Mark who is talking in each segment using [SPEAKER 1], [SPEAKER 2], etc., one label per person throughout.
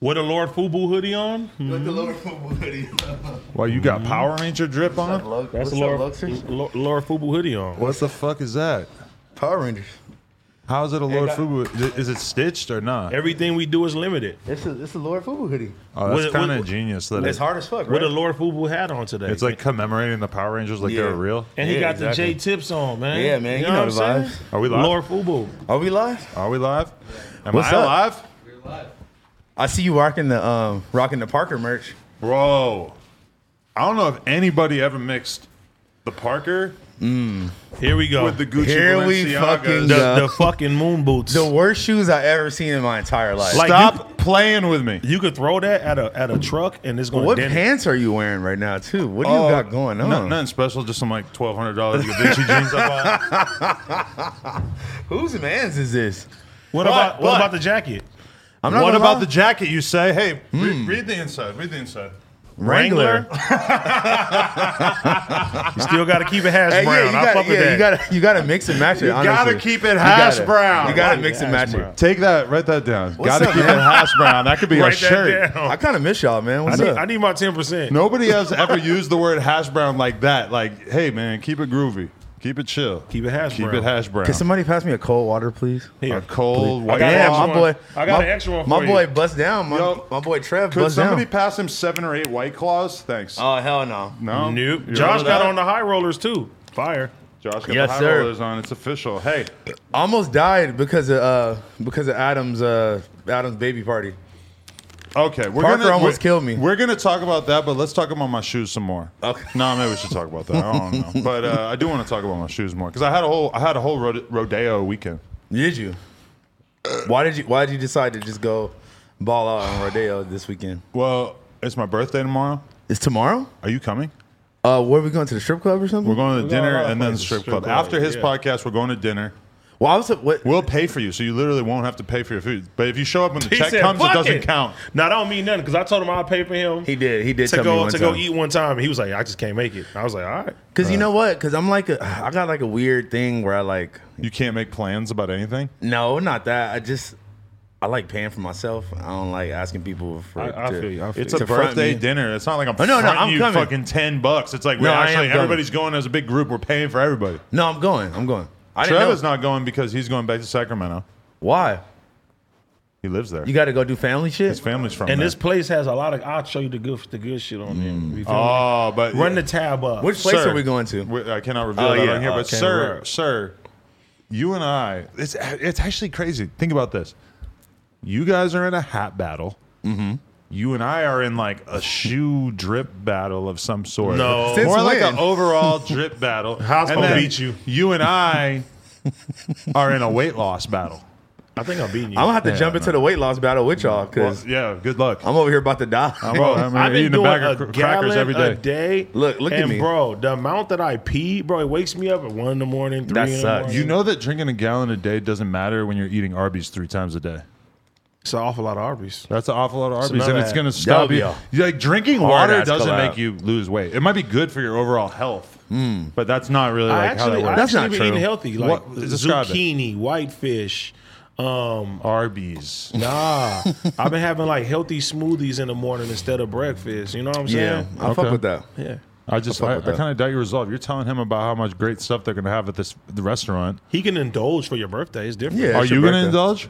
[SPEAKER 1] With a Lord Fubu hoodie on?
[SPEAKER 2] With the Lord Fubu hoodie.
[SPEAKER 3] Well, Oh, you got Power Ranger drip on?
[SPEAKER 2] Lug-
[SPEAKER 1] That's
[SPEAKER 2] what's
[SPEAKER 1] a
[SPEAKER 2] up,
[SPEAKER 1] Lord,
[SPEAKER 2] Luxers?
[SPEAKER 1] Lo- Lord Fubu hoodie on.
[SPEAKER 3] What the fuck is that?
[SPEAKER 2] Power Rangers.
[SPEAKER 3] How is it a Lord
[SPEAKER 1] got-
[SPEAKER 3] Fubu? Is it stitched or not?
[SPEAKER 1] Everything we do is limited.
[SPEAKER 2] It's a it's a Lord Fubu hoodie.
[SPEAKER 3] Oh, that's
[SPEAKER 1] What- what-
[SPEAKER 3] kind of genius. That
[SPEAKER 2] It's
[SPEAKER 3] it,
[SPEAKER 2] hard as fuck, right?
[SPEAKER 1] With a Lord Fubu hat on today.
[SPEAKER 3] it's like commemorating the Power Rangers like
[SPEAKER 2] Yeah.
[SPEAKER 3] they're real.
[SPEAKER 1] and he
[SPEAKER 2] Yeah,
[SPEAKER 1] got the
[SPEAKER 2] exactly.
[SPEAKER 1] J tips on, man.
[SPEAKER 2] Yeah, man, you know
[SPEAKER 1] what
[SPEAKER 2] the
[SPEAKER 1] I'm
[SPEAKER 2] vibes.
[SPEAKER 1] saying?
[SPEAKER 3] Are we live?
[SPEAKER 1] Lord Fubu.
[SPEAKER 2] Are we live?
[SPEAKER 3] Are we live? Am
[SPEAKER 2] What's
[SPEAKER 3] I
[SPEAKER 2] up?
[SPEAKER 3] live?
[SPEAKER 2] I see you rocking the um rocking the Parker merch.
[SPEAKER 3] Bro, I don't know if anybody ever mixed the Parker
[SPEAKER 1] Here we go.
[SPEAKER 3] with the Gucci
[SPEAKER 2] Here we
[SPEAKER 3] Balenciagas.
[SPEAKER 2] fucking
[SPEAKER 1] the,
[SPEAKER 2] go. Yeah.
[SPEAKER 1] the fucking moon boots.
[SPEAKER 2] The worst shoes I ever seen in my entire life.
[SPEAKER 1] Like-
[SPEAKER 3] Stop playing with me.
[SPEAKER 1] you could throw that at a at a truck and it's going
[SPEAKER 2] what
[SPEAKER 1] to
[SPEAKER 2] pants are you wearing right now, too? What do you
[SPEAKER 3] Oh,
[SPEAKER 2] got going on?
[SPEAKER 3] no- nothing special, just some like $1,200 Gucci jeans I bought.
[SPEAKER 2] Whose man's is this?
[SPEAKER 1] What
[SPEAKER 3] But-
[SPEAKER 1] about what
[SPEAKER 3] but-
[SPEAKER 1] about the jacket?
[SPEAKER 2] I'm not
[SPEAKER 3] what
[SPEAKER 2] gonna
[SPEAKER 3] about
[SPEAKER 2] lie.
[SPEAKER 3] the jacket you say? Hey, read, read the inside. Read the inside.
[SPEAKER 2] Wrangler?
[SPEAKER 1] you still got to keep it hash
[SPEAKER 2] Hey,
[SPEAKER 1] brown.
[SPEAKER 2] yeah, you
[SPEAKER 1] I
[SPEAKER 2] gotta,
[SPEAKER 1] fuck with
[SPEAKER 2] yeah,
[SPEAKER 1] that.
[SPEAKER 2] you gotta you gotta mix and match it.
[SPEAKER 3] You gotta
[SPEAKER 2] honestly.
[SPEAKER 3] keep it
[SPEAKER 2] You
[SPEAKER 3] hash
[SPEAKER 2] gotta-
[SPEAKER 3] brown.
[SPEAKER 2] You gotta mix and match it.
[SPEAKER 3] Take that. Write that down.
[SPEAKER 2] What's
[SPEAKER 3] Gotta
[SPEAKER 2] up,
[SPEAKER 3] keep
[SPEAKER 2] man?
[SPEAKER 3] it hash brown. That could be a
[SPEAKER 1] Write that
[SPEAKER 3] shirt.
[SPEAKER 1] down.
[SPEAKER 2] I kind of miss y'all, man.
[SPEAKER 1] I
[SPEAKER 2] What's
[SPEAKER 1] need,
[SPEAKER 2] up?
[SPEAKER 1] I need my 10%.
[SPEAKER 3] Nobody has ever used the word hash brown like that. Like, hey man, keep it groovy. Keep it chill.
[SPEAKER 1] Keep it hash
[SPEAKER 3] Keep
[SPEAKER 1] brown.
[SPEAKER 3] it hash brown.
[SPEAKER 2] Can somebody pass me a cold water, please?
[SPEAKER 3] a
[SPEAKER 1] Oh. Here.
[SPEAKER 3] cold white.
[SPEAKER 1] got an
[SPEAKER 2] Yeah,
[SPEAKER 1] extra
[SPEAKER 2] my
[SPEAKER 1] one.
[SPEAKER 2] boy.
[SPEAKER 1] I got
[SPEAKER 2] my,
[SPEAKER 1] an extra one
[SPEAKER 2] My
[SPEAKER 1] for
[SPEAKER 2] boy
[SPEAKER 1] you.
[SPEAKER 2] bust down. My,
[SPEAKER 3] Yo,
[SPEAKER 2] my boy Trev
[SPEAKER 3] Could
[SPEAKER 2] bust
[SPEAKER 3] somebody
[SPEAKER 2] down.
[SPEAKER 3] pass him seven or eight white claws? Thanks.
[SPEAKER 2] Oh hell no.
[SPEAKER 3] no.
[SPEAKER 1] Um, Nope.
[SPEAKER 3] You
[SPEAKER 1] Josh
[SPEAKER 3] remember
[SPEAKER 1] got
[SPEAKER 3] that?
[SPEAKER 1] on the high rollers too. Fire.
[SPEAKER 3] Josh got
[SPEAKER 2] Yes,
[SPEAKER 3] the high
[SPEAKER 2] sir.
[SPEAKER 3] rollers on. It's official. Hey,
[SPEAKER 2] Almost died because of uh because of Adam's uh Adam's baby party.
[SPEAKER 3] okay. We're
[SPEAKER 2] Parker
[SPEAKER 3] gonna,
[SPEAKER 2] almost
[SPEAKER 3] we're-
[SPEAKER 2] killed me.
[SPEAKER 3] We're gonna talk about that, but let's talk about my shoes some more.
[SPEAKER 2] Okay.
[SPEAKER 3] No, maybe we should talk about that. I don't know, but uh, I do want to talk about my shoes more because I had a whole I had a whole rode- rodeo weekend.
[SPEAKER 2] Did you? Why did you Why did you decide to just go ball out on Rodeo this weekend?
[SPEAKER 3] Well, it's my birthday tomorrow.
[SPEAKER 2] It's tomorrow.
[SPEAKER 3] Are you coming?
[SPEAKER 2] Uh, where are we going to the strip club or something?
[SPEAKER 3] We're going to
[SPEAKER 1] a
[SPEAKER 3] dinner
[SPEAKER 1] lot of
[SPEAKER 3] and then
[SPEAKER 1] places,
[SPEAKER 3] strip
[SPEAKER 1] strip
[SPEAKER 3] club.
[SPEAKER 1] club,
[SPEAKER 3] After his
[SPEAKER 1] yeah.
[SPEAKER 3] podcast, we're going to dinner.
[SPEAKER 2] well, I was what?
[SPEAKER 3] We'll pay for you, so you literally won't have to pay for your food. But if you show up when the
[SPEAKER 1] He
[SPEAKER 3] check
[SPEAKER 1] said,
[SPEAKER 3] comes, it
[SPEAKER 1] "Fuck
[SPEAKER 3] doesn't count.
[SPEAKER 1] No, I don't mean nothing because I told him I'll pay for him.
[SPEAKER 2] he did. He did
[SPEAKER 1] to
[SPEAKER 2] tell me
[SPEAKER 1] go
[SPEAKER 2] one
[SPEAKER 1] to
[SPEAKER 2] time.
[SPEAKER 1] go eat Uh. one time. He was like, I just can't make it. I was like, all right.
[SPEAKER 2] Cause you know what? Cause I'm like a, I got like a weird thing where I like
[SPEAKER 3] You can't make plans about anything.
[SPEAKER 2] no, not that. I just I like paying for myself. I don't like asking people for.
[SPEAKER 1] I- I feel you. I feel
[SPEAKER 3] It's
[SPEAKER 1] you.
[SPEAKER 3] a
[SPEAKER 2] To front
[SPEAKER 3] birthday
[SPEAKER 2] me.
[SPEAKER 3] dinner. It's not like I'm
[SPEAKER 2] Oh, no, no,
[SPEAKER 3] fronting
[SPEAKER 2] I'm
[SPEAKER 3] you
[SPEAKER 2] coming.
[SPEAKER 3] fucking ten bucks. It's like we
[SPEAKER 2] No, I am
[SPEAKER 3] actually
[SPEAKER 2] coming.
[SPEAKER 3] everybody's going as a big group. We're paying for everybody.
[SPEAKER 2] No, I'm going. I'm going. I didn't
[SPEAKER 3] Trevor's
[SPEAKER 2] know.
[SPEAKER 3] not going because he's going back to Sacramento.
[SPEAKER 2] Why?
[SPEAKER 3] He lives there.
[SPEAKER 2] You got to go do family shit.
[SPEAKER 3] His family's from
[SPEAKER 1] And
[SPEAKER 3] there.
[SPEAKER 1] this place has a lot of. I'll show you the good, the good shit on there. You feel me?
[SPEAKER 3] oh, but
[SPEAKER 1] Run the tab up.
[SPEAKER 2] Mm. Which place
[SPEAKER 3] Sir.
[SPEAKER 2] are we going to?
[SPEAKER 3] We- I cannot reveal
[SPEAKER 2] Oh,
[SPEAKER 3] that
[SPEAKER 2] yeah.
[SPEAKER 3] on here,
[SPEAKER 2] Oh,
[SPEAKER 3] but
[SPEAKER 1] okay,
[SPEAKER 3] sir,
[SPEAKER 1] right.
[SPEAKER 3] sir, you and I, it's it's actually crazy. Think about this. You guys are in a hat battle. Mm-hmm. You and I are in like a shoe drip battle of some sort.
[SPEAKER 1] No.
[SPEAKER 2] Since
[SPEAKER 3] more like an
[SPEAKER 2] when?
[SPEAKER 3] overall drip battle.
[SPEAKER 1] How's
[SPEAKER 3] And
[SPEAKER 1] gonna
[SPEAKER 3] then
[SPEAKER 1] beat you?
[SPEAKER 3] You and I are in a weight loss battle.
[SPEAKER 1] I think I'm beating you.
[SPEAKER 2] I'm gonna have to
[SPEAKER 3] Yeah,
[SPEAKER 2] jump
[SPEAKER 3] no.
[SPEAKER 2] into the weight loss battle with y'all
[SPEAKER 3] Well,
[SPEAKER 2] because
[SPEAKER 3] yeah, good luck.
[SPEAKER 2] I'm over here about to die.
[SPEAKER 3] bro, I'm
[SPEAKER 1] I've been
[SPEAKER 3] eating a
[SPEAKER 1] doing
[SPEAKER 3] bag
[SPEAKER 1] a,
[SPEAKER 3] of cr-
[SPEAKER 1] gallon
[SPEAKER 3] crackers every day.
[SPEAKER 1] a day.
[SPEAKER 2] Look- look at
[SPEAKER 1] and
[SPEAKER 2] me.
[SPEAKER 1] bro. The amount that I pee, bro, it wakes me up at one in the morning, three
[SPEAKER 2] That
[SPEAKER 1] in the
[SPEAKER 2] sucks.
[SPEAKER 1] morning.
[SPEAKER 3] You know that drinking a gallon a day doesn't matter when you're eating Arby's three times a day.
[SPEAKER 1] it's an awful lot of Arby's.
[SPEAKER 3] That's an awful lot of Arby's,
[SPEAKER 1] another
[SPEAKER 3] and it's
[SPEAKER 1] ad.
[SPEAKER 3] going to stop you.
[SPEAKER 2] W.
[SPEAKER 3] you. Like drinking
[SPEAKER 2] Hard
[SPEAKER 3] water
[SPEAKER 2] ass
[SPEAKER 3] doesn't
[SPEAKER 2] collab. Hmm.
[SPEAKER 3] make you lose weight. It might be good for your overall health, but that's not really
[SPEAKER 1] I
[SPEAKER 3] like how
[SPEAKER 1] actually, I
[SPEAKER 3] that works.
[SPEAKER 2] That's
[SPEAKER 1] actually
[SPEAKER 2] not
[SPEAKER 1] been
[SPEAKER 2] true.
[SPEAKER 1] eating healthy, like
[SPEAKER 3] What- describe it.
[SPEAKER 1] zucchini, whitefish. Um,
[SPEAKER 3] Arby's.
[SPEAKER 1] nah, I've been having like healthy smoothies in the morning instead of breakfast. You know what I'm
[SPEAKER 2] yeah,
[SPEAKER 1] saying?
[SPEAKER 2] I
[SPEAKER 3] Okay.
[SPEAKER 2] fuck with that.
[SPEAKER 1] Yeah.
[SPEAKER 3] I
[SPEAKER 2] I
[SPEAKER 3] just,
[SPEAKER 2] fuck
[SPEAKER 3] I, I
[SPEAKER 2] with that.
[SPEAKER 3] kind of doubt your resolve. You're telling him about how much great stuff they're going to have at this the restaurant.
[SPEAKER 1] He can indulge for your birthday. It's different.
[SPEAKER 2] Yeah.
[SPEAKER 3] Are
[SPEAKER 2] That's your
[SPEAKER 3] you going to
[SPEAKER 2] birthday.
[SPEAKER 3] indulge?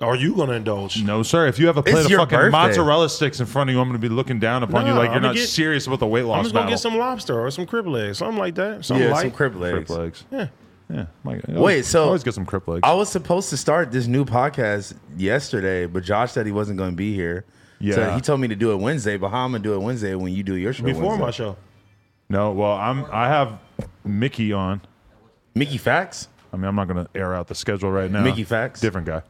[SPEAKER 1] Are you gonna indulge?
[SPEAKER 3] No, sir. If you have a plate
[SPEAKER 4] It's
[SPEAKER 3] of
[SPEAKER 4] your
[SPEAKER 3] fucking
[SPEAKER 4] birthday.
[SPEAKER 3] mozzarella sticks in front of you, I'm going to be looking down upon you
[SPEAKER 1] Nah,
[SPEAKER 3] like you're
[SPEAKER 1] I'ma
[SPEAKER 3] not
[SPEAKER 1] get-
[SPEAKER 3] serious about the weight loss
[SPEAKER 1] I'm just gonna
[SPEAKER 3] battle.
[SPEAKER 1] get some lobster or some crib legs, something like that. Something
[SPEAKER 4] yeah,
[SPEAKER 1] light.
[SPEAKER 4] some crib legs.
[SPEAKER 3] crip legs. Yeah, yeah. Like, I always-
[SPEAKER 4] Wait, so
[SPEAKER 3] I always get some crip legs.
[SPEAKER 4] I was supposed to start this new podcast yesterday, but Josh said he wasn't going to be here. so
[SPEAKER 3] Yeah.
[SPEAKER 4] he told me to do it Wednesday, but how I'm gonna do it Wednesday when you do your show
[SPEAKER 1] before
[SPEAKER 4] Wednesday?
[SPEAKER 1] my show.
[SPEAKER 3] no, well, I'm. I have Mickey on.
[SPEAKER 4] Mickey Facts.
[SPEAKER 3] I mean, I'm not going to air out the schedule right now.
[SPEAKER 4] Mickey Facks?
[SPEAKER 3] different guy,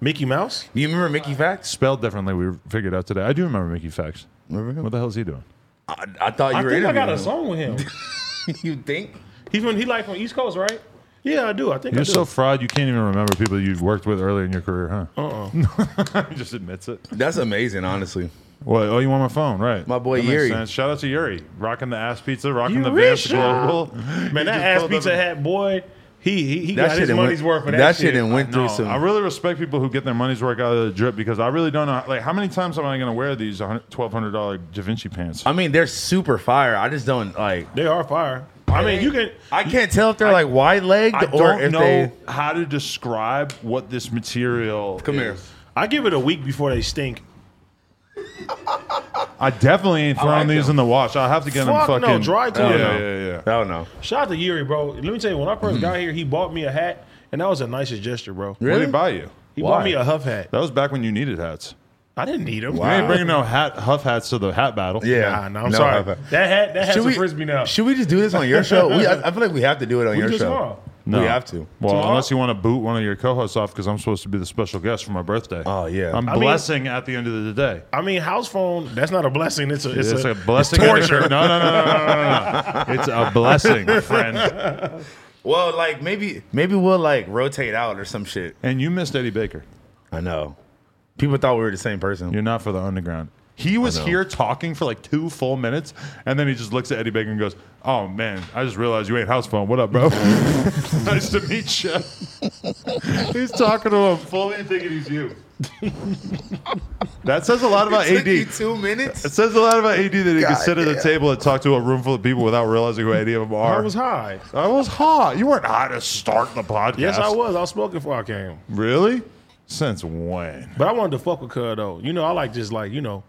[SPEAKER 1] Mickey Mouse?
[SPEAKER 4] You remember Mickey Facts?
[SPEAKER 3] spelled differently. We figured out today. I do remember Mickey Facts.
[SPEAKER 4] Remember him?
[SPEAKER 3] What the hell is he doing?
[SPEAKER 4] I, I thought you
[SPEAKER 1] I
[SPEAKER 4] were
[SPEAKER 1] think I got
[SPEAKER 4] interviewing
[SPEAKER 1] a song with him.
[SPEAKER 4] him. you think?
[SPEAKER 1] he from he like from East Coast, right? Yeah, I do. I think I
[SPEAKER 3] You're
[SPEAKER 1] do.
[SPEAKER 3] so fraud. You can't even remember people you've worked with earlier in your career, huh? Uh-uh. he just admits it.
[SPEAKER 4] That's amazing, honestly.
[SPEAKER 3] What? Oh, you want my phone, right?
[SPEAKER 4] My boy
[SPEAKER 3] That makes
[SPEAKER 4] Yuri.
[SPEAKER 3] sense. Shout out to Yuri, rocking the ass pizza, rocking the Vance
[SPEAKER 1] Yurisha!
[SPEAKER 3] Global.
[SPEAKER 1] Man, that ass pizza hat boy, he he, he
[SPEAKER 4] That
[SPEAKER 1] got
[SPEAKER 4] shit
[SPEAKER 1] his
[SPEAKER 4] done
[SPEAKER 1] money's
[SPEAKER 4] went,
[SPEAKER 1] worth for that,
[SPEAKER 4] that
[SPEAKER 1] shit.
[SPEAKER 4] shit done went
[SPEAKER 3] No,
[SPEAKER 4] through some.
[SPEAKER 3] I really respect people who get their money's worth out of the drip because I really don't know. Like, how many times am I going to wear these twelve hundred dollar Da Vinci pants?
[SPEAKER 4] I mean, they're super fire. I just don't like.
[SPEAKER 1] they are fire. I mean, you can.
[SPEAKER 4] I can't tell if they're like wide legged
[SPEAKER 3] I
[SPEAKER 4] or if
[SPEAKER 3] don't know
[SPEAKER 4] they.
[SPEAKER 3] how to describe what this material.
[SPEAKER 4] Come here.
[SPEAKER 3] is.
[SPEAKER 1] I give it a week before they stink.
[SPEAKER 3] I definitely ain't throwing
[SPEAKER 4] like
[SPEAKER 3] these
[SPEAKER 4] them.
[SPEAKER 3] in the wash. I'll have to get
[SPEAKER 1] Fuck
[SPEAKER 3] them
[SPEAKER 1] no,
[SPEAKER 3] fucking
[SPEAKER 1] dry
[SPEAKER 3] Yeah,
[SPEAKER 1] clean.
[SPEAKER 3] yeah, yeah.
[SPEAKER 4] I don't know.
[SPEAKER 1] Shout out to Yuri, bro. Let me tell you, when I 1st got here, he bought me a hat, and that was the nicest gesture, bro.
[SPEAKER 3] What did
[SPEAKER 4] Mm-hmm. Really?
[SPEAKER 3] he buy you?
[SPEAKER 1] He
[SPEAKER 4] Why?
[SPEAKER 1] bought me a huff hat.
[SPEAKER 3] That was back when you needed hats.
[SPEAKER 1] I didn't need him.
[SPEAKER 3] You ain't bringing no hat huff hats to the hat battle.
[SPEAKER 4] Yeah.
[SPEAKER 1] Nah, no, I'm
[SPEAKER 4] No
[SPEAKER 1] sorry.
[SPEAKER 4] huff hat.
[SPEAKER 1] That hat, that hat's
[SPEAKER 4] Should
[SPEAKER 1] a
[SPEAKER 4] we,
[SPEAKER 1] frisbee now.
[SPEAKER 4] should we just do this on your show? We, I, I feel like we have to do it on your
[SPEAKER 1] just
[SPEAKER 4] show.
[SPEAKER 1] are.
[SPEAKER 3] No.
[SPEAKER 4] We have to.
[SPEAKER 3] Well,
[SPEAKER 1] Tomorrow?
[SPEAKER 3] unless you want to boot one of your co-hosts off because I'm supposed to be the special guest for my birthday.
[SPEAKER 4] Oh, yeah.
[SPEAKER 3] I'm
[SPEAKER 4] I
[SPEAKER 1] mean-
[SPEAKER 3] blessing at the end of the day.
[SPEAKER 1] I mean, house phone. That's not a blessing. It's a it's,
[SPEAKER 3] It's,
[SPEAKER 1] a,
[SPEAKER 3] a, blessing.
[SPEAKER 1] torture.
[SPEAKER 3] no, no, no, no, no, no, no. It's a blessing, friend.
[SPEAKER 4] Well, like maybe maybe we'll like rotate out or some shit.
[SPEAKER 3] And you missed Eddie Baker.
[SPEAKER 4] I know. People thought we were the same person.
[SPEAKER 3] You're not for the underground. He was here talking for like two full minutes, and then he just looks at Eddie Baker and goes, "Oh man, I just realized you ain't house phone. What up, bro? nice to meet you." he's talking to him fully thinking he's you. that says a lot about
[SPEAKER 4] It took you
[SPEAKER 3] AD.
[SPEAKER 4] two minutes.
[SPEAKER 3] It says a lot about AD that he could
[SPEAKER 4] God
[SPEAKER 3] sit at a
[SPEAKER 4] damn.
[SPEAKER 3] table and talk to a room full of people without realizing who any of them are.
[SPEAKER 1] I was high.
[SPEAKER 3] I was hot. You weren't hot to start the podcast.
[SPEAKER 1] Yes, I was. I was smoking before I came.
[SPEAKER 3] Really? Since when?
[SPEAKER 1] But I wanted to fuck with Cud though. You know, I like just like you know.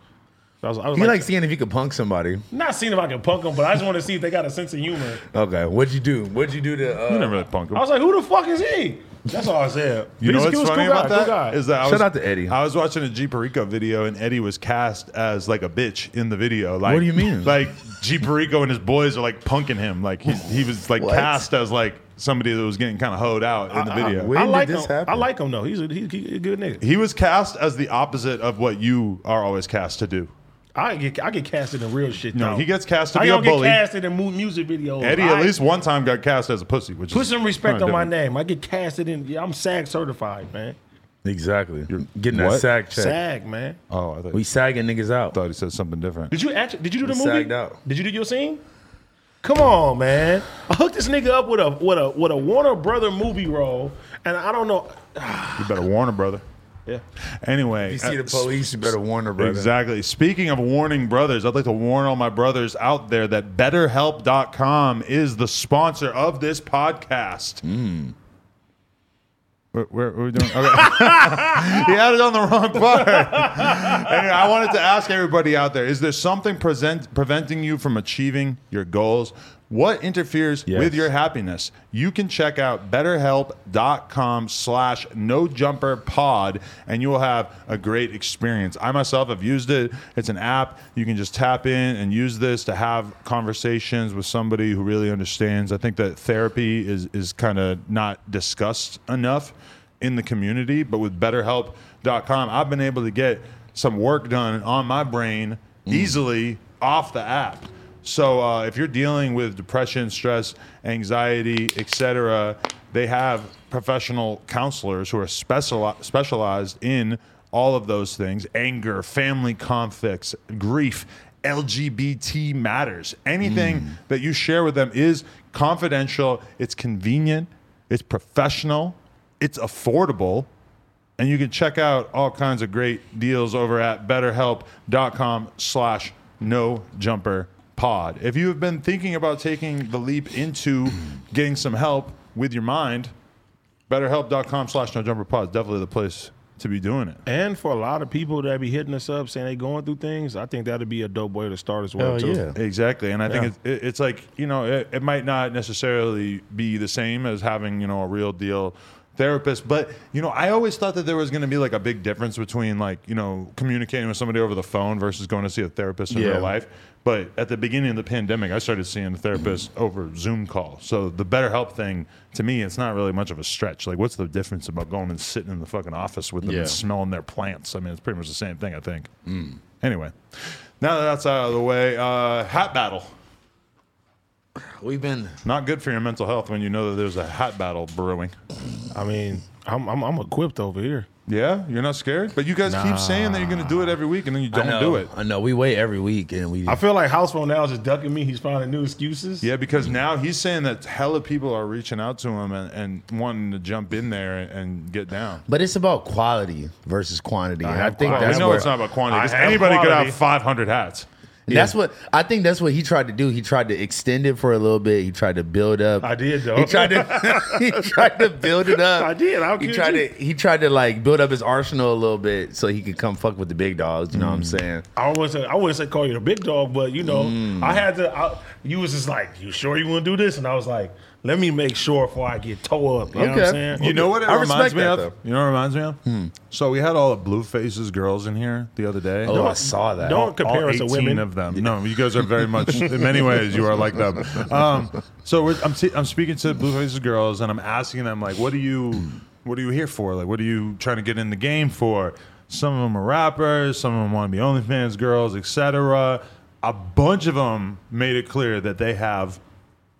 [SPEAKER 1] I was, I was
[SPEAKER 4] You
[SPEAKER 1] like,
[SPEAKER 4] like seeing if you could punk somebody.
[SPEAKER 1] not seeing if I can punk them, but I just want to see if they got a sense of humor.
[SPEAKER 4] Okay, what'd you do? What'd you do to? Uh,
[SPEAKER 3] You never really punk him.
[SPEAKER 1] I was like, who the fuck is he? That's all I said.
[SPEAKER 3] You know
[SPEAKER 1] He's a
[SPEAKER 3] what's
[SPEAKER 1] cool-
[SPEAKER 3] funny
[SPEAKER 1] cool guy,
[SPEAKER 3] about
[SPEAKER 1] cool
[SPEAKER 3] that
[SPEAKER 1] guy.
[SPEAKER 3] is that I
[SPEAKER 4] Shout
[SPEAKER 3] was,
[SPEAKER 4] out to Eddie.
[SPEAKER 3] I was watching a G Perico video and Eddie was cast as like a bitch in the video. Like,
[SPEAKER 4] do you mean?
[SPEAKER 3] Like G Perico and his boys are like punking him. Like he, he was like
[SPEAKER 4] What?
[SPEAKER 3] cast as like somebody that was getting kind of hoed out in the video.
[SPEAKER 4] When
[SPEAKER 1] I
[SPEAKER 4] did
[SPEAKER 1] like
[SPEAKER 4] this
[SPEAKER 1] him.
[SPEAKER 4] happen?
[SPEAKER 1] I like him though. He's a, he, he a good nigga.
[SPEAKER 3] he was cast as the opposite of what you are always cast to do.
[SPEAKER 1] I get I get casted in real shit.
[SPEAKER 3] No,
[SPEAKER 1] though.
[SPEAKER 3] he gets cast to
[SPEAKER 1] I
[SPEAKER 3] be a
[SPEAKER 1] don't
[SPEAKER 3] bully.
[SPEAKER 1] get casted in mu- music videos.
[SPEAKER 3] Eddie
[SPEAKER 1] I
[SPEAKER 3] at least one time got cast as a pussy, which
[SPEAKER 1] put
[SPEAKER 3] is
[SPEAKER 1] some respect
[SPEAKER 3] kinda
[SPEAKER 1] on my
[SPEAKER 3] different.
[SPEAKER 1] name. I get casted in. Yeah, I'm SAG certified, man.
[SPEAKER 4] exactly. You're getting that
[SPEAKER 3] What?
[SPEAKER 4] sack check.
[SPEAKER 1] SAG, man.
[SPEAKER 3] Oh, I thought,
[SPEAKER 4] We sagging niggas out.
[SPEAKER 3] thought he said something different.
[SPEAKER 1] Did you actually? Did you do the
[SPEAKER 4] We
[SPEAKER 1] movie?
[SPEAKER 4] sagged out.
[SPEAKER 1] Did you do your scene? Come on, man! I hooked this nigga up with a with a with a Warner Brother movie role, and I don't know.
[SPEAKER 3] You better warn her, brother.
[SPEAKER 1] Yeah,
[SPEAKER 3] Anyway,
[SPEAKER 4] If you see
[SPEAKER 3] uh,
[SPEAKER 4] the police, you better warn her, brother.
[SPEAKER 3] Exactly. Speaking of warning brothers, I'd like to warn all my brothers out there that BetterHelp.com is the sponsor of this podcast. Where, where, where we doing? Okay. he had it on the wrong part. anyway, I wanted to ask everybody out there: Is there something present, preventing you from achieving your goals? What interferes
[SPEAKER 4] Yes.
[SPEAKER 3] with your happiness? You can check out betterhelp.com slash no jumper pod and you will have a great experience. I myself have used it. It's an app. You can just tap in and use this to have conversations with somebody who really understands. I think that therapy is is kind of not discussed enough in the community, but with betterhelp.com, I've been able to get some work done on my brain easily off the app. So uh, if you're dealing with depression, stress, anxiety, etc., they have professional counselors who are speciali- specialized in all of those things anger, family conflicts, grief, LGBT matters. Anything that you share with them is confidential, it's convenient, it's professional, it's affordable. And you can check out all kinds of great deals over at betterhelp.com slash no jumper pod. If you have been thinking about taking the leap into getting some help with your mind, betterhelp.com slash no jumper pod is definitely the place to be doing it.
[SPEAKER 1] And for a lot of people that be hitting us up saying they going through things, I think that'd be a dope way to start as well
[SPEAKER 2] Hell
[SPEAKER 1] too.
[SPEAKER 2] yeah.
[SPEAKER 3] Exactly, and I think it's, it- it's like you know, it, it might not necessarily be the same as having you know a real deal therapist, but you know, I always thought that there was going to be like a big difference between like you know communicating with somebody over the phone versus going to see a therapist in
[SPEAKER 2] Yeah.
[SPEAKER 3] real life. But at the beginning of the pandemic, I started seeing a therapist over Zoom call. So the BetterHelp thing, to me, it's not really much of a stretch. Like, what's the difference about going and sitting in the fucking office with them
[SPEAKER 2] Yeah.
[SPEAKER 3] and smelling their plants? I mean, it's pretty much the same thing, I think. Anyway, now that that's out of the way, uh, hat battle.
[SPEAKER 2] We've been
[SPEAKER 3] Not good for your mental health when you know that there's a hat battle brewing.
[SPEAKER 1] I mean, I'm I'm, I'm equipped over here.
[SPEAKER 3] Yeah, you're not scared, but you guys keep saying that you're going to do it every week, and then you
[SPEAKER 2] I
[SPEAKER 3] don't
[SPEAKER 2] know,
[SPEAKER 3] do it.
[SPEAKER 2] I know. We wait every week and we
[SPEAKER 1] I feel like House Phone now is just ducking me. He's finding new excuses.
[SPEAKER 3] Yeah, because now he's saying that hella people are reaching out to him and, and wanting to jump in there and, and get down.
[SPEAKER 2] But it's about quality versus quantity. and I
[SPEAKER 1] have
[SPEAKER 2] think
[SPEAKER 1] quality.
[SPEAKER 3] I
[SPEAKER 2] that's
[SPEAKER 3] know
[SPEAKER 2] what,
[SPEAKER 3] it's not about quantity.
[SPEAKER 1] I
[SPEAKER 3] 'cause
[SPEAKER 1] have
[SPEAKER 3] anybody could
[SPEAKER 1] quality.
[SPEAKER 3] have 500 hats.
[SPEAKER 2] that's what I think that's what he tried to do. He tried to extend it for a little bit. He tried to build up.
[SPEAKER 1] I did, though.
[SPEAKER 2] He tried to he tried to build it up.
[SPEAKER 1] I did. I'll
[SPEAKER 2] he
[SPEAKER 1] kid
[SPEAKER 2] tried
[SPEAKER 1] you.
[SPEAKER 2] to he tried to like build up his arsenal a little bit so he could come fuck with the big dogs. You know what I'm saying?
[SPEAKER 1] I wouldn't say I wouldn't say call you the big dog, but you know, I had to. I, you was just like, you sure you want to do this? And I was like, let me make sure before I get toe up. You know what
[SPEAKER 2] Okay.
[SPEAKER 1] I'm saying?
[SPEAKER 3] You know what it
[SPEAKER 2] I
[SPEAKER 3] reminds
[SPEAKER 2] respect
[SPEAKER 3] me
[SPEAKER 2] that,
[SPEAKER 3] of?
[SPEAKER 2] though.
[SPEAKER 3] You know what it reminds me of? So we had all the blue faces girls in here the other day.
[SPEAKER 2] Oh, I saw that.
[SPEAKER 1] don't compare
[SPEAKER 3] all
[SPEAKER 1] us to
[SPEAKER 3] 18
[SPEAKER 1] women.
[SPEAKER 3] of them. No, you guys are very much in many ways you are like them. Um, so we're, I'm t- I'm speaking to blue faces girls and I'm asking them like, what do you what are you here for? Like, what are you trying to get in the game for? Some of them are rappers. Some of them want to be OnlyFans girls, etc. A bunch of them made it clear that they have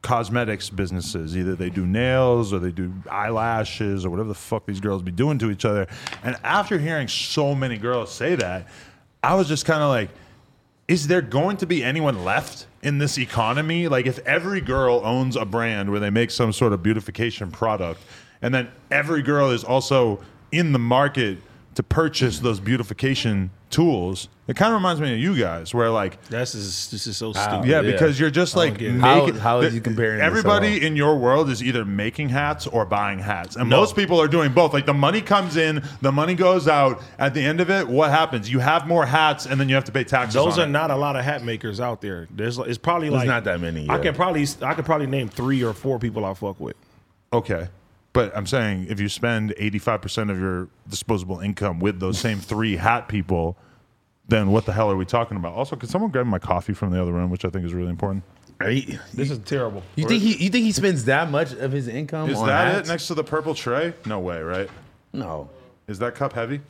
[SPEAKER 3] cosmetics businesses. Either they do nails or they do eyelashes or whatever the fuck these girls be doing to each other. And after hearing so many girls say that, I was just kind of like, is there going to be anyone left in this economy? Like, if every girl owns a brand where they make some sort of beautification product, and then every girl is also in the market to purchase those beautification tools, it kind of reminds me of you guys, where like,
[SPEAKER 1] That's is this is so stupid.
[SPEAKER 3] yeah,
[SPEAKER 2] Yeah.
[SPEAKER 3] because you're just like
[SPEAKER 1] get it.
[SPEAKER 3] making,
[SPEAKER 2] How- how is you comparing this at
[SPEAKER 3] Everybody in your world is either making hats or buying hats, and most people are doing both. Like the money comes in, the money goes out. At the end of it, what happens? You have more hats, and then you have to pay taxes.
[SPEAKER 1] Those
[SPEAKER 3] on
[SPEAKER 1] are
[SPEAKER 3] it.
[SPEAKER 1] not a lot of hat makers out there. There's it's probably like
[SPEAKER 2] not that many,
[SPEAKER 1] I
[SPEAKER 2] yeah.
[SPEAKER 1] can probably I could probably name three or four people I fuck with.
[SPEAKER 3] okay. But I'm saying if you spend 85% of your disposable income with those same three hat people, then what the hell are we talking about? Also, could someone grab my coffee from the other room, which I think is really important?
[SPEAKER 2] Are you,
[SPEAKER 1] This is terrible.
[SPEAKER 2] you think he you think he spends that much of his income
[SPEAKER 3] Is
[SPEAKER 2] on
[SPEAKER 3] that
[SPEAKER 2] hats?
[SPEAKER 3] it next to the purple tray? No way, right?
[SPEAKER 2] No.
[SPEAKER 3] Is that cup heavy?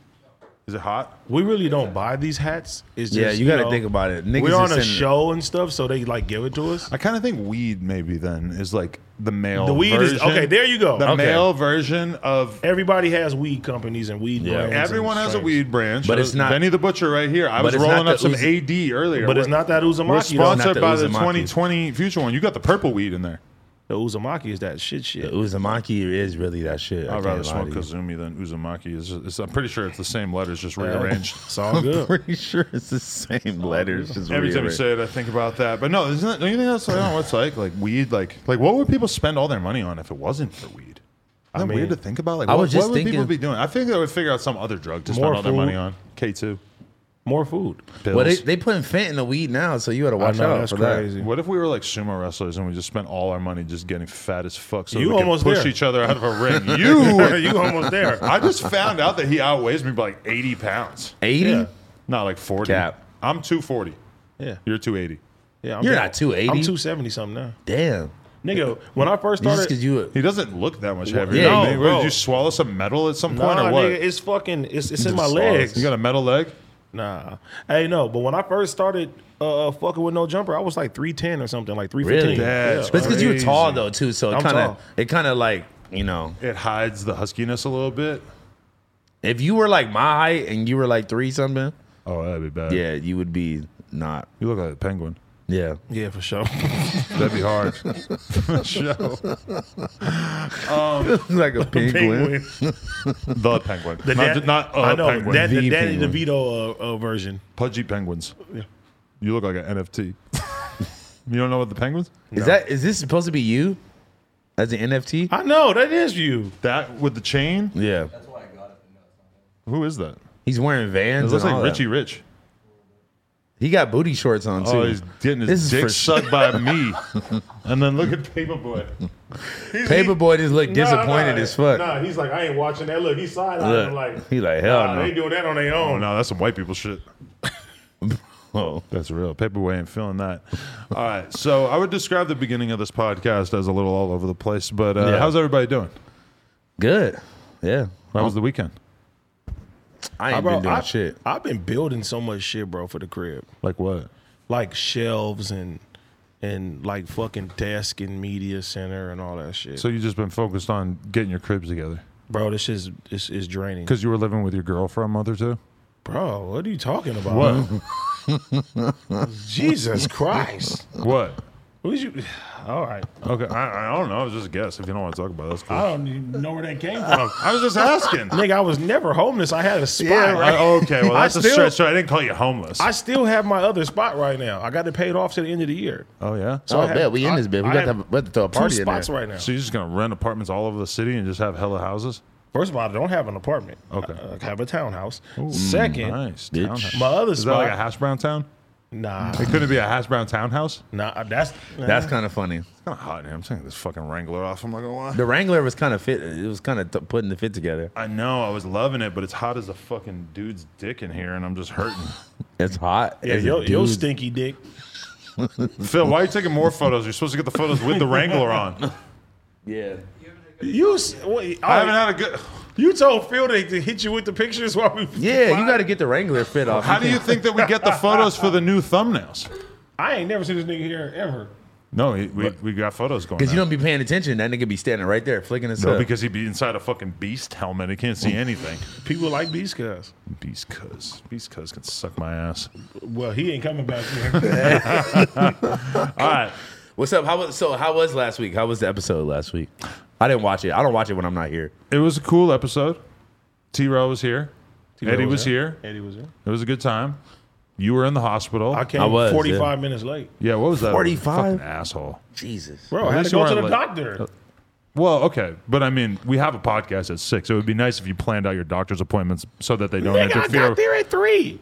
[SPEAKER 3] Is it hot?
[SPEAKER 1] We really don't buy these hats. It's just,
[SPEAKER 2] Yeah, you gotta
[SPEAKER 1] know,
[SPEAKER 2] think about it. Niggas
[SPEAKER 1] We're
[SPEAKER 2] is
[SPEAKER 1] on a
[SPEAKER 2] sending-
[SPEAKER 1] show and stuff, so they like give it to us.
[SPEAKER 3] I kind of think weed maybe then is like the male.
[SPEAKER 1] The weed is-
[SPEAKER 3] version-
[SPEAKER 1] okay, there you go.
[SPEAKER 3] The
[SPEAKER 1] Okay.
[SPEAKER 3] male version of
[SPEAKER 1] Everybody has weed companies and weed.
[SPEAKER 2] Yeah.
[SPEAKER 1] brands and
[SPEAKER 3] everyone has a
[SPEAKER 1] strains.
[SPEAKER 3] weed branch.
[SPEAKER 2] But it's not-
[SPEAKER 3] Benny the Butcher right here. I
[SPEAKER 2] but
[SPEAKER 3] was
[SPEAKER 2] it's not
[SPEAKER 3] rolling
[SPEAKER 2] the
[SPEAKER 3] up some
[SPEAKER 2] Uzi-
[SPEAKER 3] AD earlier,
[SPEAKER 1] But it's
[SPEAKER 3] We're-
[SPEAKER 1] not that Uzumaki.
[SPEAKER 3] We're
[SPEAKER 1] though.
[SPEAKER 3] sponsored
[SPEAKER 2] the
[SPEAKER 3] by the
[SPEAKER 2] Uzumaki.
[SPEAKER 3] 2020 future one. You got the purple weed in there.
[SPEAKER 1] The Uzumaki is that shit shit.
[SPEAKER 2] The Uzumaki is really that shit. I
[SPEAKER 3] I'd
[SPEAKER 2] can't
[SPEAKER 3] rather
[SPEAKER 2] lie
[SPEAKER 3] smoke
[SPEAKER 2] to you.
[SPEAKER 3] Kazumi than Uzumaki. It's, it's, I'm pretty sure it's the same letters, just rearranged.
[SPEAKER 1] It's all good.
[SPEAKER 2] Pretty sure it's the same letters. just
[SPEAKER 3] Oh, Every time you
[SPEAKER 2] rearranged.
[SPEAKER 3] say it, I think about that. But no, isn't that, don't you think that's I don't know, what's like? Like weed, like like what would people spend all their money on if it wasn't for weed? Isn't that weird to think about? Like
[SPEAKER 2] I
[SPEAKER 3] what,
[SPEAKER 2] was just
[SPEAKER 3] what would people
[SPEAKER 2] thinking-
[SPEAKER 3] be doing? I think they would figure out some other drug to spend
[SPEAKER 1] More
[SPEAKER 3] all their money
[SPEAKER 1] food.
[SPEAKER 3] on. K two
[SPEAKER 1] More food.
[SPEAKER 3] pills.
[SPEAKER 2] Well, they they putting fent in the weed now, so you gotta watch
[SPEAKER 1] know,
[SPEAKER 2] out
[SPEAKER 1] that's
[SPEAKER 2] for
[SPEAKER 1] crazy.
[SPEAKER 3] what if we were like sumo wrestlers and we just spent all our money just getting fat as fuck so
[SPEAKER 1] You
[SPEAKER 3] we could
[SPEAKER 1] almost
[SPEAKER 3] push
[SPEAKER 1] there.
[SPEAKER 3] each other out of a ring? You,
[SPEAKER 1] you almost there.
[SPEAKER 3] I just found out that he outweighs me by like eighty pounds.
[SPEAKER 2] that. Eighty?
[SPEAKER 1] Yeah.
[SPEAKER 3] Not like forty.
[SPEAKER 2] Cap.
[SPEAKER 3] I'm two forty.
[SPEAKER 1] Yeah,
[SPEAKER 3] You're two eighty.
[SPEAKER 1] yeah. I'm
[SPEAKER 2] You're
[SPEAKER 1] good.
[SPEAKER 2] not 280.
[SPEAKER 1] I'm two seventy something now.
[SPEAKER 2] Damn.
[SPEAKER 1] Nigga, when I first
[SPEAKER 2] Just
[SPEAKER 1] started,
[SPEAKER 2] because you a-
[SPEAKER 3] He doesn't look that much heavier.
[SPEAKER 2] yeah,
[SPEAKER 3] than me.
[SPEAKER 1] no,
[SPEAKER 3] What,
[SPEAKER 1] bro.
[SPEAKER 3] Did you swallow some metal at some point
[SPEAKER 1] nah,
[SPEAKER 3] or what?
[SPEAKER 1] nigga, it's fucking, it's, it's in my
[SPEAKER 3] Swallow-
[SPEAKER 1] legs.
[SPEAKER 3] You got a metal leg?
[SPEAKER 1] Nah, hey, no. But when I first started uh, fucking with no jumper, I was like three ten or something, like three fifteen.
[SPEAKER 2] Really?
[SPEAKER 3] That's
[SPEAKER 2] But it's because you were tall
[SPEAKER 3] crazy.
[SPEAKER 2] though too, so it
[SPEAKER 1] I'm
[SPEAKER 2] kind
[SPEAKER 1] tall.
[SPEAKER 2] of it kind of like you know
[SPEAKER 3] It hides the huskiness a little bit.
[SPEAKER 2] if you were like my height and you were like three something,
[SPEAKER 3] Oh, that'd be bad.
[SPEAKER 2] yeah, you would be not.
[SPEAKER 3] You look like a penguin.
[SPEAKER 2] Yeah.
[SPEAKER 1] Yeah, for sure.
[SPEAKER 3] That'd be hard. Show.
[SPEAKER 2] like a penguin.
[SPEAKER 3] The penguin.
[SPEAKER 1] The
[SPEAKER 3] not,
[SPEAKER 1] dad-
[SPEAKER 3] not a
[SPEAKER 1] I know,
[SPEAKER 3] penguin.
[SPEAKER 1] Dad, the
[SPEAKER 2] The
[SPEAKER 1] Danny
[SPEAKER 2] penguin.
[SPEAKER 1] DeVito uh, uh, version.
[SPEAKER 3] Pudgy penguins. You look like an NFT. you don't know what the penguins?
[SPEAKER 2] Is that is this supposed to be you as an NFT?
[SPEAKER 1] I know that is you.
[SPEAKER 3] That with the chain?
[SPEAKER 2] yeah.
[SPEAKER 3] Who is that?
[SPEAKER 2] He's wearing
[SPEAKER 3] It
[SPEAKER 2] Vans.
[SPEAKER 3] looks
[SPEAKER 2] and
[SPEAKER 3] like
[SPEAKER 2] all that.
[SPEAKER 3] Richie Rich.
[SPEAKER 2] He got booty shorts on too.
[SPEAKER 3] Oh, he's getting
[SPEAKER 2] This
[SPEAKER 3] his
[SPEAKER 2] is
[SPEAKER 3] dick
[SPEAKER 2] for sure.
[SPEAKER 3] sucked by me. and then look at Paperboy. He's-
[SPEAKER 2] Paperboy just looked
[SPEAKER 1] Nah,
[SPEAKER 2] disappointed
[SPEAKER 1] nah,
[SPEAKER 2] as fuck.
[SPEAKER 1] Nah, he's like, I ain't watching that. Look, he's side eyeing
[SPEAKER 2] Look,
[SPEAKER 1] like
[SPEAKER 2] he like, hell
[SPEAKER 1] nah,
[SPEAKER 2] no.
[SPEAKER 1] They doing that on their
[SPEAKER 3] Oh
[SPEAKER 1] own.
[SPEAKER 3] no, that's some white people shit.
[SPEAKER 2] Oh.
[SPEAKER 3] That's real. Paperboy ain't feeling that. All right. So I would describe the beginning of this podcast as a little all over the place, but uh,
[SPEAKER 2] Yeah.
[SPEAKER 3] how's everybody doing?
[SPEAKER 2] Good. Yeah.
[SPEAKER 3] How was the weekend?
[SPEAKER 2] I ain't
[SPEAKER 1] Bro,
[SPEAKER 2] been doing
[SPEAKER 1] I-
[SPEAKER 2] shit.
[SPEAKER 1] I've been building so much shit, bro, for the crib.
[SPEAKER 3] Like what?
[SPEAKER 1] like shelves and and like fucking desk and media center and all that shit.
[SPEAKER 3] So you just been focused on getting your cribs together
[SPEAKER 1] bro, this is this is draining.
[SPEAKER 3] because you were living with your girl for a month or two.
[SPEAKER 1] Bro, what are you talking about?
[SPEAKER 3] What?
[SPEAKER 1] Jesus Christ.
[SPEAKER 3] what?
[SPEAKER 1] What is you all right.
[SPEAKER 3] Okay, I, I don't know. I was just a guess. If you don't want to talk about, it, that's cool.
[SPEAKER 1] I don't even know where that came
[SPEAKER 2] Oh.
[SPEAKER 1] from.
[SPEAKER 3] I was just asking.
[SPEAKER 1] Nigga, I was never homeless. I had a spot. right?
[SPEAKER 3] I- oh, okay, well
[SPEAKER 1] I
[SPEAKER 3] that's a
[SPEAKER 1] still-
[SPEAKER 3] stretch. So I didn't call you homeless.
[SPEAKER 1] I still have my other spot right now. I got it paid off to the end of the year.
[SPEAKER 3] oh yeah.
[SPEAKER 2] Oh,
[SPEAKER 1] I have-
[SPEAKER 2] bet we in
[SPEAKER 1] I-
[SPEAKER 2] this bit. We
[SPEAKER 1] I
[SPEAKER 2] got to,
[SPEAKER 1] have
[SPEAKER 2] have, we have to throw a
[SPEAKER 1] Two
[SPEAKER 2] party in there.
[SPEAKER 1] spots right now.
[SPEAKER 3] So you're just gonna rent apartments all over the city and just have hella houses?
[SPEAKER 1] First of all, I don't have an apartment.
[SPEAKER 3] Okay.
[SPEAKER 1] I, I have a townhouse. Second,
[SPEAKER 3] Nice.
[SPEAKER 2] Bitch.
[SPEAKER 3] Townhouse.
[SPEAKER 1] my other
[SPEAKER 3] Is that like
[SPEAKER 1] spot.
[SPEAKER 3] a hash brown town?
[SPEAKER 1] nah,
[SPEAKER 3] It couldn't be a hash brown townhouse.
[SPEAKER 1] nah, that's
[SPEAKER 2] That's kind of funny.
[SPEAKER 3] It's kind of hot in here. I'm taking this fucking Wrangler off. I'm not gonna lie.
[SPEAKER 2] The Wrangler was kind of fit. It was kind of t- putting the fit together.
[SPEAKER 3] I know. I was loving it, but it's hot as a fucking dude's dick in here, and I'm just hurting.
[SPEAKER 2] It's hot.
[SPEAKER 1] Yeah,
[SPEAKER 2] as a
[SPEAKER 1] yo, yo
[SPEAKER 2] dude.
[SPEAKER 1] stinky dick.
[SPEAKER 3] Phil, why are you taking more photos? You're supposed to get the photos with the Wrangler on.
[SPEAKER 2] Yeah.
[SPEAKER 1] You s- wait, I
[SPEAKER 3] I haven't had a good.
[SPEAKER 1] you told Phil they to hit you with the pictures while we.
[SPEAKER 2] Yeah, you got to get the Wrangler fit off.
[SPEAKER 3] How do you think that we get the photos for the new thumbnails?
[SPEAKER 1] I ain't never seen this nigga here ever.
[SPEAKER 3] No, he, we, we got photos going.
[SPEAKER 2] Because you
[SPEAKER 3] now.
[SPEAKER 2] don't be paying attention. That nigga be standing right there flicking his
[SPEAKER 3] No,
[SPEAKER 2] up.
[SPEAKER 3] because he'd be inside a fucking beast helmet. He can't
[SPEAKER 1] Mm.
[SPEAKER 3] see anything.
[SPEAKER 1] People like these guys.
[SPEAKER 3] Beast cuz. Beast cuz can suck my ass.
[SPEAKER 1] Well, he ain't coming back here.
[SPEAKER 3] All right.
[SPEAKER 2] What's up? How was so? How was last week? How was the episode last week? I didn't watch it. I don't watch it when I'm not here.
[SPEAKER 3] It was a cool episode. T Row was here. Eddie was here.
[SPEAKER 1] Eddie was here.
[SPEAKER 3] It was a good time. You were in the hospital.
[SPEAKER 1] I came
[SPEAKER 2] I was,
[SPEAKER 1] 45 minutes late,
[SPEAKER 3] Yeah, what was that?
[SPEAKER 2] 45?
[SPEAKER 3] Fucking asshole.
[SPEAKER 2] Jesus.
[SPEAKER 1] bro. I had
[SPEAKER 3] least
[SPEAKER 1] to
[SPEAKER 3] you
[SPEAKER 1] go to the
[SPEAKER 3] weren't late.
[SPEAKER 1] doctor.
[SPEAKER 3] Well, okay. But I mean, we have a podcast at six. It would be nice if you planned out your doctor's appointments so that they don't
[SPEAKER 1] Nigga, I
[SPEAKER 3] interfere.
[SPEAKER 1] got there at three,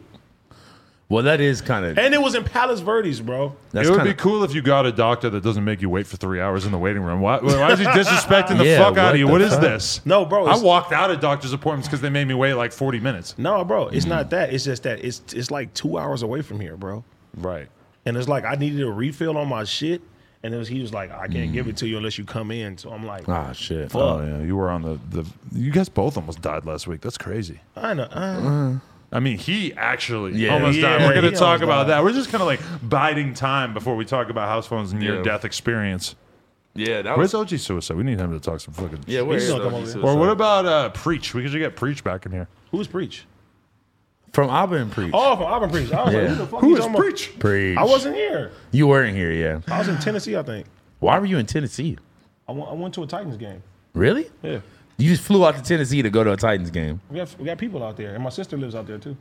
[SPEAKER 2] Well, that is kind of.
[SPEAKER 1] and it was in Palos Verdes, bro.
[SPEAKER 2] That's
[SPEAKER 3] it would
[SPEAKER 2] kinda,
[SPEAKER 3] be cool if you got a doctor that doesn't make you wait for three hours in the waiting room. Why, why is he disrespecting the
[SPEAKER 2] Yeah,
[SPEAKER 3] fuck
[SPEAKER 2] what
[SPEAKER 3] out of you?
[SPEAKER 2] the
[SPEAKER 3] What is
[SPEAKER 2] fuck?
[SPEAKER 3] this?
[SPEAKER 1] No, bro,
[SPEAKER 3] I
[SPEAKER 1] it's-
[SPEAKER 3] walked out of doctor's appointments because they made me wait like 40 minutes.
[SPEAKER 1] No, bro,
[SPEAKER 3] Mm.
[SPEAKER 1] it's not that. It's just that it's it's like two hours away from here, bro.
[SPEAKER 3] Right.
[SPEAKER 1] And it's like I needed a refill on my shit, and it was he was like, I can't give it
[SPEAKER 3] Mm.
[SPEAKER 1] to you unless you come in. So I'm like,
[SPEAKER 2] Ah, shit.
[SPEAKER 3] Oh, yeah. You were on the, the. You guys both almost died last week. That's crazy.
[SPEAKER 1] I know. I
[SPEAKER 3] I mean, he actually
[SPEAKER 2] Yeah.
[SPEAKER 3] almost died.
[SPEAKER 1] Yeah,
[SPEAKER 3] We're going
[SPEAKER 1] he
[SPEAKER 3] to talk
[SPEAKER 1] almost
[SPEAKER 3] about
[SPEAKER 1] died.
[SPEAKER 3] that. We're just kind of like biding time before we talk about house phones and your
[SPEAKER 2] Yeah.
[SPEAKER 3] death experience.
[SPEAKER 2] Yeah, that
[SPEAKER 3] Where's OG Suicide? We need him to talk some fucking.
[SPEAKER 2] Yeah, where
[SPEAKER 1] He's
[SPEAKER 2] is
[SPEAKER 1] gonna come
[SPEAKER 2] OG
[SPEAKER 1] over here.
[SPEAKER 3] Or
[SPEAKER 2] Suicide?
[SPEAKER 3] what about uh, Preach? We could just get Preach back in here.
[SPEAKER 1] Who's Preach?
[SPEAKER 2] From Abba and Preach.
[SPEAKER 1] Oh, from Auburn Preach. I was
[SPEAKER 2] Yeah.
[SPEAKER 1] like, who the fuck
[SPEAKER 3] Who
[SPEAKER 1] you
[SPEAKER 3] is
[SPEAKER 1] talking about?
[SPEAKER 3] Preach?
[SPEAKER 2] Preach.
[SPEAKER 1] I wasn't here.
[SPEAKER 2] You weren't here, yeah.
[SPEAKER 1] I was in Tennessee, I think.
[SPEAKER 2] Why were you in Tennessee?
[SPEAKER 1] I went, I went to a Titans game.
[SPEAKER 2] Really?
[SPEAKER 1] Yeah.
[SPEAKER 2] You just flew out to Tennessee to go to a Titans game.
[SPEAKER 1] We got, we got people out there, and my sister lives out there too.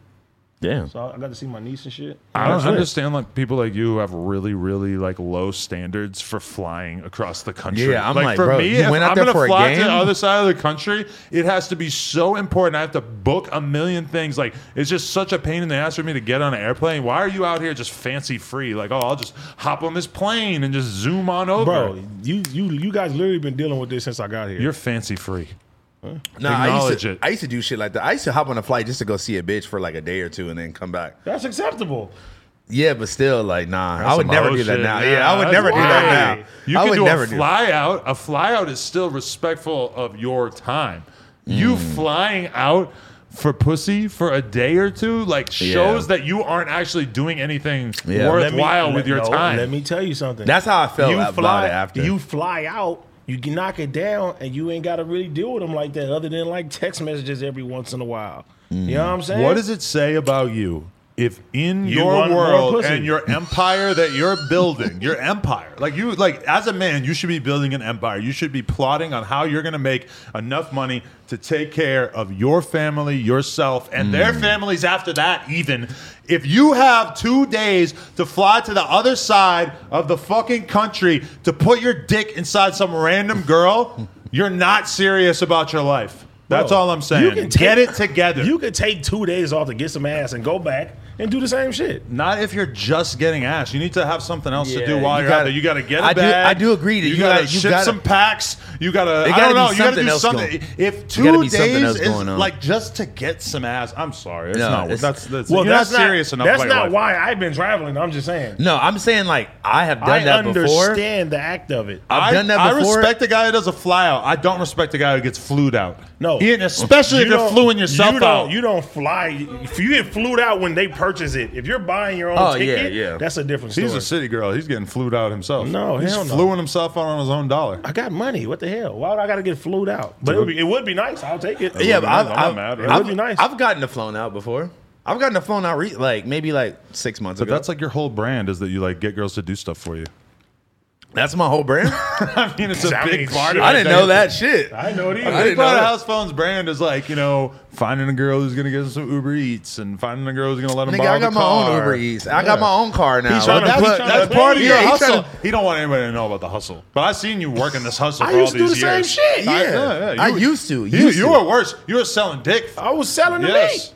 [SPEAKER 2] Damn.
[SPEAKER 1] So I I got to see my niece and shit.
[SPEAKER 3] I don't
[SPEAKER 2] That's lit.
[SPEAKER 3] understand like people like you who have really, really like low standards for flying across the country.
[SPEAKER 2] Yeah, I'm
[SPEAKER 3] like,
[SPEAKER 2] like,
[SPEAKER 3] for
[SPEAKER 2] bro,
[SPEAKER 3] me,
[SPEAKER 2] you
[SPEAKER 3] if
[SPEAKER 2] went out
[SPEAKER 3] I'm
[SPEAKER 2] there
[SPEAKER 3] gonna
[SPEAKER 2] for a
[SPEAKER 3] fly to
[SPEAKER 2] game?
[SPEAKER 3] the other side of the country, it has to be so important. I have to book a million things. Like it's just such a pain in the ass for me to get on an airplane. Why are you out here just fancy free? Like, oh, I'll just hop on this plane and just zoom on over.
[SPEAKER 1] Bro, you you you guys literally been dealing with this since I got here.
[SPEAKER 3] You're fancy free.
[SPEAKER 2] Nah, I used,
[SPEAKER 3] Acknowledge
[SPEAKER 2] to,
[SPEAKER 3] it.
[SPEAKER 2] I used to do shit like that. I used to hop on a flight just to go see a bitch for like a day or two and then come back.
[SPEAKER 1] That's acceptable.
[SPEAKER 2] Yeah, but still, like, nah, I would
[SPEAKER 3] Some
[SPEAKER 2] never
[SPEAKER 3] hoe
[SPEAKER 2] do that
[SPEAKER 3] shit.
[SPEAKER 2] now.
[SPEAKER 3] Nah,
[SPEAKER 2] yeah, I would
[SPEAKER 3] that's
[SPEAKER 2] never do that
[SPEAKER 3] wild.
[SPEAKER 2] now.
[SPEAKER 3] You
[SPEAKER 2] I
[SPEAKER 3] can
[SPEAKER 2] would
[SPEAKER 3] do
[SPEAKER 2] never
[SPEAKER 3] a
[SPEAKER 2] do that.
[SPEAKER 3] fly out. A fly out is still respectful of your time. You
[SPEAKER 2] Hmm.
[SPEAKER 3] flying out for pussy for a day or two like shows
[SPEAKER 2] Yeah.
[SPEAKER 3] that you aren't actually doing anything
[SPEAKER 2] Yeah. Let
[SPEAKER 1] me-
[SPEAKER 3] worthwhile with your
[SPEAKER 1] no,
[SPEAKER 3] time.
[SPEAKER 1] Let me tell you something.
[SPEAKER 2] That's how I felt
[SPEAKER 1] you
[SPEAKER 2] about
[SPEAKER 1] fly,
[SPEAKER 2] it after.
[SPEAKER 1] You fly out, you can knock it down, and you ain't got to really deal with them like that other than like text messages every once in a while. You know what I'm saying?
[SPEAKER 3] What does it say about you if in
[SPEAKER 1] You
[SPEAKER 3] your
[SPEAKER 1] want more
[SPEAKER 3] world
[SPEAKER 1] pussy.
[SPEAKER 3] and your empire that you're building, your empire, like you, like as a man, you should be building an empire. You should be plotting on how you're going to make enough money to take care of your family, yourself,
[SPEAKER 1] Hmm.
[SPEAKER 3] and their families after that. Even if you have two days to fly to the other side of the fucking country to put your dick inside some random girl, you're not serious about your life. That's all I'm saying. Get it together.
[SPEAKER 1] You can take two days off to get some ass and go back and do the same shit.
[SPEAKER 3] Not if you're just getting ass. You need to have something else to
[SPEAKER 2] Yeah,
[SPEAKER 3] do while
[SPEAKER 2] you
[SPEAKER 3] you are
[SPEAKER 2] gotta-
[SPEAKER 3] out there. You got to get a
[SPEAKER 2] I do-
[SPEAKER 3] bag.
[SPEAKER 2] I do agree that you
[SPEAKER 3] gotta
[SPEAKER 2] gotta- you
[SPEAKER 3] ship
[SPEAKER 2] gotta-
[SPEAKER 3] some packs. You got to. I
[SPEAKER 2] gotta
[SPEAKER 3] don't
[SPEAKER 2] be
[SPEAKER 3] know. You got
[SPEAKER 2] something
[SPEAKER 3] to do
[SPEAKER 2] else
[SPEAKER 3] something.
[SPEAKER 2] going-
[SPEAKER 3] If
[SPEAKER 2] There gotta
[SPEAKER 3] two
[SPEAKER 2] be something
[SPEAKER 3] days
[SPEAKER 2] else
[SPEAKER 3] is
[SPEAKER 2] going on.
[SPEAKER 3] like just to get some ass. I'm sorry. It's
[SPEAKER 2] No,
[SPEAKER 3] not.
[SPEAKER 2] it's-
[SPEAKER 3] That's, that's
[SPEAKER 2] Well,
[SPEAKER 3] you're
[SPEAKER 1] that's
[SPEAKER 3] not
[SPEAKER 1] not-
[SPEAKER 3] serious enough.
[SPEAKER 1] That's
[SPEAKER 3] about your
[SPEAKER 1] not
[SPEAKER 3] life.
[SPEAKER 1] why I've been traveling. I'm just saying.
[SPEAKER 2] No, I'm saying like I have done
[SPEAKER 1] I
[SPEAKER 2] that before.
[SPEAKER 1] understand the act of it.
[SPEAKER 2] I've
[SPEAKER 3] I-
[SPEAKER 2] done that
[SPEAKER 3] I
[SPEAKER 2] before.
[SPEAKER 3] respect the guy who does a fly out. I don't respect the guy who gets flued out.
[SPEAKER 1] No.
[SPEAKER 3] He- especially if
[SPEAKER 1] You
[SPEAKER 3] you're
[SPEAKER 1] don't-
[SPEAKER 3] fluing yourself
[SPEAKER 1] you don't,
[SPEAKER 3] out.
[SPEAKER 1] You don't fly. If you get flued out when they purchase it, if you're buying your own
[SPEAKER 2] Oh, yeah,
[SPEAKER 1] ticket,
[SPEAKER 2] yeah.
[SPEAKER 1] that's a different story.
[SPEAKER 3] He's a city girl. He's getting flued out himself.
[SPEAKER 1] No,
[SPEAKER 3] he's
[SPEAKER 1] hell no.
[SPEAKER 3] fluing himself out on his own dollar.
[SPEAKER 1] I got money. What the hell? Why would I got to get flued out? But it would, be, it would be nice. I'll take it.
[SPEAKER 2] Yeah, but
[SPEAKER 3] I'm
[SPEAKER 2] I've,
[SPEAKER 3] not
[SPEAKER 2] I've,
[SPEAKER 3] mad. It would
[SPEAKER 2] I've-
[SPEAKER 1] be nice.
[SPEAKER 2] I've gotten the flown out before. I've gotten the flown out re- like maybe like six months
[SPEAKER 3] But
[SPEAKER 2] ago.
[SPEAKER 3] that's like your whole brand is that you like get girls to do stuff for you.
[SPEAKER 2] that's my whole brand.
[SPEAKER 3] I mean, it's a
[SPEAKER 1] I
[SPEAKER 3] big
[SPEAKER 1] mean,
[SPEAKER 3] part.
[SPEAKER 1] shit.
[SPEAKER 3] of
[SPEAKER 2] I
[SPEAKER 3] it.
[SPEAKER 2] didn't know that shit.
[SPEAKER 1] I know it either.
[SPEAKER 3] A
[SPEAKER 2] I
[SPEAKER 3] big
[SPEAKER 2] didn't know
[SPEAKER 3] part of
[SPEAKER 2] that.
[SPEAKER 3] House Phone's brand is like you know finding a girl who's gonna get him some Uber Eats and finding a girl who's gonna let him.
[SPEAKER 2] Nigga,
[SPEAKER 3] borrow
[SPEAKER 2] I got
[SPEAKER 3] the
[SPEAKER 2] my
[SPEAKER 3] car.
[SPEAKER 2] own Uber Eats. I got my own car now.
[SPEAKER 1] He's trying to
[SPEAKER 2] That's-
[SPEAKER 1] put-
[SPEAKER 2] that's-
[SPEAKER 3] That's part of
[SPEAKER 2] yeah,
[SPEAKER 3] your
[SPEAKER 2] he's
[SPEAKER 3] hustle.
[SPEAKER 2] trying to-
[SPEAKER 3] He don't want anybody to know about the hustle. But I seen you working this hustle.
[SPEAKER 1] I
[SPEAKER 3] for
[SPEAKER 1] used
[SPEAKER 3] all
[SPEAKER 1] to do the
[SPEAKER 3] these
[SPEAKER 1] same
[SPEAKER 3] years.
[SPEAKER 1] shit.
[SPEAKER 3] I-
[SPEAKER 2] Yeah.
[SPEAKER 3] you
[SPEAKER 2] I
[SPEAKER 3] were-
[SPEAKER 2] used to,
[SPEAKER 3] You,
[SPEAKER 2] used
[SPEAKER 3] you
[SPEAKER 2] to.
[SPEAKER 3] were worse. You were selling dick.
[SPEAKER 1] I was selling to
[SPEAKER 3] Yes.
[SPEAKER 1] me.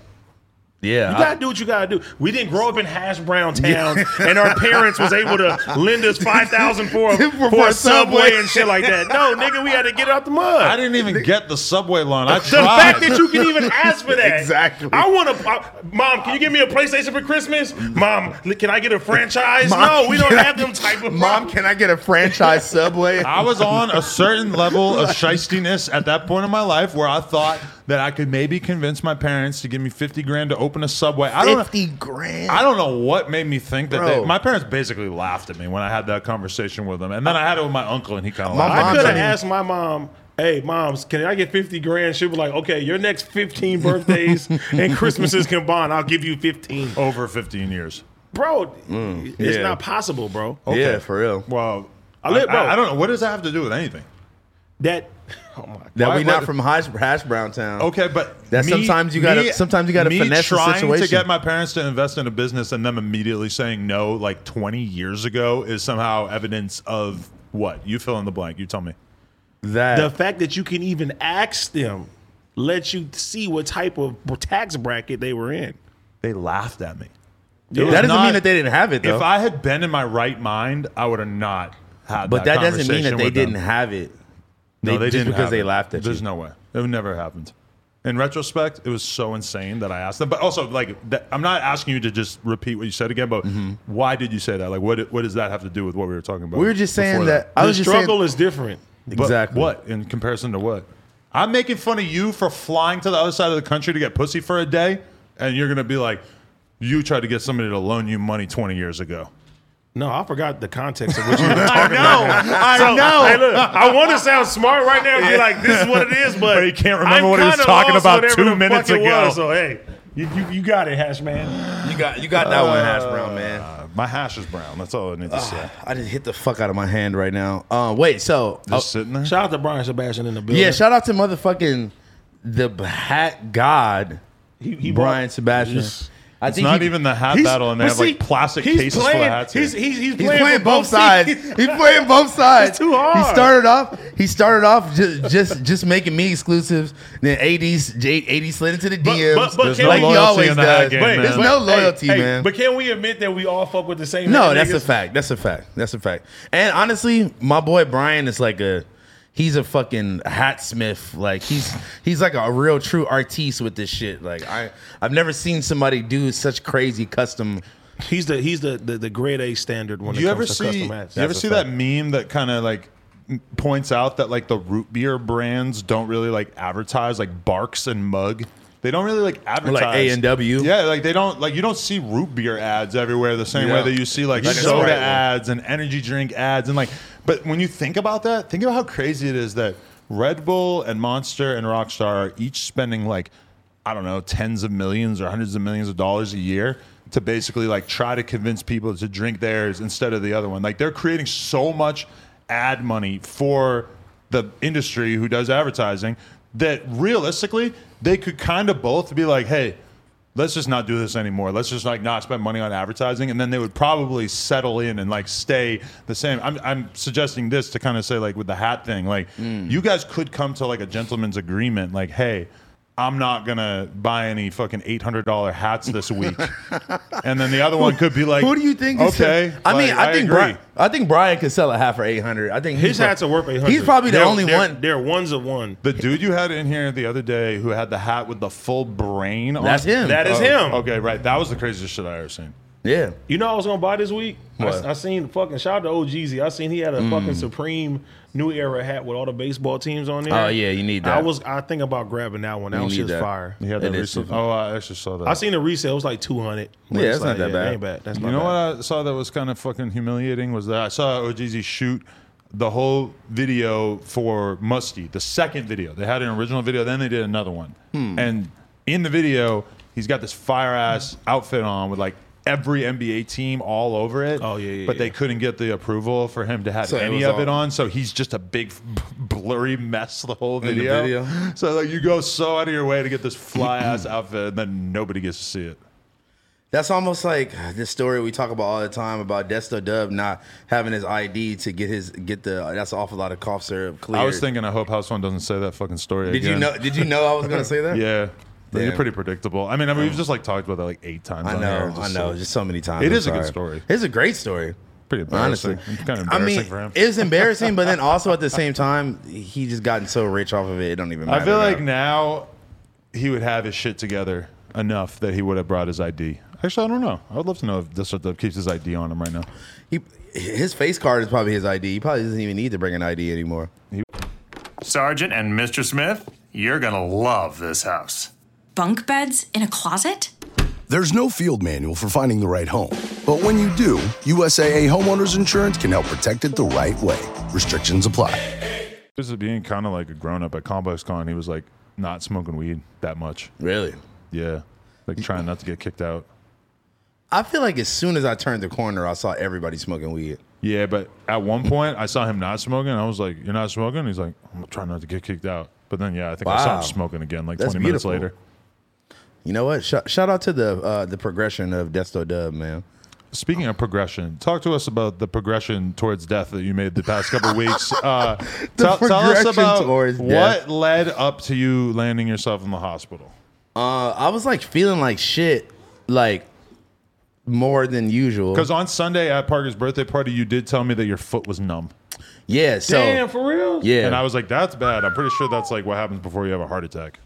[SPEAKER 2] yeah,
[SPEAKER 1] You
[SPEAKER 2] I-
[SPEAKER 1] gotta do what you gotta do. We didn't grow up in hash brown town, and our parents was able to lend us five thousand for a, for,
[SPEAKER 2] For
[SPEAKER 1] a
[SPEAKER 2] a Subway.
[SPEAKER 1] subway and shit like that. No, nigga, we had to get out the mud.
[SPEAKER 3] I didn't even get the subway line. I
[SPEAKER 1] the fact
[SPEAKER 3] tried.
[SPEAKER 1] that you can even ask for that.
[SPEAKER 2] Exactly.
[SPEAKER 1] I want to. Mom, can you give me a PlayStation for Christmas? Mom, li- can I get a franchise?
[SPEAKER 2] Mom,
[SPEAKER 1] no, we don't
[SPEAKER 2] can I-
[SPEAKER 1] have them type of.
[SPEAKER 2] Mom, can I get a franchise Subway?
[SPEAKER 3] I was on a certain level of shystiness at that point in my life where I thought that I could maybe convince my parents to give me 50 grand to open a subway. I don't know-
[SPEAKER 2] Fifty grand.
[SPEAKER 3] I don't know what made me think that.
[SPEAKER 2] Bro.
[SPEAKER 3] They, my parents basically laughed at me when I had that conversation with them, and then I had it with my uncle, and he kind of
[SPEAKER 2] My
[SPEAKER 3] laughed.
[SPEAKER 1] I
[SPEAKER 2] mom's
[SPEAKER 1] could have
[SPEAKER 2] not even-
[SPEAKER 1] asked my mom. Hey, moms, can I get fifty grand? She'd be like, okay, your next fifteen birthdays and Christmases combined, I'll give you fifteen.
[SPEAKER 3] Over 15 years.
[SPEAKER 1] Bro, it's
[SPEAKER 2] Oh. Mm, yeah.
[SPEAKER 1] not possible, bro.
[SPEAKER 2] Yeah, for real.
[SPEAKER 3] Well, I,
[SPEAKER 1] I live- bro.
[SPEAKER 3] I, I don't know. What does that have to do with anything?
[SPEAKER 1] That. Oh my
[SPEAKER 2] That
[SPEAKER 3] Why-
[SPEAKER 2] we not
[SPEAKER 3] why-
[SPEAKER 2] from Hash, hash Brown Town.
[SPEAKER 3] Okay, but
[SPEAKER 2] That sometimes you gotta- sometimes you gotta
[SPEAKER 3] me
[SPEAKER 2] finesse the
[SPEAKER 3] trying to
[SPEAKER 2] situation.
[SPEAKER 3] get my parents to invest in a business and them immediately saying no, like 20 years ago, is somehow evidence of what? You fill in the blank. You tell me.
[SPEAKER 2] That
[SPEAKER 1] the fact that you can even ask them lets you see what type of tax bracket they were in.
[SPEAKER 3] They laughed at me.
[SPEAKER 1] Yeah.
[SPEAKER 2] that doesn't
[SPEAKER 3] not-
[SPEAKER 2] mean that they didn't have it though.
[SPEAKER 3] If I had been in my right mind, I would have not had.
[SPEAKER 2] but that,
[SPEAKER 3] that,
[SPEAKER 2] doesn't mean
[SPEAKER 3] conversation
[SPEAKER 2] that they
[SPEAKER 3] with them.
[SPEAKER 2] didn't have it.
[SPEAKER 3] No, they
[SPEAKER 2] just
[SPEAKER 3] didn't
[SPEAKER 2] because
[SPEAKER 3] have
[SPEAKER 2] they
[SPEAKER 3] it.
[SPEAKER 2] laughed at
[SPEAKER 3] There's
[SPEAKER 2] you.
[SPEAKER 3] no way. It never happened. In retrospect, it was so insane that I asked them. But also, like, that, I'm not asking you to just repeat what you said again. But why did you say that? Like, what what does that have to do with what we were talking about?
[SPEAKER 2] Mm-hmm. We were just saying
[SPEAKER 3] before
[SPEAKER 2] that, I
[SPEAKER 1] The
[SPEAKER 2] was just
[SPEAKER 1] struggle
[SPEAKER 2] saying
[SPEAKER 1] is different.
[SPEAKER 3] But
[SPEAKER 2] exactly
[SPEAKER 3] What in comparison to what? I'm making fun of you for flying to the other side of the country to get pussy for a day, and you're gonna be like, you tried to get somebody to loan you money 20 years ago.
[SPEAKER 1] No, I forgot the context of what you were talking about.
[SPEAKER 3] I
[SPEAKER 1] So, Hey, look, I want to sound smart right now and be like, this is what it is, but,
[SPEAKER 3] But he can't remember what he was
[SPEAKER 1] kinda
[SPEAKER 3] talking
[SPEAKER 1] lost
[SPEAKER 3] about
[SPEAKER 1] whatever
[SPEAKER 3] two
[SPEAKER 1] the
[SPEAKER 3] minutes
[SPEAKER 1] fuck it
[SPEAKER 3] ago.
[SPEAKER 1] was, so hey, you, you, you got it, Hash Man.
[SPEAKER 2] you got you got that one, Hash Brown man.
[SPEAKER 3] Uh, my hash is brown. That's all I need to say.
[SPEAKER 2] I just hit the fuck out of my hand right now. Uh, wait, so oh,
[SPEAKER 3] Just sitting there.
[SPEAKER 1] Shout out to Brian Sebastian in the building.
[SPEAKER 2] yeah, shout out to motherfucking the hat god,
[SPEAKER 1] he, he
[SPEAKER 2] Brian
[SPEAKER 1] bought-
[SPEAKER 2] Sebastian.
[SPEAKER 1] He's-
[SPEAKER 2] I
[SPEAKER 3] It's not
[SPEAKER 2] he-
[SPEAKER 3] even the hat
[SPEAKER 2] he's-
[SPEAKER 3] battle, and they
[SPEAKER 1] but
[SPEAKER 3] have like
[SPEAKER 1] see,
[SPEAKER 3] plastic
[SPEAKER 1] he's
[SPEAKER 3] cases
[SPEAKER 1] playing,
[SPEAKER 3] for hats. here.
[SPEAKER 1] He's, he's, he's
[SPEAKER 2] He's
[SPEAKER 1] playing,
[SPEAKER 2] playing
[SPEAKER 1] for
[SPEAKER 2] both sides.
[SPEAKER 1] teams.
[SPEAKER 2] He's playing both sides.
[SPEAKER 1] It's too hard.
[SPEAKER 2] He started off. He started off just just, just making me exclusives. Then AD's J- AD slid into the
[SPEAKER 1] But-
[SPEAKER 2] DMs.
[SPEAKER 1] but- but can
[SPEAKER 2] like
[SPEAKER 1] we-
[SPEAKER 2] he always
[SPEAKER 3] in the hat
[SPEAKER 2] does.
[SPEAKER 3] game,
[SPEAKER 1] But-
[SPEAKER 3] man.
[SPEAKER 2] There's
[SPEAKER 1] but-
[SPEAKER 2] no
[SPEAKER 1] hey,
[SPEAKER 2] loyalty,
[SPEAKER 1] hey,
[SPEAKER 2] man.
[SPEAKER 1] But can we admit that we all fuck with the same?
[SPEAKER 2] no,
[SPEAKER 1] niggas?
[SPEAKER 2] that's a fact. That's a fact. That's a fact. And honestly, my boy Brian is like a. He's a fucking hat smith. Like he's he's like a real true artiste with this shit. Like I I've never seen somebody do such crazy custom.
[SPEAKER 1] He's the he's the the, the grade A standard when
[SPEAKER 3] Do you
[SPEAKER 1] it
[SPEAKER 3] ever
[SPEAKER 1] comes to
[SPEAKER 3] see?
[SPEAKER 1] custom
[SPEAKER 3] You
[SPEAKER 1] hats.
[SPEAKER 3] ever
[SPEAKER 2] That's a
[SPEAKER 3] see that meme that kind of like m- points out that like the root beer brands don't really like advertise like Barks and Mug. They don't really like advertise
[SPEAKER 2] A&W.
[SPEAKER 3] Yeah, like they don't like you don't see root beer ads everywhere the same way
[SPEAKER 2] Yeah.
[SPEAKER 3] that you see like
[SPEAKER 2] Like a
[SPEAKER 3] soda
[SPEAKER 2] Sprite, yeah.
[SPEAKER 3] ads and energy drink ads and like. But when you think about that, think about how crazy it is that Red Bull and Monster and Rockstar are each spending like I don't know tens of millions or hundreds of millions of dollars a year to basically like try to convince people to drink theirs instead of the other one. Like they're creating so much ad money for the industry who does advertising that realistically they could kind of both be like, hey, let's just not do this anymore. Let's just like not spend money on advertising, and then they would probably settle in and like stay the same. I'm, I'm suggesting this to kind of say like with the hat thing, like
[SPEAKER 2] Mm.
[SPEAKER 3] you guys could come to like a gentleman's agreement, like hey. I'm not gonna buy any fucking eight hundred dollar hats this week, and then the other one could be like,
[SPEAKER 2] Who do you think? is-
[SPEAKER 3] Okay,
[SPEAKER 2] I mean,
[SPEAKER 3] like,
[SPEAKER 2] I think
[SPEAKER 3] agree.
[SPEAKER 2] Brian, I think Brian could sell a hat for eight hundred. I think
[SPEAKER 1] His
[SPEAKER 2] he's-
[SPEAKER 1] hats are worth eight hundred.
[SPEAKER 2] He's probably the only one.
[SPEAKER 1] They're ones of one.
[SPEAKER 3] The dude you had in here the other day who had the hat with the full brain on
[SPEAKER 2] That's him.
[SPEAKER 1] That is
[SPEAKER 3] Oh,
[SPEAKER 1] him.
[SPEAKER 3] Okay, right. That was the craziest shit I ever seen.
[SPEAKER 2] Yeah,
[SPEAKER 1] You know what I was gonna buy this week? I,
[SPEAKER 2] What?
[SPEAKER 1] I seen fucking shout out to OGZ. I seen he had a fucking Supreme New Era hat with all the baseball teams on there.
[SPEAKER 2] Oh, yeah, you need that.
[SPEAKER 1] I was I think about grabbing that one. That
[SPEAKER 2] You
[SPEAKER 1] was
[SPEAKER 2] need
[SPEAKER 1] just
[SPEAKER 2] that.
[SPEAKER 1] fire.
[SPEAKER 3] He had
[SPEAKER 2] It is
[SPEAKER 3] that recent.
[SPEAKER 2] something.
[SPEAKER 3] Oh, I actually saw that.
[SPEAKER 1] I seen the resale. It was like two hundred.
[SPEAKER 2] Yeah, it's not that bad.
[SPEAKER 1] Ain't bad. That's
[SPEAKER 3] You
[SPEAKER 1] not
[SPEAKER 3] know
[SPEAKER 1] bad.
[SPEAKER 3] what I saw that was kind of fucking humiliating was that I saw OGZ shoot the whole video for Musty, the second video. They had an original video, then they did another one. And in the video, he's got this fire ass outfit on with like every NBA team all over it.
[SPEAKER 1] Oh, yeah, yeah,
[SPEAKER 3] But they
[SPEAKER 1] yeah.
[SPEAKER 3] couldn't get the approval for him to have
[SPEAKER 2] So it
[SPEAKER 3] any
[SPEAKER 2] was
[SPEAKER 3] of
[SPEAKER 2] all-
[SPEAKER 3] it on, so he's just a big b- blurry mess the whole
[SPEAKER 2] the
[SPEAKER 3] video.
[SPEAKER 2] video.
[SPEAKER 3] So like you go so out of your way to get this fly ass outfit, and then nobody gets to see it.
[SPEAKER 2] that's almost like ah, this story we talk about all the time about Desto Dub not having his ID to get his get the. That's an awful lot of cough syrup cleared.
[SPEAKER 3] I was thinking, I hope House One doesn't say that fucking story.
[SPEAKER 2] Did you
[SPEAKER 3] again.
[SPEAKER 2] know? Did you know I was gonna say that?
[SPEAKER 3] Yeah, But you're
[SPEAKER 2] Damn.
[SPEAKER 3] pretty predictable. I mean, I mean, we've just like talked about that like eight times.
[SPEAKER 2] Mm. I
[SPEAKER 3] on
[SPEAKER 2] know,
[SPEAKER 3] here,
[SPEAKER 2] I
[SPEAKER 3] just,
[SPEAKER 2] know.
[SPEAKER 3] like,
[SPEAKER 2] just so many times.
[SPEAKER 3] It
[SPEAKER 2] I'm
[SPEAKER 3] is a good
[SPEAKER 2] sorry.
[SPEAKER 3] story.
[SPEAKER 2] It's a great story.
[SPEAKER 3] pretty embarrassing.
[SPEAKER 2] Honestly,
[SPEAKER 3] It's kind of
[SPEAKER 2] I
[SPEAKER 3] embarrassing
[SPEAKER 2] mean,
[SPEAKER 3] for him.
[SPEAKER 2] it's embarrassing, but then also at the same time, he just gotten so rich off of it. It don't even matter.
[SPEAKER 3] I feel like
[SPEAKER 2] now.
[SPEAKER 3] now he would have his shit together enough that he would have brought his ID. Actually, I don't know. I would love to know if this sort of keeps his ID on him right now.
[SPEAKER 2] He, his face card is probably his ID. He probably doesn't even need to bring an ID anymore.
[SPEAKER 5] Sergeant and Mr. Smith, you're gonna love this house.
[SPEAKER 6] Bunk beds in a closet?
[SPEAKER 7] There's no field manual for finding the right home. But when you do, USAA Homeowners Insurance can help protect it the right way. Restrictions apply.
[SPEAKER 3] This is being kind of like a grown up at Complex Con. He was like not smoking weed that much.
[SPEAKER 2] Really?
[SPEAKER 3] Yeah, like trying not to get kicked out.
[SPEAKER 2] I feel like as soon as I turned the corner, I saw everybody smoking weed.
[SPEAKER 3] Yeah, but at one point I saw him not smoking. I was like, "You're not smoking." He's like, "I'm trying not to get kicked out." But then, yeah, I think I saw
[SPEAKER 2] Wow.
[SPEAKER 3] him smoking again like
[SPEAKER 2] That's
[SPEAKER 3] 20
[SPEAKER 2] beautiful.
[SPEAKER 3] minutes later.
[SPEAKER 2] You know what? Shout, shout out to the uh, the progression of Desto Dub, man.
[SPEAKER 3] Speaking of progression, talk to us about the progression towards death that you made the past couple weeks. Uh, tell, tell us
[SPEAKER 2] progression
[SPEAKER 3] about
[SPEAKER 2] towards
[SPEAKER 3] what
[SPEAKER 2] death.
[SPEAKER 3] led up to you landing yourself in the hospital.
[SPEAKER 2] Uh, I was like feeling like shit, like more than usual.
[SPEAKER 3] Because on Sunday at Parker's birthday party, you did tell me that your foot was numb,
[SPEAKER 2] yeah, so
[SPEAKER 1] Damn, for real?
[SPEAKER 2] yeah,
[SPEAKER 3] and I was like, "That's bad." I'm pretty sure that's like what happens before you have a heart attack.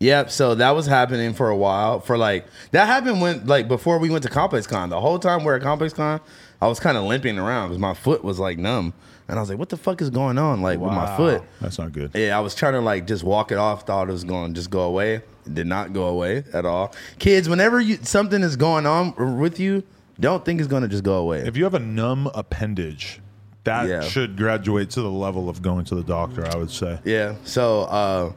[SPEAKER 2] Yep. So that was happening for a while. For like that happened when like before we went to Complex Con. The whole time we're at Complex Con, I was kind of limping around because my foot was like numb, and I was like, "What the fuck is going on?" Like with my foot.
[SPEAKER 3] That's not good.
[SPEAKER 2] Yeah, I was trying to like just walk it off. Thought it was going to just go away. It did not go away at all. Kids, whenever you something is going on with you, don't think it's going to just go away.
[SPEAKER 3] If you have a numb appendage, that
[SPEAKER 2] Yeah.
[SPEAKER 3] should graduate to the level of going to the doctor, I would say.
[SPEAKER 2] Yeah. So uh,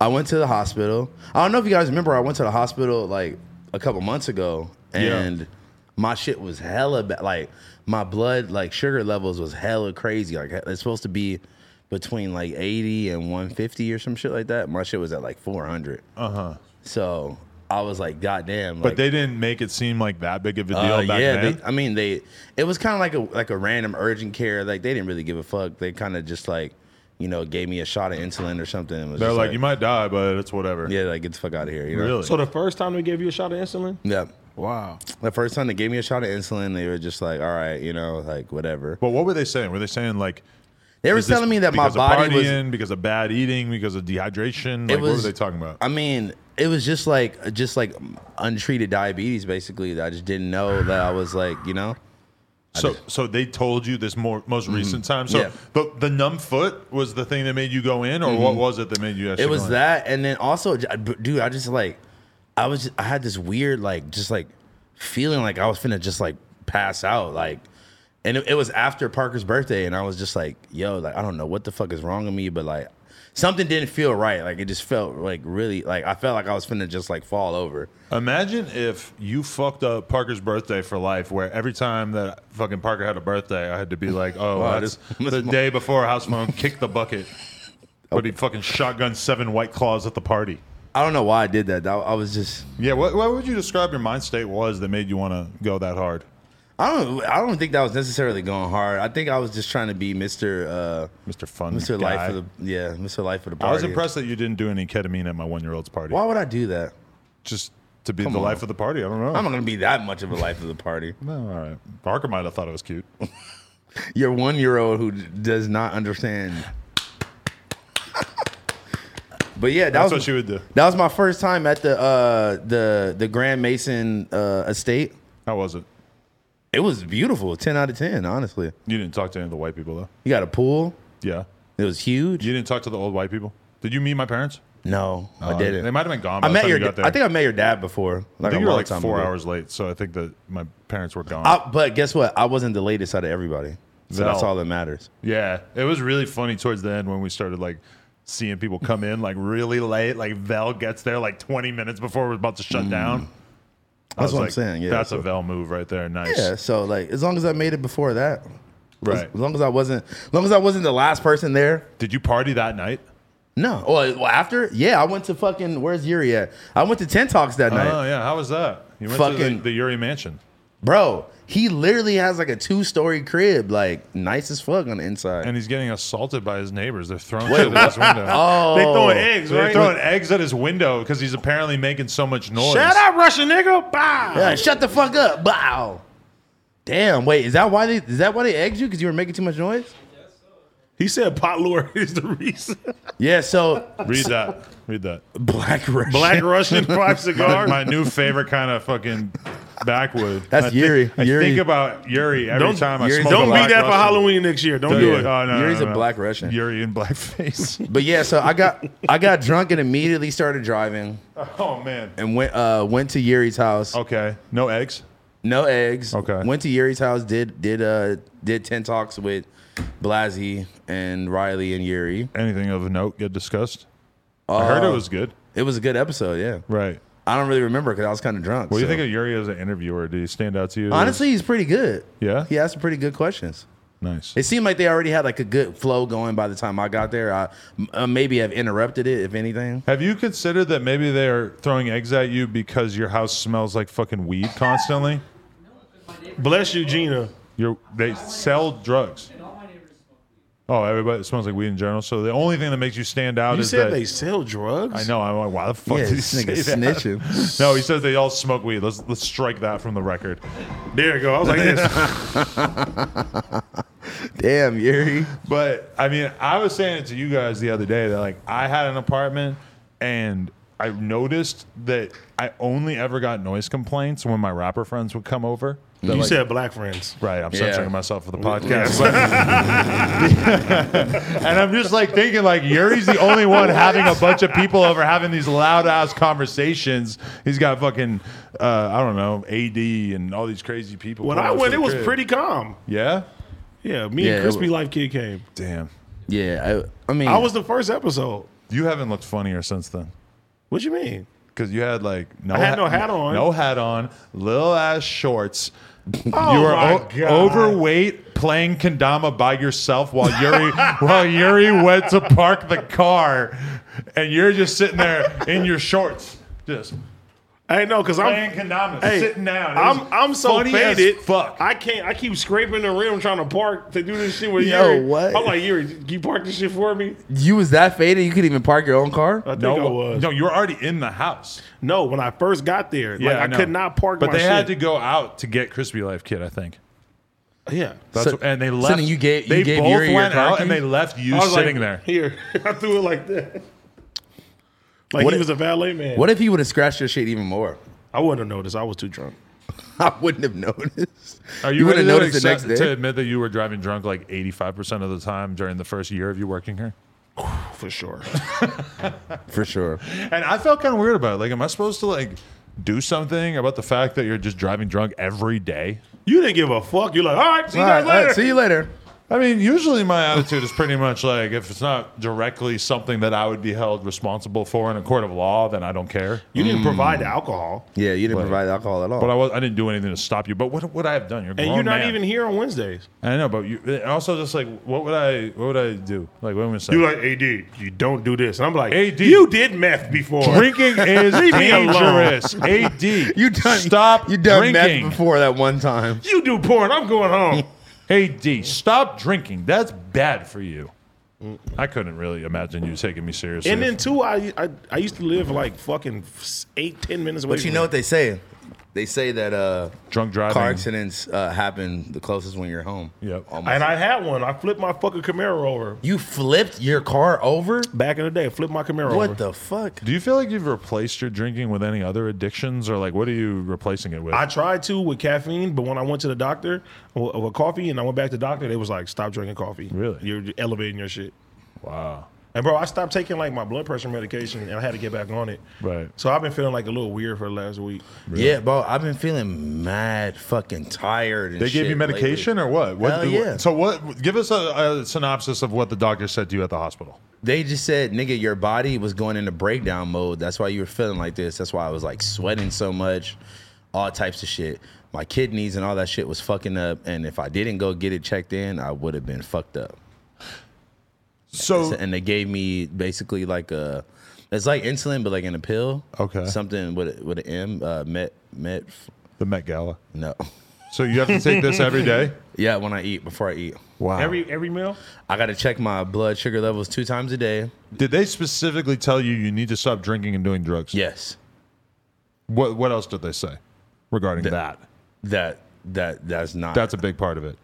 [SPEAKER 2] I went to the hospital. I don't know if you guys remember. I went to the hospital like a couple months ago, and my shit was hella bad. Like my blood, like sugar levels was hella crazy. Like it's supposed to be between like eighty and one fifty or some shit like that. My shit was at like four hundred. Uh huh. So I was like, goddamn.
[SPEAKER 3] Uh-huh. But they didn't make it seem like that big of a deal
[SPEAKER 2] uh,
[SPEAKER 3] back
[SPEAKER 2] yeah,
[SPEAKER 3] then.
[SPEAKER 2] they, I mean they. It was kind of like a like a random urgent care. Like they didn't really give a fuck. They kind of just like, you know, gave me a shot of insulin or something. and was
[SPEAKER 3] They're
[SPEAKER 2] just
[SPEAKER 3] like, you might die, but it's whatever.
[SPEAKER 2] yeah, like get the fuck out of here. You know?
[SPEAKER 3] Really?
[SPEAKER 1] So the first time they gave you a shot of insulin,
[SPEAKER 2] Yeah.
[SPEAKER 1] wow.
[SPEAKER 2] The first time they gave me a shot of insulin, they were just like, "All right, you know, like whatever."
[SPEAKER 3] but what were they saying? Were they saying like
[SPEAKER 2] They were
[SPEAKER 3] is this
[SPEAKER 2] telling me that my
[SPEAKER 3] because of
[SPEAKER 2] body was.
[SPEAKER 3] partying, because of bad eating, because of dehydration? Like, what were
[SPEAKER 2] was-
[SPEAKER 3] they talking about?
[SPEAKER 2] I mean, it was just like just like untreated diabetes, basically. that I just didn't know that I was like, you know,
[SPEAKER 3] so so they told you this more most recent time. So
[SPEAKER 2] Mm-hmm. Yeah. Mm-hmm.
[SPEAKER 3] but the numb foot was the thing that made you go in, or what was it that made you actually
[SPEAKER 2] it was
[SPEAKER 3] go in?
[SPEAKER 2] that, and then also, j- but dude, I just like, I was, I had this weird like, just like feeling like I was finna just like pass out, like, and it, it was after Parker's birthday, and I was just like, yo, like I don't know what the fuck is wrong with me, but like something didn't feel right, like it just felt like really, like I felt like I was finna just like fall over.
[SPEAKER 3] Imagine if you fucked up Parker's birthday for life, where every time that fucking Parker had a birthday, I had to be like, "Oh,
[SPEAKER 2] Wow,
[SPEAKER 3] that's
[SPEAKER 2] this-
[SPEAKER 3] the day Oh. before House Phone kicked the bucket, but he fucking shotgun seven white claws at the party."
[SPEAKER 2] I don't know why I did that. I, I was just
[SPEAKER 3] Yeah, what, what would you describe your mind state was that made you want to go that hard?
[SPEAKER 2] I don't I don't think that was necessarily going hard. I think I was just trying to be Mr. Uh,
[SPEAKER 3] Mr. Fun.
[SPEAKER 2] Mr.
[SPEAKER 3] guy.
[SPEAKER 2] Life of the yeah Mr. Life of the Party.
[SPEAKER 3] I was impressed that you didn't do any ketamine at my one year old's party.
[SPEAKER 2] Why would I do that?
[SPEAKER 3] Just to be
[SPEAKER 2] Come
[SPEAKER 3] the
[SPEAKER 2] on.
[SPEAKER 3] life of the party. I don't know.
[SPEAKER 2] I'm not gonna be that much of a life of the party.
[SPEAKER 3] No, all right. Parker might have thought it was cute.
[SPEAKER 2] Your one year old who d- does not understand. But yeah, that
[SPEAKER 3] That's
[SPEAKER 2] was
[SPEAKER 3] what she would do.
[SPEAKER 2] That was my first time at the uh, the the Grand Mason uh, estate.
[SPEAKER 3] How was it?
[SPEAKER 2] It was beautiful, ten out of ten. Honestly,
[SPEAKER 3] You didn't talk to any of the white people though.
[SPEAKER 2] you got a pool.
[SPEAKER 3] Yeah.
[SPEAKER 2] It was huge.
[SPEAKER 3] You didn't talk to the old white people. Did you meet my parents?
[SPEAKER 2] No, I
[SPEAKER 3] Oh,
[SPEAKER 2] didn't.
[SPEAKER 3] they might have been gone by
[SPEAKER 2] I
[SPEAKER 3] the
[SPEAKER 2] met
[SPEAKER 3] time
[SPEAKER 2] your.
[SPEAKER 3] you got
[SPEAKER 2] da-
[SPEAKER 3] there.
[SPEAKER 2] I think I met your dad before.
[SPEAKER 3] I
[SPEAKER 2] Like
[SPEAKER 3] think
[SPEAKER 2] a
[SPEAKER 3] you were
[SPEAKER 2] long
[SPEAKER 3] like
[SPEAKER 2] time
[SPEAKER 3] four
[SPEAKER 2] ago.
[SPEAKER 3] hours late, so I think that my parents were gone.
[SPEAKER 2] I, but guess what? I wasn't the latest out of everybody, so that's
[SPEAKER 3] No.
[SPEAKER 2] all that matters.
[SPEAKER 3] yeah, it was really funny towards the end when we started like seeing people come in like really late. Like Vel gets there like 20 minutes before we're about to shut down. I
[SPEAKER 2] Mm. That's
[SPEAKER 3] was
[SPEAKER 2] what I'm
[SPEAKER 3] like,
[SPEAKER 2] saying, yeah,
[SPEAKER 3] that's
[SPEAKER 2] so-
[SPEAKER 3] a Vel move right there. Nice.
[SPEAKER 2] Yeah. So like, as long as I made it before that,
[SPEAKER 3] Right.
[SPEAKER 2] As long as I wasn't, as long as I wasn't the last person there.
[SPEAKER 3] Did you party that night?
[SPEAKER 2] No. Well, well, after, yeah, I went to fucking. Where's Yuri at? I went to Ten Talks that
[SPEAKER 3] Oh
[SPEAKER 2] night,
[SPEAKER 3] yeah. How was that? You went to
[SPEAKER 2] Fucking-
[SPEAKER 3] the, the Yuri Mansion.
[SPEAKER 2] bro. He literally has like a two story crib, like nice as fuck on the inside.
[SPEAKER 3] and he's getting assaulted by his neighbors. They're throwing shit at his window.
[SPEAKER 2] oh,
[SPEAKER 1] They throwing eggs,
[SPEAKER 3] They're
[SPEAKER 1] right?
[SPEAKER 3] throwing eggs at his window because he's apparently making so much noise.
[SPEAKER 1] Shut up, Russian nigga! Bow.
[SPEAKER 2] Yeah, shut the fuck up. Bow. Damn. Wait, is that why they is that why they egged you? Because you were making too much noise?
[SPEAKER 1] He said pot lure is the reason.
[SPEAKER 2] Yeah. So
[SPEAKER 3] Read that. Read that.
[SPEAKER 2] black Russian.
[SPEAKER 1] Black Russian five
[SPEAKER 3] My,
[SPEAKER 1] cigars.
[SPEAKER 3] my new favorite kind of fucking backwood.
[SPEAKER 2] That's
[SPEAKER 3] I think-
[SPEAKER 2] Yuri.
[SPEAKER 3] I
[SPEAKER 2] Yuri.
[SPEAKER 3] think about Yuri every
[SPEAKER 1] Don't-
[SPEAKER 3] time I
[SPEAKER 2] Yuri-
[SPEAKER 3] smoke.
[SPEAKER 1] Don't
[SPEAKER 3] a
[SPEAKER 1] be
[SPEAKER 3] Black
[SPEAKER 1] that for
[SPEAKER 3] Russian.
[SPEAKER 1] Halloween next year. Don't do
[SPEAKER 3] Yeah.
[SPEAKER 1] it.
[SPEAKER 3] Oh, no,
[SPEAKER 2] Yuri's
[SPEAKER 3] no,
[SPEAKER 2] a
[SPEAKER 3] no.
[SPEAKER 2] black Russian.
[SPEAKER 3] Yuri in blackface.
[SPEAKER 2] But yeah, so I got I got drunk and immediately started driving
[SPEAKER 3] oh man.
[SPEAKER 2] and went uh went to Yuri's house.
[SPEAKER 3] Okay. No eggs.
[SPEAKER 2] No eggs.
[SPEAKER 3] Okay.
[SPEAKER 2] Went to Yuri's house. Did did uh did ten talks with Blasey and Riley and Yuri.
[SPEAKER 3] Anything of note get discussed? I heard
[SPEAKER 2] Oh.
[SPEAKER 3] it was good.
[SPEAKER 2] Uh, It was a good episode. Yeah.
[SPEAKER 3] Right.
[SPEAKER 2] I don't really remember because I was kind of drunk.
[SPEAKER 3] What do you
[SPEAKER 2] so.
[SPEAKER 3] think of Yuri as an interviewer? Did he stand out to you?
[SPEAKER 2] Honestly, he's pretty good.
[SPEAKER 3] Yeah?
[SPEAKER 2] He asked some pretty good questions.
[SPEAKER 3] nice.
[SPEAKER 2] It seemed like they already had like a good flow going by the time I got there. I uh, maybe have interrupted it if anything.
[SPEAKER 3] Have you considered that maybe they're throwing eggs at you because your house smells like fucking weed constantly?
[SPEAKER 1] Bless you, Gina.
[SPEAKER 3] You're, they sell drugs. Oh, everybody it smells like weed in general. So the only thing that makes you stand out
[SPEAKER 1] You
[SPEAKER 3] is
[SPEAKER 1] said
[SPEAKER 3] that
[SPEAKER 1] they sell drugs.
[SPEAKER 3] I know. I'm like, why the fuck
[SPEAKER 2] Yeah,
[SPEAKER 3] did he
[SPEAKER 2] this
[SPEAKER 3] say
[SPEAKER 2] nigga
[SPEAKER 3] that?
[SPEAKER 2] snitching.
[SPEAKER 3] No, he says they all smoke weed. Let's let's strike that from the record.
[SPEAKER 1] There you go. I was like this.
[SPEAKER 2] Damn, Yuri.
[SPEAKER 3] But I mean, I was saying it to you guys the other day that like I had an apartment and I noticed that I only ever got noise complaints when my rapper friends would come over. That,
[SPEAKER 1] you
[SPEAKER 3] like,
[SPEAKER 1] said black friends.
[SPEAKER 3] Right, I'm
[SPEAKER 2] Yeah.
[SPEAKER 3] censoring myself for the podcast. but- and I'm just like thinking, like Yuri's the only one having a bunch of people over having these loud ass conversations. He's got fucking, uh, I don't know, AD and all these crazy people.
[SPEAKER 1] When
[SPEAKER 3] pulling
[SPEAKER 1] I
[SPEAKER 3] up to
[SPEAKER 1] went,
[SPEAKER 3] the
[SPEAKER 1] it was
[SPEAKER 3] crib.
[SPEAKER 1] pretty calm.
[SPEAKER 3] Yeah.
[SPEAKER 1] Yeah, me
[SPEAKER 2] Yeah, it
[SPEAKER 1] and Crispy
[SPEAKER 2] was-
[SPEAKER 1] Life Kid came.
[SPEAKER 3] Damn.
[SPEAKER 2] Yeah, I, I mean,
[SPEAKER 1] I was the first episode.
[SPEAKER 3] You haven't looked funnier since then.
[SPEAKER 1] What you mean?
[SPEAKER 3] Because you had like no,
[SPEAKER 1] I had no hat on.
[SPEAKER 3] no hat on, little ass shorts.
[SPEAKER 1] Oh
[SPEAKER 3] you were
[SPEAKER 1] my
[SPEAKER 3] o-
[SPEAKER 1] God.
[SPEAKER 3] overweight, playing kendama by yourself while Yuri while Yuri went to park the car, and you're just sitting there in your shorts, just
[SPEAKER 1] Hey, no, because I'm
[SPEAKER 3] playing kendama,
[SPEAKER 1] hey,
[SPEAKER 3] sitting down. It
[SPEAKER 1] I'm
[SPEAKER 3] was
[SPEAKER 1] I'm so
[SPEAKER 3] funny as
[SPEAKER 1] faded.
[SPEAKER 3] Fuck.
[SPEAKER 1] I can't. I keep scraping the rim trying to park to do this shit with
[SPEAKER 2] Yo,
[SPEAKER 1] Yuri.
[SPEAKER 2] what?
[SPEAKER 1] I'm like Yuri, can you park this shit for me?
[SPEAKER 2] you was that faded. You could even park your own car.
[SPEAKER 1] I think
[SPEAKER 3] no,
[SPEAKER 1] I was.
[SPEAKER 3] no, you were already in the house.
[SPEAKER 1] No, when I first got there, like I,
[SPEAKER 3] know.
[SPEAKER 1] could not park.
[SPEAKER 3] But
[SPEAKER 1] my
[SPEAKER 3] they had to
[SPEAKER 1] shit.
[SPEAKER 3] go out to get Crispy Life Kid. I think.
[SPEAKER 1] Yeah,
[SPEAKER 3] That's
[SPEAKER 2] So-
[SPEAKER 3] what- and they
[SPEAKER 2] so
[SPEAKER 3] left.
[SPEAKER 2] then you gave- you
[SPEAKER 3] they
[SPEAKER 2] gave
[SPEAKER 3] both
[SPEAKER 2] Yuri your
[SPEAKER 3] went
[SPEAKER 2] car
[SPEAKER 3] out
[SPEAKER 2] keys?
[SPEAKER 3] and they left you
[SPEAKER 1] I was
[SPEAKER 3] sitting
[SPEAKER 1] like,
[SPEAKER 3] there.
[SPEAKER 1] Here, I threw it like that. Like
[SPEAKER 2] What
[SPEAKER 1] he
[SPEAKER 2] if-
[SPEAKER 1] was a valet man.
[SPEAKER 2] What if he would have scratched your shit even more?
[SPEAKER 1] I wouldn't have noticed. I was too drunk.
[SPEAKER 2] I wouldn't have noticed.
[SPEAKER 3] Are you,
[SPEAKER 2] wouldn't
[SPEAKER 3] ready to,
[SPEAKER 2] noticed the
[SPEAKER 3] accept-
[SPEAKER 2] next
[SPEAKER 3] to
[SPEAKER 2] day.
[SPEAKER 3] admit that you were driving drunk like 85% of the time during the first year of you working here?
[SPEAKER 1] For sure.
[SPEAKER 2] For sure.
[SPEAKER 3] And I felt kind of weird about it. Like, am I supposed to like do something about the fact that you're just driving drunk every day?
[SPEAKER 1] you didn't give a fuck. You're like, all right, see you
[SPEAKER 2] All
[SPEAKER 1] guys
[SPEAKER 2] right, all right,
[SPEAKER 1] later.
[SPEAKER 2] see you later.
[SPEAKER 3] I mean, usually my attitude is pretty much like if it's not directly something that I would be held responsible for in a court of law, then I don't care.
[SPEAKER 1] You didn't provide the
[SPEAKER 2] Mm.
[SPEAKER 1] alcohol,
[SPEAKER 2] Yeah, you didn't provide alcohol at all.
[SPEAKER 3] But I was I didn't do anything to stop you. But what would I have done? You're a
[SPEAKER 1] and
[SPEAKER 3] grown
[SPEAKER 1] you're not
[SPEAKER 3] man.
[SPEAKER 1] even here on Wednesdays.
[SPEAKER 3] I know, but you and also just like what would I what would I do? Like what would I say?
[SPEAKER 1] You're like, AD, you don't do this. And I'm like,
[SPEAKER 3] AD.
[SPEAKER 1] you did meth before.
[SPEAKER 3] Drinking is
[SPEAKER 1] me alone.
[SPEAKER 3] dangerous. Ad,
[SPEAKER 2] you done
[SPEAKER 3] Stop
[SPEAKER 2] You done
[SPEAKER 3] drinking.
[SPEAKER 2] meth before that one time.
[SPEAKER 1] You do porn. I'm going home.
[SPEAKER 3] Ad, stop drinking. That's bad for you. I couldn't really imagine you taking me seriously.
[SPEAKER 1] and then too, I, I I used to live like fucking f- eight, ten minutes away.
[SPEAKER 2] But you
[SPEAKER 1] from
[SPEAKER 2] know
[SPEAKER 1] it.
[SPEAKER 2] what they say? They say that uh,
[SPEAKER 3] Drunk driving.
[SPEAKER 2] car accidents uh, happen the closest when you're home.
[SPEAKER 3] Yep.
[SPEAKER 2] Almost.
[SPEAKER 1] And I had one. I flipped my fucking Camaro over
[SPEAKER 2] you flipped your car over?
[SPEAKER 1] back in the day. Flipped my Camaro over.
[SPEAKER 2] What the fuck?
[SPEAKER 3] do you feel like you've replaced your drinking with any other addictions, or like what are you replacing it with?
[SPEAKER 1] I tried to with caffeine, but when I went to the doctor w- with coffee, and I went back to the doctor, they was like, "Stop drinking coffee.
[SPEAKER 3] Really?
[SPEAKER 1] you're elevating your shit."
[SPEAKER 3] wow.
[SPEAKER 1] And bro, I stopped taking like my blood pressure medication, and I had to get back on it.
[SPEAKER 3] Right.
[SPEAKER 1] So I've been feeling like a little weird for the last week.
[SPEAKER 2] Yeah, bro. I've been feeling mad, fucking tired. And
[SPEAKER 3] They gave
[SPEAKER 2] shit
[SPEAKER 3] you medication
[SPEAKER 2] lately.
[SPEAKER 3] or what? what
[SPEAKER 2] Hell yeah.
[SPEAKER 3] So what? Give us a, a synopsis of what the doctor said to you at the hospital.
[SPEAKER 2] They just said, nigga, your body was going into breakdown mode. That's why you were feeling like this. That's why I was like sweating so much, all types of shit. My kidneys and all that shit was fucking up. And if I didn't go get it checked in, I would have been fucked up.
[SPEAKER 3] So
[SPEAKER 2] and they gave me basically like a it's like insulin but like in a pill.
[SPEAKER 3] Okay.
[SPEAKER 2] Something with a, with an M uh met met
[SPEAKER 3] the Met Gala.
[SPEAKER 2] no.
[SPEAKER 3] So you have to take this every day.
[SPEAKER 2] Yeah, when I eat before I eat.
[SPEAKER 3] Wow.
[SPEAKER 1] Every every meal,
[SPEAKER 2] I got to check my blood sugar levels two times a day.
[SPEAKER 3] Did they specifically tell you you need to stop drinking and doing drugs?
[SPEAKER 2] Yes.
[SPEAKER 3] What What else did they say regarding that?
[SPEAKER 2] That that that's not
[SPEAKER 3] That's a big part of it.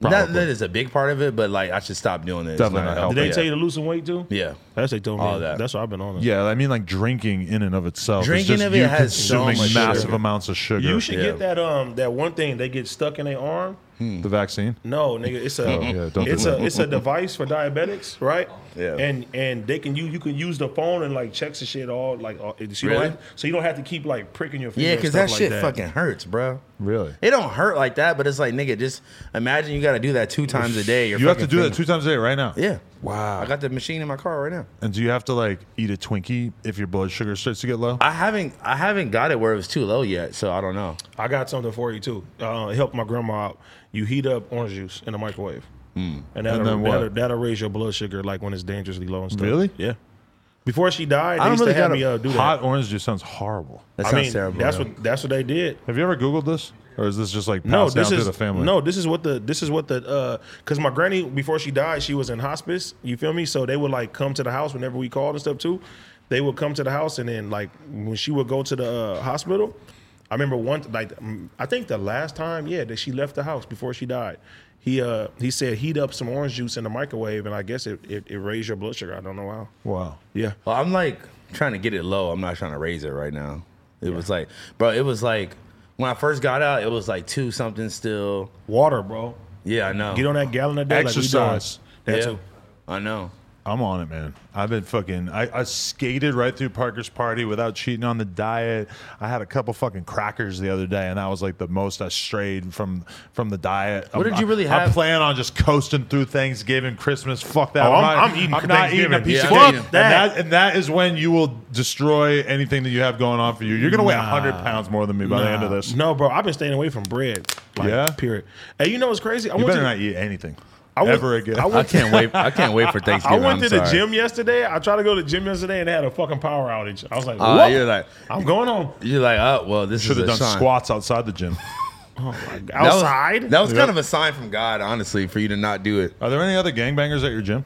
[SPEAKER 2] that,
[SPEAKER 3] Probably.
[SPEAKER 2] that is a big part of it, but like I should stop doing it. It's
[SPEAKER 3] Definitely not
[SPEAKER 1] did
[SPEAKER 3] healthy.
[SPEAKER 1] they
[SPEAKER 2] yeah.
[SPEAKER 1] tell you to lose some weight too?
[SPEAKER 2] Yeah.
[SPEAKER 1] That's what they told me.
[SPEAKER 2] All that.
[SPEAKER 1] That's what I've been on. it.
[SPEAKER 3] yeah, I mean, like drinking in and of itself. is
[SPEAKER 2] Drinking
[SPEAKER 3] just
[SPEAKER 2] of it
[SPEAKER 3] you
[SPEAKER 2] has so
[SPEAKER 3] consuming
[SPEAKER 2] much
[SPEAKER 3] massive
[SPEAKER 2] sugar.
[SPEAKER 3] amounts of sugar.
[SPEAKER 1] You should
[SPEAKER 2] Yeah.
[SPEAKER 1] get that um that one thing they get stuck in their arm.
[SPEAKER 3] the vaccine.
[SPEAKER 1] No, nigga, it's a
[SPEAKER 3] Oh, yeah, don't do
[SPEAKER 1] it's
[SPEAKER 3] that.
[SPEAKER 1] a it's a device for diabetics, right?
[SPEAKER 2] Yeah.
[SPEAKER 1] And and they can you you can use the phone and like checks and shit all like all, so, you
[SPEAKER 2] Really?
[SPEAKER 1] don't have, so you don't have to keep like pricking your finger.
[SPEAKER 2] Yeah,
[SPEAKER 1] because
[SPEAKER 2] because that
[SPEAKER 1] like
[SPEAKER 2] shit
[SPEAKER 1] that.
[SPEAKER 2] fucking hurts, bro.
[SPEAKER 3] Really?
[SPEAKER 2] It don't hurt like that, but it's like, nigga, just imagine you got to do that two times a day. Your
[SPEAKER 3] You have to
[SPEAKER 2] fucking
[SPEAKER 3] do that
[SPEAKER 2] finger-
[SPEAKER 3] two times a day right now.
[SPEAKER 2] Yeah.
[SPEAKER 3] Wow.
[SPEAKER 2] I got the machine in my car right now.
[SPEAKER 3] and do you have to like eat a Twinkie if your blood sugar starts to get low?
[SPEAKER 2] I haven't I haven't got it where it was too low yet, so I don't know.
[SPEAKER 1] I got something for you too. Uh, it helped my grandma out. You heat up orange juice in the microwave,
[SPEAKER 2] Mm.
[SPEAKER 1] and, that'll,
[SPEAKER 3] And then what?
[SPEAKER 1] that'll that'll raise your blood sugar like when it's dangerously low and stuff.
[SPEAKER 3] Really?
[SPEAKER 1] Yeah. Before she died, they
[SPEAKER 2] I don't
[SPEAKER 1] used to
[SPEAKER 2] really
[SPEAKER 1] have
[SPEAKER 2] got
[SPEAKER 1] me
[SPEAKER 2] a
[SPEAKER 1] uh, do that.
[SPEAKER 3] Hot orange juice sounds horrible.
[SPEAKER 2] That
[SPEAKER 1] I
[SPEAKER 2] sounds
[SPEAKER 1] mean,
[SPEAKER 2] terrible.
[SPEAKER 1] that's
[SPEAKER 2] yeah.
[SPEAKER 1] what that's what they did.
[SPEAKER 3] Have you ever Googled this, or is this just like passed
[SPEAKER 1] No, this
[SPEAKER 3] down
[SPEAKER 1] is
[SPEAKER 3] to the family?
[SPEAKER 1] No, this is what the this is what the because my granny before she died she was in hospice. You feel me? So they would like come to the house whenever we called and stuff too. They would come to the house and then like when she would go to the uh, hospital. I remember one like mm, I think the last time yeah that she left the house before she died. He uh he said heat up some orange juice in the microwave and I guess it it, it raised your blood sugar. I don't know how.
[SPEAKER 3] Wow.
[SPEAKER 1] Yeah.
[SPEAKER 2] Well, I'm like trying to get it low. I'm not trying to raise it right now. It was like, bro, it was like when I first got out, it was like two something still.
[SPEAKER 1] Water, bro.
[SPEAKER 2] Yeah, I know.
[SPEAKER 1] Get on that gallon a day.
[SPEAKER 3] Exercise.
[SPEAKER 1] Like we doing. That
[SPEAKER 2] yeah,
[SPEAKER 1] too.
[SPEAKER 2] I know.
[SPEAKER 3] I'm on it, man. I've been fucking. I, I skated right through Parker's party without cheating on the diet. I had a couple fucking crackers the other day, and that was like the most I strayed from from the diet.
[SPEAKER 2] What
[SPEAKER 3] I'm-
[SPEAKER 2] did you really
[SPEAKER 3] I, I
[SPEAKER 2] have?
[SPEAKER 3] plan on just coasting through Thanksgiving, Christmas. Fuck that.
[SPEAKER 1] Oh, I'm-
[SPEAKER 3] not-
[SPEAKER 1] I'm eating
[SPEAKER 3] I'm not eating a
[SPEAKER 1] Thanksgiving.
[SPEAKER 3] piece
[SPEAKER 2] Yeah,
[SPEAKER 3] of
[SPEAKER 2] I'm
[SPEAKER 3] cake.
[SPEAKER 2] eating
[SPEAKER 3] And
[SPEAKER 1] that.
[SPEAKER 3] that, and that is when you will destroy anything that you have going on for you. You're gonna weigh weigh 100 pounds more than me by the end of
[SPEAKER 1] Nah.
[SPEAKER 3] this.
[SPEAKER 1] No, bro, I've been staying away from bread. Like,
[SPEAKER 3] Yeah?
[SPEAKER 1] Period. And you know what's crazy? I
[SPEAKER 3] You
[SPEAKER 1] went
[SPEAKER 3] better
[SPEAKER 1] to
[SPEAKER 3] not eat anything
[SPEAKER 1] I went-
[SPEAKER 3] ever again.
[SPEAKER 1] I
[SPEAKER 2] I
[SPEAKER 1] went,
[SPEAKER 2] can't wait. I can't wait for
[SPEAKER 1] I
[SPEAKER 2] Thanksgiving.
[SPEAKER 1] went
[SPEAKER 2] I'm
[SPEAKER 1] to the
[SPEAKER 2] sorry.
[SPEAKER 1] gym yesterday. I tried to go to the gym yesterday and they had a fucking power outage. I was like,
[SPEAKER 2] Uh,
[SPEAKER 1] what?
[SPEAKER 2] you're like,
[SPEAKER 1] I'm going home
[SPEAKER 2] you're like, oh well, this is
[SPEAKER 3] Should have
[SPEAKER 2] a
[SPEAKER 3] done
[SPEAKER 2] sign.
[SPEAKER 3] squats outside the gym.
[SPEAKER 2] That was-
[SPEAKER 1] outside.
[SPEAKER 2] That was, kind of a sign from God, honestly, for you to not do it.
[SPEAKER 3] Are there any other gangbangers at your gym?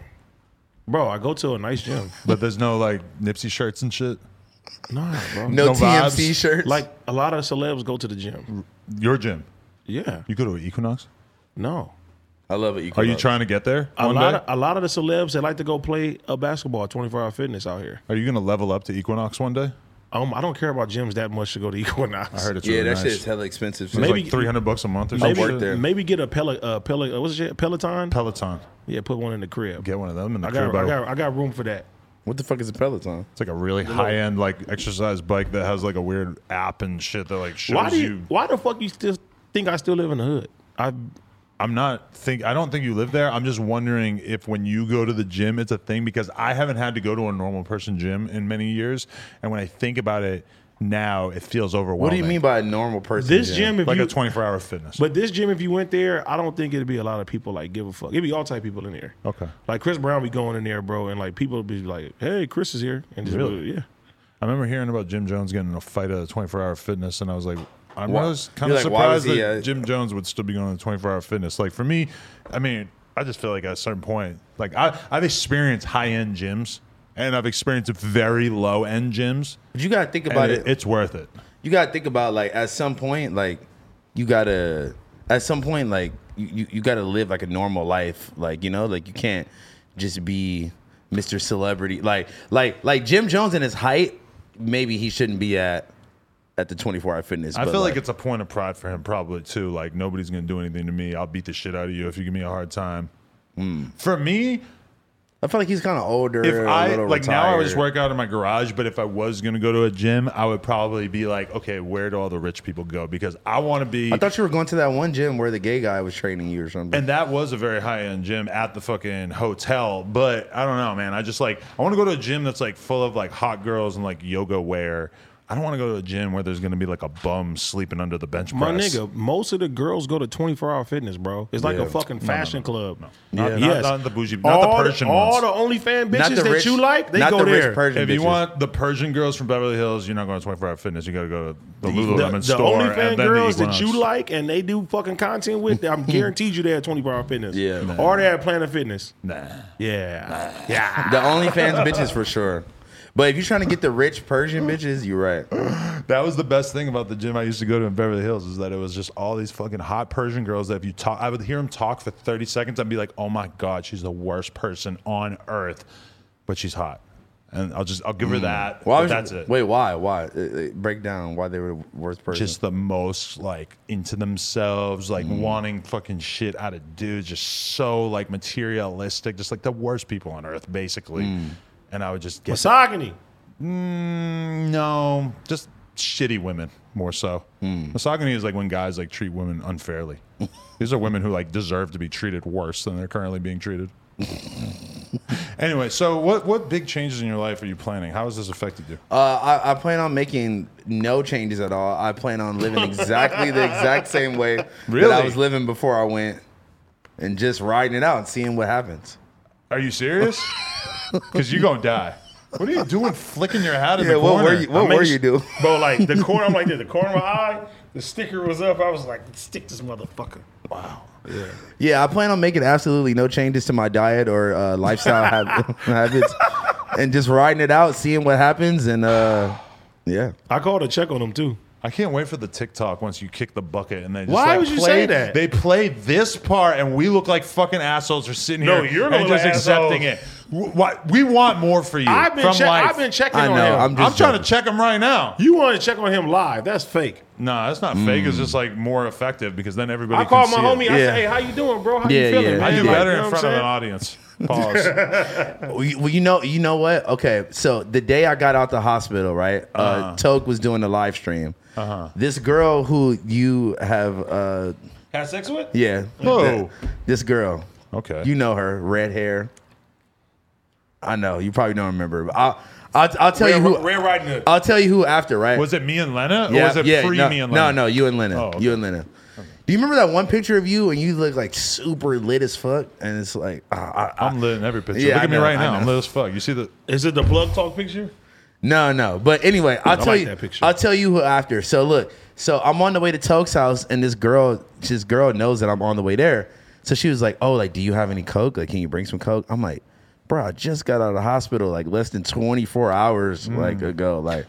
[SPEAKER 1] bro, I go to a nice gym.
[SPEAKER 3] But there's no like Nipsey shirts and shit.
[SPEAKER 1] nah, bro.
[SPEAKER 2] No,
[SPEAKER 3] No
[SPEAKER 2] TMC
[SPEAKER 3] vibes.
[SPEAKER 2] shirts.
[SPEAKER 1] Like a lot of celebs go to the gym.
[SPEAKER 3] Your gym.
[SPEAKER 1] Yeah.
[SPEAKER 3] You go to Equinox?
[SPEAKER 1] No.
[SPEAKER 2] I love it. You
[SPEAKER 3] Are you
[SPEAKER 2] love it.
[SPEAKER 3] trying to get there
[SPEAKER 1] A
[SPEAKER 3] one
[SPEAKER 1] lot,
[SPEAKER 3] day?
[SPEAKER 1] of, a lot of the celebs that like to go play a basketball at 24 hour fitness out here.
[SPEAKER 3] Are you going to level up to Equinox one day?
[SPEAKER 1] Um, I don't care about gyms that much to go to Equinox.
[SPEAKER 3] I heard it's
[SPEAKER 2] Yeah,
[SPEAKER 3] really
[SPEAKER 2] that
[SPEAKER 3] nice.
[SPEAKER 2] shit is hella expensive. too.
[SPEAKER 3] It's
[SPEAKER 1] Maybe-
[SPEAKER 3] like 300 bucks a month or
[SPEAKER 1] Maybe,
[SPEAKER 3] something.
[SPEAKER 2] work there.
[SPEAKER 1] maybe get a Pel- uh, Pel- uh, what's the shit? Peloton?
[SPEAKER 3] Peloton.
[SPEAKER 1] yeah, put one in the crib.
[SPEAKER 3] Get one of them in the
[SPEAKER 1] I got,
[SPEAKER 3] crib.
[SPEAKER 1] I got, I got room for that.
[SPEAKER 2] What the fuck is a Peloton?
[SPEAKER 3] it's like a really high end like exercise bike that has like a weird app and shit that like shows
[SPEAKER 1] Why do you,
[SPEAKER 3] you.
[SPEAKER 1] Why the fuck you still think I still live in the hood? I
[SPEAKER 3] I'm not think I don't think you live there. I'm just wondering if when you go to the gym, it's a thing because I haven't had to go to a normal person gym in many years, and when I think about it now, it feels overwhelming.
[SPEAKER 2] What do you mean by a normal person?
[SPEAKER 1] This gym, if
[SPEAKER 3] Like
[SPEAKER 1] you,
[SPEAKER 3] a 24 hour fitness.
[SPEAKER 1] But this gym, if you went there, I don't think it'd be a lot of people like give a fuck. It'd be all type of people in there.
[SPEAKER 3] Okay.
[SPEAKER 1] Like Chris Brown be going in there, bro, and like people would be like, "Hey, Chris is here," and just
[SPEAKER 3] Really?
[SPEAKER 1] yeah.
[SPEAKER 3] I remember hearing about Jim Jones getting in a fight at a 24 hour fitness, and I was like, I'm
[SPEAKER 2] Wha-
[SPEAKER 3] was kind
[SPEAKER 2] You're
[SPEAKER 3] of
[SPEAKER 2] like, why was
[SPEAKER 3] surprised
[SPEAKER 2] he,
[SPEAKER 3] that
[SPEAKER 2] uh,
[SPEAKER 3] Jim Jones would still be going to 24 hour fitness. Like for me, I mean, I just feel like at a certain point, like I, I've experienced high end gyms, and I've experienced very low end gyms,
[SPEAKER 2] But you gotta think
[SPEAKER 3] and
[SPEAKER 2] about
[SPEAKER 3] it-
[SPEAKER 2] it.
[SPEAKER 3] it's worth it.
[SPEAKER 2] you gotta think about like at some point like you gotta at some point like you, you, you gotta live like a normal life like you know like you can't just be mr celebrity like like like jim jones in his height maybe he shouldn't be at at the 24 hour fitness
[SPEAKER 3] I
[SPEAKER 2] but,
[SPEAKER 3] feel like, it's a point of pride for him, probably too. Like nobody's gonna do anything to me. I'll beat the shit out of you if you give me a hard time.
[SPEAKER 2] Hmm.
[SPEAKER 3] For me,
[SPEAKER 2] i feel like he's kind of older
[SPEAKER 3] if
[SPEAKER 2] a
[SPEAKER 3] I
[SPEAKER 2] little
[SPEAKER 3] like now, I
[SPEAKER 2] retired.
[SPEAKER 3] would just work out in my garage. But if I was gonna go to a gym, I would probably be like, okay, where do all the rich people go? Because I want to be.
[SPEAKER 2] i thought you were going to that one gym where the gay guy was training you or something
[SPEAKER 3] and that was a very high end gym at the fucking hotel. But I don't know, man. I just like I want to go to a gym that's like full of like hot girls and like yoga wear. I don't want to go to a gym where there's gonna be like a bum sleeping under the bench
[SPEAKER 1] My
[SPEAKER 3] press.
[SPEAKER 1] nigga, most of the girls go to 24 hour fitness, bro. It's like
[SPEAKER 2] Yeah.
[SPEAKER 1] a fucking fashion club.
[SPEAKER 3] Not-
[SPEAKER 1] Yeah.
[SPEAKER 3] not-
[SPEAKER 1] Yes.
[SPEAKER 3] not the bougie- not the
[SPEAKER 1] all
[SPEAKER 3] Persian
[SPEAKER 1] all
[SPEAKER 3] ones.
[SPEAKER 1] the OnlyFan
[SPEAKER 2] Not
[SPEAKER 1] bitches
[SPEAKER 2] the
[SPEAKER 1] that
[SPEAKER 2] rich-
[SPEAKER 1] you like, they
[SPEAKER 2] not
[SPEAKER 1] go
[SPEAKER 2] the rich
[SPEAKER 1] there.
[SPEAKER 2] Persian
[SPEAKER 3] If you
[SPEAKER 2] bitches.
[SPEAKER 3] want the Persian girls from Beverly Hills, you're not going to 24 Hour Fitness. You got to go to the
[SPEAKER 1] the,
[SPEAKER 3] Lululemon
[SPEAKER 1] the
[SPEAKER 3] store.
[SPEAKER 1] OnlyFans
[SPEAKER 3] and then
[SPEAKER 1] girls
[SPEAKER 3] the
[SPEAKER 1] that you
[SPEAKER 3] Equinox.
[SPEAKER 1] like and they do fucking content with, I'm guaranteed you they're at 24 hour fitness.
[SPEAKER 2] Yeah, man.
[SPEAKER 1] Or they're at Planet Fitness.
[SPEAKER 3] Nah.
[SPEAKER 1] Yeah. Yeah.
[SPEAKER 2] the OnlyFans bitches for sure but if you're trying to get the rich persian bitches you're right
[SPEAKER 3] That was the best thing about the gym I used to go to in Beverly Hills is that it was just all these fucking hot Persian girls that if you talk, I would hear them talk for 30 seconds. I'd be like, oh my God, she's the worst person on earth, but she's hot. And I'll just, I'll give her that.
[SPEAKER 2] why
[SPEAKER 3] but
[SPEAKER 2] Mm. was
[SPEAKER 3] that's it.
[SPEAKER 2] wait why why Uh, uh, break down why they were the worst person
[SPEAKER 3] Just the most like into themselves, like
[SPEAKER 2] Mm.
[SPEAKER 3] wanting fucking shit out of dudes, just so like materialistic, just like the worst people on earth, basically.
[SPEAKER 2] Mm.
[SPEAKER 3] And I would just get
[SPEAKER 1] Misogyny.
[SPEAKER 3] Mm, no, just shitty women more so.
[SPEAKER 2] Hmm.
[SPEAKER 3] Misogyny is like when guys like treat women unfairly. These are women who like deserve to be treated worse than they're currently being treated. anyway, so what what big changes in your life are you planning? How has this affected you?
[SPEAKER 2] Uh, I, I plan on making no changes at all. I plan on living exactly the exact same way that I
[SPEAKER 3] Really?
[SPEAKER 2] was living before I went, and just riding it out and seeing what happens.
[SPEAKER 3] Are you serious? Because you're gonna die. What are you doing, flicking your hat in
[SPEAKER 2] Yeah,
[SPEAKER 3] the
[SPEAKER 2] what
[SPEAKER 3] corner?
[SPEAKER 2] were you? What
[SPEAKER 1] I make
[SPEAKER 2] were
[SPEAKER 1] su-
[SPEAKER 2] you do?
[SPEAKER 1] Bro, like the corner, I'm like this. The corner of my eye, the sticker was up. I was like, stick this motherfucker.
[SPEAKER 2] Yeah, I plan on making absolutely no changes to my diet or uh, lifestyle hab- habits, and just riding it out, seeing what happens, and uh, yeah.
[SPEAKER 1] I called a check on him too.
[SPEAKER 3] I can't wait for the TikTok once you kick the bucket and they just
[SPEAKER 1] Why
[SPEAKER 3] like,
[SPEAKER 1] would you
[SPEAKER 3] play-
[SPEAKER 1] say that?
[SPEAKER 3] They play this part and we look like fucking assholes for sitting
[SPEAKER 1] No,
[SPEAKER 3] here
[SPEAKER 1] you're the
[SPEAKER 3] and
[SPEAKER 1] little
[SPEAKER 3] just accepting it. W- Why, we want more for you.
[SPEAKER 1] I've been
[SPEAKER 3] from
[SPEAKER 1] che-
[SPEAKER 3] life.
[SPEAKER 1] I've been checking
[SPEAKER 2] I
[SPEAKER 1] on
[SPEAKER 2] know,
[SPEAKER 1] him.
[SPEAKER 2] I'm
[SPEAKER 3] I'm,
[SPEAKER 2] just
[SPEAKER 3] trying to
[SPEAKER 2] joking.
[SPEAKER 3] check them right now.
[SPEAKER 1] you want to check on him live? That's fake.
[SPEAKER 3] Nah, that's not fake.
[SPEAKER 2] Mm.
[SPEAKER 3] It's just like more effective because then everybody.
[SPEAKER 1] I
[SPEAKER 3] can
[SPEAKER 1] called my
[SPEAKER 3] see
[SPEAKER 1] homie.
[SPEAKER 3] It.
[SPEAKER 1] I
[SPEAKER 2] Yeah.
[SPEAKER 1] said, "Hey, how you doing, bro? How
[SPEAKER 2] Yeah,
[SPEAKER 1] you feeling?"
[SPEAKER 2] yeah,
[SPEAKER 1] How
[SPEAKER 3] I
[SPEAKER 2] I
[SPEAKER 3] do
[SPEAKER 1] you
[SPEAKER 2] did.
[SPEAKER 1] like,
[SPEAKER 3] better
[SPEAKER 1] you know
[SPEAKER 3] in
[SPEAKER 1] what
[SPEAKER 3] front of
[SPEAKER 1] I'm
[SPEAKER 3] an
[SPEAKER 1] saying?
[SPEAKER 3] audience. Pause.
[SPEAKER 2] Well, you- well, you know, you know what? Okay, so the day I got out the hospital, right? uh
[SPEAKER 3] Uh-huh.
[SPEAKER 2] Toke was doing a live stream. Uh-huh. This girl who you have, uh,
[SPEAKER 1] Had sex with?
[SPEAKER 2] yeah,
[SPEAKER 3] Whoa.
[SPEAKER 2] that- this girl.
[SPEAKER 3] Okay.
[SPEAKER 2] you know her, red hair. I know you probably don't remember. But I'll, I'll, I'll tell you who.
[SPEAKER 1] Red Riding Hood.
[SPEAKER 2] I'll tell you who after, right?
[SPEAKER 3] Uh, was it me and Lena? Or
[SPEAKER 2] yeah,
[SPEAKER 3] was it
[SPEAKER 2] yeah,
[SPEAKER 3] free
[SPEAKER 2] no,
[SPEAKER 3] me and
[SPEAKER 2] no,
[SPEAKER 3] Lena?
[SPEAKER 2] no, you and Lena,
[SPEAKER 3] Oh, okay.
[SPEAKER 2] you and Lena. Do you remember that one picture of you and you look like super lit as fuck? And it's like, ah, I, I,
[SPEAKER 3] I'm lit in every picture.
[SPEAKER 2] Yeah,
[SPEAKER 3] Look
[SPEAKER 2] I
[SPEAKER 3] at me
[SPEAKER 2] know,
[SPEAKER 3] right
[SPEAKER 2] I
[SPEAKER 3] now.
[SPEAKER 2] know.
[SPEAKER 3] I'm lit as fuck. You see the?
[SPEAKER 1] Is it the plug talk picture?
[SPEAKER 2] No, no. But anyway, I'll tell
[SPEAKER 1] like
[SPEAKER 2] you.
[SPEAKER 1] that picture.
[SPEAKER 2] I'll tell you who after. So look, so I'm on the way to Toke's house, and this girl, this girl knows that I'm on the way there. So she was like, "Oh, like, do you have any coke? Like, can you bring some coke?" I'm like, "Bro, I just got out of the hospital like less than 24 hours
[SPEAKER 1] Mm.
[SPEAKER 2] like ago. Like,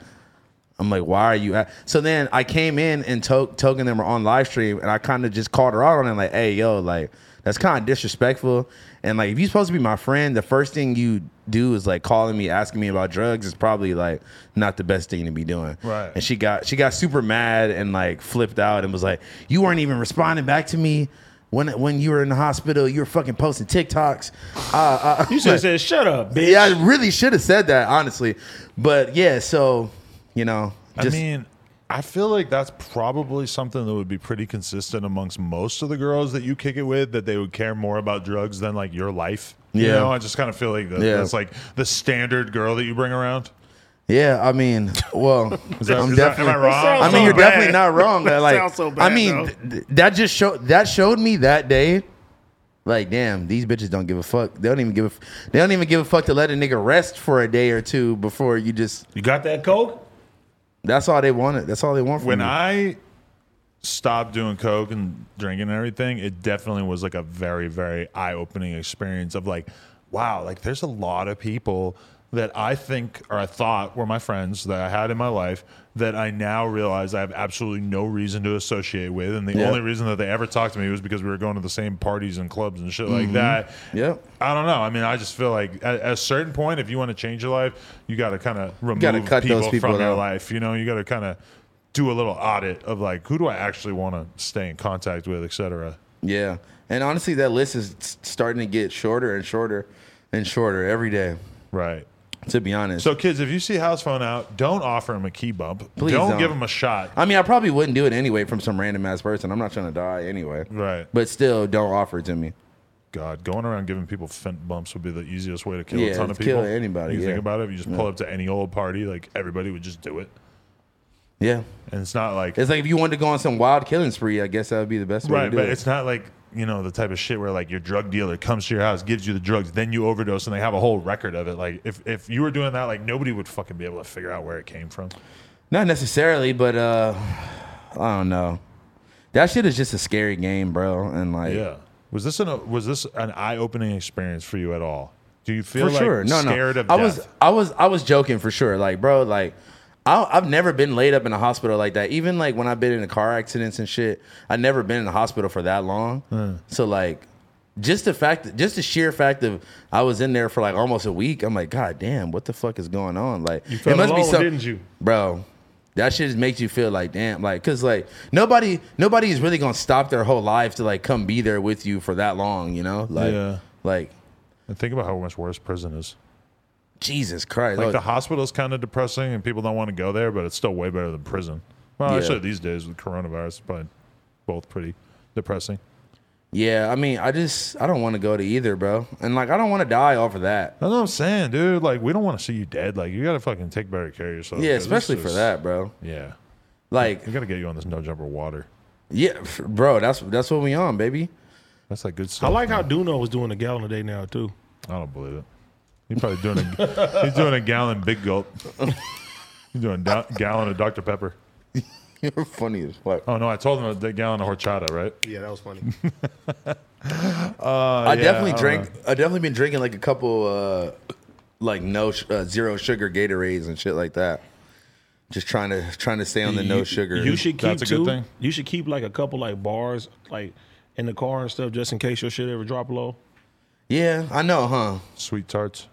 [SPEAKER 2] I'm like, why are you?" At-? So then I came in, and Toke, Toke and them were on live stream, and I kind of just called her out on it, like, "Hey, yo, like." That's kind of disrespectful, and like if you're supposed to be my friend, the first thing you do is like calling me, asking me about drugs is probably like not the best thing to be doing.
[SPEAKER 3] Right.
[SPEAKER 2] And she got she got super mad and like flipped out and was like, "You weren't even responding back to me when when you were in the hospital. You were fucking posting TikToks. Uh, uh,
[SPEAKER 1] You should have said, "Shut up, bitch."
[SPEAKER 2] yeah, I really should have said that honestly, but yeah. So you know, just
[SPEAKER 3] I mean, I feel like that's probably something that would be pretty consistent amongst most of the girls that you kick it with that they would care more about drugs than like your life. You
[SPEAKER 2] Yeah.
[SPEAKER 3] know, I just kind of feel like that,
[SPEAKER 2] Yeah.
[SPEAKER 3] that's like the standard girl that you bring around.
[SPEAKER 2] Yeah, I mean, well,
[SPEAKER 3] that-
[SPEAKER 2] I'm
[SPEAKER 3] is that-
[SPEAKER 2] definitely.
[SPEAKER 3] am I wrong? That
[SPEAKER 2] I
[SPEAKER 3] sounds
[SPEAKER 2] mean,
[SPEAKER 3] so
[SPEAKER 2] you're
[SPEAKER 5] bad.
[SPEAKER 2] definitely not wrong.
[SPEAKER 5] That
[SPEAKER 2] like,
[SPEAKER 5] sounds so
[SPEAKER 2] I
[SPEAKER 5] bad,
[SPEAKER 2] mean,
[SPEAKER 5] though.
[SPEAKER 2] th- that just showed that showed me that day. Like, damn, these bitches don't give a fuck. They don't even give a. f- They don't even give a fuck to let a nigga rest for a day or two before you just.
[SPEAKER 1] You got that coke?
[SPEAKER 2] That's all they wanted. That's all they want from
[SPEAKER 3] When
[SPEAKER 2] you.
[SPEAKER 3] I stopped doing coke and drinking and everything, it definitely was like a very, very eye opening experience of like, wow, like there's a lot of people that I think or I thought were my friends that I had in my life that I now realize I have absolutely no reason to associate with. And the
[SPEAKER 2] Yeah.
[SPEAKER 3] only reason that they ever talked to me was because we were going to the same parties and clubs and shit like that.
[SPEAKER 2] Yep.
[SPEAKER 3] I don't know. I mean, I just feel like at, at a certain point, if you want to change your life, you got to kind of remove
[SPEAKER 2] gotta cut
[SPEAKER 3] people,
[SPEAKER 2] those people
[SPEAKER 3] from your
[SPEAKER 2] out.
[SPEAKER 3] life. You know, you got to kind of do a little audit of like, who do I actually want to stay in contact with, et cetera.
[SPEAKER 2] Yeah, and honestly, that list is s- starting to get shorter and shorter and shorter every day.
[SPEAKER 3] Right.
[SPEAKER 2] To be honest,
[SPEAKER 3] So, kids, if you see House Phone out, don't offer him a key bump.
[SPEAKER 2] Please
[SPEAKER 3] don't,
[SPEAKER 2] don't.
[SPEAKER 3] give him a shot.
[SPEAKER 2] I mean, I probably wouldn't do it anyway from some random ass person. I'm not trying to die anyway.
[SPEAKER 3] Right.
[SPEAKER 2] But still, don't offer it to me.
[SPEAKER 3] God, going around giving people fent bumps would be the easiest way to kill
[SPEAKER 2] Yeah,
[SPEAKER 3] a ton of
[SPEAKER 2] kill
[SPEAKER 3] people.
[SPEAKER 2] anybody,
[SPEAKER 3] You think
[SPEAKER 2] yeah.
[SPEAKER 3] about it. If you just pull up to any old party, like everybody would just do it,
[SPEAKER 2] Yeah.
[SPEAKER 3] and it's not like
[SPEAKER 2] It's like if you wanted to go on some wild killing spree, I guess that would be the best way to
[SPEAKER 3] Right,
[SPEAKER 2] do
[SPEAKER 3] but
[SPEAKER 2] it.
[SPEAKER 3] it's not like you know the type of shit where like your drug dealer comes to your house, gives you the drugs, then you overdose, and they have a whole record of it. Like if if you were doing that, like nobody would fucking be able to figure out where it came from.
[SPEAKER 2] Not necessarily, but uh, I don't know. That shit is just a scary game, bro. And like,
[SPEAKER 3] Yeah, was this an was this an eye opening experience for you at all? Do you feel
[SPEAKER 2] for
[SPEAKER 3] like
[SPEAKER 2] sure. No,
[SPEAKER 3] scared
[SPEAKER 2] no.
[SPEAKER 3] of
[SPEAKER 2] I
[SPEAKER 3] death?
[SPEAKER 2] was, I was, I was joking for sure. Like, bro, like, I, I've never been laid up in a hospital like that. Even like when I've been in a car accidents and shit, I've never been in the hospital for that long.
[SPEAKER 3] Hmm.
[SPEAKER 2] So like, just the fact, just the sheer fact of I was in there for like almost a week. I'm like, god damn, what the fuck is going on? Like,
[SPEAKER 1] You felt alone,
[SPEAKER 2] some-
[SPEAKER 1] didn't you?
[SPEAKER 2] bro? That shit just makes you feel like damn, like, cause like nobody, nobody is really gonna stop their whole life to like come be there with you for that long, you know? Like,
[SPEAKER 3] Yeah.
[SPEAKER 2] like
[SPEAKER 3] And think about how much worse prison is.
[SPEAKER 2] Jesus Christ,
[SPEAKER 3] Like
[SPEAKER 2] Oh,
[SPEAKER 3] the hospital's kind of depressing, and people don't want to go there, but it's still way better than prison. Well,
[SPEAKER 2] Yeah.
[SPEAKER 3] actually, these days with coronavirus, it's probably both pretty depressing.
[SPEAKER 2] Yeah, I mean, I just I don't want to go to either, bro. And like I don't want to die off of that.
[SPEAKER 3] That's what I'm saying, dude. Like, we don't want to see you dead. Like, you gotta fucking take better care of yourself.
[SPEAKER 2] Yeah,
[SPEAKER 3] 'cause this
[SPEAKER 2] especially for
[SPEAKER 3] is-
[SPEAKER 2] that, bro.
[SPEAKER 3] Yeah,
[SPEAKER 2] Like,
[SPEAKER 3] we gotta get you on this no jumper water.
[SPEAKER 2] yeah, f- bro, that's that's what we on, baby.
[SPEAKER 3] That's like good stuff.
[SPEAKER 1] I like how Duno is doing a gallon a day now too.
[SPEAKER 3] I don't believe it. He's probably doing a he's doing a gallon big gulp. He's doing da- gallon of Dr Pepper.
[SPEAKER 2] You're funny as fuck.
[SPEAKER 3] Oh no, I told him a gallon of horchata, right?
[SPEAKER 1] Yeah, that was funny.
[SPEAKER 2] I
[SPEAKER 3] yeah,
[SPEAKER 2] definitely
[SPEAKER 3] I don't
[SPEAKER 2] drank. I definitely been drinking like a couple, uh like no sh- uh, zero sugar Gatorades and shit like that. Just trying to trying to stay on the no sugar.
[SPEAKER 1] You should keep
[SPEAKER 3] That's a good
[SPEAKER 1] two-
[SPEAKER 3] thing.
[SPEAKER 1] You should keep like a couple like bars like in the car and stuff just in case your shit ever drop low.
[SPEAKER 2] yeah, I know, huh,
[SPEAKER 3] Sweet tarts.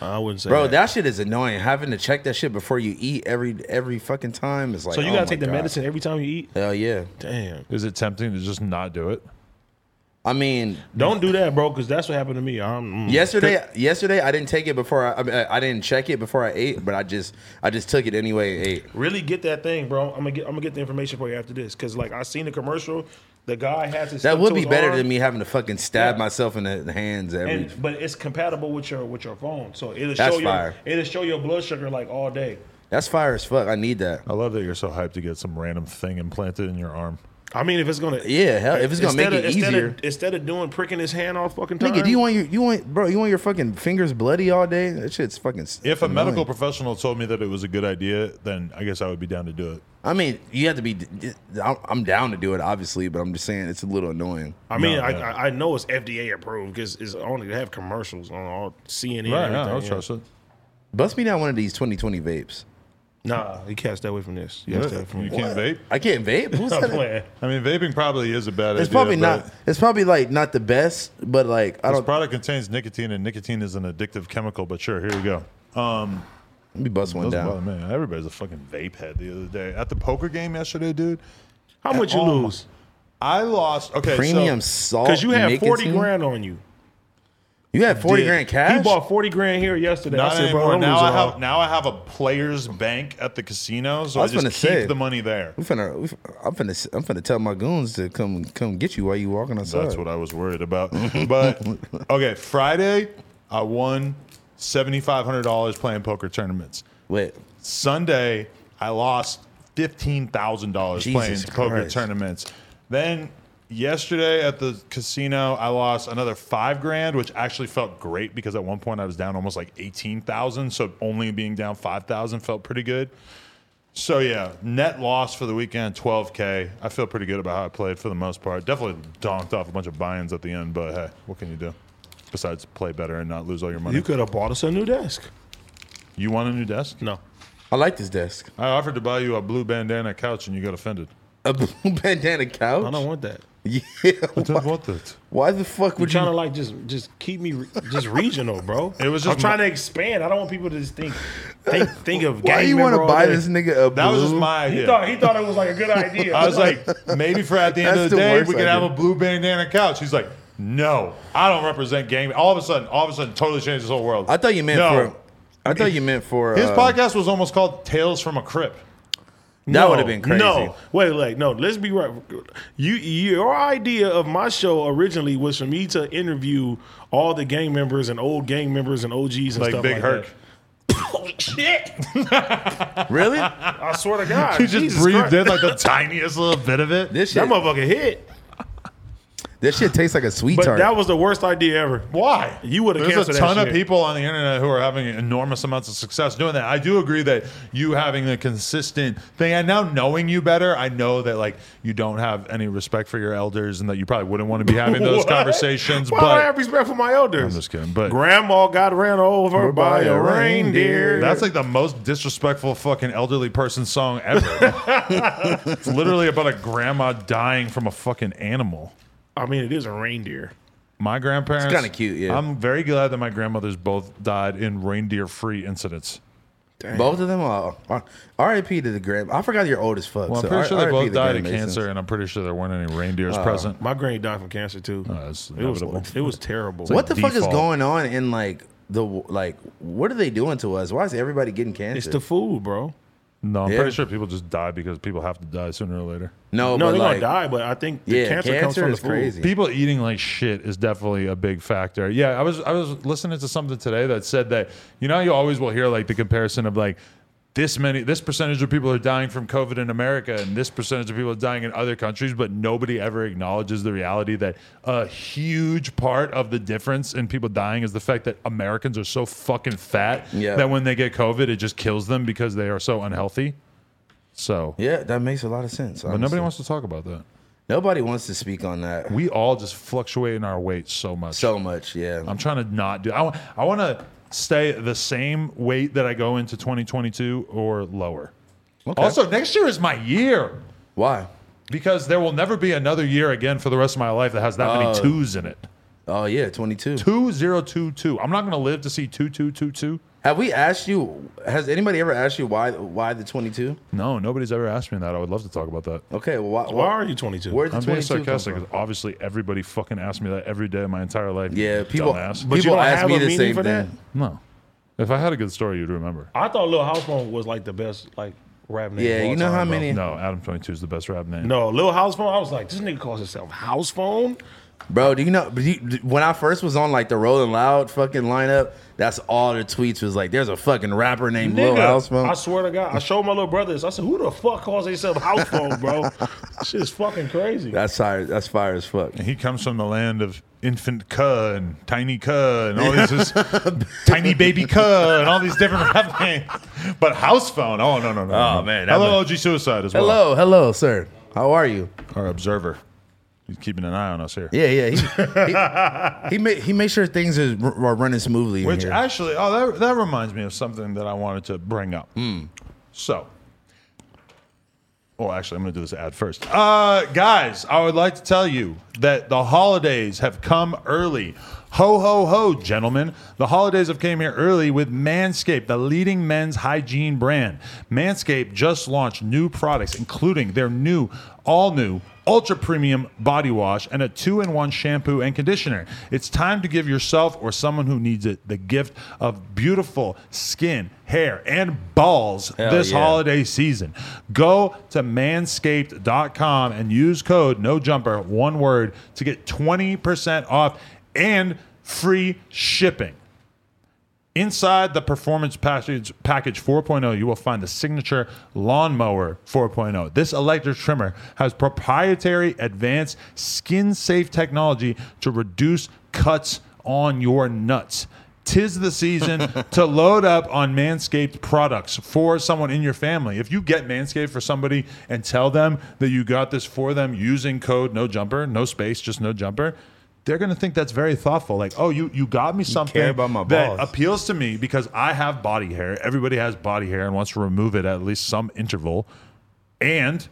[SPEAKER 1] I wouldn't say,
[SPEAKER 2] bro?
[SPEAKER 1] That,
[SPEAKER 2] That shit is annoying. Having to check that shit before you eat every every fucking time is like.
[SPEAKER 1] so you
[SPEAKER 2] oh
[SPEAKER 1] gotta
[SPEAKER 2] my
[SPEAKER 1] take the
[SPEAKER 2] God.
[SPEAKER 1] medicine every time you eat.
[SPEAKER 2] Hell yeah!
[SPEAKER 1] Damn.
[SPEAKER 3] Is it tempting to just not do it?
[SPEAKER 2] I mean,
[SPEAKER 1] Don't do that, bro, because that's what happened to me. I'm, mm.
[SPEAKER 2] Yesterday, yesterday I didn't take it before I, I, mean, I I didn't check it before I ate, but I just I just took it anyway and ate.
[SPEAKER 1] Really get that thing, bro. I'm gonna get. I'm gonna get the information for you after this, because like I seen the commercial. The guy has his
[SPEAKER 2] That
[SPEAKER 1] stuff
[SPEAKER 2] would
[SPEAKER 1] to
[SPEAKER 2] be
[SPEAKER 1] his
[SPEAKER 2] better
[SPEAKER 1] arm,
[SPEAKER 2] than me having to fucking stab
[SPEAKER 1] Yeah.
[SPEAKER 2] myself in the, the hands every.
[SPEAKER 1] And but it's compatible with your with your phone, so it'll
[SPEAKER 2] That's
[SPEAKER 1] show your
[SPEAKER 2] fire.
[SPEAKER 1] it'll show your blood sugar like all day.
[SPEAKER 2] that's fire as fuck. I need that.
[SPEAKER 3] I love that you're so hyped to get some random thing implanted in your arm.
[SPEAKER 1] I mean, if it's gonna
[SPEAKER 2] Yeah, hell, if it's gonna
[SPEAKER 1] instead
[SPEAKER 2] make
[SPEAKER 1] of-
[SPEAKER 2] it
[SPEAKER 1] instead
[SPEAKER 2] easier.
[SPEAKER 1] of, instead of doing pricking his hand all fucking time.
[SPEAKER 2] Nigga, do you want your you want bro? You want your fucking fingers bloody all day? That shit's fucking. s-
[SPEAKER 3] If a
[SPEAKER 2] annoying.
[SPEAKER 3] medical professional told me that it was a good idea, then I guess I would be down to do it.
[SPEAKER 2] I mean, you have to be. I'm I'm down to do it, obviously, but I'm just saying it's a little annoying.
[SPEAKER 1] I mean,
[SPEAKER 3] No,
[SPEAKER 1] I,
[SPEAKER 3] no.
[SPEAKER 1] I I know it's FDA approved because it's only they have commercials on all CNN.
[SPEAKER 3] Right,
[SPEAKER 1] and
[SPEAKER 3] yeah, I'll
[SPEAKER 1] everything,
[SPEAKER 3] trust it.
[SPEAKER 2] Bust me down one of these 2020 vapes.
[SPEAKER 1] Nah, you can't stay away from this. You
[SPEAKER 3] You
[SPEAKER 1] gotta stay away from this.
[SPEAKER 3] can't vape.
[SPEAKER 2] I can't vape. Who's
[SPEAKER 1] I'm
[SPEAKER 2] that?
[SPEAKER 1] playing.
[SPEAKER 3] I mean, vaping probably is a bad idea.
[SPEAKER 2] It's probably
[SPEAKER 3] but
[SPEAKER 2] not. It's probably like not the best, but like I
[SPEAKER 3] This
[SPEAKER 2] don't.
[SPEAKER 3] product contains nicotine, and nicotine is an addictive chemical. But sure, here we go.
[SPEAKER 2] Let me bust one
[SPEAKER 3] Doesn't
[SPEAKER 2] down.
[SPEAKER 3] bother me. Everybody's a fucking vape head the other day at the poker game yesterday, dude.
[SPEAKER 1] How much you
[SPEAKER 3] all.
[SPEAKER 1] lose?
[SPEAKER 3] I lost. Okay,
[SPEAKER 2] Premium
[SPEAKER 3] So
[SPEAKER 2] salt.
[SPEAKER 1] Because you have forty
[SPEAKER 2] nicotine?
[SPEAKER 1] grand on you.
[SPEAKER 2] You had forty
[SPEAKER 3] Did.
[SPEAKER 2] grand cash.
[SPEAKER 1] He bought forty grand here yesterday.
[SPEAKER 3] Not
[SPEAKER 1] I said,
[SPEAKER 3] anymore.
[SPEAKER 1] bro, I'm
[SPEAKER 3] now
[SPEAKER 1] losing
[SPEAKER 3] I have
[SPEAKER 1] all.
[SPEAKER 3] now I have a players bank at the casino, so
[SPEAKER 2] I
[SPEAKER 3] I,
[SPEAKER 2] was
[SPEAKER 3] just
[SPEAKER 2] gonna
[SPEAKER 3] keep
[SPEAKER 2] say.
[SPEAKER 3] the money there.
[SPEAKER 2] we finna, we finna, I'm finna, I'm finna tell my goons to come, come get you while you walking outside.
[SPEAKER 3] That's what I was worried about. But okay, Friday I won seventy five hundred dollars playing poker tournaments.
[SPEAKER 2] Wait,
[SPEAKER 3] Sunday, I lost fifteen thousand dollars
[SPEAKER 2] Jesus
[SPEAKER 3] playing poker
[SPEAKER 2] Christ.
[SPEAKER 3] tournaments. Then yesterday at the casino, I lost another five grand, which actually felt great because at one point I was down almost like eighteen thousand. So only being down five thousand felt pretty good. So yeah, net loss for the weekend twelve k. I feel pretty good about how I played for the most part. Definitely donked off a bunch of buy-ins at the end, but hey, what can you do? Besides play better and not lose all your money.
[SPEAKER 1] You could have bought us a new desk.
[SPEAKER 3] you want a new desk?
[SPEAKER 1] No.
[SPEAKER 2] I like this desk.
[SPEAKER 3] I offered to buy you a blue bandana couch and you got offended.
[SPEAKER 2] A blue bandana couch.
[SPEAKER 1] I don't want that.
[SPEAKER 2] Yeah.
[SPEAKER 3] don't want that.
[SPEAKER 2] Why the fuck
[SPEAKER 1] We're
[SPEAKER 2] would you?
[SPEAKER 1] trying to like just just keep me re- just regional, bro.
[SPEAKER 3] It was
[SPEAKER 1] I'm
[SPEAKER 3] just
[SPEAKER 1] trying
[SPEAKER 3] my-
[SPEAKER 1] to expand. I don't want people to just think think think of
[SPEAKER 2] why
[SPEAKER 1] gang
[SPEAKER 2] you want
[SPEAKER 1] member
[SPEAKER 2] to
[SPEAKER 1] all
[SPEAKER 2] buy
[SPEAKER 1] day.
[SPEAKER 2] this nigga a blue?
[SPEAKER 3] That was just my
[SPEAKER 1] He
[SPEAKER 3] idea.
[SPEAKER 1] thought he thought it was like a good idea.
[SPEAKER 3] I was like, maybe for at the end
[SPEAKER 2] That's
[SPEAKER 3] of
[SPEAKER 2] the
[SPEAKER 3] the, day,
[SPEAKER 2] worst
[SPEAKER 3] we could have a
[SPEAKER 2] idea.
[SPEAKER 3] blue bandana couch. He's like, no, I don't represent gang. All of a sudden, all of a sudden, totally changed his whole world.
[SPEAKER 2] I thought you meant
[SPEAKER 3] No.
[SPEAKER 2] for. I thought you meant for.
[SPEAKER 3] His
[SPEAKER 2] uh,
[SPEAKER 3] podcast was almost called Tales from a Crypt.
[SPEAKER 2] That would have been crazy.
[SPEAKER 1] No, wait, like no. Let's be right. You, your idea of my show originally was for me to interview all the gang members and old gang members and OGs and
[SPEAKER 3] Like
[SPEAKER 1] stuff like
[SPEAKER 3] Big Herc.
[SPEAKER 1] that. Holy shit!
[SPEAKER 2] Really?
[SPEAKER 1] I swear to God,
[SPEAKER 3] He just
[SPEAKER 1] Ah, Jesus
[SPEAKER 3] breathed
[SPEAKER 1] Christ.
[SPEAKER 3] in like the tiniest little bit of it.
[SPEAKER 2] This
[SPEAKER 1] That
[SPEAKER 2] shit.
[SPEAKER 1] motherfucker hit.
[SPEAKER 2] this shit tastes like a sweet
[SPEAKER 1] But
[SPEAKER 2] tart.
[SPEAKER 1] that was the worst idea ever.
[SPEAKER 3] Why?
[SPEAKER 1] You would've
[SPEAKER 3] There's a
[SPEAKER 1] canceled that
[SPEAKER 3] ton of
[SPEAKER 1] shit.
[SPEAKER 3] people on the internet who are having enormous amounts of success doing that. I do agree that you having a consistent thing, and now knowing you better, I know that like you don't have any respect for your elders, and that you probably wouldn't want to be having those
[SPEAKER 1] What?
[SPEAKER 3] conversations.
[SPEAKER 1] Why do I have
[SPEAKER 3] But
[SPEAKER 1] respect for my elders?
[SPEAKER 3] I'm just kidding. But
[SPEAKER 1] Grandma got ran over by, a reindeer.
[SPEAKER 3] that's like the most disrespectful fucking elderly person song ever. it's literally about a grandma dying from a fucking animal.
[SPEAKER 1] I mean, it is a reindeer.
[SPEAKER 3] My grandparents.
[SPEAKER 2] kinda cute, yeah.
[SPEAKER 3] I'm very glad that my grandmothers both died in reindeer-free incidents.
[SPEAKER 2] Both of them are. are- R.I.P. to the grand. I forgot you're old as fuck.
[SPEAKER 3] Well, I'm
[SPEAKER 2] so
[SPEAKER 3] pretty sure they
[SPEAKER 2] R.I.P.
[SPEAKER 3] both
[SPEAKER 2] the
[SPEAKER 3] died of
[SPEAKER 2] Grand
[SPEAKER 3] cancer,
[SPEAKER 2] Masons. Oh.
[SPEAKER 3] and I'm pretty sure there weren't any reindeers present.
[SPEAKER 1] My granny died from cancer too.
[SPEAKER 3] that's
[SPEAKER 1] it was
[SPEAKER 3] inevitable.
[SPEAKER 1] it was terrible.
[SPEAKER 2] What the fuck is
[SPEAKER 3] Default.
[SPEAKER 2] going on in like the like? What are they doing to us? Why is everybody getting cancer?
[SPEAKER 1] It's the food, bro.
[SPEAKER 3] No, I'm
[SPEAKER 2] Yeah.
[SPEAKER 3] pretty sure people just die because people have to die sooner or later.
[SPEAKER 2] no,
[SPEAKER 1] no,
[SPEAKER 2] Oh, but
[SPEAKER 1] they're
[SPEAKER 2] like,
[SPEAKER 1] gonna die, but I think the
[SPEAKER 2] Yeah,
[SPEAKER 1] cancer,
[SPEAKER 2] cancer,
[SPEAKER 1] comes from
[SPEAKER 2] is
[SPEAKER 1] the food.
[SPEAKER 2] crazy.
[SPEAKER 3] People eating like shit is definitely a big factor. Yeah, I was I was listening to something today that said that you know you always will hear like the comparison of like this many this percentage of people are dying from COVID in America and this percentage of people are dying in other countries, but nobody ever acknowledges the reality that a huge part of the difference in people dying is the fact that Americans are so fucking fat
[SPEAKER 2] Yeah.
[SPEAKER 3] that when they get COVID it just kills them because they are so unhealthy. So
[SPEAKER 2] Yeah, that makes a lot of sense.
[SPEAKER 3] but nobody wants to talk about that.
[SPEAKER 2] Nobody wants to speak on that
[SPEAKER 3] We all just fluctuate in our weight so much.
[SPEAKER 2] so much. Yeah,
[SPEAKER 3] I'm trying to not do. I want. I want to stay the same weight that I go into 2022 or lower. Also, next year is my year
[SPEAKER 2] Why?
[SPEAKER 3] because there will never be another year again for the rest of my life that has that
[SPEAKER 2] Uh.
[SPEAKER 3] many twos in it.
[SPEAKER 2] Oh yeah, 22.
[SPEAKER 3] Two zero two two. I'm not going to live to see two two two two.
[SPEAKER 2] Have we asked you? Has anybody ever asked you why? Why the 22?
[SPEAKER 3] No, nobody's ever asked me that. I would love to talk about that.
[SPEAKER 2] Okay, well, why?
[SPEAKER 1] Why
[SPEAKER 2] why
[SPEAKER 1] are you 22?
[SPEAKER 2] where'd the
[SPEAKER 3] I'm being
[SPEAKER 2] 22 come
[SPEAKER 3] sarcastic
[SPEAKER 2] from?
[SPEAKER 3] because obviously everybody fucking asks me that every day of my entire life. you
[SPEAKER 2] Yeah, people.
[SPEAKER 3] dumbass.
[SPEAKER 1] But you
[SPEAKER 2] People
[SPEAKER 1] don't
[SPEAKER 2] ask
[SPEAKER 1] have
[SPEAKER 2] me
[SPEAKER 1] a
[SPEAKER 2] the
[SPEAKER 1] meaning
[SPEAKER 2] same
[SPEAKER 1] for that?
[SPEAKER 2] thing.
[SPEAKER 3] no. If I had a good story, you'd remember.
[SPEAKER 1] I thought Lil House Phone was like the best like rap name.
[SPEAKER 2] Yeah,
[SPEAKER 1] of all
[SPEAKER 2] you know
[SPEAKER 1] time,
[SPEAKER 2] how
[SPEAKER 1] bro.
[SPEAKER 2] many-
[SPEAKER 3] No, Adam 22 is the best rap name.
[SPEAKER 1] No, Lil House Phone. I was like, this nigga calls himself House Phone.
[SPEAKER 2] Bro, do you know? do you- When I first was on like the Rolling Loud fucking lineup, that's all the tweets was like, "There's a fucking rapper named Lil
[SPEAKER 1] Nigga,
[SPEAKER 2] House." Phone."
[SPEAKER 1] I swear to God, I showed my little brother this. I said, who the fuck calls himself House Phone, bro? Shit's fucking crazy.
[SPEAKER 2] That's fire. That's fire as fuck.
[SPEAKER 3] He comes from the land of infant cur and tiny cur and all these just tiny baby cur and all these different rap names. But house phone, oh no no no.
[SPEAKER 2] Oh,
[SPEAKER 3] no.
[SPEAKER 2] man, that
[SPEAKER 3] hello
[SPEAKER 2] was-
[SPEAKER 3] OG Suicide as well.
[SPEAKER 2] Hello, hello, sir. How are you?
[SPEAKER 3] our observer. He's keeping an eye on us here.
[SPEAKER 2] Yeah, yeah. He he, he, ma- he makes sure things is, are running smoothly. in
[SPEAKER 3] Which
[SPEAKER 2] here.
[SPEAKER 3] actually, oh that that reminds me of something that I wanted to bring up. So. Well, actually, I'm going to do this ad first. Uh, guys, I would like to tell you that the holidays have come early. Ho ho ho, gentlemen. The holidays have came here early with Manscaped, the leading men's hygiene brand. Manscaped just launched new products including their new all new ultra premium body wash and a two-in-one shampoo and conditioner. It's time to give yourself or someone who needs it the gift of beautiful skin, hair, and balls this
[SPEAKER 2] yeah.
[SPEAKER 3] holiday holiday season. Go to manscaped.com and use code no jumper, one word, to get 20% off and free shipping. Inside the Performance Package, package 4.0, you will find the signature Lawnmower 4.0. This electric trimmer has proprietary advanced skin safe technology to reduce cuts on your nuts. Tis the season to load up on Manscaped products for someone in your family. If you get Manscaped for somebody and tell them that you got this for them using code no jumper, no space, just no jumper, they're gonna think that's very thoughtful. Like, oh, you you got me something
[SPEAKER 2] about my
[SPEAKER 3] that
[SPEAKER 2] balls.
[SPEAKER 3] appeals to me because I have body hair. Everybody has body hair and wants to remove it at least some interval, and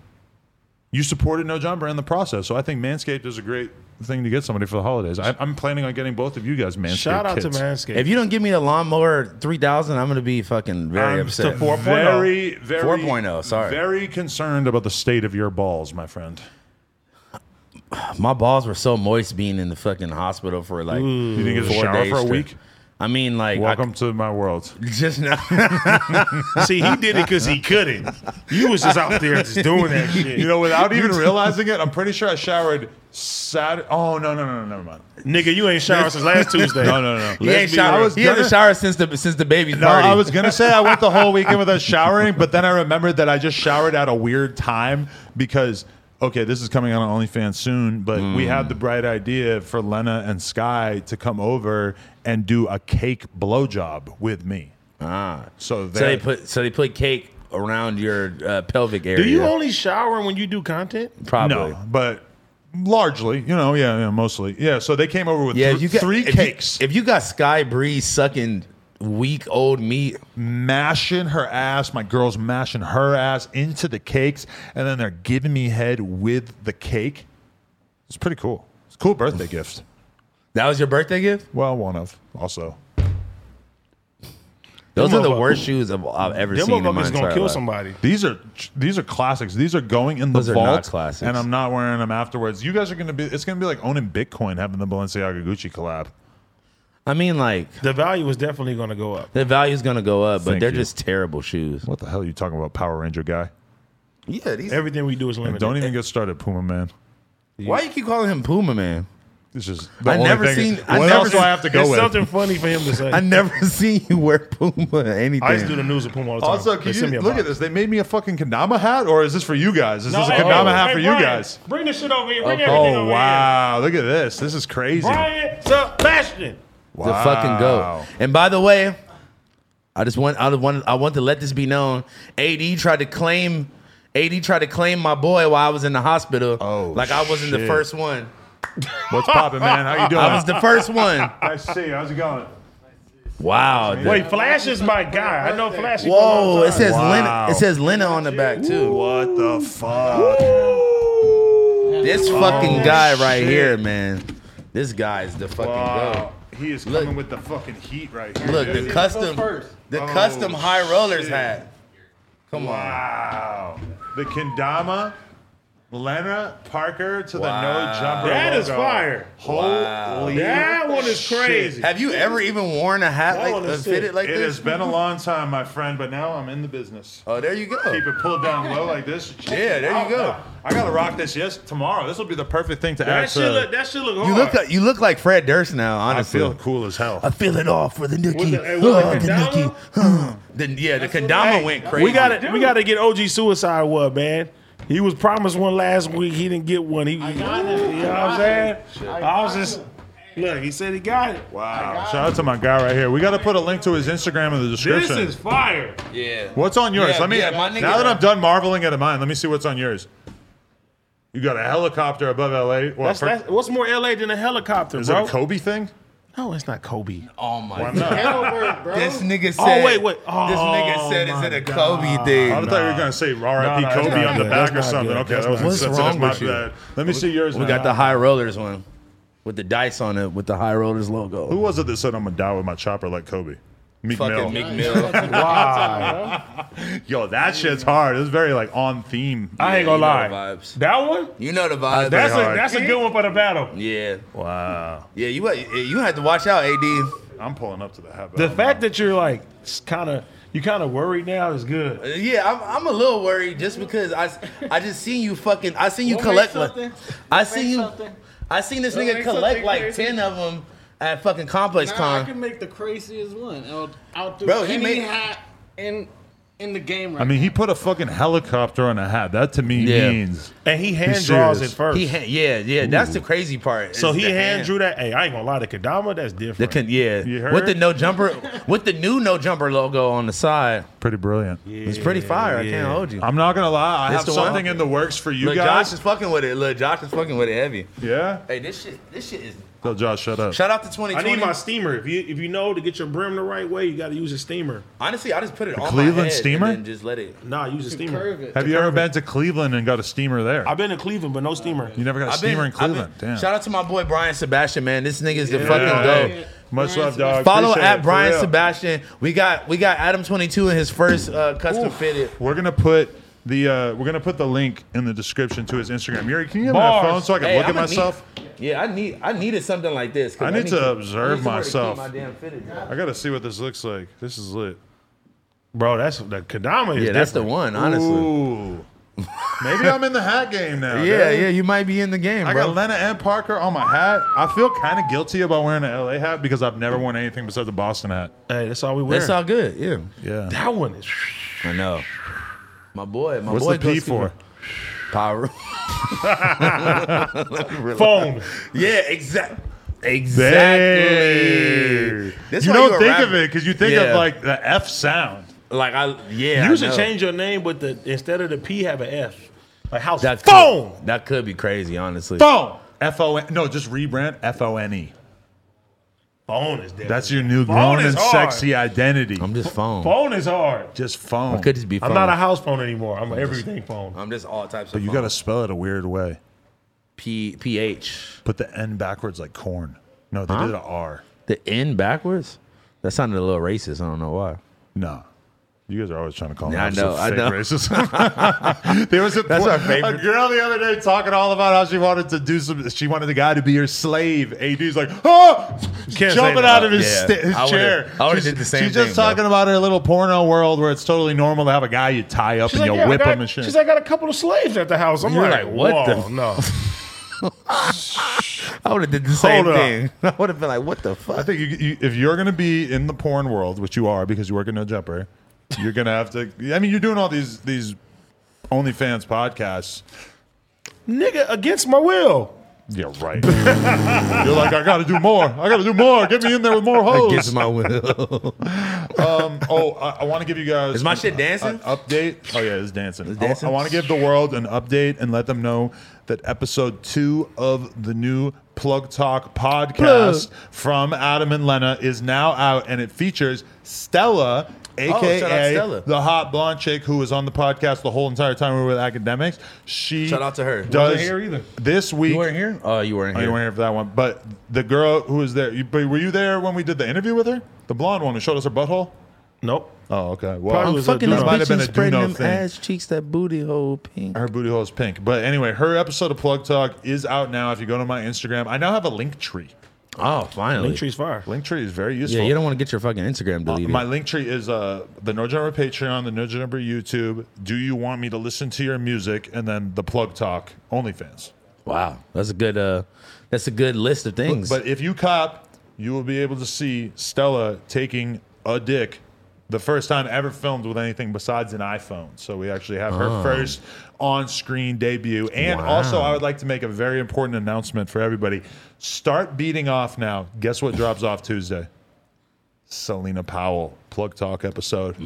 [SPEAKER 3] you supported No Jumper in the process. So I think Manscaped is a great thing to get somebody for the holidays. I, I'm planning on getting both of you guys Manscaped.
[SPEAKER 1] Shout out
[SPEAKER 3] kits.
[SPEAKER 1] to Manscaped.
[SPEAKER 2] If you don't give me the lawnmower 3000, I'm going to be fucking very
[SPEAKER 3] Um,
[SPEAKER 1] I'm
[SPEAKER 2] upset.
[SPEAKER 1] to 4.0.
[SPEAKER 2] oh.
[SPEAKER 3] Very, very
[SPEAKER 2] 4.0, oh, sorry.
[SPEAKER 3] Very concerned about the state of your balls, my friend.
[SPEAKER 2] My balls were so moist being in the fucking hospital for like
[SPEAKER 3] You didn't get a
[SPEAKER 2] four
[SPEAKER 3] shower
[SPEAKER 2] days
[SPEAKER 3] for a
[SPEAKER 2] straight.
[SPEAKER 3] week.
[SPEAKER 2] I mean, like,
[SPEAKER 3] Welcome to my world.
[SPEAKER 2] I, just now.
[SPEAKER 1] See, he did it because he couldn't. You was just out there just doing that shit.
[SPEAKER 3] You know, without even realizing it, I'm pretty sure I showered Saturday. Oh no, no, no, no, never mind.
[SPEAKER 1] nigga, you ain't showered since last Tuesday.
[SPEAKER 3] No, no, no.
[SPEAKER 2] He ain't
[SPEAKER 3] be-
[SPEAKER 2] showered.
[SPEAKER 3] I was
[SPEAKER 2] he hasn't
[SPEAKER 3] gonna-
[SPEAKER 2] showered since the since the baby's
[SPEAKER 3] No,
[SPEAKER 2] party.
[SPEAKER 3] I was gonna say I went the whole weekend without showering, but then I remembered that I just showered at a weird time because okay, this is coming out on OnlyFans soon, but we had
[SPEAKER 2] Mm.
[SPEAKER 3] the bright idea for Lena and Sky to come over and do a cake blowjob with me. Ah, so,
[SPEAKER 2] so they
[SPEAKER 3] that-
[SPEAKER 2] put so they put cake around your uh, pelvic area.
[SPEAKER 1] Do you only shower when you do content?
[SPEAKER 2] probably?
[SPEAKER 3] no, but largely, you know, yeah, yeah, mostly, yeah. So they came over with
[SPEAKER 2] Yeah,
[SPEAKER 3] thr-
[SPEAKER 2] you got
[SPEAKER 3] three
[SPEAKER 2] if you-
[SPEAKER 3] cakes.
[SPEAKER 2] if you got Sky Breeze sucking weak old meat,
[SPEAKER 3] mashing her ass, my girl's mashing her ass into the cakes, and then they're giving me head with the cake. It's pretty cool. It's a cool birthday gift.
[SPEAKER 2] that was your birthday gift.
[SPEAKER 3] Well, one of also.
[SPEAKER 2] Those
[SPEAKER 1] Them
[SPEAKER 2] are the
[SPEAKER 1] motherfuckers-
[SPEAKER 2] worst shoes I've, I've ever
[SPEAKER 1] Them
[SPEAKER 2] seen. in my
[SPEAKER 1] motherfuckers
[SPEAKER 2] entire
[SPEAKER 1] gonna kill
[SPEAKER 2] life.
[SPEAKER 1] somebody.
[SPEAKER 3] These are these are classics. These are going in the
[SPEAKER 2] Those are
[SPEAKER 3] vault.
[SPEAKER 2] not classics.
[SPEAKER 3] And I'm not wearing them afterwards. You guys are gonna be. It's gonna be like owning Bitcoin, having the Balenciaga Gucci collab.
[SPEAKER 2] I mean, like
[SPEAKER 1] The value is definitely gonna go up.
[SPEAKER 2] the value's gonna go up, but
[SPEAKER 3] Thank
[SPEAKER 2] they're
[SPEAKER 3] you.
[SPEAKER 2] just terrible shoes.
[SPEAKER 3] What the hell are you talking about, Power Ranger guy?
[SPEAKER 2] Yeah, these.
[SPEAKER 1] Everything we do is limited.
[SPEAKER 3] Don't even get started, Puma man.
[SPEAKER 2] Why you keep calling him Puma man?
[SPEAKER 3] This is the
[SPEAKER 2] I
[SPEAKER 3] only
[SPEAKER 2] never
[SPEAKER 3] thing-
[SPEAKER 2] seen- I
[SPEAKER 3] What
[SPEAKER 2] never
[SPEAKER 3] else do I
[SPEAKER 2] seen-
[SPEAKER 3] have to go
[SPEAKER 1] it's
[SPEAKER 3] with?
[SPEAKER 1] something funny for him to say.
[SPEAKER 2] I never seen you wear Puma anything.
[SPEAKER 1] I used to do the news with Puma all the time.
[SPEAKER 3] Also,
[SPEAKER 1] They
[SPEAKER 3] can
[SPEAKER 1] send me
[SPEAKER 3] you
[SPEAKER 1] a
[SPEAKER 3] look
[SPEAKER 1] box.
[SPEAKER 3] at this? They made me a fucking Kendama hat, or is this for you guys? Is this a
[SPEAKER 8] hey,
[SPEAKER 3] Kendama
[SPEAKER 8] hey,
[SPEAKER 3] hat
[SPEAKER 8] hey,
[SPEAKER 3] for
[SPEAKER 8] Brian,
[SPEAKER 3] you guys?
[SPEAKER 8] Bring this shit over here. Bring everything
[SPEAKER 3] Oh
[SPEAKER 8] over
[SPEAKER 3] wow! Look at this. This is crazy.
[SPEAKER 8] here. Brian,
[SPEAKER 1] Sebastian.
[SPEAKER 3] Wow.
[SPEAKER 2] the fucking goat. And by the way, I just want I just want I want to let this be known. AD tried to claim AD tried to claim my boy while I was in the hospital.
[SPEAKER 3] Oh,
[SPEAKER 2] like I wasn't the
[SPEAKER 3] shit.
[SPEAKER 2] first one.
[SPEAKER 3] What's popping, man? How you doing?
[SPEAKER 2] I was the first one.
[SPEAKER 3] nice to see you. How's it going?
[SPEAKER 2] Wow. dude.
[SPEAKER 1] Wait, Flash is my guy. I know Flash. he come all
[SPEAKER 2] Whoa!
[SPEAKER 1] the
[SPEAKER 2] It
[SPEAKER 1] time.
[SPEAKER 2] says
[SPEAKER 3] Wow.
[SPEAKER 2] Lena. It says Lena on the back too.
[SPEAKER 3] What the fuck?
[SPEAKER 2] This fucking
[SPEAKER 3] Oh,
[SPEAKER 2] guy right
[SPEAKER 3] shit.
[SPEAKER 2] here, man. This guy's the fucking
[SPEAKER 3] Wow. He is
[SPEAKER 2] Look.
[SPEAKER 3] coming with the fucking heat right here.
[SPEAKER 2] goat. Look,
[SPEAKER 3] dude.
[SPEAKER 2] the custom, the
[SPEAKER 3] Oh,
[SPEAKER 2] custom high rollers
[SPEAKER 3] shit.
[SPEAKER 2] hat. Come on.
[SPEAKER 3] Wow. The Kendama. Lena Parker to
[SPEAKER 2] Wow.
[SPEAKER 3] the no jumper.
[SPEAKER 1] That is
[SPEAKER 3] logo.
[SPEAKER 1] fire.
[SPEAKER 3] Holy
[SPEAKER 1] That one is
[SPEAKER 3] shit.
[SPEAKER 1] crazy.
[SPEAKER 2] Have you ever even worn a hat
[SPEAKER 1] That
[SPEAKER 2] like
[SPEAKER 1] one is
[SPEAKER 2] fitted
[SPEAKER 1] sick.
[SPEAKER 2] like
[SPEAKER 3] It
[SPEAKER 2] this?
[SPEAKER 3] has been a long time, my friend, but now I'm in the business.
[SPEAKER 2] Oh, there you go.
[SPEAKER 3] Keep it pulled down low like this.
[SPEAKER 2] Yeah, there you
[SPEAKER 3] Oh,
[SPEAKER 2] go.
[SPEAKER 3] no. I gotta rock this. Yes, tomorrow. This will be the perfect thing to
[SPEAKER 1] That
[SPEAKER 3] add
[SPEAKER 1] shit
[SPEAKER 3] to-
[SPEAKER 1] look. That shit look hard.
[SPEAKER 2] You look like, you look like Fred Durst now.
[SPEAKER 3] I
[SPEAKER 2] Honestly,
[SPEAKER 3] feel cool as hell.
[SPEAKER 2] I feel it all for the
[SPEAKER 1] With
[SPEAKER 2] Nikki.
[SPEAKER 1] the- hey, with the
[SPEAKER 2] Oh, the
[SPEAKER 1] Kendama?
[SPEAKER 2] Nikki. Huh. Then yeah, the Kendama went crazy.
[SPEAKER 1] We got to We got to get OG Suicide One, man. He was promised one last week. He didn't get one. He, you know what I'm saying? I was just look. He said he got it.
[SPEAKER 3] wow. Shout out to my guy right here. We gotta put a link to his Instagram in the
[SPEAKER 1] This
[SPEAKER 3] description.
[SPEAKER 1] is fire.
[SPEAKER 2] Yeah.
[SPEAKER 3] what's on yours?
[SPEAKER 2] Yeah,
[SPEAKER 3] let me
[SPEAKER 2] yeah, my nigga-
[SPEAKER 3] now that I'm done marveling at mine, let me see what's on yours. You got a helicopter above LA. Well,
[SPEAKER 1] That's,
[SPEAKER 3] fir-
[SPEAKER 1] that's, what's more LA than a helicopter,
[SPEAKER 3] is
[SPEAKER 1] bro?
[SPEAKER 3] that a Kobe thing?
[SPEAKER 1] No, it's not Kobe.
[SPEAKER 2] Oh my
[SPEAKER 1] Why
[SPEAKER 2] god.
[SPEAKER 1] not?
[SPEAKER 8] Hellberg, bro.
[SPEAKER 2] This nigga
[SPEAKER 1] Oh,
[SPEAKER 2] said.
[SPEAKER 1] wait, wait.
[SPEAKER 2] this
[SPEAKER 1] Oh,
[SPEAKER 2] nigga said, "Is
[SPEAKER 1] my
[SPEAKER 2] it a
[SPEAKER 1] God.
[SPEAKER 2] Kobe thing?"
[SPEAKER 3] I thought you were gonna say R.I.P.
[SPEAKER 1] Nah, nah,
[SPEAKER 3] Kobe
[SPEAKER 1] that's
[SPEAKER 3] on
[SPEAKER 1] not
[SPEAKER 3] the
[SPEAKER 1] good.
[SPEAKER 3] back
[SPEAKER 1] That's
[SPEAKER 3] or
[SPEAKER 1] not
[SPEAKER 3] something.
[SPEAKER 1] good.
[SPEAKER 3] Okay,
[SPEAKER 1] That's
[SPEAKER 3] that was
[SPEAKER 1] not
[SPEAKER 2] What's
[SPEAKER 3] that's-
[SPEAKER 2] wrong
[SPEAKER 3] that's
[SPEAKER 2] with
[SPEAKER 3] my
[SPEAKER 2] you?
[SPEAKER 3] bad. Let me see yours.
[SPEAKER 2] We
[SPEAKER 3] now.
[SPEAKER 2] got the high rollers one with the dice on it with the high rollers logo.
[SPEAKER 3] Who was it that said I'm gonna die with my chopper like Kobe? Meek Mill.
[SPEAKER 2] Fucking Meek Mill.
[SPEAKER 8] Why?
[SPEAKER 3] Yo, that shit's hard. It's very like on theme.
[SPEAKER 9] I ain't gonna
[SPEAKER 2] Yeah, you know
[SPEAKER 9] lie.
[SPEAKER 2] the vibes.
[SPEAKER 9] That one?
[SPEAKER 2] you know the vibes.
[SPEAKER 9] That's a,
[SPEAKER 3] hard.
[SPEAKER 9] that's a good one for the battle.
[SPEAKER 2] yeah,
[SPEAKER 3] wow.
[SPEAKER 2] yeah. You you had to watch out, AD.
[SPEAKER 3] uh, I'm pulling up to the hat.
[SPEAKER 9] The fact that you're like kind of you kind of worried now is good.
[SPEAKER 2] Yeah, I'm, I'm a little worried just because I, I just seen you fucking I seen you
[SPEAKER 8] We'll make
[SPEAKER 2] collect
[SPEAKER 8] something.
[SPEAKER 2] like I
[SPEAKER 8] Make
[SPEAKER 2] seen you
[SPEAKER 8] something.
[SPEAKER 2] I seen this
[SPEAKER 8] We'll
[SPEAKER 2] nigga
[SPEAKER 8] make
[SPEAKER 2] collect
[SPEAKER 8] something
[SPEAKER 2] like
[SPEAKER 8] crazy.
[SPEAKER 2] ten of them at fucking Complex
[SPEAKER 8] Nah, I
[SPEAKER 2] Con.
[SPEAKER 8] can make the craziest one. I'll, I'll do
[SPEAKER 2] Bro,
[SPEAKER 8] bro,
[SPEAKER 2] he
[SPEAKER 8] he
[SPEAKER 2] made-
[SPEAKER 8] any hat in in the game right
[SPEAKER 3] I mean, he put a fucking helicopter on a hat. That to me
[SPEAKER 2] Yeah.
[SPEAKER 3] means
[SPEAKER 1] And he hand
[SPEAKER 3] He's
[SPEAKER 1] draws
[SPEAKER 3] serious.
[SPEAKER 1] it first.
[SPEAKER 2] He ha- yeah yeah that's the crazy part.
[SPEAKER 1] so
[SPEAKER 2] is
[SPEAKER 1] he
[SPEAKER 2] the
[SPEAKER 1] hand, drew that. Hey, I ain't gonna lie to Kadama. That's
[SPEAKER 2] The
[SPEAKER 1] different.
[SPEAKER 2] con- yeah
[SPEAKER 3] You
[SPEAKER 2] with the
[SPEAKER 3] heard?
[SPEAKER 2] no jumper with the new no jumper logo on the side.
[SPEAKER 3] pretty brilliant.
[SPEAKER 2] It's pretty fire. I can't hold you.
[SPEAKER 3] I'm not gonna lie. I
[SPEAKER 2] It's
[SPEAKER 3] have
[SPEAKER 2] the one.
[SPEAKER 3] something in the works for you
[SPEAKER 2] Look, Josh
[SPEAKER 3] guys.
[SPEAKER 2] is fucking with it. Look, Josh is fucking with it heavy.
[SPEAKER 3] yeah.
[SPEAKER 2] Hey, this shit this shit is.
[SPEAKER 3] So Josh, shut up.
[SPEAKER 2] Shout out to 2020.
[SPEAKER 1] I need my steamer. If you if you know to get your brim the right way, you got to use a steamer.
[SPEAKER 2] Honestly, I just put it on my
[SPEAKER 3] Cleveland
[SPEAKER 2] head
[SPEAKER 3] steamer?
[SPEAKER 2] and then just let it.
[SPEAKER 1] Nah, use a
[SPEAKER 8] now.
[SPEAKER 1] steamer.
[SPEAKER 8] Curve it.
[SPEAKER 3] have you ever been to Cleveland and got a steamer there?
[SPEAKER 1] I've been to Cleveland, but no steamer.
[SPEAKER 3] you never got a
[SPEAKER 2] I've been-
[SPEAKER 3] steamer in
[SPEAKER 2] I've been-
[SPEAKER 3] Cleveland. Damn.
[SPEAKER 2] Shout out to my boy Brian Sebastian, man. This nigga's the fucking
[SPEAKER 3] Yeah,
[SPEAKER 2] go.
[SPEAKER 3] hey. Much
[SPEAKER 8] Brian
[SPEAKER 3] love, dog.
[SPEAKER 2] Follow
[SPEAKER 3] Appreciate it,
[SPEAKER 2] at
[SPEAKER 3] for
[SPEAKER 2] Brian
[SPEAKER 3] real.
[SPEAKER 2] Sebastian. We got we got Adam twenty two in his first uh, custom fitted.
[SPEAKER 3] We're gonna put the uh, we're gonna put the link in the description to his Instagram. Yuri, can you have my
[SPEAKER 9] Bars.
[SPEAKER 3] phone so I can
[SPEAKER 2] Hey,
[SPEAKER 3] look at
[SPEAKER 2] I'ma need-
[SPEAKER 3] myself?
[SPEAKER 2] yeah, I need I needed something like this. 'cause
[SPEAKER 3] I need to
[SPEAKER 2] I
[SPEAKER 3] observe
[SPEAKER 2] need somewhere to keep
[SPEAKER 3] myself.
[SPEAKER 2] my damn fitted.
[SPEAKER 3] I gotta see what this looks like. This is lit.
[SPEAKER 1] Bro, that's the Kadama is
[SPEAKER 2] Yeah, that's the
[SPEAKER 1] different.
[SPEAKER 2] one. Honestly.
[SPEAKER 3] Ooh. Maybe I'm in the hat game now.
[SPEAKER 2] Yeah,
[SPEAKER 3] dude.
[SPEAKER 2] yeah, you might be in the game,
[SPEAKER 3] I
[SPEAKER 2] bro.
[SPEAKER 3] got Lena and Parker on my hat. I feel kind of guilty about wearing an LA hat because I've never worn anything besides a Boston hat.
[SPEAKER 1] Hey, that's all we wear.
[SPEAKER 2] That's all good. Yeah,
[SPEAKER 3] Yeah.
[SPEAKER 1] That one is.
[SPEAKER 2] I know. My boy, my
[SPEAKER 3] What's
[SPEAKER 2] boy.
[SPEAKER 3] the P
[SPEAKER 2] goes to-
[SPEAKER 3] for?
[SPEAKER 2] Power.
[SPEAKER 1] Phone.
[SPEAKER 2] yeah, exact.
[SPEAKER 3] There.
[SPEAKER 2] Exactly. That's
[SPEAKER 3] you
[SPEAKER 2] why
[SPEAKER 3] don't
[SPEAKER 2] a
[SPEAKER 3] think
[SPEAKER 2] rapper.
[SPEAKER 3] of it because you think
[SPEAKER 2] Yeah.
[SPEAKER 3] of like the F sound.
[SPEAKER 2] like I yeah. I
[SPEAKER 1] you should
[SPEAKER 2] know.
[SPEAKER 1] change your name, but the instead of the P, have an F. Like house
[SPEAKER 2] That
[SPEAKER 1] phone.
[SPEAKER 2] Could, that could be crazy, honestly.
[SPEAKER 3] Phone. F O N. No, just rebrand F O N E.
[SPEAKER 1] Phone is different.
[SPEAKER 3] That's your new
[SPEAKER 1] Phone
[SPEAKER 3] grown
[SPEAKER 1] is
[SPEAKER 3] and
[SPEAKER 1] hard.
[SPEAKER 3] sexy identity.
[SPEAKER 2] I'm just phone.
[SPEAKER 1] phone is hard.
[SPEAKER 3] just phone.
[SPEAKER 2] Could just be phone.
[SPEAKER 1] I'm not a house phone anymore. I'm an everything phone.
[SPEAKER 2] I'm just all types of.
[SPEAKER 3] but you
[SPEAKER 2] phone.
[SPEAKER 3] got to spell it a weird way.
[SPEAKER 2] P P H.
[SPEAKER 3] Put the N backwards like corn. No, they did a R.
[SPEAKER 2] The N backwards. That sounded a little racist. I don't know why.
[SPEAKER 3] No. You guys are always trying to call me.
[SPEAKER 2] Yeah, I
[SPEAKER 3] I'm
[SPEAKER 2] know,
[SPEAKER 3] So
[SPEAKER 2] I
[SPEAKER 3] fake
[SPEAKER 2] know.
[SPEAKER 3] Racist. there was a,
[SPEAKER 2] That's our favorite.
[SPEAKER 3] a girl the other day talking all about how she wanted to do some. She wanted the guy to be her slave. AD's like, oh,
[SPEAKER 1] say
[SPEAKER 3] jumping
[SPEAKER 1] that.
[SPEAKER 3] out of his,
[SPEAKER 2] Yeah.
[SPEAKER 3] sta- his
[SPEAKER 2] I would've-
[SPEAKER 3] chair.
[SPEAKER 2] I would've
[SPEAKER 3] She's-
[SPEAKER 2] did the same
[SPEAKER 3] She's just
[SPEAKER 2] thing, bro.
[SPEAKER 3] talking about her little porno world where it's totally normal to have a guy you tie up and you
[SPEAKER 1] "Yeah, I
[SPEAKER 3] whip
[SPEAKER 1] got-
[SPEAKER 3] him and shit.
[SPEAKER 1] She's like, I got a couple of slaves at the house. I'm
[SPEAKER 2] You're
[SPEAKER 1] like,
[SPEAKER 2] like, what
[SPEAKER 1] Whoa,
[SPEAKER 2] the-
[SPEAKER 1] no.
[SPEAKER 2] I would have did the same
[SPEAKER 1] Hold up.
[SPEAKER 2] thing. I would have been like, "What the
[SPEAKER 3] I
[SPEAKER 2] fuck?"
[SPEAKER 3] think you, you, if you're going to be in the porn world, which you are because you work in No Jumper, you're going to have to. I mean, you're doing all these these OnlyFans podcasts.
[SPEAKER 1] Nigga, against my will.
[SPEAKER 3] Yeah, right. You're like, I gotta do more. I gotta do more. Get me in there with more hoes.
[SPEAKER 2] Against my will.
[SPEAKER 3] um, oh, I, I want to give you guys.
[SPEAKER 2] Is my shit dancing?
[SPEAKER 3] an update. Oh yeah, it's dancing.
[SPEAKER 2] It's dancing?
[SPEAKER 3] I, want to give the world an update and let them know that episode two of the new Plug Talk podcast from Adam and Lena is now out, and it features Stella. AKA
[SPEAKER 2] Oh, shout out Stella.
[SPEAKER 3] the hot blonde chick who was on the podcast the whole entire time we were with academics. She
[SPEAKER 2] Shout out to her.
[SPEAKER 3] Does
[SPEAKER 9] here either.
[SPEAKER 3] this week
[SPEAKER 2] you weren't here. Oh, you weren't
[SPEAKER 3] Oh,
[SPEAKER 2] here.
[SPEAKER 3] you weren't here for that one. But the girl who was there, you, but were you there when we did the interview with her? The blonde one who showed us her butthole?
[SPEAKER 1] Nope.
[SPEAKER 3] Oh, okay.
[SPEAKER 1] Probably
[SPEAKER 3] Well,
[SPEAKER 1] was a
[SPEAKER 3] that
[SPEAKER 1] dude.
[SPEAKER 3] might have been a
[SPEAKER 2] and spreading
[SPEAKER 3] Duno
[SPEAKER 2] them
[SPEAKER 3] thing.
[SPEAKER 2] ass cheeks, that booty hole pink.
[SPEAKER 3] her booty hole is pink. But anyway, her episode of Plug Talk is out now. If you go to my Instagram, I now have a link tree.
[SPEAKER 2] Oh, finally.
[SPEAKER 1] Link tree's fire.
[SPEAKER 3] Link tree is very useful.
[SPEAKER 2] Yeah, you don't want to get your fucking Instagram deleted.
[SPEAKER 3] My link tree is uh, the No Jumper Patreon, the No Jumper YouTube. Do you want me to listen to your music? And then the Plug Talk OnlyFans.
[SPEAKER 2] wow, that's a good. uh That's a good list of things.
[SPEAKER 3] But if you cop, you will be able to see Stella taking a dick. The first time ever filmed with anything besides an iPhone. So we actually have her first on screen debut. And also, I would like to make a very important announcement for everybody. Start beating off now. Guess what drops off Tuesday? Selena Powell plug talk episode.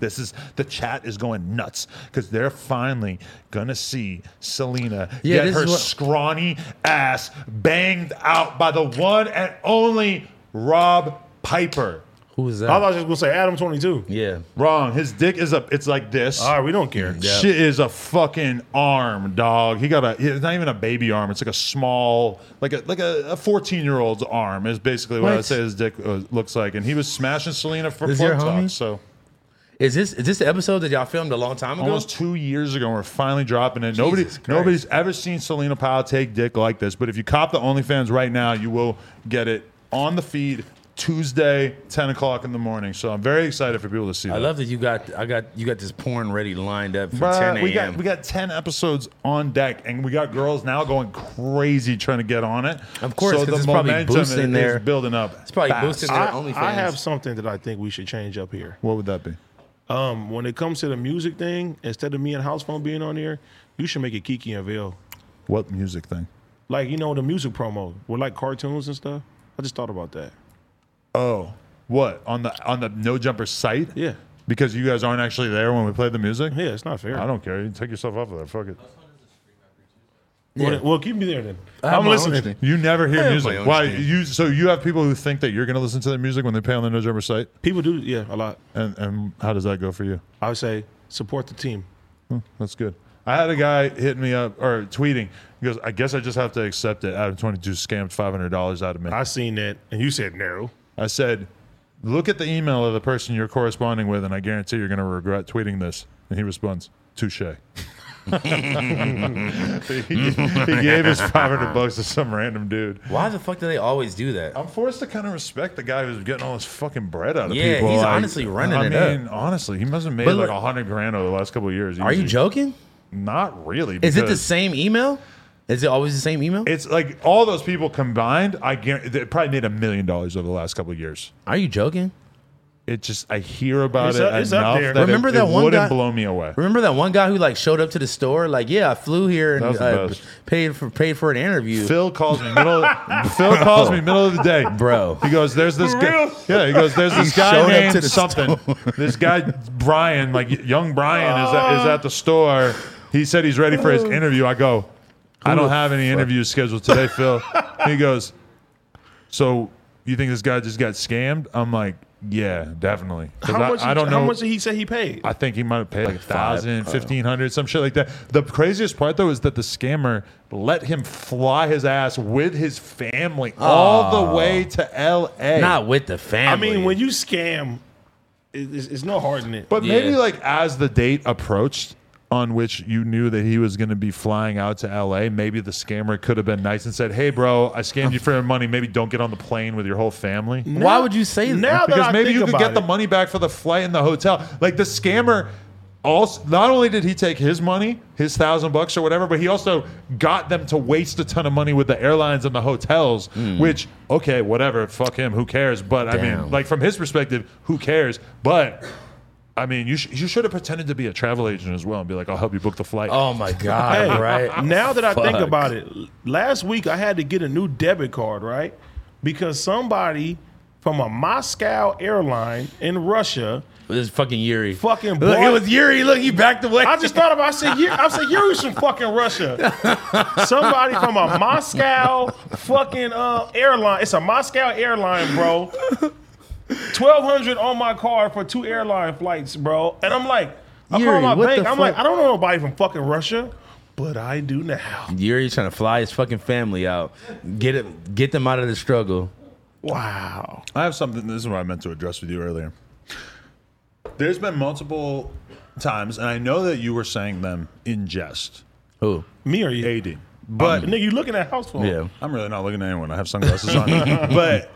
[SPEAKER 3] This is the chat is going nuts because they're finally gonna see Selena
[SPEAKER 2] Yeah,
[SPEAKER 3] get
[SPEAKER 2] this
[SPEAKER 3] her
[SPEAKER 2] is what-
[SPEAKER 3] scrawny ass banged out by the one and only Rob Piper.
[SPEAKER 2] Who is
[SPEAKER 1] I thought you was gonna say Adam twenty two.
[SPEAKER 2] Yeah.
[SPEAKER 3] Wrong. His dick is a. It's like this.
[SPEAKER 1] All right, we don't care.
[SPEAKER 3] Mm. Shit is a fucking arm, dog. He got a. It's not even a baby arm. It's like a small, like a like a fourteen year old's arm is basically what, I would
[SPEAKER 2] What?
[SPEAKER 3] say his dick uh, looks like. And he was smashing Selena for
[SPEAKER 2] Is your
[SPEAKER 3] plug
[SPEAKER 2] homie?
[SPEAKER 3] talk. So
[SPEAKER 2] Is this is this the episode that y'all filmed a long time ago?
[SPEAKER 3] almost two years ago, and we're finally dropping it. Nobody, nobody's ever seen Selena Powell take dick like this. But if you cop the OnlyFans right now, you will get it on the feed Tuesday, ten o'clock in the morning. So I'm very excited for people to see.
[SPEAKER 2] I
[SPEAKER 3] that.
[SPEAKER 2] love that you got I got you got this porn ready lined up for
[SPEAKER 3] Bruh,
[SPEAKER 2] 10 a.m.
[SPEAKER 3] we got we got ten episodes on deck, and we got girls now going crazy trying to get on it.
[SPEAKER 2] Of course, 'cause
[SPEAKER 3] so the
[SPEAKER 2] it's probably
[SPEAKER 3] momentum
[SPEAKER 2] boosting
[SPEAKER 3] is
[SPEAKER 2] their-
[SPEAKER 3] building up.
[SPEAKER 2] it's probably
[SPEAKER 3] fast.
[SPEAKER 2] boosting
[SPEAKER 1] I, I have something that I think we should change up here.
[SPEAKER 3] What would that be?
[SPEAKER 1] Um, when it comes to the music thing, instead of me and House Phone being on here, you should make it Kiki and Vail.
[SPEAKER 3] What music thing?
[SPEAKER 1] Like, you know, the music promo with like cartoons and stuff. I just thought about that.
[SPEAKER 3] Oh, what on the on the No Jumper site?
[SPEAKER 1] Yeah.
[SPEAKER 3] Because you guys aren't actually there when we play the music.
[SPEAKER 1] Yeah, it's not fair.
[SPEAKER 3] I don't care. You take yourself off of that. Fuck it.
[SPEAKER 1] Well, then- well, keep me there then.
[SPEAKER 3] I have
[SPEAKER 1] I'm
[SPEAKER 3] my own
[SPEAKER 1] listening.
[SPEAKER 3] You never
[SPEAKER 1] I
[SPEAKER 3] hear
[SPEAKER 1] have
[SPEAKER 3] music.
[SPEAKER 1] my own
[SPEAKER 3] Why
[SPEAKER 1] thing.
[SPEAKER 3] you? So you have people who think that you're going to listen to their music when they play on the No Jumper site,
[SPEAKER 1] People do, yeah, a lot.
[SPEAKER 3] and and how does that go for you?
[SPEAKER 1] I would say support the team.
[SPEAKER 3] Hmm, that's good. I had a guy hitting me up or tweeting. He goes, I guess I just have to accept it. Adam 22 scammed $500 out of me.
[SPEAKER 1] I seen that, and you said no.
[SPEAKER 3] I said, look at the email of the person you're corresponding with, and I guarantee you're going to regret tweeting this. And he responds, touche. he, he gave his 500 bucks to some random dude.
[SPEAKER 2] Why the fuck do they always do that?
[SPEAKER 3] I'm forced to kind of respect the guy who's getting all his fucking bread out of
[SPEAKER 2] Yeah,
[SPEAKER 3] people.
[SPEAKER 2] he's
[SPEAKER 3] Like,
[SPEAKER 2] honestly running
[SPEAKER 3] I
[SPEAKER 2] it
[SPEAKER 3] mean, honestly, he must have made
[SPEAKER 2] But
[SPEAKER 3] like
[SPEAKER 2] look-
[SPEAKER 3] a hundred grand over the last couple of years.
[SPEAKER 2] Are you
[SPEAKER 3] easy.
[SPEAKER 2] joking?
[SPEAKER 3] Not really.
[SPEAKER 2] Is it the
[SPEAKER 3] because-
[SPEAKER 2] same email? Is it always the same email?
[SPEAKER 3] It's like all those people combined. I guarantee they probably made a million dollars over the last couple of years.
[SPEAKER 2] Are you joking?
[SPEAKER 3] It just I hear about
[SPEAKER 2] It's
[SPEAKER 3] it
[SPEAKER 2] up- it's up
[SPEAKER 3] enough
[SPEAKER 2] there.
[SPEAKER 3] that
[SPEAKER 2] Remember
[SPEAKER 3] it,
[SPEAKER 2] that
[SPEAKER 3] it
[SPEAKER 2] one
[SPEAKER 3] wouldn't
[SPEAKER 2] guy-
[SPEAKER 3] blow me away.
[SPEAKER 2] Remember that one guy who like showed up to the store like, yeah, I flew here and
[SPEAKER 3] That was the
[SPEAKER 2] uh,
[SPEAKER 3] best.
[SPEAKER 2] paid for paid for an interview.
[SPEAKER 3] Phil calls me middle. Phil calls me middle of the day,
[SPEAKER 2] bro.
[SPEAKER 3] He goes, "There's this guy."
[SPEAKER 2] real?
[SPEAKER 3] Yeah, he goes, "There's this
[SPEAKER 2] He showed
[SPEAKER 3] guy
[SPEAKER 2] up to
[SPEAKER 3] named
[SPEAKER 2] the
[SPEAKER 3] something." This guy Brian, like young Brian, is at, is at the store. He said he's ready for his
[SPEAKER 1] Oh.
[SPEAKER 3] interview. I go, "I don't have any interviews scheduled today, Phil." He goes, "So you think this guy just got scammed?" I'm like, "Yeah, definitely." 'Cause
[SPEAKER 1] How
[SPEAKER 3] I,
[SPEAKER 1] much?
[SPEAKER 3] I don't know.
[SPEAKER 1] How much did he say he paid?
[SPEAKER 3] I think he might have paid like a thousand, fifteen hundred, some shit like that. The craziest part though is that the scammer let him fly his ass with his family all the way to L.A.
[SPEAKER 2] Not with the family.
[SPEAKER 1] I mean, when you scam, it, it's, it's no hard in it.
[SPEAKER 3] but maybe
[SPEAKER 2] Yeah.
[SPEAKER 3] like as the date approached. On which you knew that he was going to be flying out to LA. Maybe the scammer could have been nice and said, Hey, bro, I scammed you for your money. Maybe don't get on the plane with your whole family.
[SPEAKER 2] Why would you say that?
[SPEAKER 1] now that
[SPEAKER 3] because
[SPEAKER 1] I
[SPEAKER 3] maybe
[SPEAKER 1] think
[SPEAKER 3] you could
[SPEAKER 1] about
[SPEAKER 3] get the
[SPEAKER 1] it-
[SPEAKER 3] money back for the flight and the hotel. Like the scammer, also not only did he take his money, his thousand bucks or whatever, but he also got them to waste a ton of money with the airlines and the hotels.
[SPEAKER 1] Hmm.
[SPEAKER 3] Which okay, whatever, fuck him, who cares? But I mean,
[SPEAKER 2] Damn.
[SPEAKER 3] like from his perspective, who cares? But. I mean, you, sh- you should have pretended to be a travel agent as well and be like, I'll help you book the flight.
[SPEAKER 2] Oh my god,
[SPEAKER 1] Hey,
[SPEAKER 2] right?
[SPEAKER 1] now that I think
[SPEAKER 2] Fuck.
[SPEAKER 1] about it, last week I had to get a new debit card, right? Because somebody from a Moscow airline in Russia
[SPEAKER 2] This is fucking Yuri.
[SPEAKER 1] fucking
[SPEAKER 2] Look, it
[SPEAKER 1] bought-
[SPEAKER 2] was Yuri. Louk, he backed away.
[SPEAKER 1] I just thought about. I said, "You." I said, "Yuri's from fucking Russia." Somebody from a Moscow fucking uh, airline. It's a Moscow airline, bro. Twelve hundred on my card for two airline flights, bro. And I'm like, I
[SPEAKER 2] Yuri,
[SPEAKER 1] call my
[SPEAKER 2] what the
[SPEAKER 1] bank. I'm like,
[SPEAKER 2] fuck?
[SPEAKER 1] I don't know nobody from fucking Russia, but I do now.
[SPEAKER 2] Yuri's trying to fly his fucking family out, get it, get them out of the struggle.
[SPEAKER 1] Wow.
[SPEAKER 3] I have something. This is what I meant to address with you earlier. There's been multiple times, and I know that you were saying them in jest.
[SPEAKER 2] Who?
[SPEAKER 1] Me or you?
[SPEAKER 3] AD. But
[SPEAKER 1] Uh, Nigga, you looking at house phone?
[SPEAKER 2] Yeah.
[SPEAKER 3] I'm really not looking at anyone. I have sunglasses on. but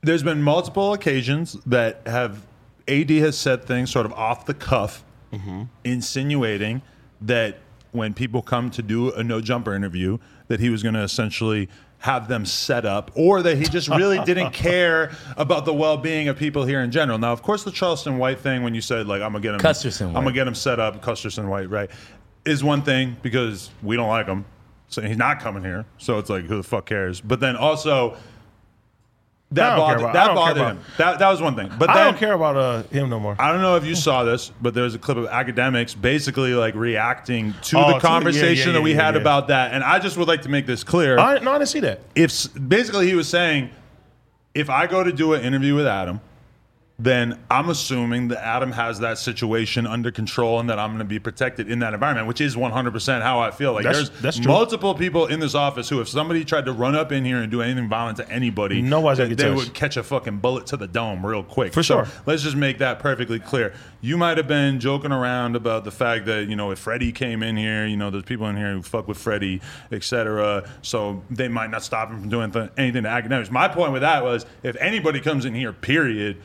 [SPEAKER 3] there's been multiple occasions that have AD has said things sort of off the cuff,
[SPEAKER 2] Mm-hmm.
[SPEAKER 3] insinuating that when people come to do a no jumper interview, that he was going to essentially have them set up, or that he just really didn't care about the well being of people here in general. Now, of course, the Charleston White thing when you said like I'm gonna get him,
[SPEAKER 2] Custerson
[SPEAKER 3] I'm
[SPEAKER 2] White.
[SPEAKER 3] gonna get him set up, Custerson White, right, is one thing because we don't like him. So he's not coming here. So it's like, who the fuck cares? But then also,
[SPEAKER 1] I don't
[SPEAKER 3] That
[SPEAKER 1] care
[SPEAKER 3] bothered,
[SPEAKER 1] about- I
[SPEAKER 3] that
[SPEAKER 1] don't care
[SPEAKER 3] bothered
[SPEAKER 1] about-
[SPEAKER 3] him. That, that was one thing. But
[SPEAKER 1] I
[SPEAKER 3] then,
[SPEAKER 1] don't care about uh, him no more.
[SPEAKER 3] I don't know if you saw this, but there was a clip of academics basically like reacting to
[SPEAKER 1] Oh, to- yeah,
[SPEAKER 3] the conversation
[SPEAKER 1] yeah,
[SPEAKER 3] that we
[SPEAKER 1] yeah,
[SPEAKER 3] had
[SPEAKER 1] yeah.
[SPEAKER 3] about that. And I just would like to make this clear.
[SPEAKER 1] I, no, I didn't see that.
[SPEAKER 3] if s- basically he was saying, if I go to do an interview with Adam, then I'm assuming that Adam has that situation under control and that I'm going to be protected in that environment, which is 100% how I feel. Like
[SPEAKER 1] That's-
[SPEAKER 3] there's
[SPEAKER 1] that's true.
[SPEAKER 3] multiple people in this office who, if somebody tried to run up in here and do anything violent to anybody,
[SPEAKER 1] Nobody's
[SPEAKER 3] they,
[SPEAKER 1] gonna get
[SPEAKER 3] they
[SPEAKER 1] touched.
[SPEAKER 3] would catch a fucking bullet to the dome real quick.
[SPEAKER 1] For
[SPEAKER 3] So
[SPEAKER 1] sure.
[SPEAKER 3] Let's just make that perfectly clear. You might have been joking around about the fact that you know if Freddie came in here, you know there's people in here who fuck with Freddie, etc. So they might not stop him from doing th- anything to academics. My point with that was if anybody comes in here, period. uh,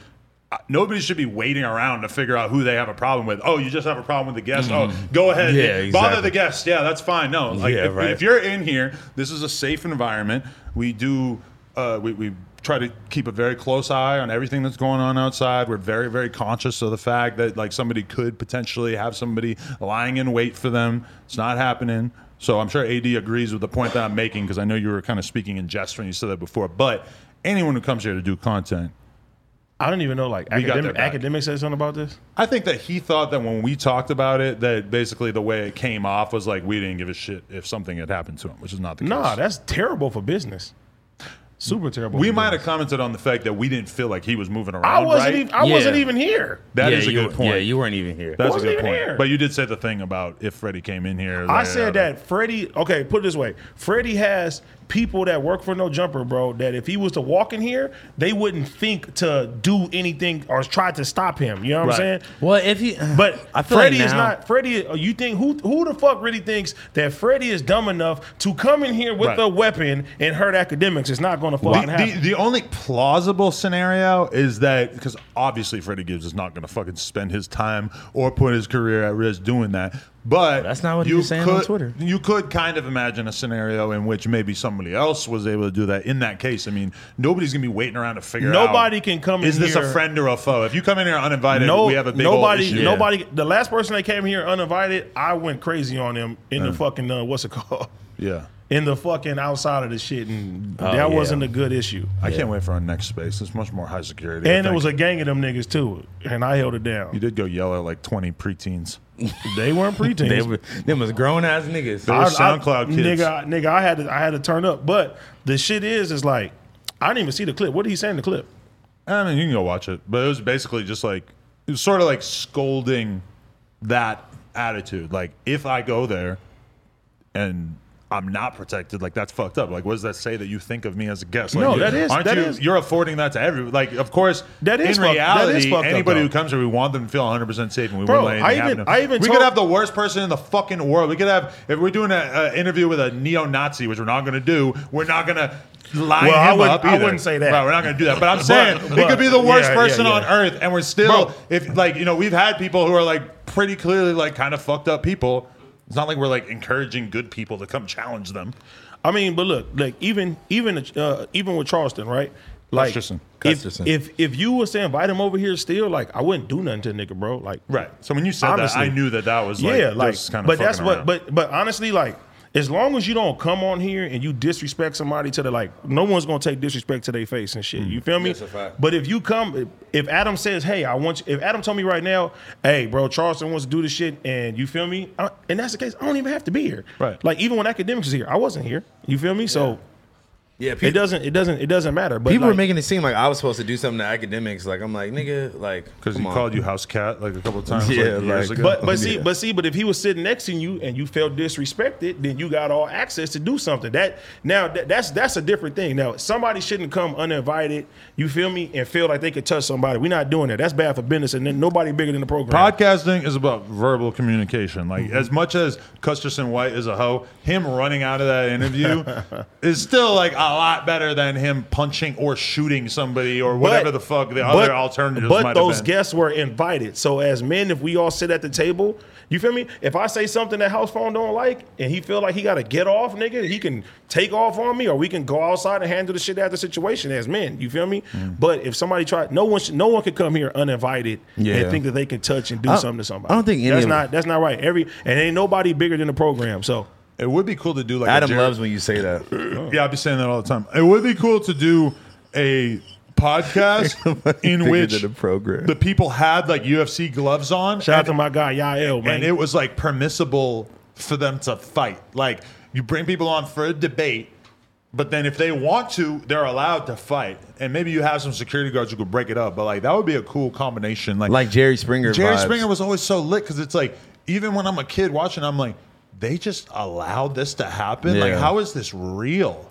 [SPEAKER 3] Nobody should be waiting around to figure out who they have a problem with. Oh, you just have a problem with the guest.
[SPEAKER 1] Mm-hmm.
[SPEAKER 2] Mhm.
[SPEAKER 3] Oh, go ahead,
[SPEAKER 2] Yeah,
[SPEAKER 3] bother
[SPEAKER 2] exactly.
[SPEAKER 3] the guest. Yeah, that's fine. No, like
[SPEAKER 2] Yeah,
[SPEAKER 3] if,
[SPEAKER 2] right.
[SPEAKER 3] if you're in here, this is a safe environment. We do uh, we, we try to keep a very close eye on everything that's going on outside. We're very very conscious of the fact that like somebody could potentially have somebody lying in wait for them. It's not happening. So I'm sure AD agrees with the point that I'm making because I know you were kind of speaking in jest when you said that before. But anyone who comes here to do content,
[SPEAKER 1] I don't even know. Like
[SPEAKER 3] We got their
[SPEAKER 1] academic,
[SPEAKER 3] back.
[SPEAKER 1] academic said something about this.
[SPEAKER 3] I think that he thought that when we talked about it, that basically the way it came off was like we didn't give a shit if something had happened to him, which is not the
[SPEAKER 1] Nah,
[SPEAKER 3] case.
[SPEAKER 1] that's terrible for business. Super terrible.
[SPEAKER 3] We
[SPEAKER 1] for
[SPEAKER 3] might
[SPEAKER 1] business.
[SPEAKER 3] have commented on the fact that we didn't feel like he was moving around.
[SPEAKER 1] I wasn't
[SPEAKER 3] right?
[SPEAKER 1] even. I wasn't even here.
[SPEAKER 3] That
[SPEAKER 2] Yeah,
[SPEAKER 3] is a
[SPEAKER 2] you-
[SPEAKER 3] good point.
[SPEAKER 2] yeah, you weren't even here.
[SPEAKER 3] That's a
[SPEAKER 1] Wasn't
[SPEAKER 3] good
[SPEAKER 1] even
[SPEAKER 3] point.
[SPEAKER 1] here.
[SPEAKER 3] But you did say the thing about if Freddie came in here.
[SPEAKER 1] I
[SPEAKER 3] like,
[SPEAKER 1] said
[SPEAKER 3] uh,
[SPEAKER 1] that Freddie. Okay, put it this way: Freddie has people that work for No Jumper, bro. That if he was to walk in here, they wouldn't think to do anything or try to stop him. You know what
[SPEAKER 2] Right.
[SPEAKER 1] I'm saying?
[SPEAKER 2] Well, if he,
[SPEAKER 1] But
[SPEAKER 2] I feel like
[SPEAKER 1] Freddie is
[SPEAKER 2] now-
[SPEAKER 1] not Freddie. uh, You think who who the fuck really thinks that Freddie is dumb enough to come in here with
[SPEAKER 3] Right.
[SPEAKER 1] a weapon and hurt academics? It's not going to fucking
[SPEAKER 3] the,
[SPEAKER 1] happen.
[SPEAKER 3] the, the only plausible scenario is that because obviously Freddie Gibbs is not going to fucking spend his time or put his career at risk doing that. But
[SPEAKER 2] That's not what he was saying
[SPEAKER 3] could,
[SPEAKER 2] on Twitter.
[SPEAKER 3] You could kind of imagine a scenario in which maybe somebody else was able to do that. In that case, I mean, nobody's going to be waiting around to figure out.
[SPEAKER 1] Nobody can come
[SPEAKER 3] Is
[SPEAKER 1] in
[SPEAKER 3] this a
[SPEAKER 1] here-
[SPEAKER 3] friend or a foe? If you come in here uninvited,
[SPEAKER 1] no,
[SPEAKER 3] we have a big old
[SPEAKER 1] nobody,
[SPEAKER 3] issue.
[SPEAKER 1] nobody. The last person that came here uninvited, I went crazy on him in
[SPEAKER 3] Mm.
[SPEAKER 1] the fucking uh, what's it called?
[SPEAKER 3] Yeah.
[SPEAKER 1] in the fucking outside of the shit, and
[SPEAKER 3] Oh,
[SPEAKER 1] that
[SPEAKER 3] yeah.
[SPEAKER 1] wasn't a good issue.
[SPEAKER 3] I can't wait for our next space. It's much more high security. I
[SPEAKER 1] And it
[SPEAKER 3] think.
[SPEAKER 1] was a gang of them niggas too, and I held it down.
[SPEAKER 3] You did go yell at like 20 preteens.
[SPEAKER 1] They weren't preteens.
[SPEAKER 2] They were them was grown ass niggas.
[SPEAKER 3] They were
[SPEAKER 1] I- I-
[SPEAKER 3] SoundCloud kids.
[SPEAKER 1] nigga, nigga. I had to, I had to turn up. But the shit is, is like, I didn't even see the clip. What did he say in the clip?
[SPEAKER 3] I mean, you can go watch it, but it was basically just like it was sort of like scolding that attitude. Like, if I go there and I'm not protected, like that's fucked up. Like, what does that say that you think of me as a guest? Like,
[SPEAKER 1] No,
[SPEAKER 3] you-
[SPEAKER 1] that is-
[SPEAKER 3] Aren't
[SPEAKER 1] that
[SPEAKER 3] you?
[SPEAKER 1] is-
[SPEAKER 3] You're affording that to everyone. Like, of course,
[SPEAKER 1] That is
[SPEAKER 3] in
[SPEAKER 1] fucked- that is
[SPEAKER 3] reality,
[SPEAKER 1] fucked up,
[SPEAKER 3] anybody who
[SPEAKER 1] though.
[SPEAKER 3] comes here, we want them to feel 100 percent safe, and we
[SPEAKER 1] Bro,
[SPEAKER 3] won't let anything
[SPEAKER 1] I even-
[SPEAKER 3] happen. to them.
[SPEAKER 1] I even
[SPEAKER 3] we
[SPEAKER 1] told-
[SPEAKER 3] could have the worst person in the fucking world. We could have if we're doing an interview with a neo-Nazi, which we're not going to do. We're not going to. Line
[SPEAKER 1] Well, I
[SPEAKER 3] him
[SPEAKER 1] wouldn't-
[SPEAKER 3] up
[SPEAKER 1] I
[SPEAKER 3] either.
[SPEAKER 1] wouldn't say that.
[SPEAKER 3] Right, we're not going to do that. But I'm
[SPEAKER 1] But-
[SPEAKER 3] saying it
[SPEAKER 1] but-
[SPEAKER 3] could be the worst
[SPEAKER 1] yeah, yeah,
[SPEAKER 3] person
[SPEAKER 1] yeah.
[SPEAKER 3] on earth, and we're still
[SPEAKER 1] Bro.
[SPEAKER 3] if like you know we've had people who are like pretty clearly like kind of fucked up people. It's not like we're like encouraging good people to come challenge them.
[SPEAKER 1] I mean, but look, like even even uh, even with Charleston, right? Like
[SPEAKER 3] Custerson.
[SPEAKER 1] if,
[SPEAKER 3] Custerson.
[SPEAKER 1] if if you was to invite him over here, still like I wouldn't do nothing to a nigga, bro. Like
[SPEAKER 3] Right. So when you said
[SPEAKER 1] Honestly.
[SPEAKER 3] that, I knew that that was like,
[SPEAKER 1] yeah,
[SPEAKER 3] just
[SPEAKER 1] like,
[SPEAKER 3] kind of
[SPEAKER 1] but that's
[SPEAKER 3] fucking
[SPEAKER 1] what,
[SPEAKER 3] around.
[SPEAKER 1] but but honestly, like, as long as you don't come on here and you disrespect somebody to the like, no one's gonna take disrespect to their face and shit. You
[SPEAKER 3] Mm.
[SPEAKER 1] feel me?
[SPEAKER 2] That's a fact.
[SPEAKER 1] But if you come, if Adam says, "Hey, I want," you, if Adam told me right now, "Hey, bro, Charleston wants to do this shit," and you feel me, I, and that's the case, I don't even have to be here.
[SPEAKER 3] Right.
[SPEAKER 1] Like even when academics is here, I wasn't here. You feel me? So
[SPEAKER 2] Yeah,
[SPEAKER 1] it doesn't, it doesn't, it doesn't matter. But
[SPEAKER 2] people
[SPEAKER 1] like,
[SPEAKER 2] were making it seem like I was supposed to do something to academics. Like I'm like nigga, like
[SPEAKER 3] because he
[SPEAKER 2] come on.
[SPEAKER 3] called you house cat like a couple of times.
[SPEAKER 2] Yeah,
[SPEAKER 3] like, years
[SPEAKER 2] like-
[SPEAKER 3] ago.
[SPEAKER 1] But but see
[SPEAKER 2] Yeah.
[SPEAKER 1] but see but if he was sitting next to you and you felt disrespected, then you got all access to do something. That now that, that's that's a different thing. Now somebody shouldn't come uninvited. You feel me? And feel like they could touch somebody. We're not doing that. That's bad for business. And then nobody bigger than the program.
[SPEAKER 3] Podcasting is about verbal communication. Like as much as Custerson White is a hoe, him running out of that interview is still like a lot better than him punching or shooting somebody or whatever the fuck the
[SPEAKER 1] but-
[SPEAKER 3] other alternatives
[SPEAKER 1] But
[SPEAKER 3] might
[SPEAKER 1] those
[SPEAKER 3] have been.
[SPEAKER 1] guests were invited. So as men, if we all sit at the table, you feel me? If I say something that house phone don't like, and he feel like he got to get off, nigga, he can take off on me, or we can go outside and handle the shit out of the situation as men. You feel me?
[SPEAKER 3] Mm.
[SPEAKER 1] But if somebody tried, no one, should, no one could come here uninvited
[SPEAKER 2] Yeah.
[SPEAKER 1] and think that they can touch and do
[SPEAKER 2] I-
[SPEAKER 1] something to somebody.
[SPEAKER 2] I don't think any
[SPEAKER 1] that's
[SPEAKER 2] of-
[SPEAKER 1] not that's not right. Every and ain't nobody bigger than the program. So
[SPEAKER 3] it would be cool to do like a
[SPEAKER 2] Adam
[SPEAKER 3] Jared-
[SPEAKER 2] loves when you say that.
[SPEAKER 3] Yeah, I be saying that all the time. It would be cool to do a podcast in
[SPEAKER 4] Bigger
[SPEAKER 3] which
[SPEAKER 4] than a program.
[SPEAKER 3] the people had like UFC gloves on.
[SPEAKER 1] Shout out to my guy Yael, man.
[SPEAKER 3] And it was like permissible for them to fight. Like you bring people on for a debate, but then if they want to, they're allowed to fight. And maybe you have some security guards who could break it up. But like that would be a cool combination. Like
[SPEAKER 2] Like Jerry Springer
[SPEAKER 3] Jerry
[SPEAKER 2] vibes.
[SPEAKER 3] Springer was always so lit because it's like even when I'm a kid watching, I'm like, they just allowed this to happen. Like
[SPEAKER 2] Yeah.
[SPEAKER 3] how is this real?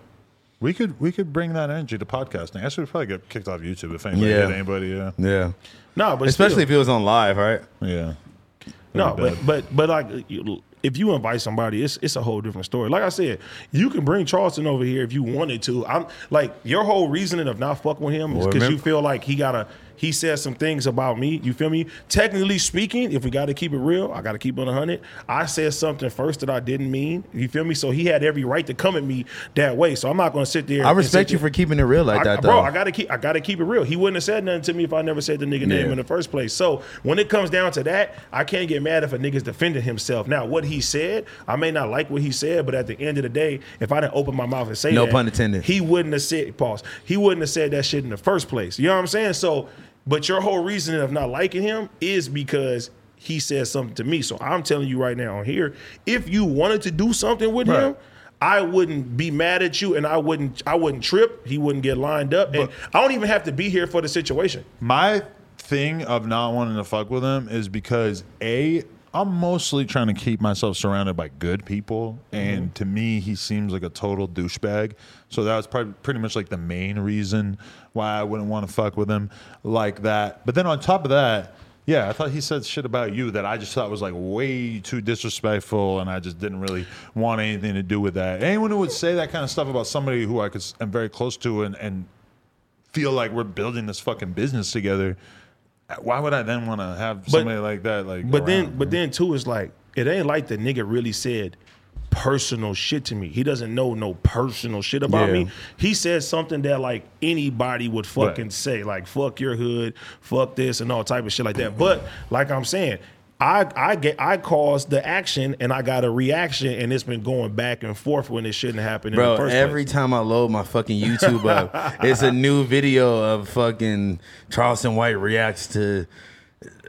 [SPEAKER 3] We could we could bring that energy to podcasting. Actually, we'd probably get kicked off YouTube if anybody
[SPEAKER 2] Yeah.
[SPEAKER 3] hit anybody. Yeah.
[SPEAKER 2] Yeah.
[SPEAKER 1] No, but
[SPEAKER 2] especially
[SPEAKER 1] still.
[SPEAKER 2] if it was on live, right?
[SPEAKER 3] Yeah.
[SPEAKER 1] No,
[SPEAKER 2] That'd
[SPEAKER 1] but,
[SPEAKER 2] be
[SPEAKER 1] but but like you- if you invite somebody, it's it's a whole different story. Like I said, you can bring Charleston over here if you wanted to. I'm like your whole reasoning of not fucking with him is
[SPEAKER 2] Well,
[SPEAKER 1] because you
[SPEAKER 2] remember-
[SPEAKER 1] feel like he gotta he says some things about me. You feel me? Technically speaking, if we gotta keep it real, I gotta keep it hundred. I said something first that I didn't mean. You feel me? So he had every right to come at me that way. So I'm not gonna sit there.
[SPEAKER 2] I
[SPEAKER 1] and
[SPEAKER 2] respect
[SPEAKER 1] sit
[SPEAKER 2] you
[SPEAKER 1] there-
[SPEAKER 2] for keeping it real like
[SPEAKER 1] I-
[SPEAKER 2] that,
[SPEAKER 1] bro.
[SPEAKER 2] though.
[SPEAKER 1] I gotta keep. I gotta keep it real. He wouldn't have said nothing to me if I never said the nigga name
[SPEAKER 2] Yeah.
[SPEAKER 1] in the first place. So when it comes down to that, I can't get mad if a nigga's defending himself. Now what he said, I may not like what he said, but at the end of the day, if I didn't open my mouth and say
[SPEAKER 2] No
[SPEAKER 1] that,
[SPEAKER 2] pun intended.
[SPEAKER 1] he wouldn't have said pause. He wouldn't have said that shit in the first place. You know what I'm saying? So, but your whole reasoning of not liking him is because. He said something to me. So I'm telling you right now on here, if you wanted to do something with him, I wouldn't be mad at you, and I wouldn't I wouldn't trip. He wouldn't get lined up, and I don't even have to be here for the situation.
[SPEAKER 3] My thing of not wanting to fuck with them is because a I'm mostly trying to keep myself surrounded by good people, and to me, he seems like a total douchebag. So that was probably pretty much like the main reason why I wouldn't want to fuck with him like that. But then on top of that, yeah, I thought he said shit about you that I just thought was like way too disrespectful, and I just didn't really want anything to do with that. Anyone who would say that kind of stuff about somebody who I could s- am very close to and and feel like we're building this fucking business together. Why would I then want to have somebody like that? Like,
[SPEAKER 1] But then, but then too, it's like it ain't like the nigga really said personal shit to me. He doesn't know no personal shit about
[SPEAKER 3] Yeah.
[SPEAKER 1] me. He said something that like anybody would fucking
[SPEAKER 3] Right.
[SPEAKER 1] say, like fuck your hood, fuck this, and all type of shit like that. But like I'm saying. I, I get I caused the action and I got a reaction and it's been going back and forth when it shouldn't happen in
[SPEAKER 2] Bro,
[SPEAKER 1] the first place.
[SPEAKER 2] every time I load my fucking YouTube up, it's a new video of fucking Charleston White reacts to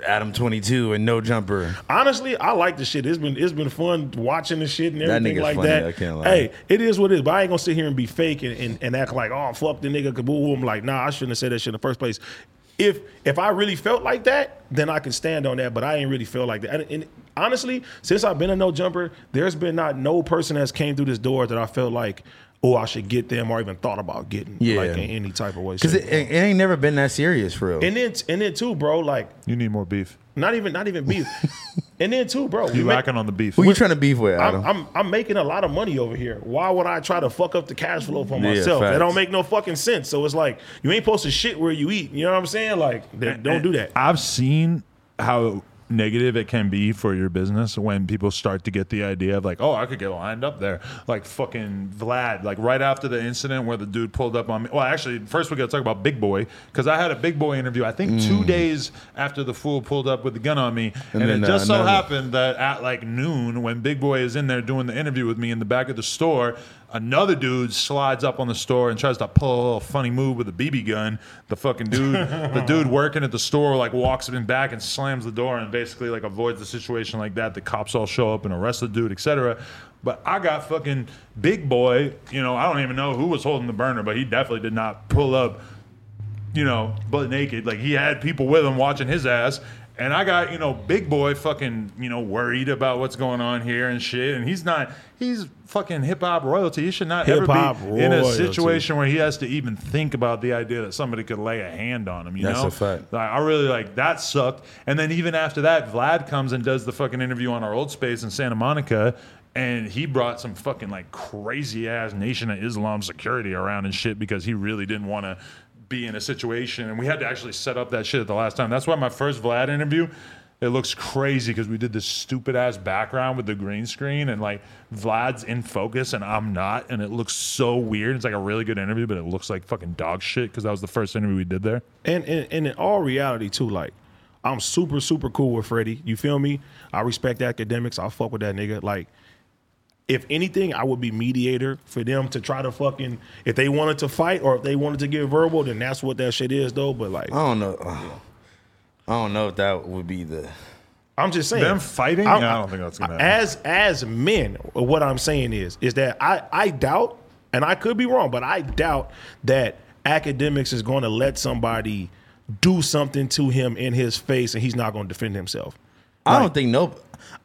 [SPEAKER 2] Adam 22 and No Jumper.
[SPEAKER 1] Honestly, I like the shit. It's been it's been fun watching the shit and
[SPEAKER 2] That
[SPEAKER 1] everything
[SPEAKER 2] nigga's
[SPEAKER 1] like
[SPEAKER 2] funny,
[SPEAKER 1] that.
[SPEAKER 2] I can't lie.
[SPEAKER 1] Hey, it is what it is. But I ain't gonna sit here and be fake and, and, and act like, oh fuck the nigga kaboom. I'm like, nah, I shouldn't have said that shit in the first place. If if I really felt like that, then I could stand on that. But I ain't really feel like that. And, and honestly, since I've been a no jumper, there's been not no person that's came through this door that I felt like, oh, I should get them or even thought about getting.
[SPEAKER 2] Yeah.
[SPEAKER 1] Like in any type of way.
[SPEAKER 2] Because it, it, it ain't never been that serious, for real.
[SPEAKER 1] and then and then too, bro, like
[SPEAKER 3] you need more beef.
[SPEAKER 1] not even not even beef. and then too, bro, we
[SPEAKER 3] You
[SPEAKER 1] make-
[SPEAKER 3] lacking on the beef.
[SPEAKER 2] Who you trying to beef with, Adam?
[SPEAKER 1] I'm, I'm I'm making a lot of money over here. Why would I try to fuck up the cash flow for
[SPEAKER 2] Yeah,
[SPEAKER 1] myself? that
[SPEAKER 2] facts.
[SPEAKER 1] don't make no fucking sense. So it's like you ain't supposed to shit where you eat. You know what I'm saying? Like th- don't do that.
[SPEAKER 3] I've seen how negative it can be for your business when people start to get the idea of like, oh, I could get lined up there, like fucking Vlad, like right after the incident where the dude pulled up on me. Well, actually, first we got to talk about Big Boy because I had a Big Boy interview. I think two days after the fool pulled up with the gun on me, and,
[SPEAKER 4] And then,
[SPEAKER 3] it just
[SPEAKER 4] uh,
[SPEAKER 3] so
[SPEAKER 4] another-
[SPEAKER 3] happened that at like noon, when Big Boy is in there doing the interview with me in the back of the store. Another dude slides up on the store and tries to pull a little funny move with a BB gun. The fucking dude, the dude working at the store, like walks in back and slams the door and basically like avoids the situation like that. The cops all show up and arrest the dude, etc. But I got fucking big boy. You know, I don't even know who was holding the burner, but he definitely did not pull up you know, butt naked. Like he had people with him watching his ass. And I got, you know, big boy fucking, you know, worried about what's going on here and shit. And he's not, he's fucking hip hop royalty. He should not
[SPEAKER 1] Hip-hop
[SPEAKER 3] ever be in a
[SPEAKER 1] royalty.
[SPEAKER 3] situation where he has to even think about the idea that somebody could lay a hand on him, you
[SPEAKER 2] That's
[SPEAKER 3] know?
[SPEAKER 2] a fact.
[SPEAKER 3] Like, I really like that sucked. And then even after that, Vlad comes and does the fucking interview on our old space in Santa Monica. And he brought some fucking like crazy ass Nation of Islam security around and shit because he really didn't want to be in a situation. And we had to actually set up that shit at the last time. That's why my first Vlad interview, it looks crazy because we did this stupid ass background with the green screen and like Vlad's in focus and I'm not. And it looks so weird. It's like a really good interview, but it looks like fucking dog shit because that was the first interview we did there.
[SPEAKER 1] And, and and in all reality too, like I'm super super cool with Freddie. You feel me? I respect academics. I fuck with that nigga. Like If anything, I would be mediator for them to try to fucking if they wanted to fight or if they wanted to get verbal, then that's what that shit is though. But like,
[SPEAKER 2] I don't know. I don't know if that would be the.
[SPEAKER 1] I'm just saying
[SPEAKER 3] Them fighting?
[SPEAKER 1] I'm-
[SPEAKER 3] Yeah, I don't think that's gonna happen.
[SPEAKER 1] As as men, what I'm saying is is that I I doubt, and I could be wrong, but I doubt that academics is going to let somebody do something to him in his face and he's not going to defend himself.
[SPEAKER 2] I don't think no.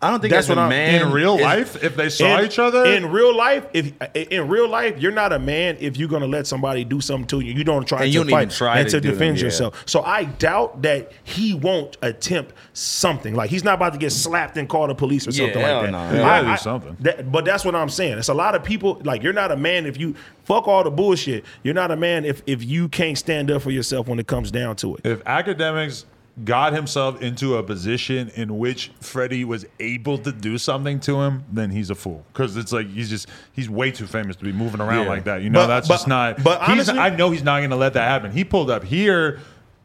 [SPEAKER 2] I don't think
[SPEAKER 1] That's
[SPEAKER 2] as a
[SPEAKER 1] what I'm-
[SPEAKER 2] man
[SPEAKER 1] in real
[SPEAKER 2] is-
[SPEAKER 3] life, if they saw
[SPEAKER 1] in,
[SPEAKER 3] each other,
[SPEAKER 1] in real life. If uh, in real life, you're not a man if you're gonna let somebody do something to you. You don't try to
[SPEAKER 2] And you don't
[SPEAKER 1] fight
[SPEAKER 2] even try
[SPEAKER 1] and
[SPEAKER 2] to
[SPEAKER 1] to,
[SPEAKER 2] do them,
[SPEAKER 1] defend
[SPEAKER 2] yeah.
[SPEAKER 1] yourself. So I doubt that he won't attempt something. Like he's not about to get slapped and call the police or
[SPEAKER 2] Yeah,
[SPEAKER 1] something
[SPEAKER 2] hell
[SPEAKER 1] like that.
[SPEAKER 2] no.
[SPEAKER 1] I-
[SPEAKER 2] He'll gotta
[SPEAKER 3] do
[SPEAKER 1] I-
[SPEAKER 3] something.
[SPEAKER 1] that- but that's what I'm saying. It's a lot of people like you're not a man if you fuck all the bullshit. You're not a man if if you can't stand up for yourself when it comes down to it.
[SPEAKER 3] If academics got himself into a position in which Freddie was able to do something to him, then he's a fool. Because it's like he's just he's way too famous to be moving around
[SPEAKER 2] Yeah.
[SPEAKER 3] like that. You know,
[SPEAKER 1] But-
[SPEAKER 3] that's just
[SPEAKER 1] but-
[SPEAKER 3] not.
[SPEAKER 1] but
[SPEAKER 3] he's-
[SPEAKER 1] honestly-
[SPEAKER 3] I know he's not going to let that happen. He pulled up here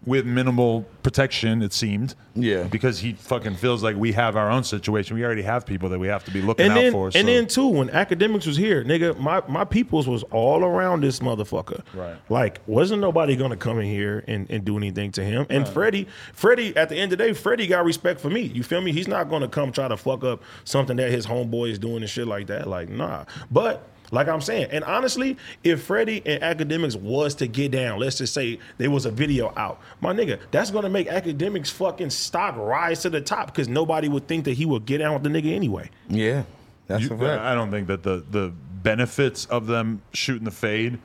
[SPEAKER 3] with minimal protection, it seemed.
[SPEAKER 2] Yeah.
[SPEAKER 3] because he fucking feels like we have our own situation. We already have people that we have to be looking
[SPEAKER 1] and
[SPEAKER 3] out
[SPEAKER 1] then,
[SPEAKER 3] for.
[SPEAKER 1] And
[SPEAKER 3] so-
[SPEAKER 1] then too, when academics was here, nigga, my, my peoples was all around this motherfucker.
[SPEAKER 3] Right.
[SPEAKER 1] Like, wasn't nobody gonna come in here and, and do anything to him? And Freddie, Freddie, at the end of the day, Freddie got respect for me. You feel me? He's not gonna come try to fuck up something that his homeboy is doing and shit like that. Like, nah. But like I'm saying, and honestly, if Freddie and academics was to get down, let's just say there was a video out, my nigga, that's gonna make academics fucking stock rise to the top because nobody would think that he would get down with the nigga anyway.
[SPEAKER 2] Yeah, that's
[SPEAKER 3] You-
[SPEAKER 2] a fact.
[SPEAKER 3] I don't think that the the benefits of them shooting the fade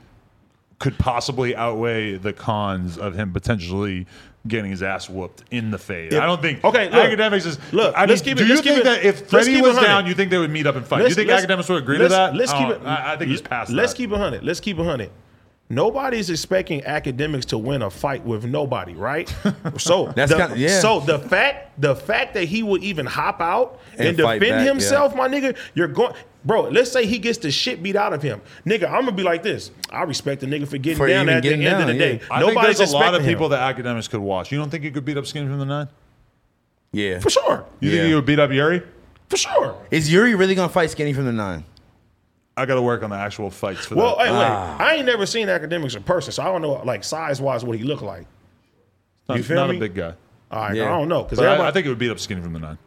[SPEAKER 3] could possibly outweigh the cons of him potentially getting his ass whooped in the fade.
[SPEAKER 1] Yeah.
[SPEAKER 3] I don't think.
[SPEAKER 1] Okay, look.
[SPEAKER 3] academics is
[SPEAKER 1] Look,
[SPEAKER 3] I mean,
[SPEAKER 1] let's keep it-
[SPEAKER 3] Do you
[SPEAKER 1] let's keep
[SPEAKER 3] think
[SPEAKER 1] it-
[SPEAKER 3] that if
[SPEAKER 1] let's
[SPEAKER 3] Freddie
[SPEAKER 1] keep it
[SPEAKER 3] was
[SPEAKER 1] 100.
[SPEAKER 3] down, you think they would meet up and fight? you
[SPEAKER 1] Let's-
[SPEAKER 3] think
[SPEAKER 1] let's-
[SPEAKER 3] academics would agree to
[SPEAKER 1] let's-
[SPEAKER 3] that?
[SPEAKER 1] Let's
[SPEAKER 3] I
[SPEAKER 1] keep
[SPEAKER 3] don't-
[SPEAKER 1] it.
[SPEAKER 3] I, I think he's past.
[SPEAKER 1] Let's
[SPEAKER 3] that.
[SPEAKER 1] keep it hundred. Let's keep it hundred. Nobody's expecting academics to win a fight with nobody, right? So
[SPEAKER 2] That's
[SPEAKER 1] the,
[SPEAKER 2] kinda- yeah.
[SPEAKER 1] So the fact the fact that he would even hop out and,
[SPEAKER 2] And fight
[SPEAKER 1] defend
[SPEAKER 2] back, yeah.
[SPEAKER 1] himself, my nigga, you're going. Bro, let's say he gets the shit beat out of him, nigga. I'm gonna be like this. I respect the nigga for getting
[SPEAKER 2] For
[SPEAKER 1] down
[SPEAKER 2] even
[SPEAKER 1] at the
[SPEAKER 2] getting
[SPEAKER 1] end of the
[SPEAKER 2] down,
[SPEAKER 1] day.
[SPEAKER 2] yeah.
[SPEAKER 3] I
[SPEAKER 1] Nobody's
[SPEAKER 3] think there's a lot of
[SPEAKER 1] expecting him.
[SPEAKER 3] people that academics could watch. You don't think you could beat up Skinny from the Nine?
[SPEAKER 2] yeah,
[SPEAKER 1] for sure,
[SPEAKER 3] You
[SPEAKER 2] Yeah.
[SPEAKER 3] think you would beat up Yuri?
[SPEAKER 1] for sure.
[SPEAKER 2] is Yuri really gonna fight Skinny from the nine?
[SPEAKER 3] I got to work on the actual fights for
[SPEAKER 1] Well,
[SPEAKER 3] that.
[SPEAKER 1] hey, wait. I ain't never seen academics in person, so I don't know, like size wise, what he look like.
[SPEAKER 3] Not-
[SPEAKER 1] you feel
[SPEAKER 3] not
[SPEAKER 1] me?
[SPEAKER 3] a big guy.
[SPEAKER 1] All right,
[SPEAKER 2] Yeah.
[SPEAKER 1] I don't know because
[SPEAKER 3] But I,
[SPEAKER 1] everybody.
[SPEAKER 3] I think it would beat up Skinny from the Nine.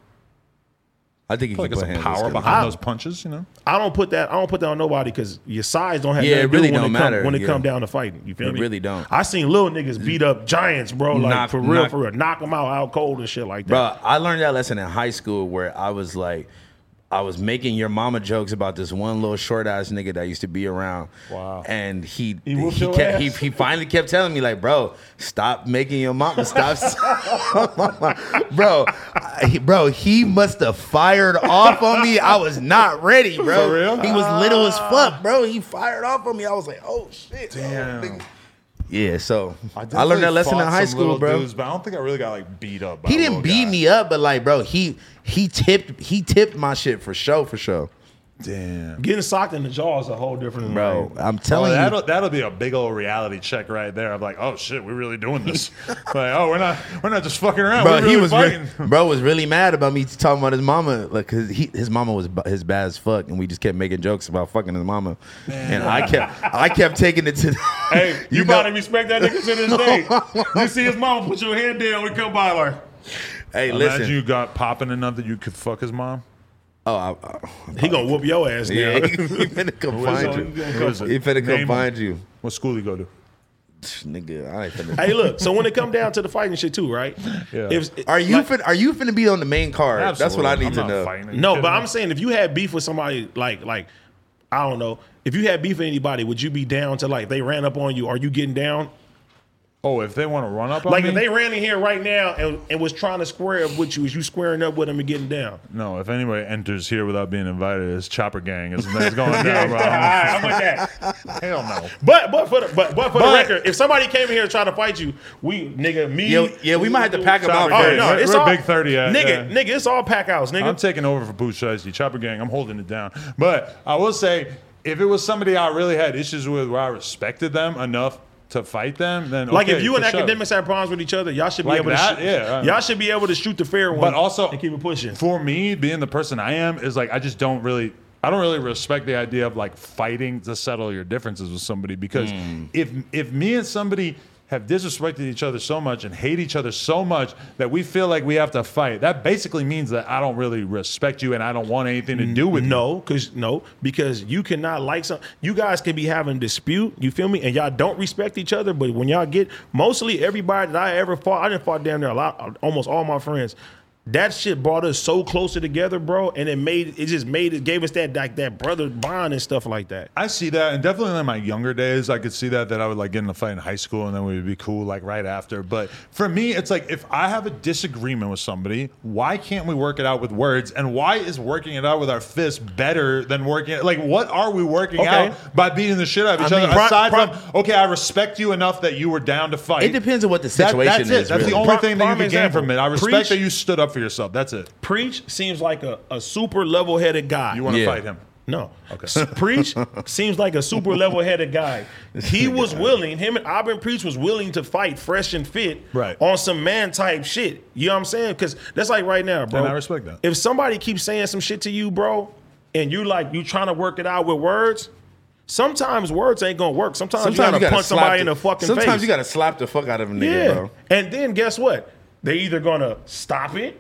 [SPEAKER 2] I think he
[SPEAKER 3] Like
[SPEAKER 2] can
[SPEAKER 3] it's
[SPEAKER 2] put
[SPEAKER 3] a
[SPEAKER 2] hands on
[SPEAKER 3] power
[SPEAKER 2] Skinny.
[SPEAKER 3] behind those punches, you know.
[SPEAKER 1] I don't put that. I don't put that on nobody because your size don't have.
[SPEAKER 2] Yeah,
[SPEAKER 1] nothing
[SPEAKER 2] it
[SPEAKER 1] to
[SPEAKER 2] really
[SPEAKER 1] do when
[SPEAKER 2] don't
[SPEAKER 1] it come,
[SPEAKER 2] matter,
[SPEAKER 1] when it
[SPEAKER 2] yeah.
[SPEAKER 1] come down to fighting. You feel
[SPEAKER 2] It
[SPEAKER 1] me?
[SPEAKER 2] really don't.
[SPEAKER 1] I seen little niggas beat up giants, bro. Like
[SPEAKER 2] Knock-
[SPEAKER 1] for real,
[SPEAKER 2] knock-
[SPEAKER 1] for real, knock them out out cold and shit like that.
[SPEAKER 2] Bro, I learned that lesson in high school where I was like, I was making your mama jokes about this one little short ass nigga that used to be around.
[SPEAKER 3] Wow.
[SPEAKER 2] And he he,
[SPEAKER 1] whooped your
[SPEAKER 2] kept, he
[SPEAKER 1] ass?
[SPEAKER 2] he finally kept telling me like, bro, stop making your mama stop. bro, I- bro, he must have fired off on me. I was not ready, bro.
[SPEAKER 3] For real?
[SPEAKER 2] He was little as fuck, bro. He fired off on me. I was like, oh shit.
[SPEAKER 3] Damn.
[SPEAKER 2] nigga. Yeah, so I, learned that lesson in high school, bro.
[SPEAKER 3] but I don't think I really got like beat up. By
[SPEAKER 2] He didn't beat me up, but like, bro, he he tipped he tipped my shit for show for show,
[SPEAKER 3] Damn.
[SPEAKER 1] Getting socked in the jaw is a whole different.
[SPEAKER 2] bro.
[SPEAKER 1] like,
[SPEAKER 2] I'm
[SPEAKER 3] Oh,
[SPEAKER 2] telling you,
[SPEAKER 3] that'll that'll be a big old reality check right there. I'm like, oh shit, we're really doing this. like, oh, we're not we're not just fucking around.
[SPEAKER 2] bro.
[SPEAKER 3] we're really
[SPEAKER 2] he was re-
[SPEAKER 3] fighting.
[SPEAKER 2] bro was really mad about me talking about his mama, like cause he his mama was b- his bad as fuck, and we just kept making jokes about fucking his mama, and I kept I kept taking it to.
[SPEAKER 1] Hey, you,
[SPEAKER 2] know-
[SPEAKER 1] about to respect that nigga to this day. you see his mama put your hand down, we come by like.
[SPEAKER 2] Hey,
[SPEAKER 3] Imagine
[SPEAKER 2] listen.
[SPEAKER 3] you got popping enough that you could fuck his mom.
[SPEAKER 2] oh, I, I,
[SPEAKER 1] He gonna whoop your ass now.
[SPEAKER 2] yeah, he finna come find
[SPEAKER 3] Who
[SPEAKER 2] you.
[SPEAKER 3] is it?
[SPEAKER 2] He finna come
[SPEAKER 3] Name
[SPEAKER 2] find
[SPEAKER 3] him.
[SPEAKER 2] you,
[SPEAKER 3] What school he go to?
[SPEAKER 2] nigga. I ain't finna.
[SPEAKER 1] Hey, look. So when it come down to the fighting shit too, right?
[SPEAKER 3] Yeah.
[SPEAKER 2] are you fin- are you finna be on the main card? That's what I
[SPEAKER 3] Absolutely.
[SPEAKER 2] need
[SPEAKER 3] I'm
[SPEAKER 2] to
[SPEAKER 3] not
[SPEAKER 2] know.
[SPEAKER 3] fighting.
[SPEAKER 1] No,
[SPEAKER 3] You
[SPEAKER 1] but
[SPEAKER 3] kidding
[SPEAKER 1] I'm
[SPEAKER 3] me?
[SPEAKER 1] saying if you had beef with somebody, like like I don't know, if you had beef with anybody, would you be down to like they ran up on you? Are you getting down?
[SPEAKER 3] Oh, if they want to run up on
[SPEAKER 1] Like
[SPEAKER 3] me,
[SPEAKER 1] if they ran in here right now and, and was trying to square up with you, is you squaring up with them and getting down?
[SPEAKER 3] no. If anybody enters here without being invited, it's Chopper Gang. It's, it's going down, bro.
[SPEAKER 1] All right, I'm with that.
[SPEAKER 3] Hell no.
[SPEAKER 1] But but for the but, but for
[SPEAKER 3] But-
[SPEAKER 1] the record, if somebody came in here trying to fight you, we nigga me
[SPEAKER 2] Yeah, yeah, we might have to pack him out.
[SPEAKER 1] Oh
[SPEAKER 3] Hey,
[SPEAKER 1] no,
[SPEAKER 3] we're-
[SPEAKER 1] it's
[SPEAKER 3] we're
[SPEAKER 1] all
[SPEAKER 3] Big 30 at,
[SPEAKER 1] nigga
[SPEAKER 3] yeah.
[SPEAKER 1] nigga. It's all pack outs, nigga.
[SPEAKER 3] I'm taking over for Boots Shiesty, Chopper Gang. I'm holding it down. But I will say, if it was somebody I really had issues with, where I respected them enough to fight them, then
[SPEAKER 1] like
[SPEAKER 3] okay,
[SPEAKER 1] if you and
[SPEAKER 3] for sure.
[SPEAKER 1] academics have problems with each other, y'all should be
[SPEAKER 3] Like
[SPEAKER 1] able
[SPEAKER 3] that?
[SPEAKER 1] to shoot,
[SPEAKER 3] Yeah, I-
[SPEAKER 1] y'all should be able to shoot the fair one,
[SPEAKER 3] But also-
[SPEAKER 1] and keep it pushing.
[SPEAKER 3] for me, being the person I am is like I just don't really I don't really respect the idea of like fighting to settle your differences with somebody because if if me and somebody have disrespected each other so much and hate each other so much that we feel like we have to fight, that basically means that I don't really respect you and I don't want anything to do with
[SPEAKER 1] no, because no, because you cannot like some. You guys can be having dispute. You feel me? And y'all don't respect each other. But when y'all get mostly everybody that I ever fought, I didn't fought down there a lot. Almost all my friends. That shit brought us so closer together, bro, and it made it just made it gave us that like that brother bond and stuff like that.
[SPEAKER 3] I see that, and definitely in my younger days, I could see that that I would like get in a fight in high school, and then we would be cool like right after. But for me, it's like if I have a disagreement with somebody, why can't we work it out with words? And why is working it out with our fists better than working? Like, what are we working
[SPEAKER 2] Okay.
[SPEAKER 3] out by beating the shit out of each
[SPEAKER 2] I mean,
[SPEAKER 3] other?
[SPEAKER 2] pro-
[SPEAKER 3] aside
[SPEAKER 2] pro-
[SPEAKER 3] from okay, I respect you enough that you were down to fight.
[SPEAKER 2] It depends on what the
[SPEAKER 3] That-
[SPEAKER 2] situation
[SPEAKER 3] that's it.
[SPEAKER 2] is,
[SPEAKER 3] That's
[SPEAKER 2] really.
[SPEAKER 3] the only
[SPEAKER 2] Pro-
[SPEAKER 3] thing that you
[SPEAKER 1] prime
[SPEAKER 3] can gain
[SPEAKER 1] example.
[SPEAKER 3] from it. I respect
[SPEAKER 1] Preach-
[SPEAKER 3] that you stood up for yourself. That's it.
[SPEAKER 1] Preach seems like a, a super level headed guy.
[SPEAKER 3] You want to fight him?
[SPEAKER 1] No.
[SPEAKER 3] Okay.
[SPEAKER 1] S- Preach seems like a super level headed guy. He was willing, him and Auburn Preach was willing to fight fresh and fit
[SPEAKER 3] Right.
[SPEAKER 1] on some man type shit. You know what I'm saying? Because that's like right now, bro.
[SPEAKER 3] And I respect that.
[SPEAKER 1] If somebody keeps saying some shit to you, bro, and you like, you trying to work it out with words, sometimes words ain't going to work. Sometimes,
[SPEAKER 2] Sometimes
[SPEAKER 1] Oh, you got to
[SPEAKER 2] gotta
[SPEAKER 1] punch
[SPEAKER 2] slap
[SPEAKER 1] somebody in
[SPEAKER 2] the-
[SPEAKER 1] the fucking
[SPEAKER 2] Sometimes
[SPEAKER 1] face.
[SPEAKER 2] you gotta slap the fuck out of a nigga,
[SPEAKER 1] Yeah.
[SPEAKER 2] bro.
[SPEAKER 1] And then guess what? They either gonna stop it.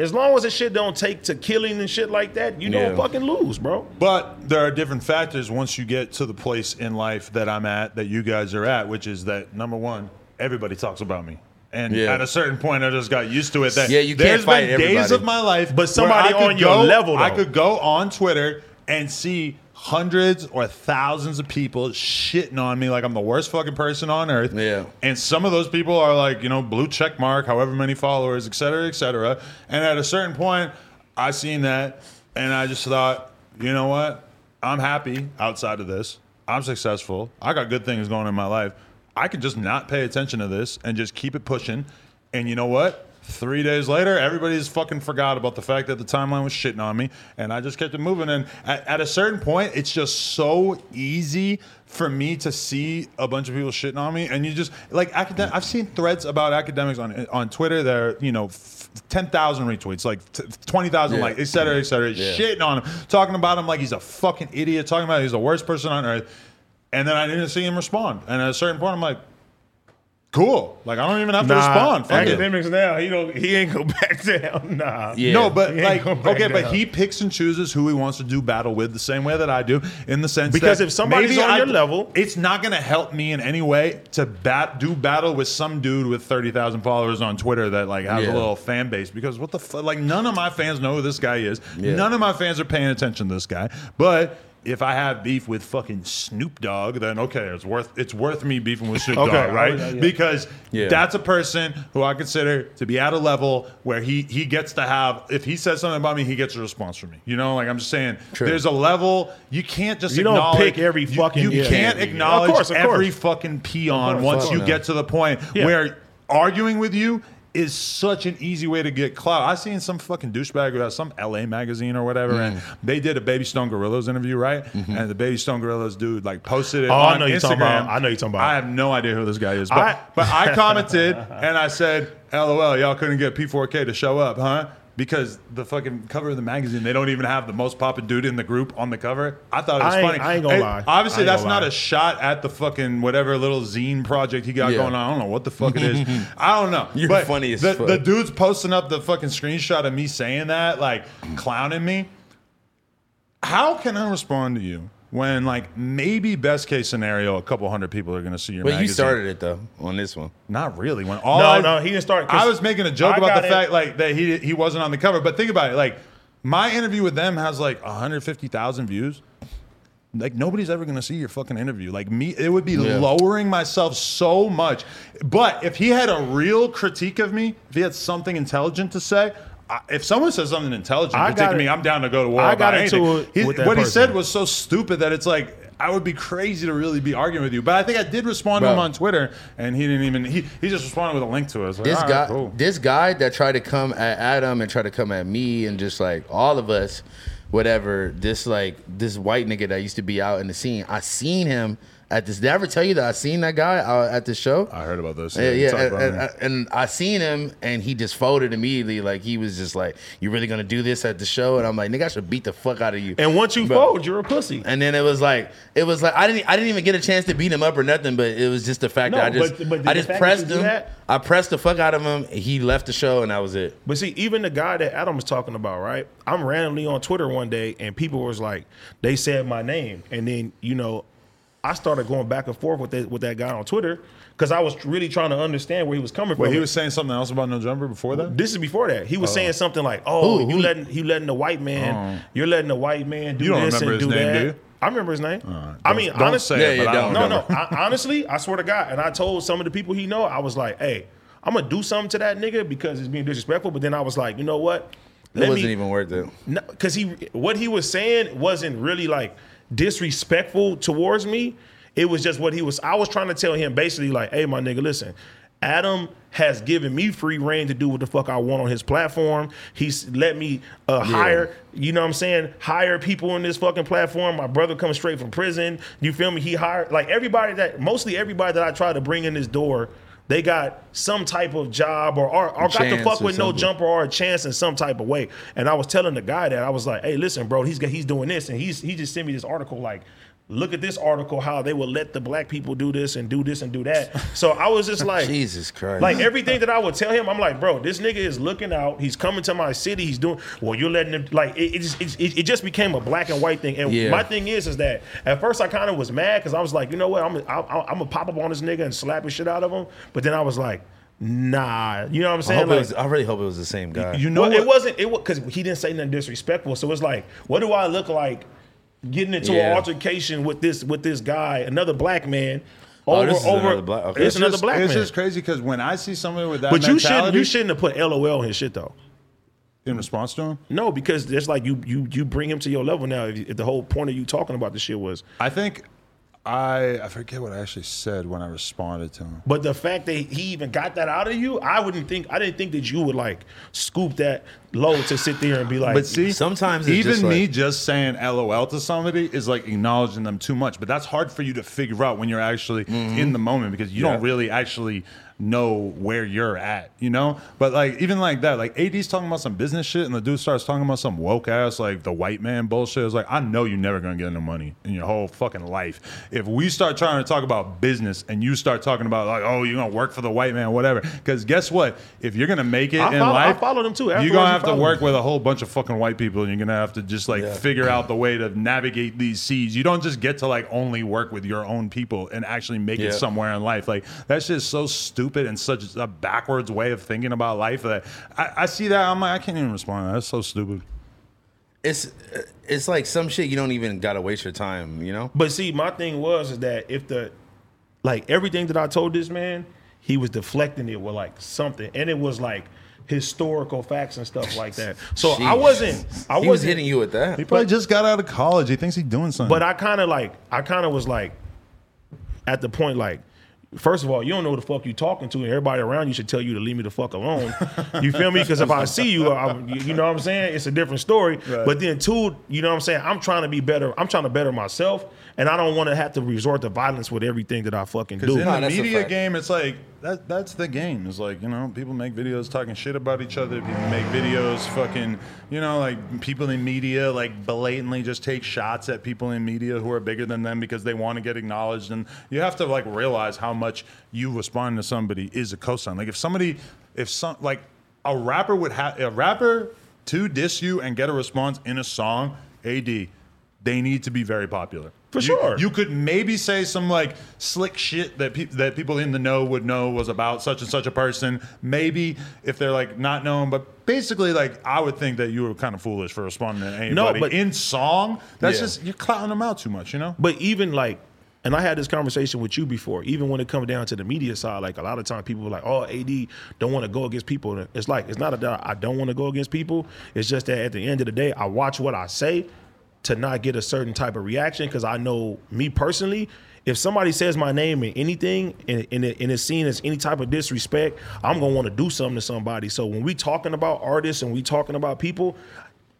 [SPEAKER 1] As long as the shit don't take to killing and shit like that, you
[SPEAKER 3] Yeah.
[SPEAKER 1] don't fucking lose, bro.
[SPEAKER 3] But there are different factors once you get to the place in life that I'm at, that you guys are at, which is that number one, everybody talks about me. And
[SPEAKER 2] Yeah.
[SPEAKER 3] at a certain point, I just got used to it. That
[SPEAKER 2] Yeah, you can't
[SPEAKER 3] there's
[SPEAKER 2] fight
[SPEAKER 3] been days
[SPEAKER 2] everybody.
[SPEAKER 3] of my life,
[SPEAKER 1] But somebody
[SPEAKER 3] where I could
[SPEAKER 1] on your
[SPEAKER 3] go-
[SPEAKER 1] level,
[SPEAKER 3] I
[SPEAKER 1] though.
[SPEAKER 3] could go on Twitter and see hundreds or thousands of people shitting on me like I'm the worst fucking person on earth.
[SPEAKER 2] Yeah.
[SPEAKER 3] And some of those people are like, you know, blue check mark, however many followers, et cetera, et cetera. And at a certain point, I seen that and I just thought, you know what? I'm happy outside of this. I'm successful. I got good things going in my life. I can just not pay attention to this and just keep it pushing. And you know what? Three days later, everybody's fucking forgot about the fact that the timeline was shitting on me, and I just kept it moving. And at, at a certain point, it's just so easy for me to see a bunch of people shitting on me, and you just like academic. I've seen threads about academics on on Twitter that are you know f- ten thousand retweets, like t- twenty thousand
[SPEAKER 2] Yeah.
[SPEAKER 3] likes, et cetera, et cetera,
[SPEAKER 2] Yeah.
[SPEAKER 3] shitting on him, talking about him like he's a fucking idiot, talking about he's the worst person on earth. And then I didn't see him respond. And at a certain point, I'm like, cool. Like I don't even have to respond. Fuck it.
[SPEAKER 1] academics now, he don't he ain't go back down. Nah.
[SPEAKER 3] No, but
[SPEAKER 1] He ain't
[SPEAKER 3] like,
[SPEAKER 1] gonna back
[SPEAKER 3] okay, but
[SPEAKER 1] down.
[SPEAKER 3] he picks and chooses who he wants to do battle with the same way that I do, in the sense
[SPEAKER 1] Because
[SPEAKER 3] that
[SPEAKER 1] if somebody's
[SPEAKER 3] maybe
[SPEAKER 1] on
[SPEAKER 3] I-
[SPEAKER 1] your level-
[SPEAKER 3] it's not going to help me in any way to bat do battle with some dude with thirty thousand followers on Twitter that like has
[SPEAKER 2] Yeah.
[SPEAKER 3] a little fan base. Because what the fuck? Like, none of my fans know who this guy is.
[SPEAKER 2] Yeah.
[SPEAKER 3] None of my fans are paying attention to this guy, but. If I have beef with fucking Snoop Dogg, then okay, it's worth it's worth me beefing with Snoop
[SPEAKER 1] Okay.
[SPEAKER 3] Dogg, right?
[SPEAKER 1] Oh, yeah, yeah.
[SPEAKER 3] Because
[SPEAKER 2] Yeah.
[SPEAKER 3] that's a person who I consider to be at a level where he he gets to have if he says something about me, he gets a response from me. You know, like I'm just saying, there's a level you can't just
[SPEAKER 1] You don't
[SPEAKER 3] acknowledge,
[SPEAKER 1] pick every
[SPEAKER 3] you-
[SPEAKER 1] fucking-
[SPEAKER 3] you,
[SPEAKER 1] yeah.
[SPEAKER 3] can't
[SPEAKER 1] Yeah.
[SPEAKER 3] acknowledge
[SPEAKER 1] Of course, of course.
[SPEAKER 3] every fucking peon
[SPEAKER 1] Of course,
[SPEAKER 3] once
[SPEAKER 1] fuck
[SPEAKER 3] you
[SPEAKER 2] no.
[SPEAKER 3] get to the point
[SPEAKER 1] Yeah.
[SPEAKER 3] where arguing with you. Is such an easy way to get clout. I seen some fucking douchebag who has some LA magazine or whatever, and
[SPEAKER 1] Mm.
[SPEAKER 3] they did a Baby Stone Gorillas interview, right? And the Baby Stone Gorillas dude like posted it
[SPEAKER 1] Mm-hmm. Oh, I
[SPEAKER 3] on
[SPEAKER 1] know
[SPEAKER 3] Instagram.
[SPEAKER 1] you're talking about. I know you're talking about.
[SPEAKER 3] I have no idea who this guy is, but
[SPEAKER 1] I-
[SPEAKER 3] but I commented and I said, "LOL, y'all couldn't get P4K to show up, huh?" Because the fucking cover of the magazine, they don't even have the most poppin' dude in the group on the cover. I thought it was
[SPEAKER 1] I ain't-
[SPEAKER 3] funny.
[SPEAKER 1] I ain't gonna
[SPEAKER 3] And
[SPEAKER 1] lie.
[SPEAKER 3] Obviously,
[SPEAKER 1] I ain't
[SPEAKER 3] that's
[SPEAKER 1] gonna
[SPEAKER 3] not
[SPEAKER 1] lie.
[SPEAKER 3] a shot at the fucking whatever little zine project he got
[SPEAKER 2] Yeah.
[SPEAKER 3] going on. I don't know what the fuck it is. I don't know.
[SPEAKER 2] You're
[SPEAKER 3] but
[SPEAKER 2] funny as
[SPEAKER 3] the,
[SPEAKER 2] fuck.
[SPEAKER 3] the dude's posting up the fucking screenshot of me saying that, like clowning me how can I respond to you when, like, maybe best case scenario, a couple hundred people are going to see your
[SPEAKER 2] But
[SPEAKER 3] magazine?
[SPEAKER 2] you started it though on this one.
[SPEAKER 3] Not really. When all
[SPEAKER 1] No,
[SPEAKER 3] I,
[SPEAKER 1] no, he didn't start 'cause
[SPEAKER 3] I was making a joke
[SPEAKER 1] I
[SPEAKER 3] about
[SPEAKER 1] got
[SPEAKER 3] the
[SPEAKER 1] it.
[SPEAKER 3] fact like that he he wasn't on the cover. But think about it. Like my interview with them has like 150,000 views. Like nobody's ever gonna see your fucking interview. Like me, it would be lowering myself so much. But if he had a real critique of me, if he had something intelligent to say, I, if someone says something intelligent
[SPEAKER 1] I
[SPEAKER 3] critiquing
[SPEAKER 1] got it-
[SPEAKER 3] me, I'm down to go to war
[SPEAKER 1] I
[SPEAKER 3] about
[SPEAKER 1] got into
[SPEAKER 3] anything.
[SPEAKER 1] it
[SPEAKER 3] He-
[SPEAKER 1] with that
[SPEAKER 3] what he
[SPEAKER 1] person.
[SPEAKER 3] said was so stupid that it's like I would be crazy to really be arguing with you. But I think I did respond to
[SPEAKER 2] Bro.
[SPEAKER 3] him on Twitter, and he didn't even he, he just responded with a link to us. Like,
[SPEAKER 2] This
[SPEAKER 3] "All right,
[SPEAKER 2] guy,
[SPEAKER 3] cool."
[SPEAKER 2] this guy that tried to come at Adam and tried to come at me and just like all of us, whatever. This like this white nigga that used to be out in the scene. I seen him at this. Did I ever tell you that I seen that guy uh, at the show?
[SPEAKER 3] I heard about this.
[SPEAKER 2] Yeah,
[SPEAKER 3] Yeah, you
[SPEAKER 2] yeah.
[SPEAKER 3] talked
[SPEAKER 2] And,
[SPEAKER 3] about
[SPEAKER 2] and,
[SPEAKER 3] him.
[SPEAKER 2] and I seen him, and he just folded immediately. Like he was just like, "You really gonna do this at the show?" And I'm like, "Nigga, I should beat the fuck out of you."
[SPEAKER 1] And once you fold, you're a pussy.
[SPEAKER 2] And then it was like, it was like I didn't, I didn't even get a chance to beat him up or nothing. But it was just the fact
[SPEAKER 1] No,
[SPEAKER 2] that I just,
[SPEAKER 1] but- but the
[SPEAKER 2] I just
[SPEAKER 1] fact that
[SPEAKER 2] pressed
[SPEAKER 1] you do
[SPEAKER 2] him.
[SPEAKER 1] that-
[SPEAKER 2] I pressed the fuck out of him. He left the show, and that was it.
[SPEAKER 1] But see, even the guy that Adam was talking about, right? I'm randomly on Twitter one day and people was like, they said my name. And then, you know, I started going back and forth with that, with that guy on Twitter because I was really trying to understand where he was coming from.
[SPEAKER 3] Wait, he was saying something else about no jumper before that.
[SPEAKER 1] This is before that. He was
[SPEAKER 3] Oh.
[SPEAKER 1] saying something like, "Oh,
[SPEAKER 3] Who?
[SPEAKER 1] you
[SPEAKER 3] Who?
[SPEAKER 1] letting you letting the white man,
[SPEAKER 3] Oh.
[SPEAKER 1] you're letting the white man do
[SPEAKER 3] You don't
[SPEAKER 1] this
[SPEAKER 3] remember
[SPEAKER 1] and
[SPEAKER 3] his
[SPEAKER 1] do
[SPEAKER 3] name,
[SPEAKER 1] that."
[SPEAKER 3] do you? Uh,
[SPEAKER 1] I remember his name. I
[SPEAKER 3] don't-
[SPEAKER 1] mean,
[SPEAKER 3] don't
[SPEAKER 1] honestly,
[SPEAKER 3] say it, Yeah, but yeah, I don't
[SPEAKER 1] no, no.
[SPEAKER 3] remember.
[SPEAKER 1] I, honestly, I swear to God, and I told some of the people he know, I was like, "Hey, I'm gonna do something to that nigga because it's being disrespectful." But then I was like, you know what?
[SPEAKER 2] It wasn't even worth it.
[SPEAKER 1] because he what he was saying wasn't really like disrespectful towards me. It was just what he was. I was trying to tell him basically like, "Hey, my nigga, listen." Adam has given me free reign to do what the fuck I want on his platform. He's let me uh, hire, you know what I'm saying, hire people in this fucking platform. My brother comes straight from prison. You feel me? He hired like everybody that mostly everybody that I try to bring in this door, they got some type of job or or, or got to
[SPEAKER 2] Chance
[SPEAKER 1] fuck
[SPEAKER 2] or
[SPEAKER 1] with no
[SPEAKER 2] something.
[SPEAKER 1] jumper or a chance in some type of way. And I was telling the guy that I was like, "Hey, listen, bro, he's he's doing this, and he's he just sent me this article like." Look at this article, how they will let the black people do this and do this and do that. So I was just like,
[SPEAKER 2] Jesus Christ!
[SPEAKER 1] like everything that I would tell him, I'm like, bro, this nigga is looking out. He's coming to my city. He's doing well. You're letting him like it. It just, it, it just became a black and white thing. And
[SPEAKER 2] Yeah.
[SPEAKER 1] my thing is, is that at first I kind of was mad because I was like, you know what, I'm I'm I'm gonna pop up on this nigga and slap the shit out of him. But then I was like, nah, you know what I'm
[SPEAKER 2] I,
[SPEAKER 1] saying?
[SPEAKER 2] hope it
[SPEAKER 1] Like,
[SPEAKER 2] was, I really hope it was the same guy.
[SPEAKER 1] you know, it wasn't it was because he didn't say nothing disrespectful. So it's like, what do I look like getting into
[SPEAKER 2] Yeah.
[SPEAKER 1] an altercation with this with this guy, another black man?
[SPEAKER 3] Oh,
[SPEAKER 1] Over,
[SPEAKER 3] this is
[SPEAKER 1] over,
[SPEAKER 3] another black- okay.
[SPEAKER 1] it's,
[SPEAKER 3] It's
[SPEAKER 1] another
[SPEAKER 3] just-
[SPEAKER 1] black
[SPEAKER 3] it's
[SPEAKER 1] man.
[SPEAKER 3] just crazy because when I see somebody with that
[SPEAKER 1] but you shouldn't
[SPEAKER 3] mentality-
[SPEAKER 1] you shouldn't have put LOL in his shit though.
[SPEAKER 3] In response to him?
[SPEAKER 1] No, because it's like you you you bring him to your level now. If, you- if the whole point of you talking about this shit was,
[SPEAKER 3] I think I I forget what I actually said when I responded to him.
[SPEAKER 1] but the fact that he even got that out of you, I wouldn't think I didn't think that you would like scoop that low to sit there and be like.
[SPEAKER 3] but see, even
[SPEAKER 1] just like-
[SPEAKER 3] me just saying "lol" to somebody is like acknowledging them too much. But that's hard for you to figure out when you're actually
[SPEAKER 1] Mm-hmm.
[SPEAKER 3] in the moment because you don't
[SPEAKER 9] Yeah.
[SPEAKER 3] really actually know where you're at, you know. But like even like that, like AD's talking about some business shit, and the dude starts talking about some woke ass like the white man bullshit. It's like I know you're never gonna get no money in your whole fucking life if we start trying to talk about business and you start talking about like oh you're gonna work for the white man whatever. Because guess what, if you're gonna make it
[SPEAKER 1] I
[SPEAKER 3] in
[SPEAKER 1] follow- I
[SPEAKER 3] life,
[SPEAKER 1] followed him, too.
[SPEAKER 3] You're
[SPEAKER 1] Afterwards,
[SPEAKER 3] gonna
[SPEAKER 1] he
[SPEAKER 3] have to
[SPEAKER 1] followed
[SPEAKER 3] work
[SPEAKER 1] me.
[SPEAKER 3] with a whole bunch of fucking white people, and you're gonna have to just like figure out the way to navigate these seas. You don't just get to like only work with your own people and actually make
[SPEAKER 9] Yeah.
[SPEAKER 3] it somewhere in life. Like that's just so stupid and such a backwards way of thinking about life that I, I see that I'm like I can't even respond. to that. That's so stupid.
[SPEAKER 2] It's it's like some shit you don't even gotta waste your time. You know?
[SPEAKER 1] But see, my thing was is that if the like everything that I told this man, he was deflecting it with like something, and it was like historical facts and stuff like that. So I
[SPEAKER 2] Jeez.
[SPEAKER 1] wasn't. I wasn't
[SPEAKER 2] He was hitting you with that.
[SPEAKER 3] He probably just got out of college. He thinks he's doing something.
[SPEAKER 1] But I kind of like, I kind of was like, at the point like, first of all, you don't know who the fuck you talking to, and everybody around you should tell you to leave me the fuck alone. you feel me? Because if I see you, I, you you know what I'm saying. It's a different story.
[SPEAKER 9] Right.
[SPEAKER 1] But then two, you know what I'm saying. I'm trying to be better. I'm trying to better myself, and I don't want to have to resort to violence with everything that I fucking
[SPEAKER 3] Because
[SPEAKER 1] do.
[SPEAKER 3] in the media game, it's like that, that's the game. It's like you know, people make videos talking shit about each other. People make videos fucking you know, like people in media like blatantly just take shots at people in media who are bigger than them because they want to get acknowledged. And you have to like realize how much you respond to somebody is a cosign. Like if somebody, if some like a rapper would have a rapper to diss you and get a response in a song, ad. They need to be very popular.
[SPEAKER 1] For
[SPEAKER 3] You-
[SPEAKER 1] sure.
[SPEAKER 3] You could maybe say some like slick shit that peop that people in the know would know was about such and such a person. Maybe if they're like not known, but basically, like I would think that you were kind of foolish for responding to anybody.
[SPEAKER 1] but-
[SPEAKER 3] in song, that's
[SPEAKER 1] Yeah.
[SPEAKER 3] just you're clowning them out too much, you know.
[SPEAKER 1] But even like, and I had this conversation with you before. Even when it comes down to the media side, like a lot of times people are like, "Oh, AD don't want to go against people." And It's like it's not that I don't want to go against people. It's just that at the end of the day, I watch what I say to not get a certain type of reaction because I know me personally. If somebody says my name in anything and, and, it, and it's seen as any type of disrespect, I'm gonna want to do something to somebody. So when we talking about artists and we talking about people,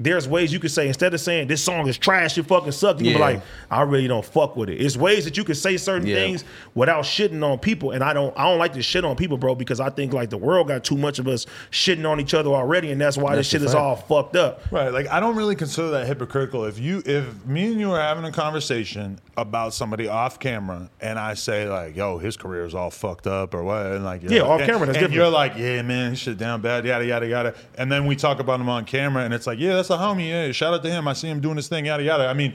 [SPEAKER 1] there's ways you could say instead of saying this song is trash, it fucking sucks. You can
[SPEAKER 2] Yeah.
[SPEAKER 1] be like, I really don't fuck with it. It's ways that you can say certain
[SPEAKER 2] Yeah.
[SPEAKER 1] things without shitting on people. And I don't, I don't like to shit on people, bro, because I think like the world got too much of us shitting on each other already, and that's why this
[SPEAKER 3] That's a
[SPEAKER 1] shit is
[SPEAKER 3] fact.
[SPEAKER 1] all fucked up.
[SPEAKER 3] Right. Like I don't really consider that hypocritical. If you if me and you are having a conversation about somebody off camera and I say like, yo, his career is all fucked up or what and like you're
[SPEAKER 1] Yeah,
[SPEAKER 3] like-
[SPEAKER 1] off
[SPEAKER 3] and-
[SPEAKER 1] camera, that's
[SPEAKER 3] and
[SPEAKER 1] different.
[SPEAKER 3] you're like, Yeah, man, his shit down bad, yada yada yada. And then we talk about him on camera and it's like, Yeah, that's a homie, yeah, shout out to him. I see him doing his thing, yada yada. I mean,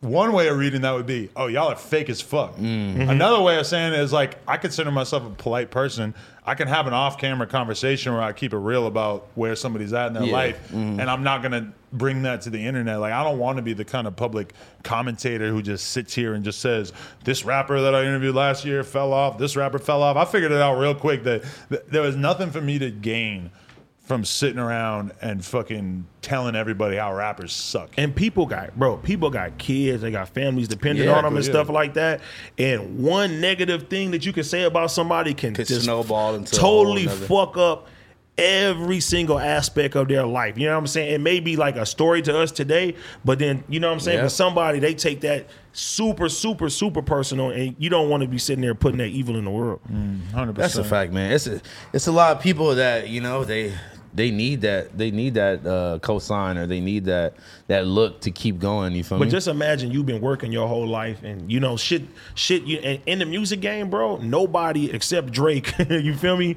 [SPEAKER 3] one way of reading that would be, oh, y'all are fake as fuck.
[SPEAKER 1] Mm-hmm.
[SPEAKER 3] Another way of saying it is like, I consider myself a polite person. I can have an off camera conversation where I keep it real about where somebody's at in their
[SPEAKER 2] Yeah.
[SPEAKER 3] life,
[SPEAKER 2] Mhm.
[SPEAKER 3] and I'm not gonna bring that to the internet. Like, I don't want to be the kind of public commentator who just sits here and just says, "This rapper that I interviewed last year fell off. This rapper fell off." I figured it out real quick that, that there was nothing for me to gain from sitting around and fucking telling everybody how rappers suck.
[SPEAKER 1] And people got, bro, people got kids, they got families dependent
[SPEAKER 3] Yeah,
[SPEAKER 1] on them and
[SPEAKER 3] yeah.
[SPEAKER 1] stuff like that. And one negative thing that you can say about somebody can
[SPEAKER 2] Could
[SPEAKER 1] just
[SPEAKER 2] snowball into a whole
[SPEAKER 1] totally
[SPEAKER 2] nother-
[SPEAKER 1] fuck up every single aspect of their life. You know what I'm saying? It may be like a story to us today, but then, you know what I'm saying?
[SPEAKER 2] Yeah.
[SPEAKER 1] For somebody, they take that super, super, super personal, and you don't want to be sitting there putting that evil in the world.
[SPEAKER 2] That's a fact, man. It's a it's a lot of people that you know they they need that they need that uh, cosign or they need that that look to keep going. You feel
[SPEAKER 1] But
[SPEAKER 2] me?
[SPEAKER 1] just imagine you've been working your whole life, and you know shit, shit. You and in the music game, bro. Nobody except Drake. you feel me?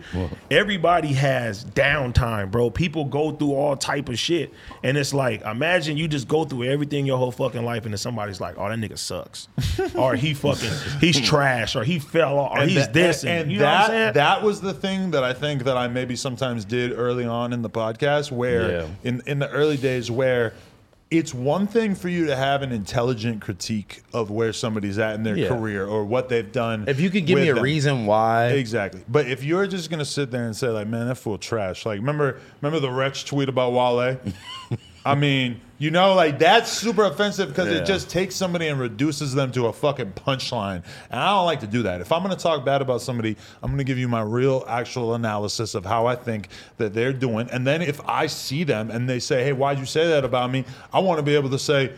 [SPEAKER 1] Everybody has downtime, bro. People go through all type of shit, and it's like imagine you just go through everything your whole fucking life, and then somebody's like, "Oh, that nigga sucks," or "He fucking, he's trash," or "He fell off," or
[SPEAKER 3] And
[SPEAKER 1] "He's
[SPEAKER 3] tha-
[SPEAKER 1] this," and,
[SPEAKER 3] and,
[SPEAKER 1] you know what I'm
[SPEAKER 3] that
[SPEAKER 1] saying?
[SPEAKER 3] that was the thing that I think that I maybe sometimes did early on in the podcast, where
[SPEAKER 2] Yeah.
[SPEAKER 3] in in the early days, where it's one thing for you to have an intelligent critique of where somebody's at in their
[SPEAKER 2] Yeah.
[SPEAKER 3] career or what they've done.
[SPEAKER 2] If you could give me
[SPEAKER 3] with
[SPEAKER 2] a reason why-
[SPEAKER 3] exactly. But if you're just gonna sit there and say like, "Man, that fool trash," like remember remember the wretch tweet about Wale. I mean, you know, like that's super offensive because
[SPEAKER 2] Yeah.
[SPEAKER 3] it just takes somebody and reduces them to a fucking punchline. And I don't like to do that. If I'm going to talk bad about somebody, I'm going to give you my real actual analysis of how I think that they're doing. And then if I see them and they say, hey, why'd you say that about me? I want to be able to say,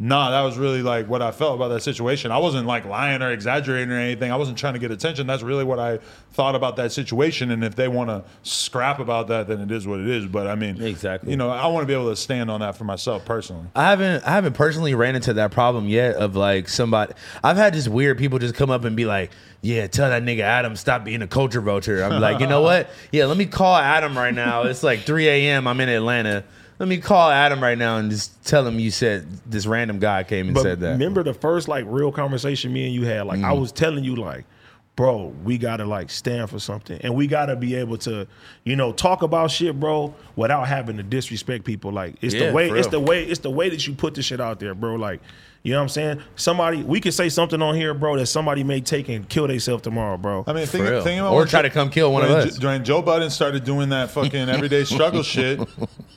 [SPEAKER 3] Nah, that was really like what I felt about that situation. I wasn't like lying or exaggerating or anything. I wasn't trying to get attention. That's really what I thought about that situation. And if they want to scrap about that, then it is what it is. But I mean, exactly. You know, I want to be able to stand on that for myself personally.
[SPEAKER 2] I haven't I haven't personally ran into that problem yet of like somebody I've had just weird people just come up and be like, Yeah, tell that nigga Adam stop being a culture vulture. I'm like, you know what? Yeah, let me call Adam right now. It's like three AM, I'm in Atlanta. Let me call Adam right now and just tell him you said this random guy came and
[SPEAKER 1] But
[SPEAKER 2] said that. Mm.
[SPEAKER 1] Remember the first like real conversation me and you had? Like I was telling you, like, bro, we gotta like stand for something, and we gotta be able to, you know, talk about shit, bro, without having to disrespect people. Like it's
[SPEAKER 2] Yeah,
[SPEAKER 1] the way,
[SPEAKER 2] for
[SPEAKER 1] it's the
[SPEAKER 2] real.
[SPEAKER 1] way, it's the way that you put this shit out there, bro. Like, you know what I'm saying? Somebody, we could say something on here, bro, that somebody may take and kill themselves tomorrow, bro.
[SPEAKER 3] I mean, think,
[SPEAKER 2] real.
[SPEAKER 3] think about
[SPEAKER 2] Or
[SPEAKER 3] when
[SPEAKER 2] try
[SPEAKER 3] Jo-
[SPEAKER 2] to come kill one of
[SPEAKER 3] when
[SPEAKER 2] us.
[SPEAKER 3] Jo- When Joe Biden started doing that fucking everyday struggle shit,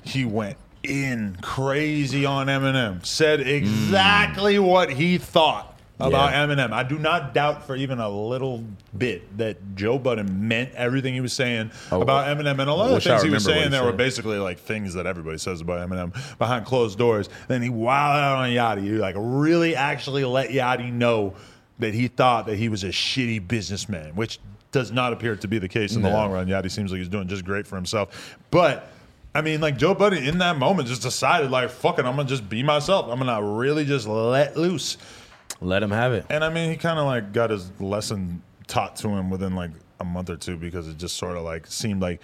[SPEAKER 3] he went in crazy on Eminem. Said exactly what he thought about
[SPEAKER 2] Hmm. Yeah.
[SPEAKER 3] Eminem. I do not doubt for even a little bit that Joe Budden meant everything he was saying
[SPEAKER 2] Oh,
[SPEAKER 3] about Eminem and a
[SPEAKER 2] I
[SPEAKER 3] lot of
[SPEAKER 2] wish I
[SPEAKER 3] things he
[SPEAKER 2] remember what
[SPEAKER 3] was saying
[SPEAKER 2] he
[SPEAKER 3] that were
[SPEAKER 2] said.
[SPEAKER 3] basically like things that everybody says about Eminem behind closed doors. Then he wild out on Yachty. He like really actually let Yachty know that he thought that he was a shitty businessman, which does not appear to be the case in the
[SPEAKER 2] No.
[SPEAKER 3] long run. Yachty seems like he's doing just great for himself. But I mean, like Joe Budden in that moment just decided, like, fuck it, I'm gonna just be myself. I'm gonna really just let loose.
[SPEAKER 2] Let him have it.
[SPEAKER 3] And I mean, he kind of like got his lesson taught to him within like a month or two because it just sort of like seemed like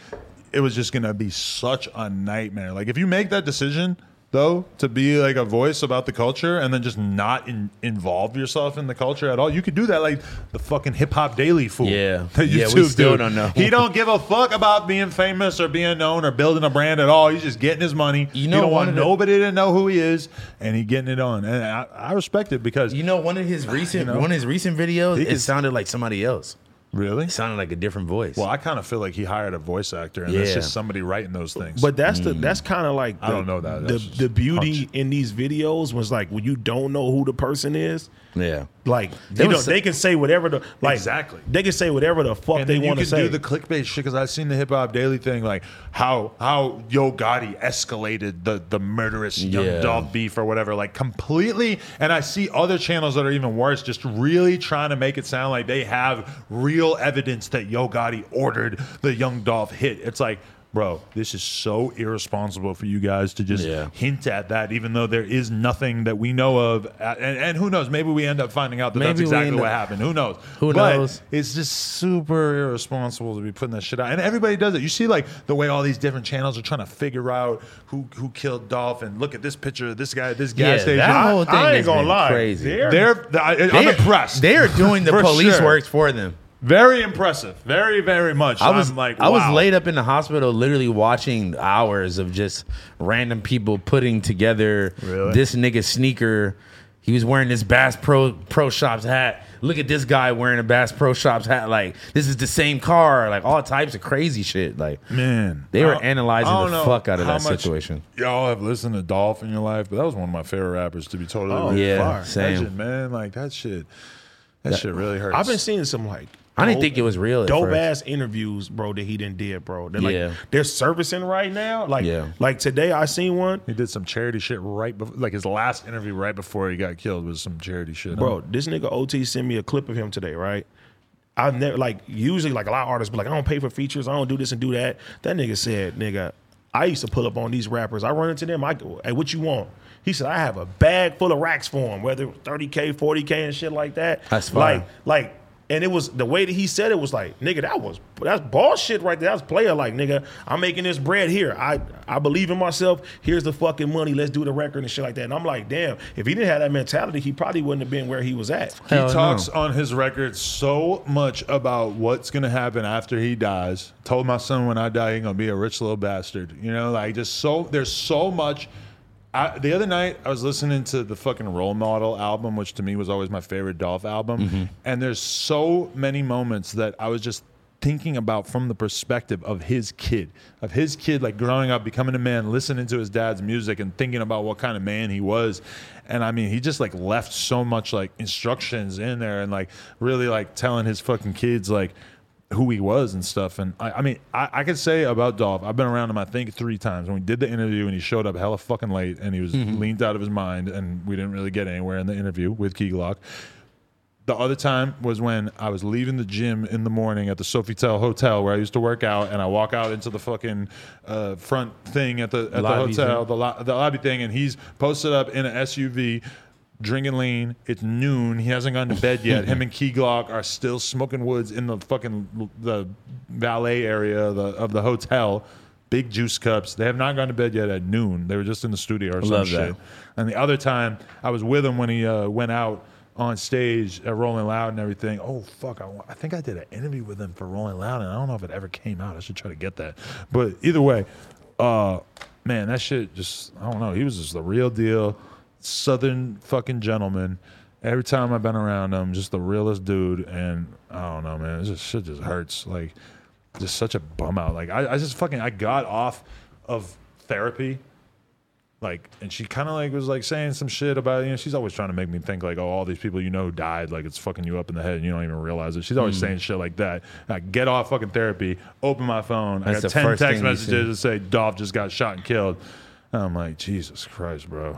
[SPEAKER 3] it was just gonna be such a nightmare. Like if you make that decision though to be like a voice about the culture and then just not in- involve yourself in the culture at all, you could do that like the fucking hip hop daily fool.
[SPEAKER 2] Yeah.
[SPEAKER 3] that
[SPEAKER 2] Yeah, we
[SPEAKER 3] YouTube
[SPEAKER 2] still
[SPEAKER 3] dude.
[SPEAKER 2] don't know.
[SPEAKER 3] He don't give a fuck about being famous or being known or building a brand at all. He's just getting his money. You
[SPEAKER 2] know,
[SPEAKER 3] he don't
[SPEAKER 2] one
[SPEAKER 3] want
[SPEAKER 2] of the-
[SPEAKER 3] nobody to know who he is, and he getting it on. And I, I respect it because
[SPEAKER 2] You know, one of his recent
[SPEAKER 3] know?
[SPEAKER 2] one of his recent videos,
[SPEAKER 3] He
[SPEAKER 2] it
[SPEAKER 3] could-
[SPEAKER 2] sounded like somebody else.
[SPEAKER 3] Really?
[SPEAKER 2] It sounded like a different voice.
[SPEAKER 3] Well, I kind of feel like he hired a voice actor, and it's
[SPEAKER 2] Yeah.
[SPEAKER 3] just somebody writing those things.
[SPEAKER 1] But that's
[SPEAKER 2] Mm.
[SPEAKER 1] the that's kind of like
[SPEAKER 3] I
[SPEAKER 1] the-
[SPEAKER 3] don't know that.
[SPEAKER 1] the
[SPEAKER 3] That's just
[SPEAKER 1] the beauty in these videos was like when you don't know who the person is.
[SPEAKER 2] yeah.
[SPEAKER 1] Like
[SPEAKER 3] They
[SPEAKER 1] you know,
[SPEAKER 3] was-
[SPEAKER 1] they can say whatever the like exactly. They can say whatever the fuck
[SPEAKER 3] and
[SPEAKER 1] they
[SPEAKER 3] then you
[SPEAKER 1] want to
[SPEAKER 3] can
[SPEAKER 1] say.
[SPEAKER 3] do the clickbait shit because I've seen the Hip Hop Daily thing, like how how Yo Gotti escalated the the murderous young
[SPEAKER 9] Yeah.
[SPEAKER 3] dog beef or whatever, like completely. And I see other channels that are even worse, just really trying to make it sound like they have real evidence that Yo Gotti ordered the Young Dolph hit. It's like. Bro, this is so irresponsible for you guys to just
[SPEAKER 9] Yeah.
[SPEAKER 3] hint at that, even though there is nothing that we know of. Uh, And, and who knows? Maybe we end up finding out that that's
[SPEAKER 9] Maybe we
[SPEAKER 3] exactly
[SPEAKER 9] end
[SPEAKER 3] what
[SPEAKER 9] up-
[SPEAKER 3] happened. Who knows?
[SPEAKER 9] Who
[SPEAKER 3] But
[SPEAKER 9] knows?
[SPEAKER 3] It's just super irresponsible to be putting that shit out, and everybody does it. You see, like the way all these different channels are trying to figure out who who killed Dolph, and look at this picture, of this guy, at this gas
[SPEAKER 2] Yeah,
[SPEAKER 3] station.
[SPEAKER 2] that whole thing has been crazy.
[SPEAKER 3] They're, I, am
[SPEAKER 2] They're-
[SPEAKER 3] impressed.
[SPEAKER 2] they're doing the
[SPEAKER 3] For
[SPEAKER 2] police
[SPEAKER 3] sure.
[SPEAKER 2] work for them.
[SPEAKER 3] Very impressive. Very very much.
[SPEAKER 2] I was
[SPEAKER 3] am like,
[SPEAKER 2] I was
[SPEAKER 3] wow.
[SPEAKER 2] laid up in the hospital, literally watching hours of just random people putting together this nigga sneaker. He was wearing this Bass Pro Pro Shops hat. Look at this guy wearing a Bass Pro Shops hat. Like this is the same car. Like all types of crazy shit. Like
[SPEAKER 3] Man,
[SPEAKER 2] they
[SPEAKER 3] I
[SPEAKER 2] were
[SPEAKER 3] don't-
[SPEAKER 2] analyzing
[SPEAKER 3] I
[SPEAKER 2] the
[SPEAKER 3] don't know
[SPEAKER 2] fuck out of
[SPEAKER 3] how
[SPEAKER 2] that
[SPEAKER 3] much
[SPEAKER 2] situation.
[SPEAKER 3] Y'all have listened to Dolph in your life, but that was one of my favorite rappers. To be totally
[SPEAKER 2] Oh,
[SPEAKER 3] real.
[SPEAKER 2] yeah,
[SPEAKER 3] Fire. That
[SPEAKER 2] same.
[SPEAKER 3] shit, man. Like that shit. That,
[SPEAKER 2] That-
[SPEAKER 3] shit really hurts.
[SPEAKER 1] I've been seeing some like
[SPEAKER 2] I didn't
[SPEAKER 1] dope-
[SPEAKER 2] think it was real at
[SPEAKER 1] Dope
[SPEAKER 2] first.
[SPEAKER 1] ass interviews, bro, that he didn't did, bro. They're like
[SPEAKER 2] Yeah.
[SPEAKER 1] they're servicing right now. Like
[SPEAKER 2] Yeah.
[SPEAKER 1] like today I seen one.
[SPEAKER 3] He did some charity shit right before, like his last interview right before he got killed was some charity shit.
[SPEAKER 1] Bro, this nigga OT sent me a clip of him today, right? I've never like usually like a lot of artists be like, I don't pay for features, I don't do this and do that. That nigga said, nigga, I used to pull up on these rappers. I run into them, I go, hey, what you want? He said, I have a bag full of racks for him, whether 30K, 40K and shit like that.
[SPEAKER 2] That's fire.
[SPEAKER 1] like like and it was the way that he said it was like, nigga, that was that's bullshit right there. That's player like, nigga, I'm making this bread here. I I believe in myself. Here's the fucking money. Let's do the record and shit like that. And I'm like, damn, if he didn't have that mentality, he probably wouldn't have been where he was at.
[SPEAKER 3] he talks on his record so much about what's gonna happen after he dies. Told my son when I die, he gonna be a rich little bastard. You know, like just so. There's so much. I, the other night, I was listening to the fucking Role Model album, which to me was always my favorite Dolph album. And there's so many moments that I was just thinking about from the perspective of his kid, of his kid, like growing up, becoming a man, listening to his dad's music, and thinking about what kind of man he was. And I mean, he just like left so much like instructions in there and like really like telling his fucking kids, like, who he was and stuff. And I, I mean, I, I could say about Dolph, I've been around him, I think, three times. When we did the interview and he showed up hella fucking late and he was leaned out of his mind and we didn't really get anywhere in the interview with Key Glock. The other time was when I was leaving the gym in the morning at the Sofitel Hotel where I used to work out, and I walk out into the fucking uh, front thing at the at
[SPEAKER 9] Lobby
[SPEAKER 3] the hotel,
[SPEAKER 9] thing.
[SPEAKER 3] the, lo- the lobby thing, and he's posted up in an SUV, drinking lean. It's noon. He hasn't gone to bed yet. Him and Key Glock are still smoking woods in the fucking the valet area of the, of the hotel. Big juice cups. They have not gone to bed yet at noon. They were just in the studio or some
[SPEAKER 2] Love that.
[SPEAKER 3] shit. And the other time, I was with him when he uh, went out on stage at Rolling Loud and everything. Oh fuck! I, wa- I think I did an interview with him for Rolling Loud, and I don't know if it ever came out. I should try to get that. But either way, uh, man, that shit just—I don't know. He was just the real deal, Southern fucking gentleman. Every time I've been around him, just the realest dude. And I don't know, man. This just, shit just hurts. Like, just such a bum out. Like, I, I just fucking I got off of therapy like and she kind of like was like saying some shit about you know she's always trying to make me think like oh all these people you know who died like it's fucking you up in the head and you don't even realize it she's always
[SPEAKER 2] Mm.
[SPEAKER 3] saying shit like that I get off fucking therapy open my phone
[SPEAKER 2] That's
[SPEAKER 3] I
[SPEAKER 2] the
[SPEAKER 3] got 10
[SPEAKER 2] first
[SPEAKER 3] text
[SPEAKER 2] thing you
[SPEAKER 3] messages that say Dolph just got shot and killed and I'm like Jesus Christ bro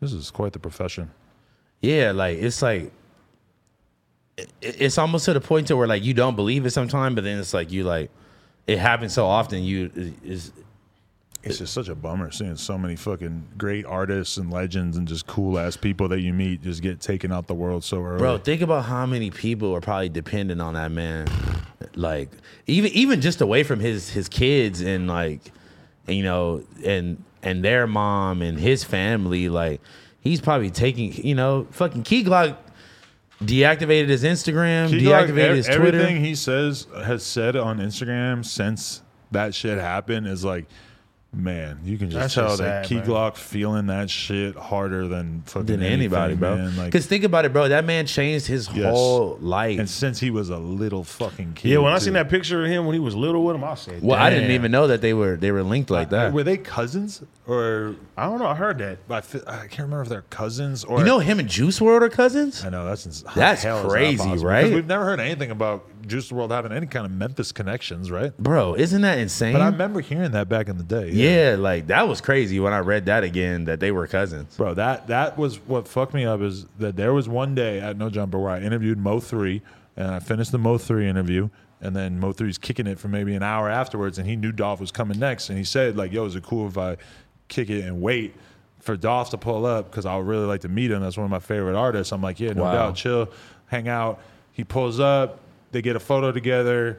[SPEAKER 3] this is quite the profession
[SPEAKER 2] Yeah, like it's like i- it's almost to the point to where like you don't believe it sometimes, but then it's like you like it happens so often. You i- is
[SPEAKER 3] it's just such a bummer seeing so many fucking great artists and legends and just cool ass people that you meet just get taken out the world so early
[SPEAKER 2] bro, think about how many people are probably dependent on that man. Like even even just away from his his kids and like you know and and their mom and his family, like he's probably taking you know fucking Key Glock deactivated his Instagram,
[SPEAKER 3] She, like,
[SPEAKER 2] deactivated
[SPEAKER 3] ev-
[SPEAKER 2] his Twitter.
[SPEAKER 3] everything he says has said on Instagram since that shit happened is like, man, you can just
[SPEAKER 2] That's
[SPEAKER 3] tell
[SPEAKER 2] just
[SPEAKER 3] that
[SPEAKER 2] sad,
[SPEAKER 3] Key
[SPEAKER 2] man.
[SPEAKER 3] Glock feeling that shit harder than fucking
[SPEAKER 2] than anybody,
[SPEAKER 3] anything,
[SPEAKER 2] bro.
[SPEAKER 3] man.
[SPEAKER 2] Because
[SPEAKER 3] Like,
[SPEAKER 2] think about it, bro. That man changed his
[SPEAKER 3] yes.
[SPEAKER 2] whole life.
[SPEAKER 3] and since he was a little fucking kid.
[SPEAKER 1] Yeah, when I
[SPEAKER 3] too.
[SPEAKER 1] seen that picture of him when he was little with him, I said,
[SPEAKER 2] Well, I didn't
[SPEAKER 3] Damn.
[SPEAKER 2] even know that they were they were linked like that.
[SPEAKER 3] Were they cousins or I don't know? I heard that, but I, fe- I can't remember if they're cousins or
[SPEAKER 2] You know, him and Juice World are cousins.
[SPEAKER 3] I know that's ins- how
[SPEAKER 2] That's
[SPEAKER 3] the hell is that
[SPEAKER 2] crazy,
[SPEAKER 3] possible? 'Cause
[SPEAKER 2] right?
[SPEAKER 3] We've never heard anything about Juice World having any kind of Memphis connections, right?
[SPEAKER 2] Bro, isn't that insane?
[SPEAKER 3] But I remember hearing that back in the day.
[SPEAKER 2] yeah. like that was crazy when I read that again that they were cousins.
[SPEAKER 3] Bro, that that was what fucked me up is that there was one day at No Jumper where I interviewed Mo three and I finished the Mo three interview and then Mo three's kicking it for maybe an hour afterwards and he knew Dolph was coming next and he said like, "Yo, is it cool if I kick it and wait for Dolph to pull up because I would really like to meet him. That's one of my favorite artists." I'm like, "Yeah, no
[SPEAKER 2] Wow.
[SPEAKER 3] doubt, chill, hang out." He pulls up, they get a photo together.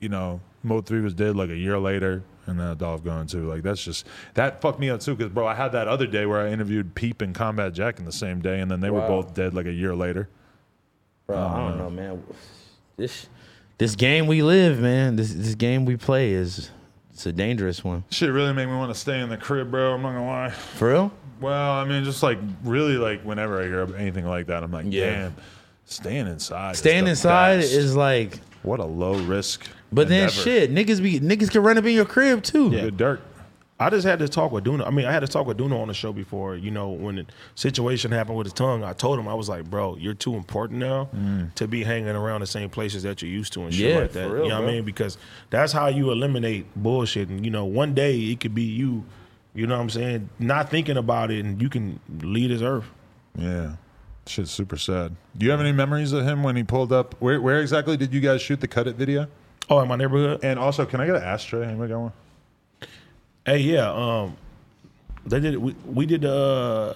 [SPEAKER 3] You know, Mo three was dead like a year later, and then Dolph gone too. Like that's just that fucked me up too. Because bro, I had that other day where I interviewed Peep and Combat Jack in the same day, and then they were
[SPEAKER 2] Wow.
[SPEAKER 3] both dead like a year later.
[SPEAKER 2] Bro, I don't know, man. This Uh-huh. this game we live, man. This this game we play is it's a dangerous one.
[SPEAKER 3] Shit really made me want to stay in the crib, bro. I'm not gonna lie.
[SPEAKER 2] For real?
[SPEAKER 3] Well, I mean, just like really, like whenever I hear of anything like that, I'm like,
[SPEAKER 2] Yeah.
[SPEAKER 3] damn, staying inside. is
[SPEAKER 2] Staying
[SPEAKER 3] the
[SPEAKER 2] inside
[SPEAKER 3] best.
[SPEAKER 2] is like
[SPEAKER 3] what a low risk.
[SPEAKER 2] But then
[SPEAKER 3] endeavor.
[SPEAKER 2] shit, niggas be niggas can run up in your crib too.
[SPEAKER 3] Good dirt.
[SPEAKER 1] I just had to talk with Duna. I mean, I had to talk with Duna on the show before. You know, when the situation happened with his tongue, I told him I was like, "Bro, you're too important now to be hanging around the same places that you're used to and shit
[SPEAKER 2] Mm. Yeah,
[SPEAKER 1] like that."
[SPEAKER 2] for real,
[SPEAKER 1] you know what
[SPEAKER 2] bro.
[SPEAKER 1] I mean? Because that's how you eliminate bullshit. And you know, one day it could be you. You know what I'm saying? Not thinking about it, and you can lead his earth.
[SPEAKER 3] Yeah. Shit's super sad. Do you have any memories of him when he pulled up? Where, where exactly did you guys shoot the cut it video?
[SPEAKER 1] Oh, in my neighborhood.
[SPEAKER 3] And also, can I get an ashtray? Anybody got one?
[SPEAKER 1] Hey, yeah. Um, they did. We, we did the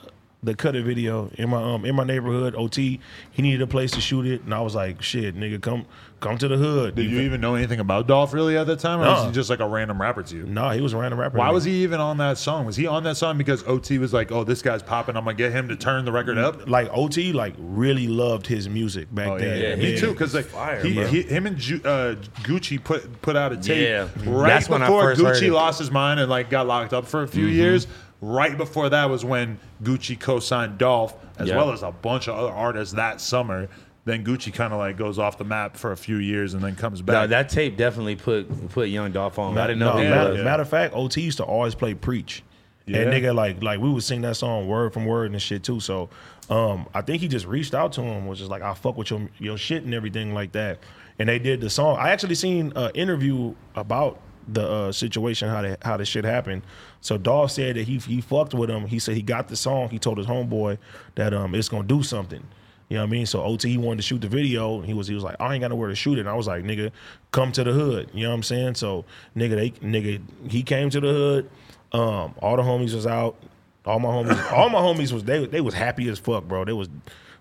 [SPEAKER 1] uh, the cutter video in my um in my neighborhood. OT. He needed a place to shoot it, and I was like, "Shit, nigga, come come to the hood."
[SPEAKER 3] Did you even know anything about Dolph really at that time, or was
[SPEAKER 1] No.
[SPEAKER 3] he just like a random rapper to you?
[SPEAKER 2] Mm-hmm.
[SPEAKER 1] No, he was a random rapper.
[SPEAKER 3] Why
[SPEAKER 1] to
[SPEAKER 3] was
[SPEAKER 1] me.
[SPEAKER 3] he even on that song? Was he on that song because OT was like, "Oh, this guy's popping. I'm gonna get him to turn the record up."
[SPEAKER 1] like OT? Like really loved his music back
[SPEAKER 3] Oh, yeah,
[SPEAKER 1] then.
[SPEAKER 3] yeah, me too. Because like
[SPEAKER 2] Fire,
[SPEAKER 3] he,
[SPEAKER 2] bro.
[SPEAKER 3] he, him and Ju- uh, Gucci put put out a tape
[SPEAKER 2] Yeah.
[SPEAKER 3] right
[SPEAKER 2] That's when I
[SPEAKER 3] before
[SPEAKER 2] first heard
[SPEAKER 3] Gucci
[SPEAKER 2] it. Mm-hmm.
[SPEAKER 3] lost his mind and like got locked up for a few years. Right before that was when Gucci co-signed Dolph as
[SPEAKER 2] Yeah.
[SPEAKER 3] well as a bunch of other artists that summer. Then Gucci kind of like goes off the map for a few years and then comes
[SPEAKER 2] No,
[SPEAKER 3] back.
[SPEAKER 2] that tape definitely put put Young Dolph on. I didn't
[SPEAKER 1] No,
[SPEAKER 2] know. who he
[SPEAKER 1] matter,
[SPEAKER 2] was.
[SPEAKER 1] matter of fact, OT used to always play preach.
[SPEAKER 3] Yeah.
[SPEAKER 1] And nigga, like, like we would sing that song word from word and shit too. So, um, I think he just reached out to him, was just like, "I fuck with your your shit and everything like that." And they did the song. I actually seen an interview about the uh, situation, how the how the shit happened. So Dolph said that he he fucked with him. He said he got the song. He told his homeboy that um it's gonna do something. You know what I mean? So OT wanted to shoot the video. And he was he was like, I ain't got nowhere to shoot it. And I was like, nigga, come to the hood. You know what I'm saying? So nigga, they nigga, he came to the hood. Um, all the homies was out. All my homies, all my homies was they they was happy as fuck, bro. They was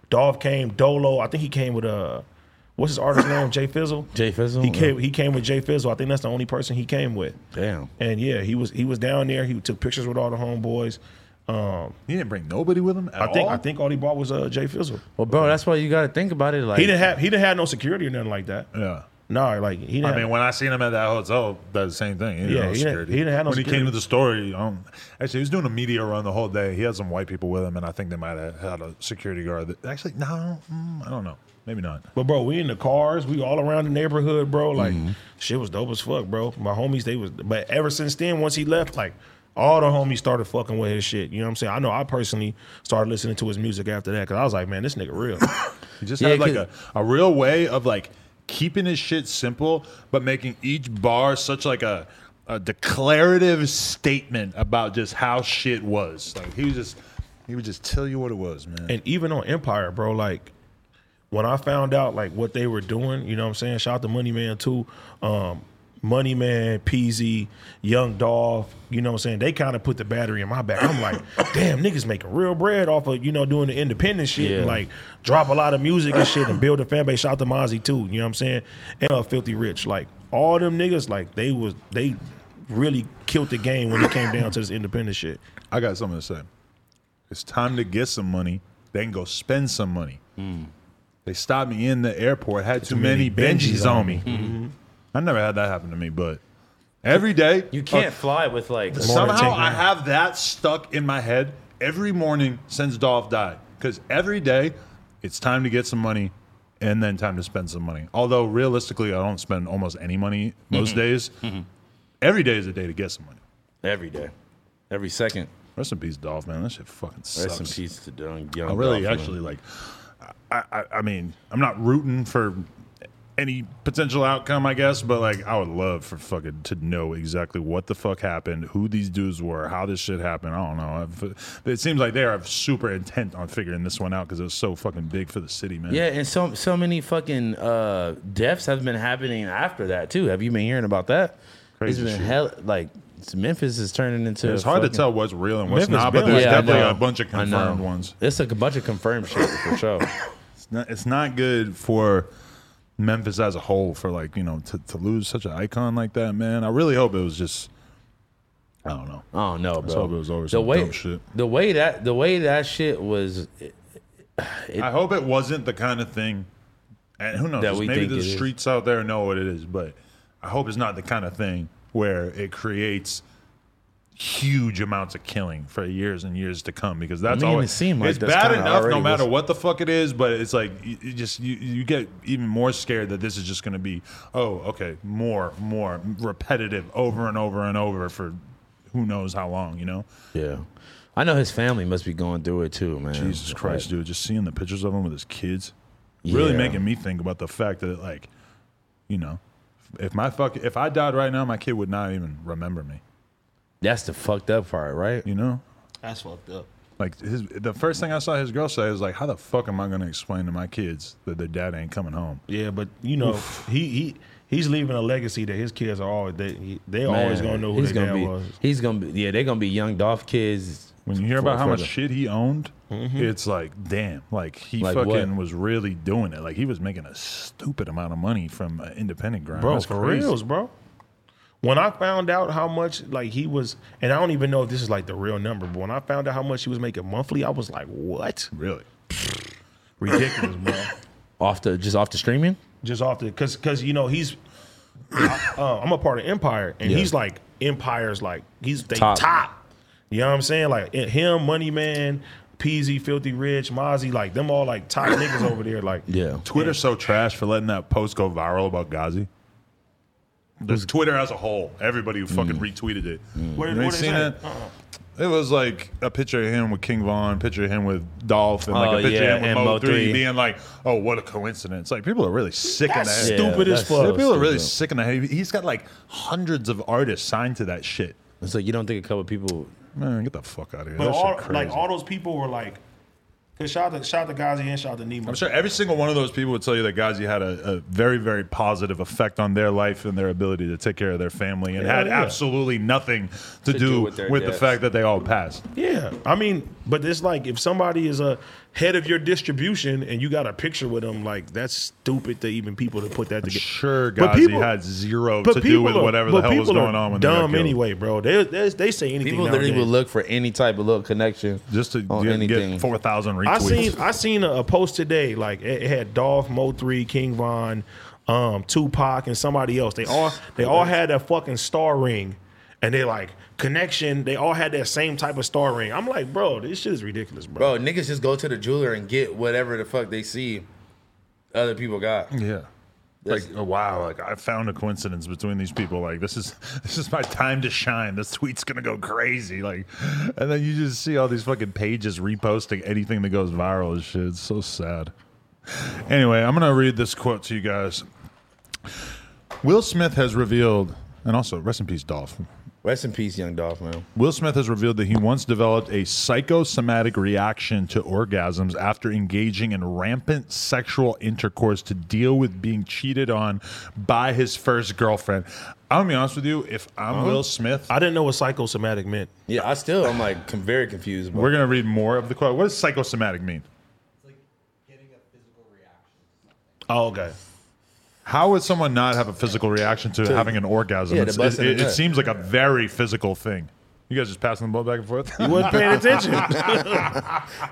[SPEAKER 1] Dolph came, Dolo. I think he came with uh what's his artist name? Jay Fizzle.
[SPEAKER 2] Jay Fizzle?
[SPEAKER 1] He came he came with Jay Fizzle. I think that's the only person he came with.
[SPEAKER 2] Damn.
[SPEAKER 1] And yeah, he was he was down there. He took pictures with all the homeboys. Um,
[SPEAKER 3] he didn't bring nobody with him at
[SPEAKER 1] I think
[SPEAKER 3] all.
[SPEAKER 1] I think all he bought was uh, Jay Fizzle.
[SPEAKER 2] Well, bro, that's why you got to think about it. Like
[SPEAKER 1] He didn't have he didn't have no security or nothing like that.
[SPEAKER 3] yeah.
[SPEAKER 1] No, like he didn't.
[SPEAKER 3] I
[SPEAKER 1] have-
[SPEAKER 3] mean, when I seen him at that hotel, that's the same thing. He didn't
[SPEAKER 1] Yeah,
[SPEAKER 3] have no
[SPEAKER 1] he didn't-
[SPEAKER 3] security.
[SPEAKER 1] he didn't have no
[SPEAKER 3] When he
[SPEAKER 1] security.
[SPEAKER 3] came to the store, he, um, actually, he was doing a media run the whole day. He had some white people with him, and I think they might have had a security guard. That, actually, no, mm, I don't know. Maybe not.
[SPEAKER 1] but bro, we in the cars, we all around the neighborhood, bro. Like
[SPEAKER 3] Mm-hmm.
[SPEAKER 1] shit was dope as fuck, bro. My homies, they was. But ever since then, once he left, like all the homies started fucking with his shit. You know what I'm saying? I know I personally started listening to his music after that because I was like, man, this nigga real.
[SPEAKER 3] He just
[SPEAKER 2] Yeah,
[SPEAKER 3] had like a,
[SPEAKER 2] 'cause-
[SPEAKER 3] a real way of like keeping his shit simple, but making each bar such like a, a declarative statement about just how shit was. Like he was just he would just tell you what it was, man.
[SPEAKER 1] and even on Empire, bro, like when I found out like what they were doing, you know what I'm saying? Shout out to Money Man too. Um, Money Man, PZ, Young Dolph, you know what I'm saying? They kind of put the battery in my back. I'm like, damn, niggas making real bread off of, you know, doing the independent shit and
[SPEAKER 2] Yeah.
[SPEAKER 1] like drop a lot of music and shit and build a fan base. Shout out to Mozzie too, you know what I'm saying? And uh, Filthy Rich. Like all them niggas, like they was, they really killed the game when it came down to this independent shit.
[SPEAKER 3] I got something to say. It's time to get some money, then go spend some money. They stopped me in the airport. Had too, many,
[SPEAKER 9] many
[SPEAKER 3] Benjis,
[SPEAKER 9] Benjis
[SPEAKER 3] on
[SPEAKER 9] on
[SPEAKER 3] me.
[SPEAKER 9] me. Mhm.
[SPEAKER 3] I never had that happen to me, but every day
[SPEAKER 9] You
[SPEAKER 2] Uh,
[SPEAKER 9] can't fly with like
[SPEAKER 3] Somehow I have that stuck in my head every morning since Dolph died. Because every day it's time to get some money and then time to spend some money. Although realistically, I don't spend almost any money most
[SPEAKER 2] Mhm.
[SPEAKER 3] days.
[SPEAKER 2] Mhm.
[SPEAKER 3] Every day is a day to get some money.
[SPEAKER 2] Every day. Every second.
[SPEAKER 3] Rest in peace, Dolph, man. That shit fucking
[SPEAKER 2] Rest
[SPEAKER 3] sucks.
[SPEAKER 2] in peace to young, young
[SPEAKER 3] I really
[SPEAKER 2] Dolph, man.
[SPEAKER 3] actually like. I, I I mean I'm not rooting for any potential outcome, I guess, but like I would love for fucking to know exactly what the fuck happened, who these dudes were, how this shit happened. I don't know. I've- It seems like they are super intent on figuring this one out because it was so fucking big for the city, man.
[SPEAKER 2] Yeah, and so so many fucking uh, deaths have been happening after that too. Have you been hearing about that?
[SPEAKER 3] Crazy
[SPEAKER 2] it's been
[SPEAKER 3] shit.
[SPEAKER 2] hell. Like it's- Memphis is turning into.
[SPEAKER 3] It's
[SPEAKER 2] a
[SPEAKER 3] hard to
[SPEAKER 2] fucking-
[SPEAKER 3] tell what's real and what's not, but
[SPEAKER 2] been
[SPEAKER 3] there's
[SPEAKER 2] like-
[SPEAKER 3] definitely
[SPEAKER 2] I know.
[SPEAKER 3] a bunch of
[SPEAKER 2] I know.
[SPEAKER 3] confirmed ones.
[SPEAKER 2] It's like a bunch of confirmed shit for sure.
[SPEAKER 3] It's not, it's not good for Memphis as a whole for like you know to, to lose such an icon like that, man. I really hope it was just. I don't know.
[SPEAKER 2] I don't know,
[SPEAKER 3] Let's
[SPEAKER 2] bro.
[SPEAKER 3] hope it was over
[SPEAKER 2] the
[SPEAKER 3] some
[SPEAKER 2] way
[SPEAKER 3] dumb shit.
[SPEAKER 2] the way that the way that shit was.
[SPEAKER 3] I hope it wasn't the kind of thing. And who knows?
[SPEAKER 2] That we
[SPEAKER 3] maybe
[SPEAKER 2] think
[SPEAKER 3] the
[SPEAKER 2] it is.
[SPEAKER 3] streets out there know what it is, but I hope it's not the kind of thing where it creates huge amounts of killing for years and years to come because that's
[SPEAKER 2] I mean,
[SPEAKER 3] always
[SPEAKER 2] it seemed like
[SPEAKER 3] it's
[SPEAKER 2] that's
[SPEAKER 3] bad
[SPEAKER 2] kinda
[SPEAKER 3] enough no
[SPEAKER 2] already
[SPEAKER 3] matter
[SPEAKER 2] was-
[SPEAKER 3] what the fuck it is but it's like you, you just you, you get even more scared that this is just going to be oh okay more more repetitive over and over and over for who knows how long you know
[SPEAKER 2] Yeah, I know his family must be going through it too, man.
[SPEAKER 3] Jesus Christ, dude! Just seeing the pictures of him with his kids, really
[SPEAKER 2] Yeah.
[SPEAKER 3] making me think about the fact that, like, you know, if my fuck, if I died right now, my kid would not even remember me.
[SPEAKER 2] That's the fucked up part, right?
[SPEAKER 3] You know,
[SPEAKER 8] That's fucked up.
[SPEAKER 3] like his, the first thing I saw his girl say was like, "How the fuck am I going to explain to my kids that their dad ain't coming home?"
[SPEAKER 1] Yeah, but you know,
[SPEAKER 3] Oof.
[SPEAKER 1] he he he's leaving a legacy that his kids are always they they always
[SPEAKER 2] Man,
[SPEAKER 1] gonna know who
[SPEAKER 2] he's
[SPEAKER 1] their
[SPEAKER 2] gonna
[SPEAKER 1] dad
[SPEAKER 2] be,
[SPEAKER 1] was.
[SPEAKER 2] He's gonna be yeah. They're gonna be young Dolph kids.
[SPEAKER 3] When you hear about how much shit he owned, it's like, damn, like he
[SPEAKER 2] Mm-hmm. Like what?
[SPEAKER 3] fucking was really doing it. Like he was making a stupid amount of money from an independent grind,
[SPEAKER 1] Bro,
[SPEAKER 3] That's
[SPEAKER 1] for
[SPEAKER 3] crazy.
[SPEAKER 1] reals, bro. When I found out how much like he was, and I don't even know if this is like the real number, but when I found out how much he was making monthly, I was like, what?
[SPEAKER 3] Really?
[SPEAKER 1] Ridiculous, bro.
[SPEAKER 2] off the just off the streaming.
[SPEAKER 1] Just off the because because you know he's I, uh, I'm a part of Empire, and
[SPEAKER 2] Yeah.
[SPEAKER 1] he's like Empire's like he's they
[SPEAKER 2] Top.
[SPEAKER 1] top. You know what I'm saying? Like it- him, Money Man, Peasy, Filthy Rich, Mozzie, like them all like top niggas over there. Like
[SPEAKER 2] Yeah.
[SPEAKER 3] Twitter's so trash for letting that post go viral about Ghazi. There's Twitter as a whole. Everybody who fucking retweeted it.
[SPEAKER 1] What did- what
[SPEAKER 3] you ain't
[SPEAKER 1] did
[SPEAKER 3] seen
[SPEAKER 1] they
[SPEAKER 3] it? Uh-uh. It was like a picture of him with King Von, picture of him with Dolph, and like
[SPEAKER 2] Oh,
[SPEAKER 3] a picture
[SPEAKER 2] yeah,
[SPEAKER 3] of him
[SPEAKER 2] and
[SPEAKER 3] with Mo
[SPEAKER 2] Mo
[SPEAKER 3] 3
[SPEAKER 2] three.
[SPEAKER 3] being like, oh, what a coincidence. Like, people are really sick
[SPEAKER 1] That's
[SPEAKER 3] in the head.
[SPEAKER 1] stupid Yeah, as that's fuck. so
[SPEAKER 3] people are really
[SPEAKER 1] stupid.
[SPEAKER 3] sick in the head. He's got like hundreds of artists signed to that shit.
[SPEAKER 2] It's like you don't think a couple people.
[SPEAKER 3] Man, get the fuck out of here.
[SPEAKER 1] But
[SPEAKER 3] That shit
[SPEAKER 1] all
[SPEAKER 3] crazy.
[SPEAKER 1] like all those people were like, cause shout out to shout out to Ghazi and shout out to Nemo.
[SPEAKER 3] I'm sure every single one of those people would tell you that Ghazi had a, a very, very positive effect on their life and their ability to take care of their family and
[SPEAKER 1] Yeah,
[SPEAKER 3] had
[SPEAKER 1] yeah.
[SPEAKER 3] absolutely nothing to, do, with,
[SPEAKER 1] their
[SPEAKER 3] the
[SPEAKER 1] deaths.
[SPEAKER 3] fact that they all passed.
[SPEAKER 1] Yeah, I mean, but it's like if somebody is a head of your distribution and you got a picture with them, like that's stupid to even people to put that together.
[SPEAKER 3] Sure,
[SPEAKER 1] But
[SPEAKER 3] Ghazi
[SPEAKER 1] people-
[SPEAKER 3] had zero
[SPEAKER 1] but
[SPEAKER 3] to do with
[SPEAKER 1] people are-
[SPEAKER 3] whatever the
[SPEAKER 1] but
[SPEAKER 3] hell was
[SPEAKER 1] people are
[SPEAKER 3] going on when
[SPEAKER 1] dumb
[SPEAKER 3] they got killed.
[SPEAKER 1] anyway, bro. They, they they say anything.
[SPEAKER 2] People literally
[SPEAKER 1] nowadays.
[SPEAKER 2] would look for any type of little connection
[SPEAKER 3] just to
[SPEAKER 2] on
[SPEAKER 3] get,
[SPEAKER 2] anything.
[SPEAKER 3] get 4,000 retweets.
[SPEAKER 1] I seen I seen a, a post today like it, it had Dolph, Mo three, King Von, um, Tupac, and somebody else. They all they all had a fucking star ring, and they like connection. They all had that same type of star ring. I'm like, bro, this shit is ridiculous, bro.
[SPEAKER 2] Bro, niggas just go to the jeweler and get whatever the fuck they see other people got.
[SPEAKER 3] Yeah. Like oh, wow, like I found a coincidence between these people. Like this is this is my time to shine. This tweet's gonna go crazy. Like, and then you just see all these fucking pages reposting anything that goes viral and shit. It's so sad. Anyway, I'm gonna read this quote to you guys. Will Smith has revealed, and also rest in peace, Dolph.
[SPEAKER 2] Rest in peace, young Dolph, man.
[SPEAKER 3] Will Smith has revealed that he once developed a psychosomatic reaction to orgasms after engaging in rampant sexual intercourse to deal with being cheated on by his first girlfriend. I'm gonna be honest with you, if I'm
[SPEAKER 2] Huh?
[SPEAKER 3] Will Smith,
[SPEAKER 1] I didn't know what psychosomatic meant.
[SPEAKER 2] Yeah, I still I'm like com- very confused. Bro.
[SPEAKER 3] We're gonna read more of the quote. What does psychosomatic mean?
[SPEAKER 1] Oh, okay.
[SPEAKER 3] How would someone not have a physical reaction to,
[SPEAKER 2] To-
[SPEAKER 3] having an orgasm?
[SPEAKER 2] Yeah, to
[SPEAKER 3] It's-
[SPEAKER 2] busting
[SPEAKER 3] it,
[SPEAKER 2] a
[SPEAKER 3] it- it
[SPEAKER 2] nut.
[SPEAKER 3] seems like a very physical thing. You guys just passing the ball back and forth.
[SPEAKER 1] You wasn't paying attention.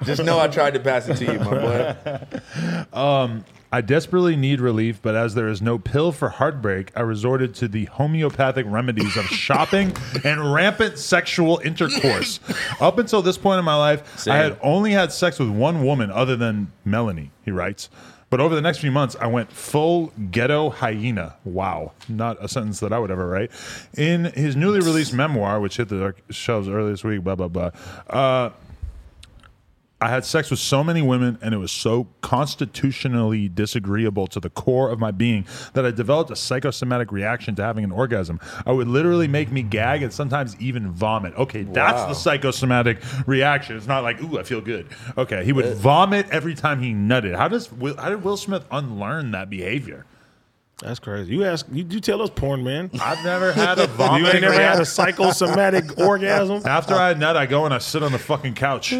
[SPEAKER 2] Just know I tried to pass it to you, my
[SPEAKER 3] boy. Um, I desperately need relief, but as there is no pill for heartbreak, I resorted to the homeopathic remedies of shopping and rampant sexual intercourse. Up until this point in my life, I had only had sex with one woman other than Melanie, he writes. But over the next few months, I went full ghetto hyena. Wow. Not a sentence that I would ever write. In his newly released memoir, which hit the shelves earlier this week, blah, blah, blah. Uh, I had sex with so many women and it was so constitutionally disagreeable to the core of my being that I developed a psychosomatic reaction to having an orgasm. I would literally make me gag and sometimes even vomit. Okay, that's
[SPEAKER 9] Wow.
[SPEAKER 3] the psychosomatic reaction. It's not like, ooh, I feel good. Okay, he would vomit every time he nutted. How does Will, how did Will Smith unlearn that behavior?
[SPEAKER 1] That's crazy. You ask, you, you tell us porn, man.
[SPEAKER 3] I've never had a
[SPEAKER 1] You
[SPEAKER 3] vomiting
[SPEAKER 1] ain't never had a
[SPEAKER 3] reaction.
[SPEAKER 1] psychosomatic orgasm.
[SPEAKER 3] After I nut, I go and I sit on the fucking couch.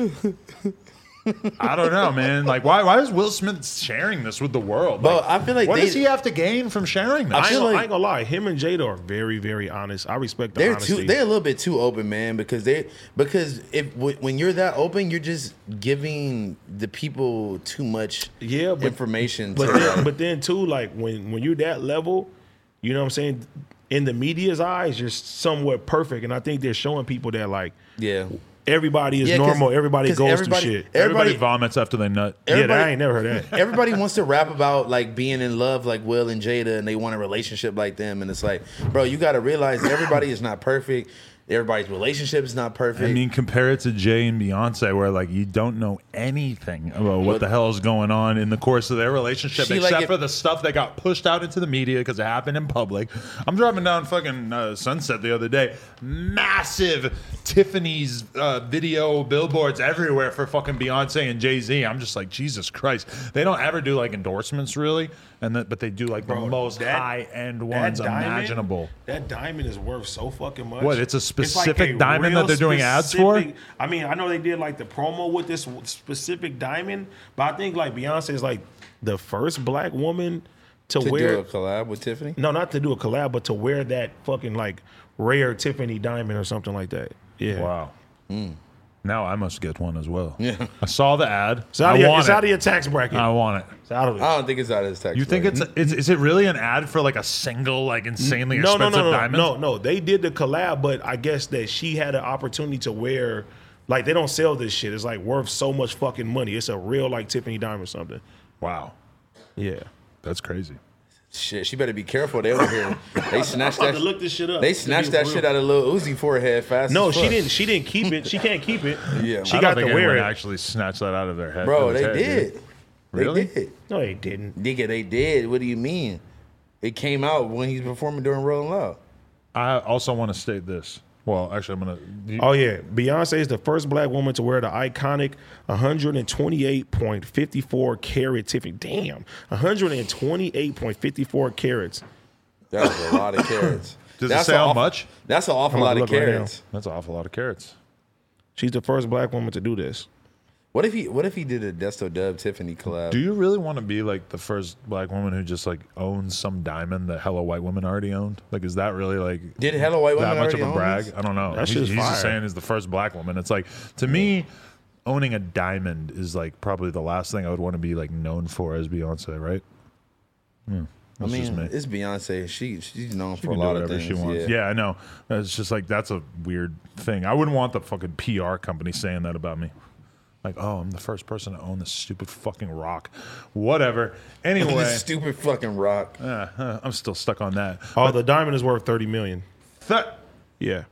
[SPEAKER 3] I don't know, man. Like, why? Why is Will Smith sharing this with the world?
[SPEAKER 1] Bro,
[SPEAKER 3] Like,
[SPEAKER 1] I feel like
[SPEAKER 3] what
[SPEAKER 1] they-
[SPEAKER 3] does he have to gain from sharing this?
[SPEAKER 1] I, ain't, I ain't gonna lie, him and Jada are very, very honest. I respect the
[SPEAKER 2] They're
[SPEAKER 1] honesty.
[SPEAKER 2] too. They're a little bit too open, man. Because they because if w- when you're that open, you're just giving the people too much
[SPEAKER 1] yeah but-
[SPEAKER 2] information.
[SPEAKER 1] But
[SPEAKER 2] to-
[SPEAKER 1] then, but then too, like when when you're that level, you know what I'm saying. In the media's eyes, you're somewhat perfect, and I think they're showing people that like
[SPEAKER 2] yeah,
[SPEAKER 1] everybody is
[SPEAKER 2] Yeah, 'cause-
[SPEAKER 1] normal. Everybody
[SPEAKER 2] 'cause
[SPEAKER 1] goes
[SPEAKER 2] everybody-
[SPEAKER 1] through shit.
[SPEAKER 2] everybody- Everybody
[SPEAKER 3] vomits after they nut.
[SPEAKER 1] yeah, that- I ain't never heard that.
[SPEAKER 2] Everybody wants to rap about like being in love like Will and Jada and they want a relationship like them. And it's like, bro, you gotta realize everybody is not perfect. Everybody's relationship is not perfect.
[SPEAKER 3] I mean, compare it to Jay and Beyonce, where like you don't know anything about what the hell is going on in the course of their relationship,
[SPEAKER 2] She, like,
[SPEAKER 3] except
[SPEAKER 2] if-
[SPEAKER 3] for the stuff that got pushed out into the media because it happened in public. I'm driving down fucking uh, Sunset the other day, massive Tiffany's uh, video billboards everywhere for fucking Beyonce and Jay Z. I'm just like, Jesus Christ, they don't ever do like endorsements really, and that, but they do like the most
[SPEAKER 1] that-
[SPEAKER 3] high end
[SPEAKER 1] that
[SPEAKER 3] ones
[SPEAKER 1] diamond-
[SPEAKER 3] imaginable.
[SPEAKER 1] That diamond is worth so fucking much.
[SPEAKER 3] What, it's a specific
[SPEAKER 1] a
[SPEAKER 3] diamond that
[SPEAKER 1] real
[SPEAKER 3] they're doing ads for?
[SPEAKER 1] specific- I mean, I know they did like the promo with this specific diamond, but I think like Beyonce is like the first black woman to,
[SPEAKER 2] to
[SPEAKER 1] wear
[SPEAKER 2] do a collab with Tiffany.
[SPEAKER 3] Mm.
[SPEAKER 1] No, not to do a collab, but to wear that fucking like rare Tiffany diamond or something like that. Yeah.
[SPEAKER 3] Wow. Now I must get one as well. Yeah. I saw the ad.
[SPEAKER 1] It's out,
[SPEAKER 3] I
[SPEAKER 1] of your,
[SPEAKER 3] want
[SPEAKER 1] it's
[SPEAKER 3] it.
[SPEAKER 1] out of your tax bracket.
[SPEAKER 3] I want it.
[SPEAKER 1] It's out of it.
[SPEAKER 2] I don't think it's out of his tax.
[SPEAKER 3] You think
[SPEAKER 2] bracket.
[SPEAKER 3] it's, it's is it really an ad for like a single like insanely
[SPEAKER 1] no, no,
[SPEAKER 3] expensive
[SPEAKER 1] no, no,
[SPEAKER 3] diamond?
[SPEAKER 1] no, no. They did the collab, but I guess that she had an opportunity to wear. Like they don't sell this shit. It's like worth so much fucking money. It's a real like Tiffany dime or something.
[SPEAKER 3] Wow.
[SPEAKER 1] Yeah.
[SPEAKER 3] That's crazy.
[SPEAKER 2] Shit, she better be careful. They over here. They snatched
[SPEAKER 1] about
[SPEAKER 2] that.
[SPEAKER 1] to look this shit up.
[SPEAKER 2] They
[SPEAKER 1] This is
[SPEAKER 2] snatched that
[SPEAKER 1] real.
[SPEAKER 2] shit out of little Uzi forehead fast.
[SPEAKER 1] No,
[SPEAKER 2] as
[SPEAKER 1] she
[SPEAKER 2] fuck.
[SPEAKER 1] didn't. She didn't keep it. She can't keep it.
[SPEAKER 2] Yeah.
[SPEAKER 1] She
[SPEAKER 3] I don't
[SPEAKER 1] got
[SPEAKER 3] think
[SPEAKER 1] to wear
[SPEAKER 3] anyone
[SPEAKER 1] it.
[SPEAKER 3] Actually, snatched that out of their head.
[SPEAKER 2] Bro,
[SPEAKER 3] from his
[SPEAKER 2] they
[SPEAKER 3] head,
[SPEAKER 2] did.
[SPEAKER 3] dude.
[SPEAKER 2] They
[SPEAKER 3] Really?
[SPEAKER 2] did.
[SPEAKER 1] No, they didn't.
[SPEAKER 2] Nigga, they did. What do you mean? It came out when he's performing during Rolling Loud.
[SPEAKER 3] I also want to state this. Well, actually, I'm gonna. you-
[SPEAKER 1] Oh yeah, Beyonce is the first black woman to wear the iconic 128.54 carat Tiffany. Damn, 128.54 carats.
[SPEAKER 2] That was a lot of carrots.
[SPEAKER 3] Does
[SPEAKER 2] That's
[SPEAKER 3] it
[SPEAKER 2] a
[SPEAKER 3] say how
[SPEAKER 2] awful-
[SPEAKER 3] much?
[SPEAKER 2] That's an awful
[SPEAKER 1] I'm about
[SPEAKER 2] lot
[SPEAKER 1] to
[SPEAKER 2] of
[SPEAKER 1] look right now.
[SPEAKER 2] carrots.
[SPEAKER 3] That's an awful lot of carrots.
[SPEAKER 1] She's the first black woman to do this.
[SPEAKER 2] What if he? What if he did a Desto Dub Tiffany collab?
[SPEAKER 3] Do you really want to be like the first black woman who just like owns some diamond that hella white women already owned? Like, is that really like
[SPEAKER 2] Did hella white
[SPEAKER 3] that
[SPEAKER 2] women
[SPEAKER 3] much of
[SPEAKER 2] already
[SPEAKER 3] a
[SPEAKER 2] own
[SPEAKER 3] brag?
[SPEAKER 2] these?
[SPEAKER 3] I don't know.
[SPEAKER 2] That
[SPEAKER 3] He's,
[SPEAKER 2] shit's
[SPEAKER 3] he's just
[SPEAKER 2] fire.
[SPEAKER 3] saying is the first black woman. It's like to me, owning a diamond is like probably the last thing I would want to be like known for as Beyonce, right? Hmm.
[SPEAKER 2] I
[SPEAKER 3] That's just
[SPEAKER 2] mean,
[SPEAKER 3] me.
[SPEAKER 2] it's Beyonce. She she's known
[SPEAKER 3] She
[SPEAKER 2] for a
[SPEAKER 3] can
[SPEAKER 2] lot
[SPEAKER 3] do
[SPEAKER 2] of
[SPEAKER 3] whatever
[SPEAKER 2] things.
[SPEAKER 3] she wants.
[SPEAKER 2] Yeah.
[SPEAKER 3] Yeah. I know. It's just like that's a weird thing. I wouldn't want the fucking PR company saying that about me. Like, oh, I'm the first person to own this stupid fucking rock. Whatever. Anyway,
[SPEAKER 2] This stupid fucking rock.
[SPEAKER 3] Uh, uh, I'm still stuck on that.
[SPEAKER 1] Oh, the diamond is worth 30 million.
[SPEAKER 3] Th-
[SPEAKER 1] Yeah.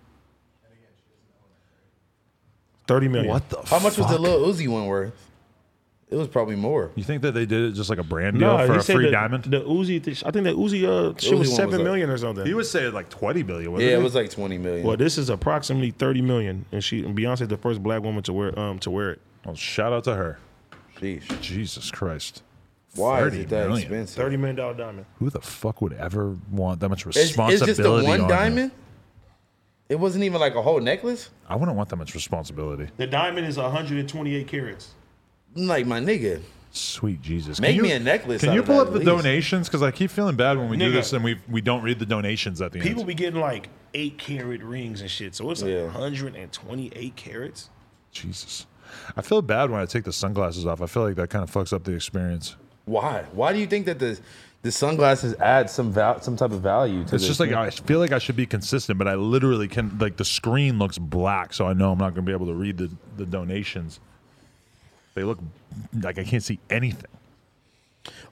[SPEAKER 1] 30 million.
[SPEAKER 3] What the
[SPEAKER 2] How much was the little Uzi one worth? It was probably more.
[SPEAKER 3] You think that they did it just like a brand deal
[SPEAKER 1] No,
[SPEAKER 3] for
[SPEAKER 1] he
[SPEAKER 3] a
[SPEAKER 1] said
[SPEAKER 3] free
[SPEAKER 1] the,
[SPEAKER 3] diamond?
[SPEAKER 1] The Uzi, th- I think that Uzi, uh,
[SPEAKER 3] Uzi
[SPEAKER 1] shit was
[SPEAKER 3] one
[SPEAKER 1] seven
[SPEAKER 3] was
[SPEAKER 1] million
[SPEAKER 3] like-
[SPEAKER 1] or something.
[SPEAKER 3] He would say like 20 billion. Wasn't
[SPEAKER 2] yeah, it
[SPEAKER 3] he?
[SPEAKER 2] was like twenty million.
[SPEAKER 1] Well, this is approximately 30 million, and she and Beyonce the first black woman to wear um to wear it.
[SPEAKER 3] Well, shout out to her.
[SPEAKER 2] Sheesh.
[SPEAKER 3] Jesus Christ.
[SPEAKER 2] Why is
[SPEAKER 3] 30
[SPEAKER 2] it that
[SPEAKER 3] million.
[SPEAKER 2] expensive?
[SPEAKER 1] Thirty million dollar diamond.
[SPEAKER 3] Who the fuck would ever want that much
[SPEAKER 2] It's,
[SPEAKER 3] responsibility?
[SPEAKER 2] it's just the
[SPEAKER 3] on
[SPEAKER 2] one
[SPEAKER 3] them?
[SPEAKER 2] diamond. It wasn't even like a whole necklace.
[SPEAKER 3] I wouldn't want that much responsibility.
[SPEAKER 1] The diamond is 128 carats.
[SPEAKER 2] Like my nigga,
[SPEAKER 3] Sweet Jesus.
[SPEAKER 2] Make
[SPEAKER 3] Can
[SPEAKER 2] me a necklace
[SPEAKER 3] Can
[SPEAKER 2] out
[SPEAKER 3] you
[SPEAKER 2] of
[SPEAKER 3] pull
[SPEAKER 2] that
[SPEAKER 3] up
[SPEAKER 2] at
[SPEAKER 3] the
[SPEAKER 2] least.
[SPEAKER 3] donations? Because I keep feeling bad when we do
[SPEAKER 1] Nigga.
[SPEAKER 3] this and we we don't read the donations at the end.
[SPEAKER 1] People be getting like eight carat rings and shit. So it's like
[SPEAKER 3] Yeah.
[SPEAKER 1] 128 carats.
[SPEAKER 3] Jesus. I feel bad when I take the sunglasses off. I feel like that kind of fucks up the experience.
[SPEAKER 2] Why? Why do you think that the the sunglasses add some val- some type of value to
[SPEAKER 3] It's just like I feel like I should be consistent, but I literally can like the screen looks black, so I know I'm not going to be able to read the, the donations. They look like I can't see anything.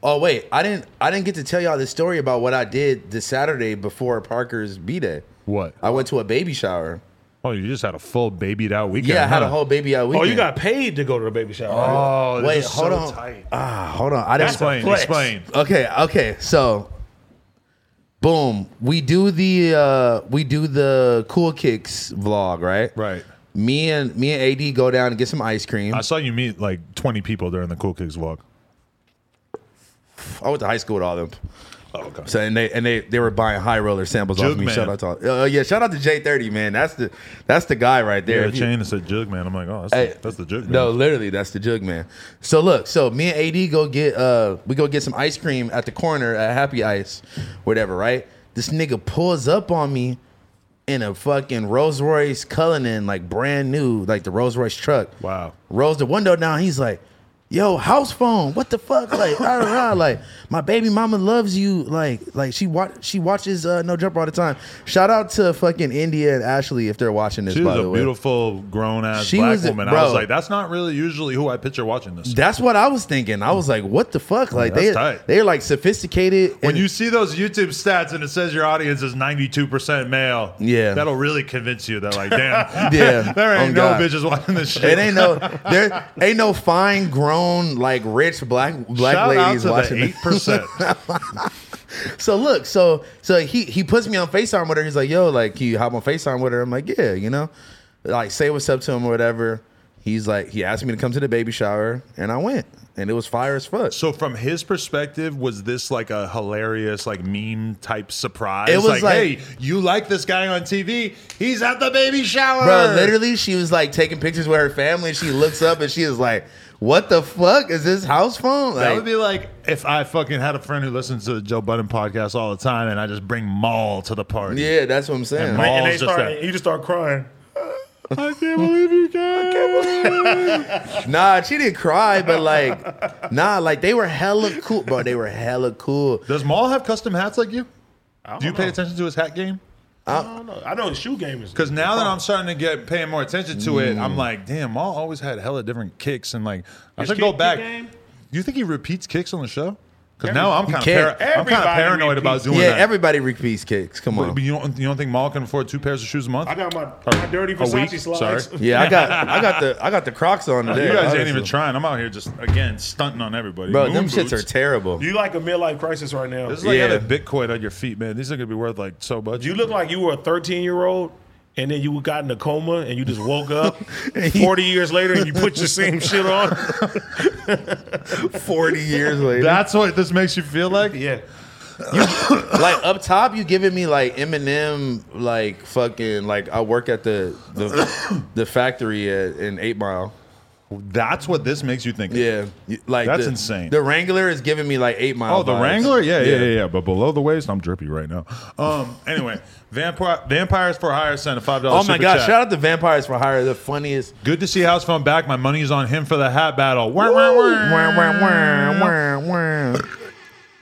[SPEAKER 2] Oh wait, I didn't I didn't get to tell y'all this story about what I did this Saturday before Parker's B day.
[SPEAKER 3] What?
[SPEAKER 2] I went to a baby shower.
[SPEAKER 3] Oh, you just had a full babied out weekend.
[SPEAKER 2] Yeah, I had a
[SPEAKER 3] huh?
[SPEAKER 2] whole baby out weekend.
[SPEAKER 1] Oh, you got paid to go to the baby shower.
[SPEAKER 3] Oh, this
[SPEAKER 2] wait,
[SPEAKER 3] is
[SPEAKER 2] hold
[SPEAKER 3] so
[SPEAKER 2] on.
[SPEAKER 3] tight.
[SPEAKER 2] Ah, hold on. I didn't
[SPEAKER 3] Explain,
[SPEAKER 2] flex.
[SPEAKER 3] explain.
[SPEAKER 2] Okay, okay. So, boom. We do the uh we do the cool kicks vlog, right?
[SPEAKER 3] Right.
[SPEAKER 2] Me and me and AD go down and get some ice cream.
[SPEAKER 3] I saw you meet like 20 people during the Cool Kids vlog.
[SPEAKER 2] I went to high school with all of them. Oh, okay. So and they and they they were buying high roller samples off
[SPEAKER 3] Jug
[SPEAKER 2] me.
[SPEAKER 3] man.
[SPEAKER 2] Shout out to all- uh, yeah, shout out to J thirty man. That's the that's the guy right there.
[SPEAKER 3] Yeah,
[SPEAKER 2] If
[SPEAKER 3] the
[SPEAKER 2] you-
[SPEAKER 3] chain that said Jug Man. I'm like, oh, that's,
[SPEAKER 2] Hey,
[SPEAKER 3] the, that's the Jug Man.
[SPEAKER 2] No, literally, that's the jug man. So look, so me and AD go get uh we go get some ice cream at the corner at Happy Ice, whatever, right? This nigga pulls up on me in a fucking Rolls Royce Cullinan, like brand new, like the Rolls Royce truck.
[SPEAKER 3] Wow.
[SPEAKER 2] Rolls the window down, he's like, Yo, house phone, what the fuck? Like, I don't know. Like, my baby mama loves you. Like, like she watch she watches uh, No Jumper all the time. Shout out to fucking India and Ashley if they're watching this.
[SPEAKER 3] She
[SPEAKER 2] by
[SPEAKER 3] was
[SPEAKER 2] the
[SPEAKER 3] a
[SPEAKER 2] way.
[SPEAKER 3] beautiful, grown ass
[SPEAKER 2] She
[SPEAKER 3] black
[SPEAKER 2] was a-
[SPEAKER 3] woman. I
[SPEAKER 2] bro.
[SPEAKER 3] was like, that's not really usually who I picture watching this.
[SPEAKER 2] That's what I was thinking. I was like, what the fuck? Like
[SPEAKER 3] That's
[SPEAKER 2] they
[SPEAKER 3] tight.
[SPEAKER 2] they're like sophisticated.
[SPEAKER 3] When you see those YouTube stats and it says your audience is 92% male,
[SPEAKER 2] Yeah.
[SPEAKER 3] that'll really convince you that, like, damn,
[SPEAKER 2] Yeah.
[SPEAKER 3] there ain't
[SPEAKER 2] Oh,
[SPEAKER 3] no
[SPEAKER 2] God.
[SPEAKER 3] bitches watching this shit.
[SPEAKER 2] it ain't no there ain't no fine grown like rich black black
[SPEAKER 3] Shout out
[SPEAKER 2] ladies
[SPEAKER 3] to the
[SPEAKER 2] watching this.
[SPEAKER 3] 8%.
[SPEAKER 2] so look, so so he he puts me on FaceTime with her. He's like, yo, like can you hop on FaceTime with her? I'm like, yeah, you know, like say what's up to him or whatever. He's like, he asked me to come to the baby shower, and I went, and it was fire as fuck.
[SPEAKER 3] So, from his perspective, was this like a hilarious, like meme type surprise?
[SPEAKER 2] It was like-
[SPEAKER 3] hey, you like this guy on TV? He's at the baby shower.
[SPEAKER 2] Bro, literally, she was like taking pictures with her family, and she looks up and she is like, "What the fuck is this house phone?"
[SPEAKER 3] that
[SPEAKER 2] Like,
[SPEAKER 3] would be like if I fucking had a friend who listens to the Joe Budden podcast all the time, and I just bring Maul to the party.
[SPEAKER 2] yeah, that's what I'm saying.
[SPEAKER 3] And
[SPEAKER 1] and they
[SPEAKER 3] Maul's just
[SPEAKER 1] start,
[SPEAKER 3] that.
[SPEAKER 1] you just start crying.
[SPEAKER 3] I can't believe you guys.
[SPEAKER 2] Nah, she didn't cry, but like, nah, like they were hella cool, bro. They were hella cool.
[SPEAKER 3] Does Maul have custom hats like you? Do you pay attention to his hat game?
[SPEAKER 1] I don't know. I know the shoe game is.
[SPEAKER 3] Because now that I'm starting to get paying more attention to it,
[SPEAKER 2] Mm.
[SPEAKER 3] I'm like, damn, Maul always had hella different kicks, and like, I
[SPEAKER 1] His
[SPEAKER 3] should go
[SPEAKER 1] kick
[SPEAKER 3] back.
[SPEAKER 1] game?
[SPEAKER 3] Do you think he repeats kicks on the show? Because now I'm
[SPEAKER 2] He
[SPEAKER 3] kind
[SPEAKER 2] can't.
[SPEAKER 3] of I'm kind of
[SPEAKER 1] Everybody
[SPEAKER 3] paranoid about
[SPEAKER 1] repeats.
[SPEAKER 3] doing
[SPEAKER 2] yeah,
[SPEAKER 3] that.
[SPEAKER 2] everybody repeats kicks. Come
[SPEAKER 3] But
[SPEAKER 2] on.
[SPEAKER 3] you don't you don't think Maul can afford two pairs of shoes a month?
[SPEAKER 1] I got my,
[SPEAKER 3] Or
[SPEAKER 1] my dirty
[SPEAKER 3] a week,
[SPEAKER 1] Versace slides.
[SPEAKER 3] sorry.
[SPEAKER 2] Yeah, I got, I got the, I got the Crocs on
[SPEAKER 3] you
[SPEAKER 2] today.
[SPEAKER 3] guys ain't
[SPEAKER 2] honestly.
[SPEAKER 3] even trying. I'm out here just again stunting on everybody.
[SPEAKER 2] Bro,
[SPEAKER 3] Moon
[SPEAKER 2] them shits
[SPEAKER 3] boots.
[SPEAKER 2] are terrible.
[SPEAKER 1] You like a midlife crisis right now.
[SPEAKER 3] This is like
[SPEAKER 2] Yeah.
[SPEAKER 3] having Bitcoin on your feet, man. These are gonna be worth like so much.
[SPEAKER 1] You look like you were a 13 year old and then you got in a coma and you just woke up 40 years later and you put your same shit on.
[SPEAKER 2] Forty years later,
[SPEAKER 3] That's what this makes you feel like.
[SPEAKER 1] Yeah.
[SPEAKER 2] like up top, you giving me like Eminem, like fucking, like I work at the, the, the factory at, in Eight Mile.
[SPEAKER 3] That's what this makes you think.
[SPEAKER 2] Yeah, you- like
[SPEAKER 3] That's
[SPEAKER 2] the-
[SPEAKER 3] insane.
[SPEAKER 2] The Wrangler is giving me like Eight Mile.
[SPEAKER 3] Oh, the
[SPEAKER 2] vibes.
[SPEAKER 3] Wrangler? Yeah, yeah, yeah, yeah. But below the waist, I'm drippy right now. Um. Anyway, vampire vampires for hire sent a five
[SPEAKER 2] Oh
[SPEAKER 3] dollars.
[SPEAKER 2] my god! Shout out to Vampires for Hire, the funniest.
[SPEAKER 3] Good to see House Phone back. My money's on him for the hat battle. Wah, wah,
[SPEAKER 2] Wah, wah, wah,
[SPEAKER 3] wah.
[SPEAKER 2] wah, wah.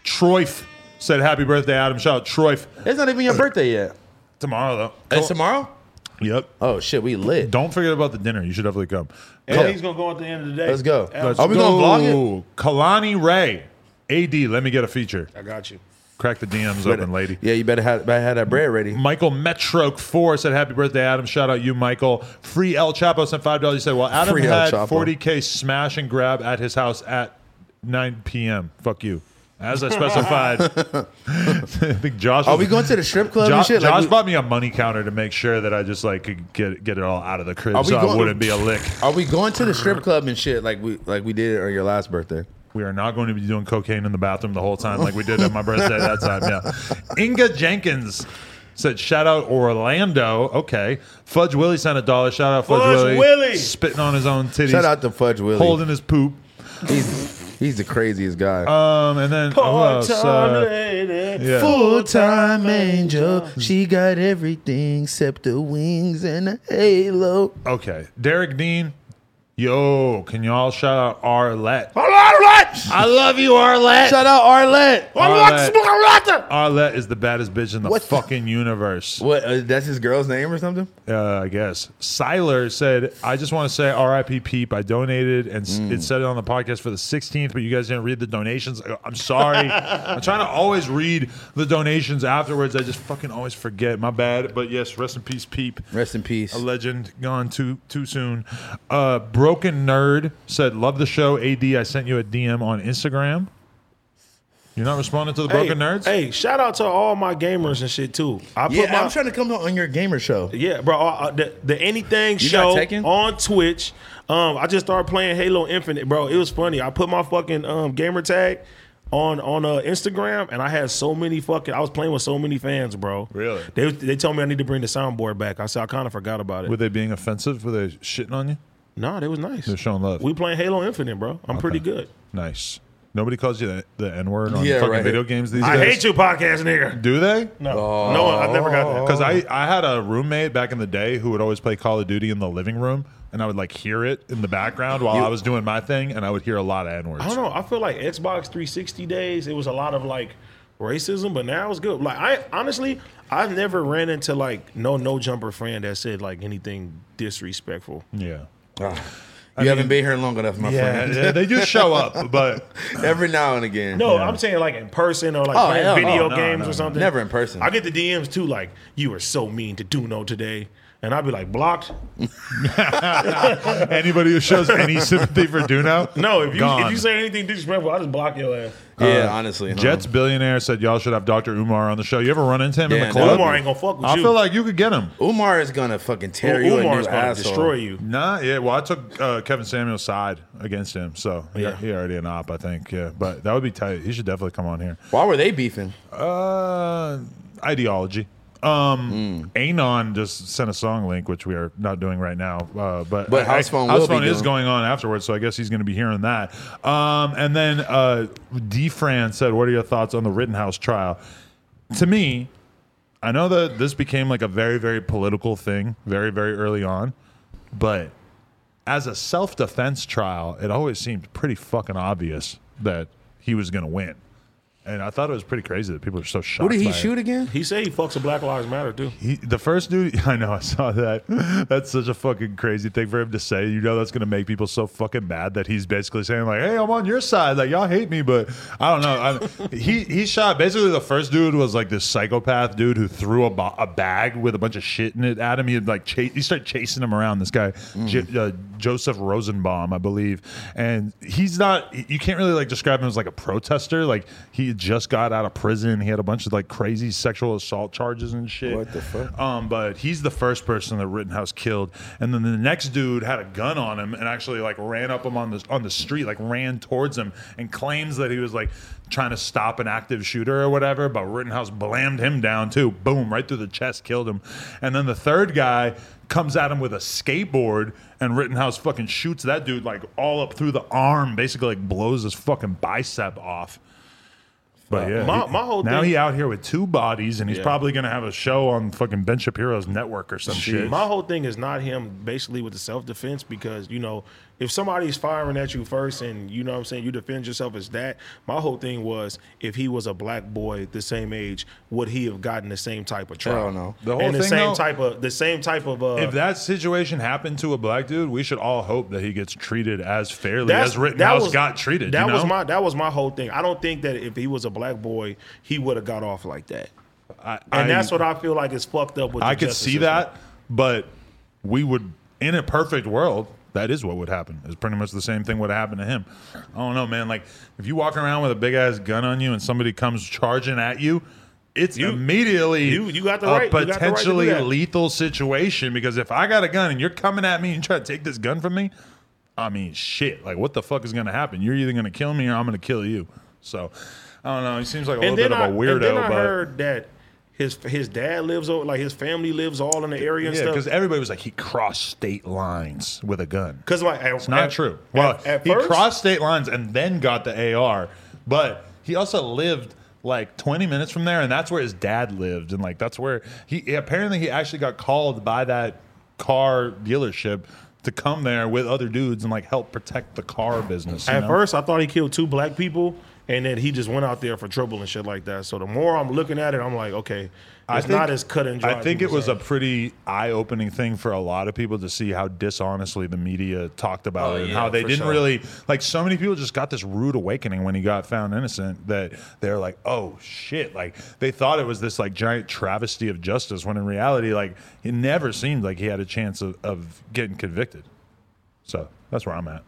[SPEAKER 3] Troif said happy birthday, Adam. Shout out Troif
[SPEAKER 2] It's not even your birthday yet.
[SPEAKER 3] tomorrow though.
[SPEAKER 2] It's tomorrow.
[SPEAKER 3] Yep.
[SPEAKER 2] Oh shit, we lit.
[SPEAKER 3] Don't forget about the dinner. You should definitely come.
[SPEAKER 1] And he's going to go at the end of the day.
[SPEAKER 2] Let's go.
[SPEAKER 1] Alex,
[SPEAKER 2] Are we gonna vlog
[SPEAKER 3] it? Kalani Ray, AD. Let me get a feature.
[SPEAKER 1] I got you.
[SPEAKER 3] Crack the DMs open, lady.
[SPEAKER 2] Yeah, you better have, better have that bread ready.
[SPEAKER 3] Michael Metroke four said, "Happy birthday, Adam! Shout out you, Michael. Free El Chapo sent five dollars. He said, "Well, Adam
[SPEAKER 2] Free El
[SPEAKER 3] had
[SPEAKER 2] Chapo.
[SPEAKER 3] 40k smash and grab at his house at 9 p.m. Fuck you." As I specified, I think Josh.
[SPEAKER 2] Are
[SPEAKER 3] was-
[SPEAKER 2] we going to the strip club and
[SPEAKER 3] Josh,
[SPEAKER 2] shit? Like,
[SPEAKER 3] Josh
[SPEAKER 2] we-
[SPEAKER 3] bought me a money counter to make sure that I just like could get get it all out of the crib,
[SPEAKER 2] Are we
[SPEAKER 3] so I
[SPEAKER 2] going-
[SPEAKER 3] wouldn't be a lick.
[SPEAKER 2] Are we going to the strip club and shit like we like we did on your last birthday?
[SPEAKER 3] We are not going to be doing cocaine in the bathroom the whole time like we did at my birthday that time. Yeah. Inga Jenkins said, shout out Orlando. Okay. Fudge Willie sent a dollar. Shout out Fudge,
[SPEAKER 1] Fudge
[SPEAKER 3] Willie.
[SPEAKER 1] Willie.
[SPEAKER 3] Spitting on his own titties.
[SPEAKER 2] Shout out to Fudge Willie.
[SPEAKER 3] Holding his poop.
[SPEAKER 2] He's the craziest guy.
[SPEAKER 3] Um, and then who else? Uh, yeah.
[SPEAKER 2] Full time angel. She got everything except the wings and a halo.
[SPEAKER 3] Okay, Derek Dean. Yo, can y'all shout out Arlette?
[SPEAKER 2] Arlette! I love you, Arlette. Shout out Arlette.
[SPEAKER 3] Arlette.
[SPEAKER 2] Arlette.
[SPEAKER 3] Arlette is the baddest bitch in the
[SPEAKER 2] What the-
[SPEAKER 3] fucking universe.
[SPEAKER 2] What? Uh, that's his girl's name or something?
[SPEAKER 3] Uh, I guess. Siler said, I just want to say RIP Peep. I donated and s it said it on the podcast for the 16th, but you guys didn't read the donations. I- I'm sorry. I'm trying to always read the donations afterwards. I just fucking always forget. My bad. But yes, rest in peace, Peep.
[SPEAKER 2] Rest in peace.
[SPEAKER 3] A legend gone too too soon. Uh, Broken Nerd said, Love the show. AD, I sent you a DM on Instagram. You're not responding to the
[SPEAKER 1] Hey,
[SPEAKER 3] Broken Nerds?
[SPEAKER 1] Hey, shout out to all my gamers and shit too. I put
[SPEAKER 2] Yeah,
[SPEAKER 1] my
[SPEAKER 2] I'm trying to come on your gamer show.
[SPEAKER 1] yeah, bro. uh, uh, the, the anything
[SPEAKER 2] You got
[SPEAKER 1] show
[SPEAKER 2] Tekken?
[SPEAKER 1] on Twitch. Um, I just started playing Halo Infinite, bro. It was funny. I put my fucking um gamer tag on on uh, Instagram, and I had so many fucking. I was playing with so many fans, bro.
[SPEAKER 3] Really?
[SPEAKER 1] They they told me I need to bring the soundboard back. I said I kind of forgot about it.
[SPEAKER 3] Were they being offensive? Were they shitting on you?
[SPEAKER 1] nah, they was nice.
[SPEAKER 3] They're showing love.
[SPEAKER 1] We playing Halo Infinite, bro. I'm pretty good.
[SPEAKER 3] Nice. Nobody calls you the, the N word on
[SPEAKER 2] Yeah,
[SPEAKER 3] fucking
[SPEAKER 2] right.
[SPEAKER 3] video games these
[SPEAKER 1] I
[SPEAKER 3] days.
[SPEAKER 1] hate you, podcast nigga.
[SPEAKER 3] Do they?
[SPEAKER 1] No, no, I've never got that.
[SPEAKER 3] Because Oh. I, I had a roommate back in the day who would always play Call of Duty in the living room, and I would like hear it in the background while I was doing my thing, and I would hear a lot of N words.
[SPEAKER 1] I don't know. I feel like Xbox 360 days, it was a lot of like racism, but now it's good. Like I honestly, I've never ran into like no no jumper fan that said like anything disrespectful.
[SPEAKER 3] Yeah.
[SPEAKER 2] you haven't been here long enough, my
[SPEAKER 3] Yeah,
[SPEAKER 2] friend.
[SPEAKER 3] yeah, they do show up, but
[SPEAKER 2] Every now and again.
[SPEAKER 1] No, I'm saying like in person or like
[SPEAKER 2] Oh,
[SPEAKER 1] playing
[SPEAKER 2] hell no,
[SPEAKER 1] video
[SPEAKER 3] no,
[SPEAKER 1] games
[SPEAKER 3] no,
[SPEAKER 1] or something.
[SPEAKER 2] Never in person.
[SPEAKER 1] I get the DMs too, like you are so mean to Duno today, and I'd be like blocked.
[SPEAKER 3] anybody who shows any sympathy for Duno,
[SPEAKER 1] No, if you if
[SPEAKER 3] gone.
[SPEAKER 1] you say anything disrespectful, I just block your ass.
[SPEAKER 2] yeah, honestly.
[SPEAKER 3] Uh, Jets billionaire said y'all should have Dr. Umar on the show. You ever run into him in
[SPEAKER 2] Yeah,
[SPEAKER 3] the
[SPEAKER 2] no.
[SPEAKER 3] club?
[SPEAKER 1] Umar ain't gonna fuck with
[SPEAKER 3] I
[SPEAKER 1] you.
[SPEAKER 3] feel like you could get him.
[SPEAKER 2] Umar is gonna fucking tear you
[SPEAKER 1] Umar's
[SPEAKER 2] a new
[SPEAKER 1] gonna
[SPEAKER 2] asshole.
[SPEAKER 1] destroy you.
[SPEAKER 3] Nah, yeah. Well, I took uh, Kevin Samuel's side against him, so he,
[SPEAKER 1] Yeah.
[SPEAKER 3] he already an op, I think. Yeah, but that would be tight. He should definitely come on here.
[SPEAKER 2] Why were they beefing?
[SPEAKER 3] Uh, ideology. Um,
[SPEAKER 2] Hmm.
[SPEAKER 3] Anon just sent a song link, which we are not doing right now. Uh, but
[SPEAKER 2] But
[SPEAKER 3] I-
[SPEAKER 2] House Phone
[SPEAKER 3] House
[SPEAKER 2] will be
[SPEAKER 3] Phone is
[SPEAKER 2] doing.
[SPEAKER 3] going on afterwards, so I guess he's going to be hearing that. Um, and then uh, D. Fran said, "What are your thoughts on the Rittenhouse trial?" To me, I know that this became like a very, very political thing very, very early on, but as a self defense trial, it always seemed pretty fucking obvious that he was going to win. And I thought it was pretty crazy that people are so shocked.
[SPEAKER 2] Who did he
[SPEAKER 3] by it.
[SPEAKER 2] shoot again?
[SPEAKER 1] He said he fucks with Black Lives Matter too.
[SPEAKER 3] He, the first dude, I know, I saw that. That's such a fucking crazy thing for him to say. You know, that's going to make people so fucking mad that he's basically saying, like, hey, I'm on your side. Like, y'all hate me, but I don't know. I, he, he shot basically the first dude was like this psychopath dude who threw a, bo- a bag with a bunch of shit in it at him. He'd like chase, he started chasing him around. This guy, J- uh, Joseph Rosenbaum, I believe. And he's not, you can't really like describe him as like a protester. Like, he just got out of prison. He had a bunch of like crazy sexual assault charges and shit.
[SPEAKER 2] What the fuck?
[SPEAKER 3] Um, but he's the first person that Rittenhouse killed, and then the next dude had a gun on him and actually like ran up him on the on the street, like ran towards him, and claims that he was like trying to stop an active shooter or whatever. But Rittenhouse blammed him down too, boom, right through the chest, killed him, and then the third guy comes at him with a skateboard and Rittenhouse fucking shoots that dude like all up through the arm, basically like blows his fucking bicep off. But yeah,
[SPEAKER 1] My-
[SPEAKER 3] he-
[SPEAKER 1] my whole
[SPEAKER 3] now
[SPEAKER 1] thing-
[SPEAKER 3] he out here with two bodies, and he's
[SPEAKER 1] Yeah.
[SPEAKER 3] probably gonna have a show on fucking Ben Shapiro's network or some shit.
[SPEAKER 1] My whole thing is not him basically with the self defense because, you know, if somebody's firing at you first and you know what I'm saying, you defend yourself as that. My whole thing was if he was a black boy the same age, would he have gotten the same type of trial?
[SPEAKER 2] Hell no.
[SPEAKER 3] The whole
[SPEAKER 1] and the
[SPEAKER 3] thing,
[SPEAKER 1] same
[SPEAKER 3] though-
[SPEAKER 1] type of the same type of uh
[SPEAKER 3] If that situation happened to a black dude, we should all hope that he gets treated as fairly
[SPEAKER 1] that's-
[SPEAKER 3] as
[SPEAKER 1] that
[SPEAKER 3] Rittenhouse
[SPEAKER 1] was-
[SPEAKER 3] got treated.
[SPEAKER 1] That
[SPEAKER 3] you
[SPEAKER 1] was
[SPEAKER 3] know?
[SPEAKER 1] my that was my whole thing. I don't think that if he was a black boy, he would have got off like that.
[SPEAKER 3] I,
[SPEAKER 1] And
[SPEAKER 3] I-
[SPEAKER 1] that's what I feel like is fucked up with.
[SPEAKER 3] I
[SPEAKER 1] the
[SPEAKER 3] could
[SPEAKER 1] justice
[SPEAKER 3] see
[SPEAKER 1] system.
[SPEAKER 3] that, but we would, in a perfect world, that is what would happen. It's pretty much the same thing would happen to him. I don't know, man. Like if you walk around with a big ass gun on you and somebody comes charging at you, it's immediately
[SPEAKER 1] you- you got the
[SPEAKER 3] a
[SPEAKER 1] right- you got the right to do
[SPEAKER 3] potentially
[SPEAKER 1] that.
[SPEAKER 3] lethal situation because if I got a gun and you're coming at me and trying to take this gun from me, I mean, shit. Like, what the fuck is going to happen? You're either going to kill me or I'm going to kill you. So, I don't know. He seems like a little bit of a
[SPEAKER 1] I-
[SPEAKER 3] weirdo,
[SPEAKER 1] And then I
[SPEAKER 3] but
[SPEAKER 1] heard that his his dad lives over, like his family lives all in the area and
[SPEAKER 3] Yeah,
[SPEAKER 1] stuff.
[SPEAKER 3] because everybody was like he crossed state lines with a gun.
[SPEAKER 1] Because like
[SPEAKER 3] It's not true. Well,
[SPEAKER 1] at, at
[SPEAKER 3] he
[SPEAKER 1] first,
[SPEAKER 3] crossed state lines and then got the AR, but he also lived like 20 minutes from there, and that's where his dad lived, and like that's where he apparently he actually got called by that car dealership to come there with other dudes and like help protect the car business. you
[SPEAKER 1] At
[SPEAKER 3] know?
[SPEAKER 1] first, I thought he killed two black people, and then he just went out there for trouble and shit like that. So the more I'm looking at it, I'm like, okay, it's not as cut and dry.
[SPEAKER 3] I
[SPEAKER 1] as
[SPEAKER 3] think it
[SPEAKER 1] people
[SPEAKER 3] was
[SPEAKER 1] say.
[SPEAKER 3] a pretty eye-opening thing for a lot of people to see how dishonestly the media talked about
[SPEAKER 1] Oh,
[SPEAKER 3] it and
[SPEAKER 1] yeah,
[SPEAKER 3] how they
[SPEAKER 1] for
[SPEAKER 3] didn't
[SPEAKER 1] sure.
[SPEAKER 3] really like. So many people just got this rude awakening when he got found innocent that they're like, "Oh shit!" Like they thought it was this like giant travesty of justice when in reality, like it never seemed like he had a chance of, of getting convicted. So that's where I'm at.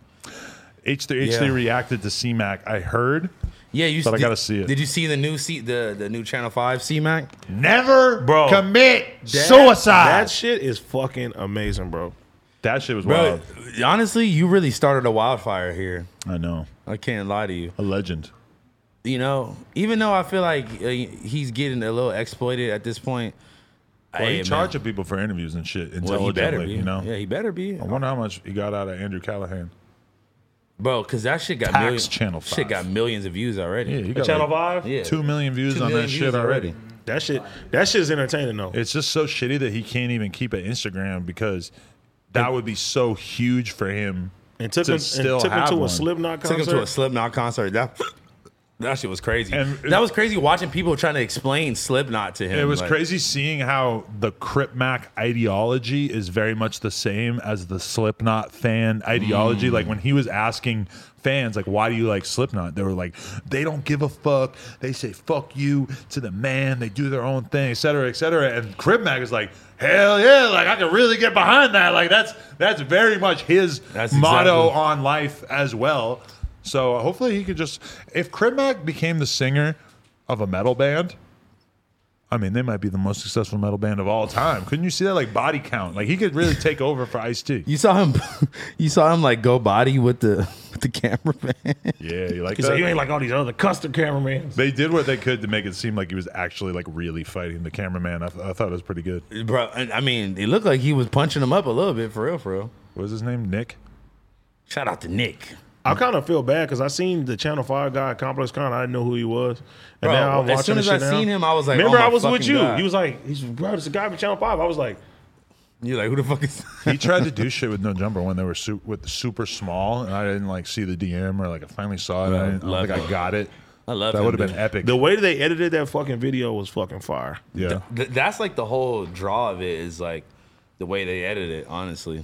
[SPEAKER 3] H3
[SPEAKER 2] Yeah.
[SPEAKER 3] H3 reacted to CMAC. I heard.
[SPEAKER 2] Yeah, you.
[SPEAKER 3] But I
[SPEAKER 2] did-
[SPEAKER 3] gotta see it.
[SPEAKER 2] Did you see the new C, the the new Channel Five CMAC?
[SPEAKER 3] Never
[SPEAKER 2] bro
[SPEAKER 3] commit
[SPEAKER 2] suicide.
[SPEAKER 1] That shit is fucking amazing, bro.
[SPEAKER 3] That shit was
[SPEAKER 2] Bro,
[SPEAKER 3] wild.
[SPEAKER 2] honestly, you really started a wildfire here.
[SPEAKER 3] I know.
[SPEAKER 2] I can't lie to you.
[SPEAKER 3] A legend.
[SPEAKER 2] You know, even though I feel like uh, he's getting a little exploited at this point.
[SPEAKER 3] Well,
[SPEAKER 2] hey,
[SPEAKER 3] he
[SPEAKER 2] man.
[SPEAKER 3] charging people for interviews and shit
[SPEAKER 2] Well, he better
[SPEAKER 3] intelligently,
[SPEAKER 2] be.
[SPEAKER 3] you know.
[SPEAKER 2] Yeah, he better be.
[SPEAKER 3] I wonder how much he got out of Andrew Callahan.
[SPEAKER 2] Bro, because that shit got
[SPEAKER 3] Tax
[SPEAKER 2] millions.
[SPEAKER 3] Channel
[SPEAKER 2] Shit got millions of views already.
[SPEAKER 3] Yeah, he got
[SPEAKER 1] Channel
[SPEAKER 3] like
[SPEAKER 1] Five?
[SPEAKER 2] Yeah.
[SPEAKER 3] two million views
[SPEAKER 2] Two
[SPEAKER 3] on
[SPEAKER 2] million
[SPEAKER 3] that
[SPEAKER 2] views
[SPEAKER 3] shit already.
[SPEAKER 2] already.
[SPEAKER 1] That shit, that shit's entertaining though.
[SPEAKER 3] It's just so shitty that he can't even keep an Instagram because that would be so huge for him.
[SPEAKER 1] And took
[SPEAKER 3] to
[SPEAKER 1] him,
[SPEAKER 3] still
[SPEAKER 1] and took him
[SPEAKER 3] have
[SPEAKER 1] to
[SPEAKER 3] one.
[SPEAKER 1] a Slipknot
[SPEAKER 2] Took
[SPEAKER 1] concert.
[SPEAKER 2] him to a Slipknot concert. That that shit was crazy.
[SPEAKER 3] And-
[SPEAKER 2] that was crazy watching people trying to explain Slipknot to him.
[SPEAKER 3] It was
[SPEAKER 2] like-
[SPEAKER 3] crazy seeing how the Crip Mac ideology is very much the same as the Slipknot fan ideology. Like when he was asking fans, like, why do you like Slipknot? They were like, they don't give a fuck. They say fuck you to the man. They do their own thing, et cetera, et cetera. And Crip Mac is like, hell yeah, like I can really get behind that. Like that's that's very much his
[SPEAKER 2] That's
[SPEAKER 3] motto
[SPEAKER 2] exactly-
[SPEAKER 3] on life as well. So uh, hopefully he could just if Crip Mac became the singer of a metal band. I mean, they might be the most successful metal band of all time. Couldn't you see that? Like body count, like he could really take over for Ice T.
[SPEAKER 2] You saw him. You saw him like go body with the with the cameraman.
[SPEAKER 3] Yeah, you like
[SPEAKER 1] He's
[SPEAKER 3] that?
[SPEAKER 1] like, you ain't like all these other custom cameramen.
[SPEAKER 3] they did what they could to make it seem like he was actually like really fighting the cameraman. I, th- I thought it was pretty good.
[SPEAKER 2] Bro, I I mean, it looked like he was punching him up a little bit for real, for real.
[SPEAKER 3] What was his name? Nick.
[SPEAKER 2] Shout out to Nick.
[SPEAKER 1] I kind of feel bad because I seen the Channel Five guy at Complex Con. I didn't know who he was, and
[SPEAKER 2] Bro,
[SPEAKER 1] now I'm
[SPEAKER 2] as
[SPEAKER 1] watching
[SPEAKER 2] soon
[SPEAKER 1] the
[SPEAKER 2] as I
[SPEAKER 1] shit now.
[SPEAKER 2] seen him, I was like,
[SPEAKER 1] "Remember,
[SPEAKER 2] oh my
[SPEAKER 1] I was with
[SPEAKER 2] fucking
[SPEAKER 1] you."
[SPEAKER 2] God.
[SPEAKER 1] He was like, "He's bro, this guy from Channel 5. I was like,
[SPEAKER 2] You're like, who the fuck is?
[SPEAKER 3] He tried to do shit with no jumper when they were su- with super small, and I didn't like see the DM or like I finally saw it. I, didn't, I don't
[SPEAKER 2] love
[SPEAKER 3] think I
[SPEAKER 2] it.
[SPEAKER 3] got it.
[SPEAKER 2] I love
[SPEAKER 3] that
[SPEAKER 2] him,
[SPEAKER 3] would have been
[SPEAKER 2] dude.
[SPEAKER 3] epic.
[SPEAKER 1] the way they edited that fucking video was fucking fire.
[SPEAKER 3] yeah,
[SPEAKER 2] Th- that's like the whole draw of it is like the way they edit it. Honestly,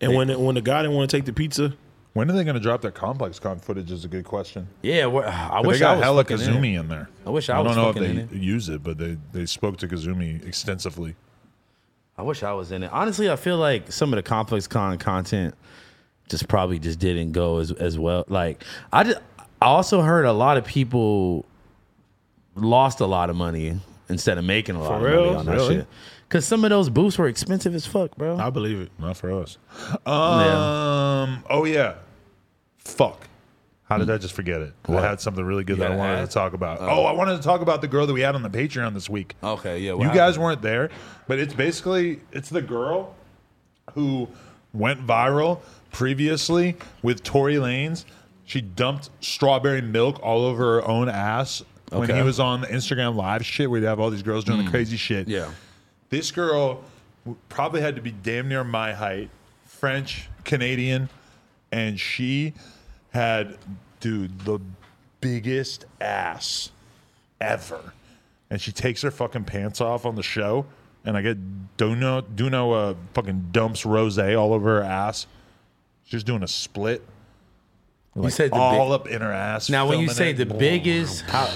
[SPEAKER 1] And when when the guy didn't want to take the pizza,
[SPEAKER 3] when are they going to drop that complex con footage? Is a good question.
[SPEAKER 2] yeah. wha- I
[SPEAKER 3] They
[SPEAKER 2] wish I
[SPEAKER 3] got
[SPEAKER 2] was
[SPEAKER 3] hella
[SPEAKER 2] fucking in it.
[SPEAKER 3] Kazumi in there.
[SPEAKER 2] I wish I
[SPEAKER 3] I
[SPEAKER 2] was
[SPEAKER 3] don't know if
[SPEAKER 2] fucking
[SPEAKER 3] they use it, but they they spoke to Kazumi extensively.
[SPEAKER 2] I wish I was in it. Honestly, I feel like some of the complex con content just probably just didn't go as as well. Like I just, I also heard a lot of people lost a lot of money instead of making a lot of money
[SPEAKER 1] real?
[SPEAKER 2] on that
[SPEAKER 1] Really?
[SPEAKER 2] shit. Cause some of those booths were expensive as fuck, bro.
[SPEAKER 1] I believe it.
[SPEAKER 3] Not for us. Um. Oh yeah. Fuck. How did I just forget it? I had something really good that I
[SPEAKER 2] Hmm. had
[SPEAKER 3] wanted
[SPEAKER 2] an ad?
[SPEAKER 3] to talk about. Oh, I wanted to talk about the girl that we had on the Patreon this week.
[SPEAKER 2] Okay, yeah.
[SPEAKER 3] you guys weren't there, but it's basically it's the girl who went viral previously with Tory Lanez. She dumped strawberry milk all over her own ass when
[SPEAKER 2] Okay. Hmm.
[SPEAKER 3] he was on the Instagram live shit where you have all these girls doing the crazy shit.
[SPEAKER 2] Yeah.
[SPEAKER 3] This girl w- probably had to be damn near my height, French, Canadian, and she had, dude, the biggest ass ever. And she takes her fucking pants off on the show, and I get Duno, Duno uh, fucking dumps rose all over her ass. She's doing a split.
[SPEAKER 2] you said the
[SPEAKER 3] all
[SPEAKER 2] big,
[SPEAKER 3] up in her ass.
[SPEAKER 2] now when you
[SPEAKER 3] filming
[SPEAKER 2] say
[SPEAKER 3] it.
[SPEAKER 2] the biggest, how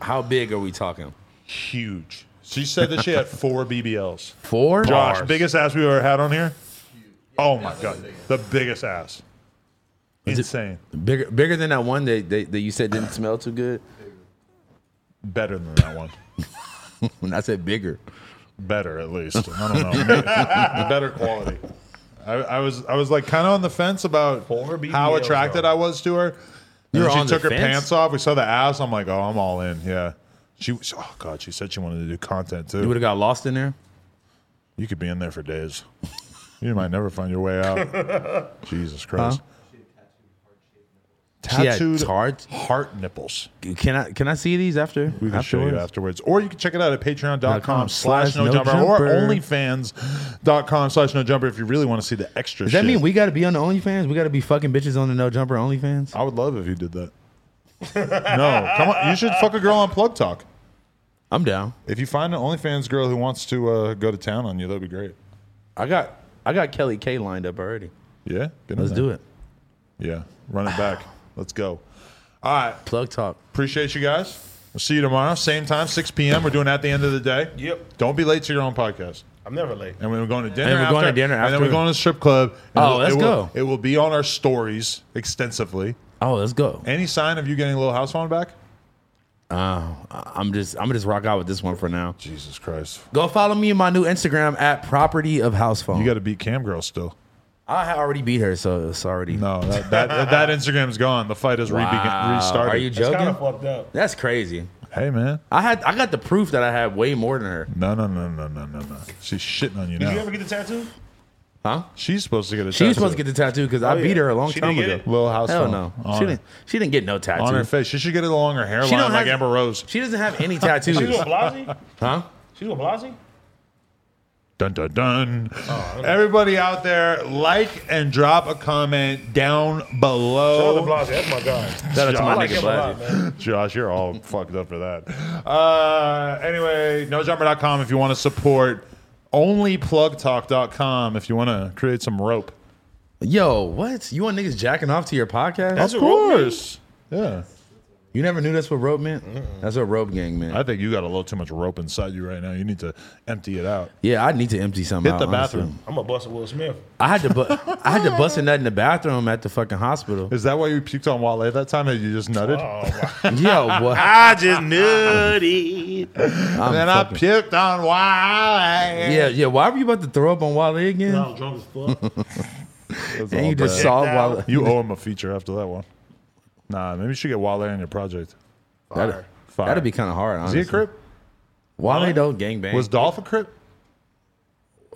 [SPEAKER 2] how big are we talking?
[SPEAKER 3] huge. She said that she had four BBLs.
[SPEAKER 2] Four.
[SPEAKER 3] Josh, biggest ass we've ever had on here. Oh my god, the biggest ass. Insane.
[SPEAKER 2] bigger bigger than that one that, that that you said didn't smell too good.
[SPEAKER 3] Better than that one.
[SPEAKER 2] When I said bigger,
[SPEAKER 3] Better at least. I don't know. Better quality. I, I was I was like kind of on the fence about how
[SPEAKER 1] BBLs,
[SPEAKER 3] attracted
[SPEAKER 1] though.
[SPEAKER 3] I was to her. And
[SPEAKER 2] You
[SPEAKER 3] then
[SPEAKER 2] were
[SPEAKER 3] she
[SPEAKER 2] on the
[SPEAKER 3] took her
[SPEAKER 2] fence?
[SPEAKER 3] pants off. We saw the ass. I'm like, oh, I'm all in. Yeah. She was, oh god, she said she wanted to do content too.
[SPEAKER 2] You would've got lost in there.
[SPEAKER 3] You could be in there for days. you might never find your way out. Jesus Christ.
[SPEAKER 2] She had
[SPEAKER 3] Tattooed
[SPEAKER 2] tart-
[SPEAKER 3] heart nipples.
[SPEAKER 2] Can I can I see these after?
[SPEAKER 3] We can show you afterwards. Or you can check it out at patreon.com slash no jumper
[SPEAKER 2] nojumper.
[SPEAKER 3] or onlyfans.com slash no jumper if you really want to see the extra
[SPEAKER 2] Does that
[SPEAKER 3] shit.
[SPEAKER 2] mean we got to be on the OnlyFans? We got to be fucking bitches on the No Jumper OnlyFans?
[SPEAKER 3] I would love if you did that. no, come on. You should fuck a girl on Plug Talk.
[SPEAKER 2] I'm down.
[SPEAKER 3] If you find an OnlyFans girl who wants to uh, go to town on you, that'd be great.
[SPEAKER 2] I got I got Kelly K lined up already.
[SPEAKER 3] Yeah, get in
[SPEAKER 2] Let's
[SPEAKER 3] there.
[SPEAKER 2] do it.
[SPEAKER 3] Yeah, run it back. Let's go. All right,
[SPEAKER 2] plug talk.
[SPEAKER 3] Appreciate you guys. We'll see you tomorrow, same time, 6 p.m. We're doing at the end of the day.
[SPEAKER 1] Yep.
[SPEAKER 3] Don't be late to your own podcast.
[SPEAKER 1] I'm never late.
[SPEAKER 3] And we're going to dinner.
[SPEAKER 2] And we're
[SPEAKER 3] after,
[SPEAKER 2] going to dinner
[SPEAKER 3] And then we're
[SPEAKER 2] after.
[SPEAKER 3] going to the strip club. And
[SPEAKER 2] Oh,
[SPEAKER 3] it will-
[SPEAKER 2] let's
[SPEAKER 3] it will-
[SPEAKER 2] go.
[SPEAKER 3] It will be on our stories extensively.
[SPEAKER 2] Oh, let's go.
[SPEAKER 3] Any sign of you getting a little house phone back?
[SPEAKER 2] Uh, I'm just I'm gonna just rock out with this one for now.
[SPEAKER 3] Jesus Christ.
[SPEAKER 2] Go follow me in my new Instagram at property of house phone.
[SPEAKER 3] You got to beat Cam Girl still.
[SPEAKER 2] I had already beat her, so it's already
[SPEAKER 3] No, that, that, that Instagram's gone. The fight has re-
[SPEAKER 2] Wow.
[SPEAKER 3] began- restarted.
[SPEAKER 2] Are you
[SPEAKER 1] It's kind
[SPEAKER 2] joking?
[SPEAKER 1] of fucked up.
[SPEAKER 2] That's crazy.
[SPEAKER 3] Hey, man.
[SPEAKER 2] I had I got the proof that I had way more than her.
[SPEAKER 3] No, no, no, no, no, no, no. She's shitting on you
[SPEAKER 1] Did you
[SPEAKER 3] now.
[SPEAKER 1] ever get the tattoo?
[SPEAKER 2] Huh?
[SPEAKER 3] She's supposed to get a
[SPEAKER 2] She was supposed to get the tattoo because I
[SPEAKER 1] Oh,
[SPEAKER 2] beat
[SPEAKER 1] yeah.
[SPEAKER 2] her a long
[SPEAKER 1] She
[SPEAKER 2] time
[SPEAKER 1] didn't
[SPEAKER 2] ago.
[SPEAKER 1] get
[SPEAKER 3] Little house
[SPEAKER 2] Hell
[SPEAKER 3] phone.
[SPEAKER 2] no.
[SPEAKER 3] On
[SPEAKER 2] She
[SPEAKER 3] her.
[SPEAKER 2] didn't she didn't get no tattoo.
[SPEAKER 3] on her face. She should get it along her
[SPEAKER 2] She don't
[SPEAKER 3] hairline like
[SPEAKER 2] have-
[SPEAKER 3] Amber Rose.
[SPEAKER 2] She doesn't have any
[SPEAKER 1] She's
[SPEAKER 2] tattoos.
[SPEAKER 1] with Blasi?
[SPEAKER 2] huh?
[SPEAKER 1] She's with Blasi?
[SPEAKER 3] Dun dun dun. Everybody out there, like and drop a comment down
[SPEAKER 1] Oh, the
[SPEAKER 3] below.
[SPEAKER 1] Blasi. That's my guy.
[SPEAKER 2] Shout out to
[SPEAKER 3] I
[SPEAKER 2] my
[SPEAKER 3] like
[SPEAKER 2] nigga
[SPEAKER 3] him a
[SPEAKER 2] Blasi.
[SPEAKER 3] lot, man. Josh, you're all fucked up for that. Uh, anyway, nojumper.com if you want to support. Onlyplugtalk.com if you want to create some rope.
[SPEAKER 2] Yo, what? You want niggas jacking off to your podcast?
[SPEAKER 1] That's- Of course.
[SPEAKER 3] Yeah.
[SPEAKER 2] you never knew that's what rope meant? That's what rope gang meant.
[SPEAKER 3] I think you got a little too much rope inside you right now. You need to empty it out.
[SPEAKER 2] yeah, I need to empty something
[SPEAKER 3] Hit
[SPEAKER 2] out,
[SPEAKER 3] the
[SPEAKER 2] honestly.
[SPEAKER 3] bathroom.
[SPEAKER 1] I'm a bust of Will Smith.
[SPEAKER 2] I had to bu- I had to bust a nut in the bathroom at the fucking hospital.
[SPEAKER 3] Is that why you puked on Wale that time and you just nutted?
[SPEAKER 2] Yo, what?
[SPEAKER 1] I just nutty.
[SPEAKER 3] and then I puked on Wale.
[SPEAKER 2] Yeah, yeah. Why were you about to throw up on Wale again?
[SPEAKER 1] I was drunk as fuck.
[SPEAKER 3] That's
[SPEAKER 2] and
[SPEAKER 3] all
[SPEAKER 2] you just
[SPEAKER 3] bad.
[SPEAKER 2] saw
[SPEAKER 1] Checked out.
[SPEAKER 2] Wale.
[SPEAKER 3] You owe him a feature after that one. Nah, maybe you should get Wale on your project.
[SPEAKER 2] That'd,
[SPEAKER 3] Fire.
[SPEAKER 2] that'd be kind of hard.
[SPEAKER 3] Is
[SPEAKER 2] Honestly.
[SPEAKER 3] he a Crip?
[SPEAKER 2] Wale though, gangbang.
[SPEAKER 3] Was Dolph a Crip?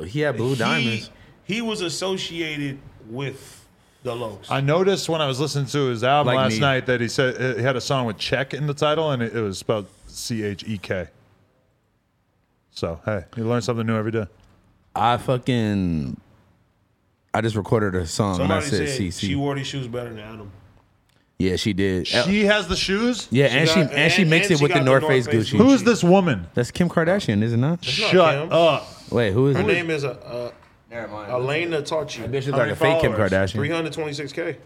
[SPEAKER 2] he had blue diamonds?
[SPEAKER 1] He was associated with the Lokes.
[SPEAKER 3] I noticed when I was listening to his album
[SPEAKER 2] Like
[SPEAKER 3] last
[SPEAKER 2] me.
[SPEAKER 3] night that he said uh, he had a song with check in the title and it, it was spelled C H E K. So hey, you learn something new every day.
[SPEAKER 2] I fucking. I just recorded a song
[SPEAKER 1] Somebody
[SPEAKER 2] and I said,
[SPEAKER 1] said
[SPEAKER 2] "CC."
[SPEAKER 1] she wore these shoes better than Adam.
[SPEAKER 2] yeah, she did.
[SPEAKER 3] She has the shoes.
[SPEAKER 2] yeah, and
[SPEAKER 1] got-
[SPEAKER 2] she and, she
[SPEAKER 1] and-
[SPEAKER 2] mixed
[SPEAKER 1] and
[SPEAKER 2] it
[SPEAKER 1] she
[SPEAKER 2] with
[SPEAKER 1] got
[SPEAKER 2] the North Face Gucci.
[SPEAKER 1] Gucci.
[SPEAKER 3] Who's this woman?
[SPEAKER 2] That's Kim Kardashian, isn't it?
[SPEAKER 1] It's not
[SPEAKER 3] Shut
[SPEAKER 1] Kim.
[SPEAKER 3] up.
[SPEAKER 2] Wait, who is
[SPEAKER 1] Her
[SPEAKER 2] it?
[SPEAKER 1] name is uh, uh, Elena Tarchi.
[SPEAKER 2] This is
[SPEAKER 3] How
[SPEAKER 2] like
[SPEAKER 3] many
[SPEAKER 2] a fake Kim
[SPEAKER 3] followers?
[SPEAKER 2] Kardashian.
[SPEAKER 1] 326K.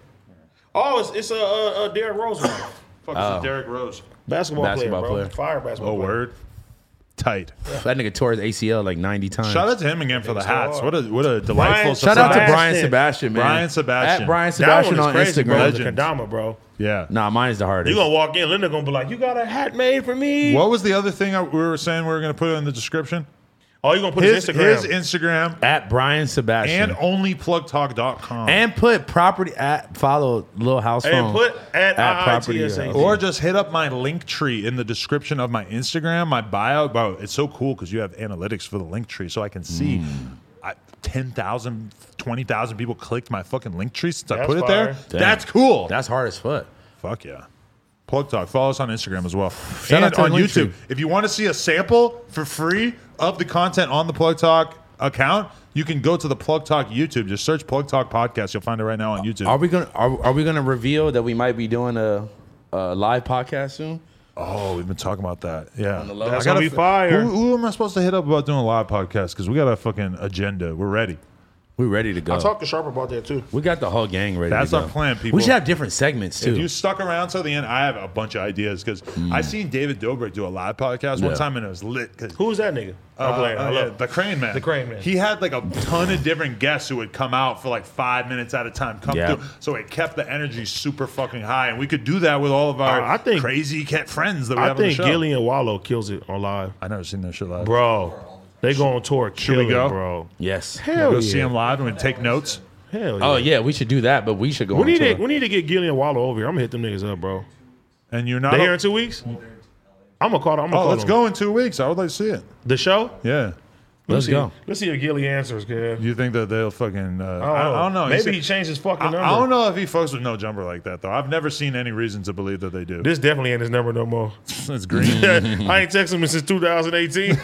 [SPEAKER 1] Oh, it's, it's a, uh a Derrick Rose one.
[SPEAKER 3] Fuck, this is Derek Rose.
[SPEAKER 1] Basketball,
[SPEAKER 2] Oh. Basketball
[SPEAKER 1] player, bro.
[SPEAKER 2] player.
[SPEAKER 1] Fire basketball
[SPEAKER 3] Oh
[SPEAKER 1] player.
[SPEAKER 3] word. Tight.
[SPEAKER 2] That nigga tore his ACL like ninety times.
[SPEAKER 3] Shout out to him again for the
[SPEAKER 1] so
[SPEAKER 3] hats.
[SPEAKER 1] hard.
[SPEAKER 3] What a what a delightful.
[SPEAKER 1] Brian-
[SPEAKER 2] Shout out to
[SPEAKER 3] surprise.
[SPEAKER 2] Brian Sebastian, man.
[SPEAKER 3] Brian Sebastian.
[SPEAKER 2] At Brian
[SPEAKER 1] That one
[SPEAKER 2] Sebastian
[SPEAKER 1] is
[SPEAKER 2] on
[SPEAKER 1] crazy, bro.
[SPEAKER 2] Instagram.
[SPEAKER 1] It's a
[SPEAKER 3] Legend.
[SPEAKER 1] Kadama, bro.
[SPEAKER 3] Yeah.
[SPEAKER 2] Nah, mine's the hardest.
[SPEAKER 1] You're going to walk in. Linda going to be like, you got a hat made for me.
[SPEAKER 3] What was the other thing I, we were saying we were going to put in the description?
[SPEAKER 1] Oh, you going to put
[SPEAKER 3] His,
[SPEAKER 1] his, Instagram.
[SPEAKER 3] his Instagram
[SPEAKER 2] at Brian
[SPEAKER 3] and
[SPEAKER 2] Sebastian.
[SPEAKER 3] onlyplugtalk.com.
[SPEAKER 2] And put property at follow Lil House
[SPEAKER 1] And
[SPEAKER 2] Phone.
[SPEAKER 1] put at
[SPEAKER 2] At
[SPEAKER 1] IITSA.
[SPEAKER 2] property, uh,
[SPEAKER 3] or just hit up my link tree in the description of my Instagram, my bio. Bro, it's so cool because you have analytics for the link tree, so I can see I, 10,000, 20,000 people clicked my fucking link tree since I
[SPEAKER 1] That's
[SPEAKER 3] put it there.
[SPEAKER 1] fire.
[SPEAKER 2] Damn.
[SPEAKER 3] That's cool.
[SPEAKER 2] That's hard as fuck.
[SPEAKER 3] Fuck yeah. Plug Talk. Follow us on Instagram as well.
[SPEAKER 2] Shout
[SPEAKER 3] and
[SPEAKER 2] out to
[SPEAKER 3] on
[SPEAKER 2] the link
[SPEAKER 3] YouTube.
[SPEAKER 2] tree.
[SPEAKER 3] If you want to see a sample for free of the content on the Plug Talk account, you can go to the Plug Talk YouTube. Just search Plug Talk Podcast. You'll find it right now on YouTube.
[SPEAKER 2] Are we gonna are, are we gonna reveal that we might be doing a, a live podcast soon?
[SPEAKER 3] oh, we've been talking about that. Yeah.
[SPEAKER 2] On the low.
[SPEAKER 1] That's
[SPEAKER 3] I gotta
[SPEAKER 1] gonna be
[SPEAKER 3] f-
[SPEAKER 1] fire.
[SPEAKER 3] Who, who am I supposed to hit up about doing a live podcast? Because we got a fucking agenda. We're ready.
[SPEAKER 2] We ready to go.
[SPEAKER 1] I talked to Sharp about that, too.
[SPEAKER 2] we got the whole gang ready.
[SPEAKER 3] That's
[SPEAKER 2] to
[SPEAKER 3] our
[SPEAKER 2] go.
[SPEAKER 3] plan, people.
[SPEAKER 2] We should have different segments too.
[SPEAKER 3] If you stuck around till the end, I have a bunch of ideas because I seen David Dobrik do a live podcast one
[SPEAKER 2] Yeah.
[SPEAKER 3] time and it was lit. 'cause
[SPEAKER 1] Who's that nigga? I'm
[SPEAKER 3] Uh,
[SPEAKER 1] playing. I
[SPEAKER 3] uh,
[SPEAKER 1] love
[SPEAKER 3] yeah, the Crane Man.
[SPEAKER 1] Oh, The Crane Man.
[SPEAKER 3] He had like a ton of different guests who would come out for like five minutes at a time, come
[SPEAKER 2] Yeah.
[SPEAKER 3] through. So it kept the energy super fucking high, and we could do that with all of our
[SPEAKER 1] Uh, I think-
[SPEAKER 3] crazy cat friends that we
[SPEAKER 1] I
[SPEAKER 3] have on the
[SPEAKER 1] think
[SPEAKER 3] show.
[SPEAKER 1] Gillian Wallow kills it on live.
[SPEAKER 3] I never seen that shit live.
[SPEAKER 1] Bro, they go on tour. Kill
[SPEAKER 3] we go?
[SPEAKER 1] it, bro.
[SPEAKER 2] yes.
[SPEAKER 3] Go
[SPEAKER 1] Hell
[SPEAKER 3] see
[SPEAKER 1] yeah.
[SPEAKER 3] him live and we take notes.
[SPEAKER 1] Hell yeah.
[SPEAKER 2] Oh yeah, we should do that, but we should go.
[SPEAKER 1] We
[SPEAKER 2] on
[SPEAKER 1] need,
[SPEAKER 2] tour.
[SPEAKER 1] to, we need to get Gillian Wallow over here. I'm going to hit them niggas up, bro.
[SPEAKER 3] And you're not.
[SPEAKER 1] They
[SPEAKER 3] a-
[SPEAKER 1] here in two weeks? I'm gonna call. I'm gonna
[SPEAKER 3] Oh,
[SPEAKER 1] call
[SPEAKER 3] let's
[SPEAKER 1] him.
[SPEAKER 3] go in two weeks. I would like to see it.
[SPEAKER 1] The show?
[SPEAKER 3] Yeah.
[SPEAKER 1] Let me see- Let's see if Gilly answers, kid.
[SPEAKER 3] You think that they'll fucking?
[SPEAKER 1] I
[SPEAKER 3] Uh,
[SPEAKER 1] don't
[SPEAKER 3] I,
[SPEAKER 1] know.
[SPEAKER 3] I don't know.
[SPEAKER 1] Oh, Maybe
[SPEAKER 3] said-
[SPEAKER 1] he changed his fucking
[SPEAKER 3] I,
[SPEAKER 1] number.
[SPEAKER 3] I don't know if he fucks with no jumper like that though. I've never seen any reason to believe that they do.
[SPEAKER 1] This definitely ain't his number no more.
[SPEAKER 3] It's green.
[SPEAKER 1] I ain't texted him since 2018.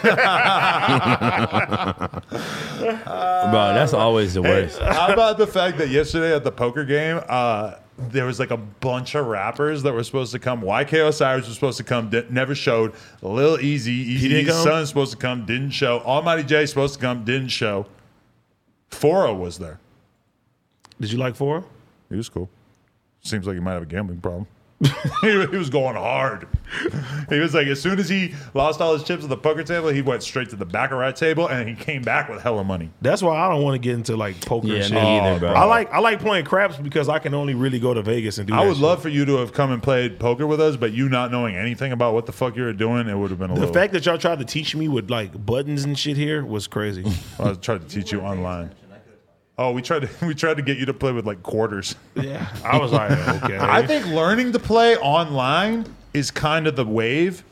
[SPEAKER 2] Bro, that's always the
[SPEAKER 3] Hey,
[SPEAKER 2] worst.
[SPEAKER 3] how about the fact that yesterday at the poker game, uh, there was like a bunch of rappers that were supposed to come. YK Osiris was supposed to come, di- never showed. Lil Easy, Easy
[SPEAKER 1] didn't come?
[SPEAKER 3] Son supposed to come, didn't show. Almighty J supposed to come, didn't show. Fora was there.
[SPEAKER 1] Did you like Fora?
[SPEAKER 3] He was cool. Seems like he might have a gambling problem. he, wa- he was going hard. He was like, as soon as he lost all his chips at the poker table, he went straight to the baccarat table and he came back with hella money.
[SPEAKER 1] That's why I don't want to get into like poker
[SPEAKER 2] Yeah,
[SPEAKER 1] and shit.
[SPEAKER 2] me either, bro.
[SPEAKER 1] I like I like playing craps because I can only really go to Vegas and do.
[SPEAKER 3] I
[SPEAKER 1] that
[SPEAKER 3] would
[SPEAKER 1] shit.
[SPEAKER 3] love for you to have come and played poker with us, but you not knowing anything about what the fuck you were doing, it would have been a
[SPEAKER 1] the
[SPEAKER 3] little.
[SPEAKER 1] fact that y'all tried to teach me with like buttons and shit here was crazy.
[SPEAKER 3] I tried to teach you online. Oh, we tried to we tried to get you to play with like quarters.
[SPEAKER 1] yeah, I was like, okay.
[SPEAKER 3] I think learning to play online is kind of the wave,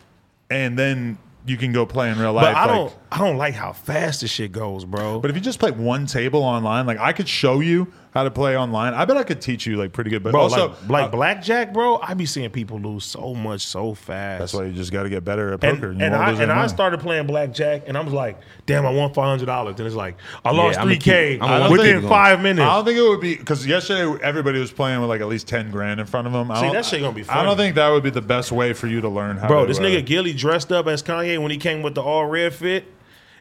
[SPEAKER 3] and then you can go play in real life.
[SPEAKER 1] but I
[SPEAKER 3] like-
[SPEAKER 1] don't I don't like how fast this shit goes, bro.
[SPEAKER 3] But if you just play one table online, like I could show you how to play online. I bet I could teach you like pretty good. But
[SPEAKER 1] bro,
[SPEAKER 3] also,
[SPEAKER 1] like, like blackjack, bro, I be seeing people lose so much so fast.
[SPEAKER 3] that's why you just got to get better at
[SPEAKER 1] and,
[SPEAKER 3] poker.
[SPEAKER 1] and I and I
[SPEAKER 3] start.
[SPEAKER 1] started playing blackjack, and I was like, "Damn, I won five hundred dollars." And it's like, I lost
[SPEAKER 2] I'ma
[SPEAKER 1] three k
[SPEAKER 2] keep- I'ma
[SPEAKER 3] let it
[SPEAKER 1] within
[SPEAKER 2] go.
[SPEAKER 1] five minutes.
[SPEAKER 3] I don't think it would be because yesterday everybody was playing with like at least ten grand in front of them. I
[SPEAKER 1] See,
[SPEAKER 3] don't-
[SPEAKER 1] that shit gonna be
[SPEAKER 3] I
[SPEAKER 1] funny.
[SPEAKER 3] don't think that would be the best way for you to learn how.
[SPEAKER 1] Bro,
[SPEAKER 3] to,
[SPEAKER 1] this
[SPEAKER 3] uh,
[SPEAKER 1] nigga Gilly dressed up as Kanye when he came with the all red fit.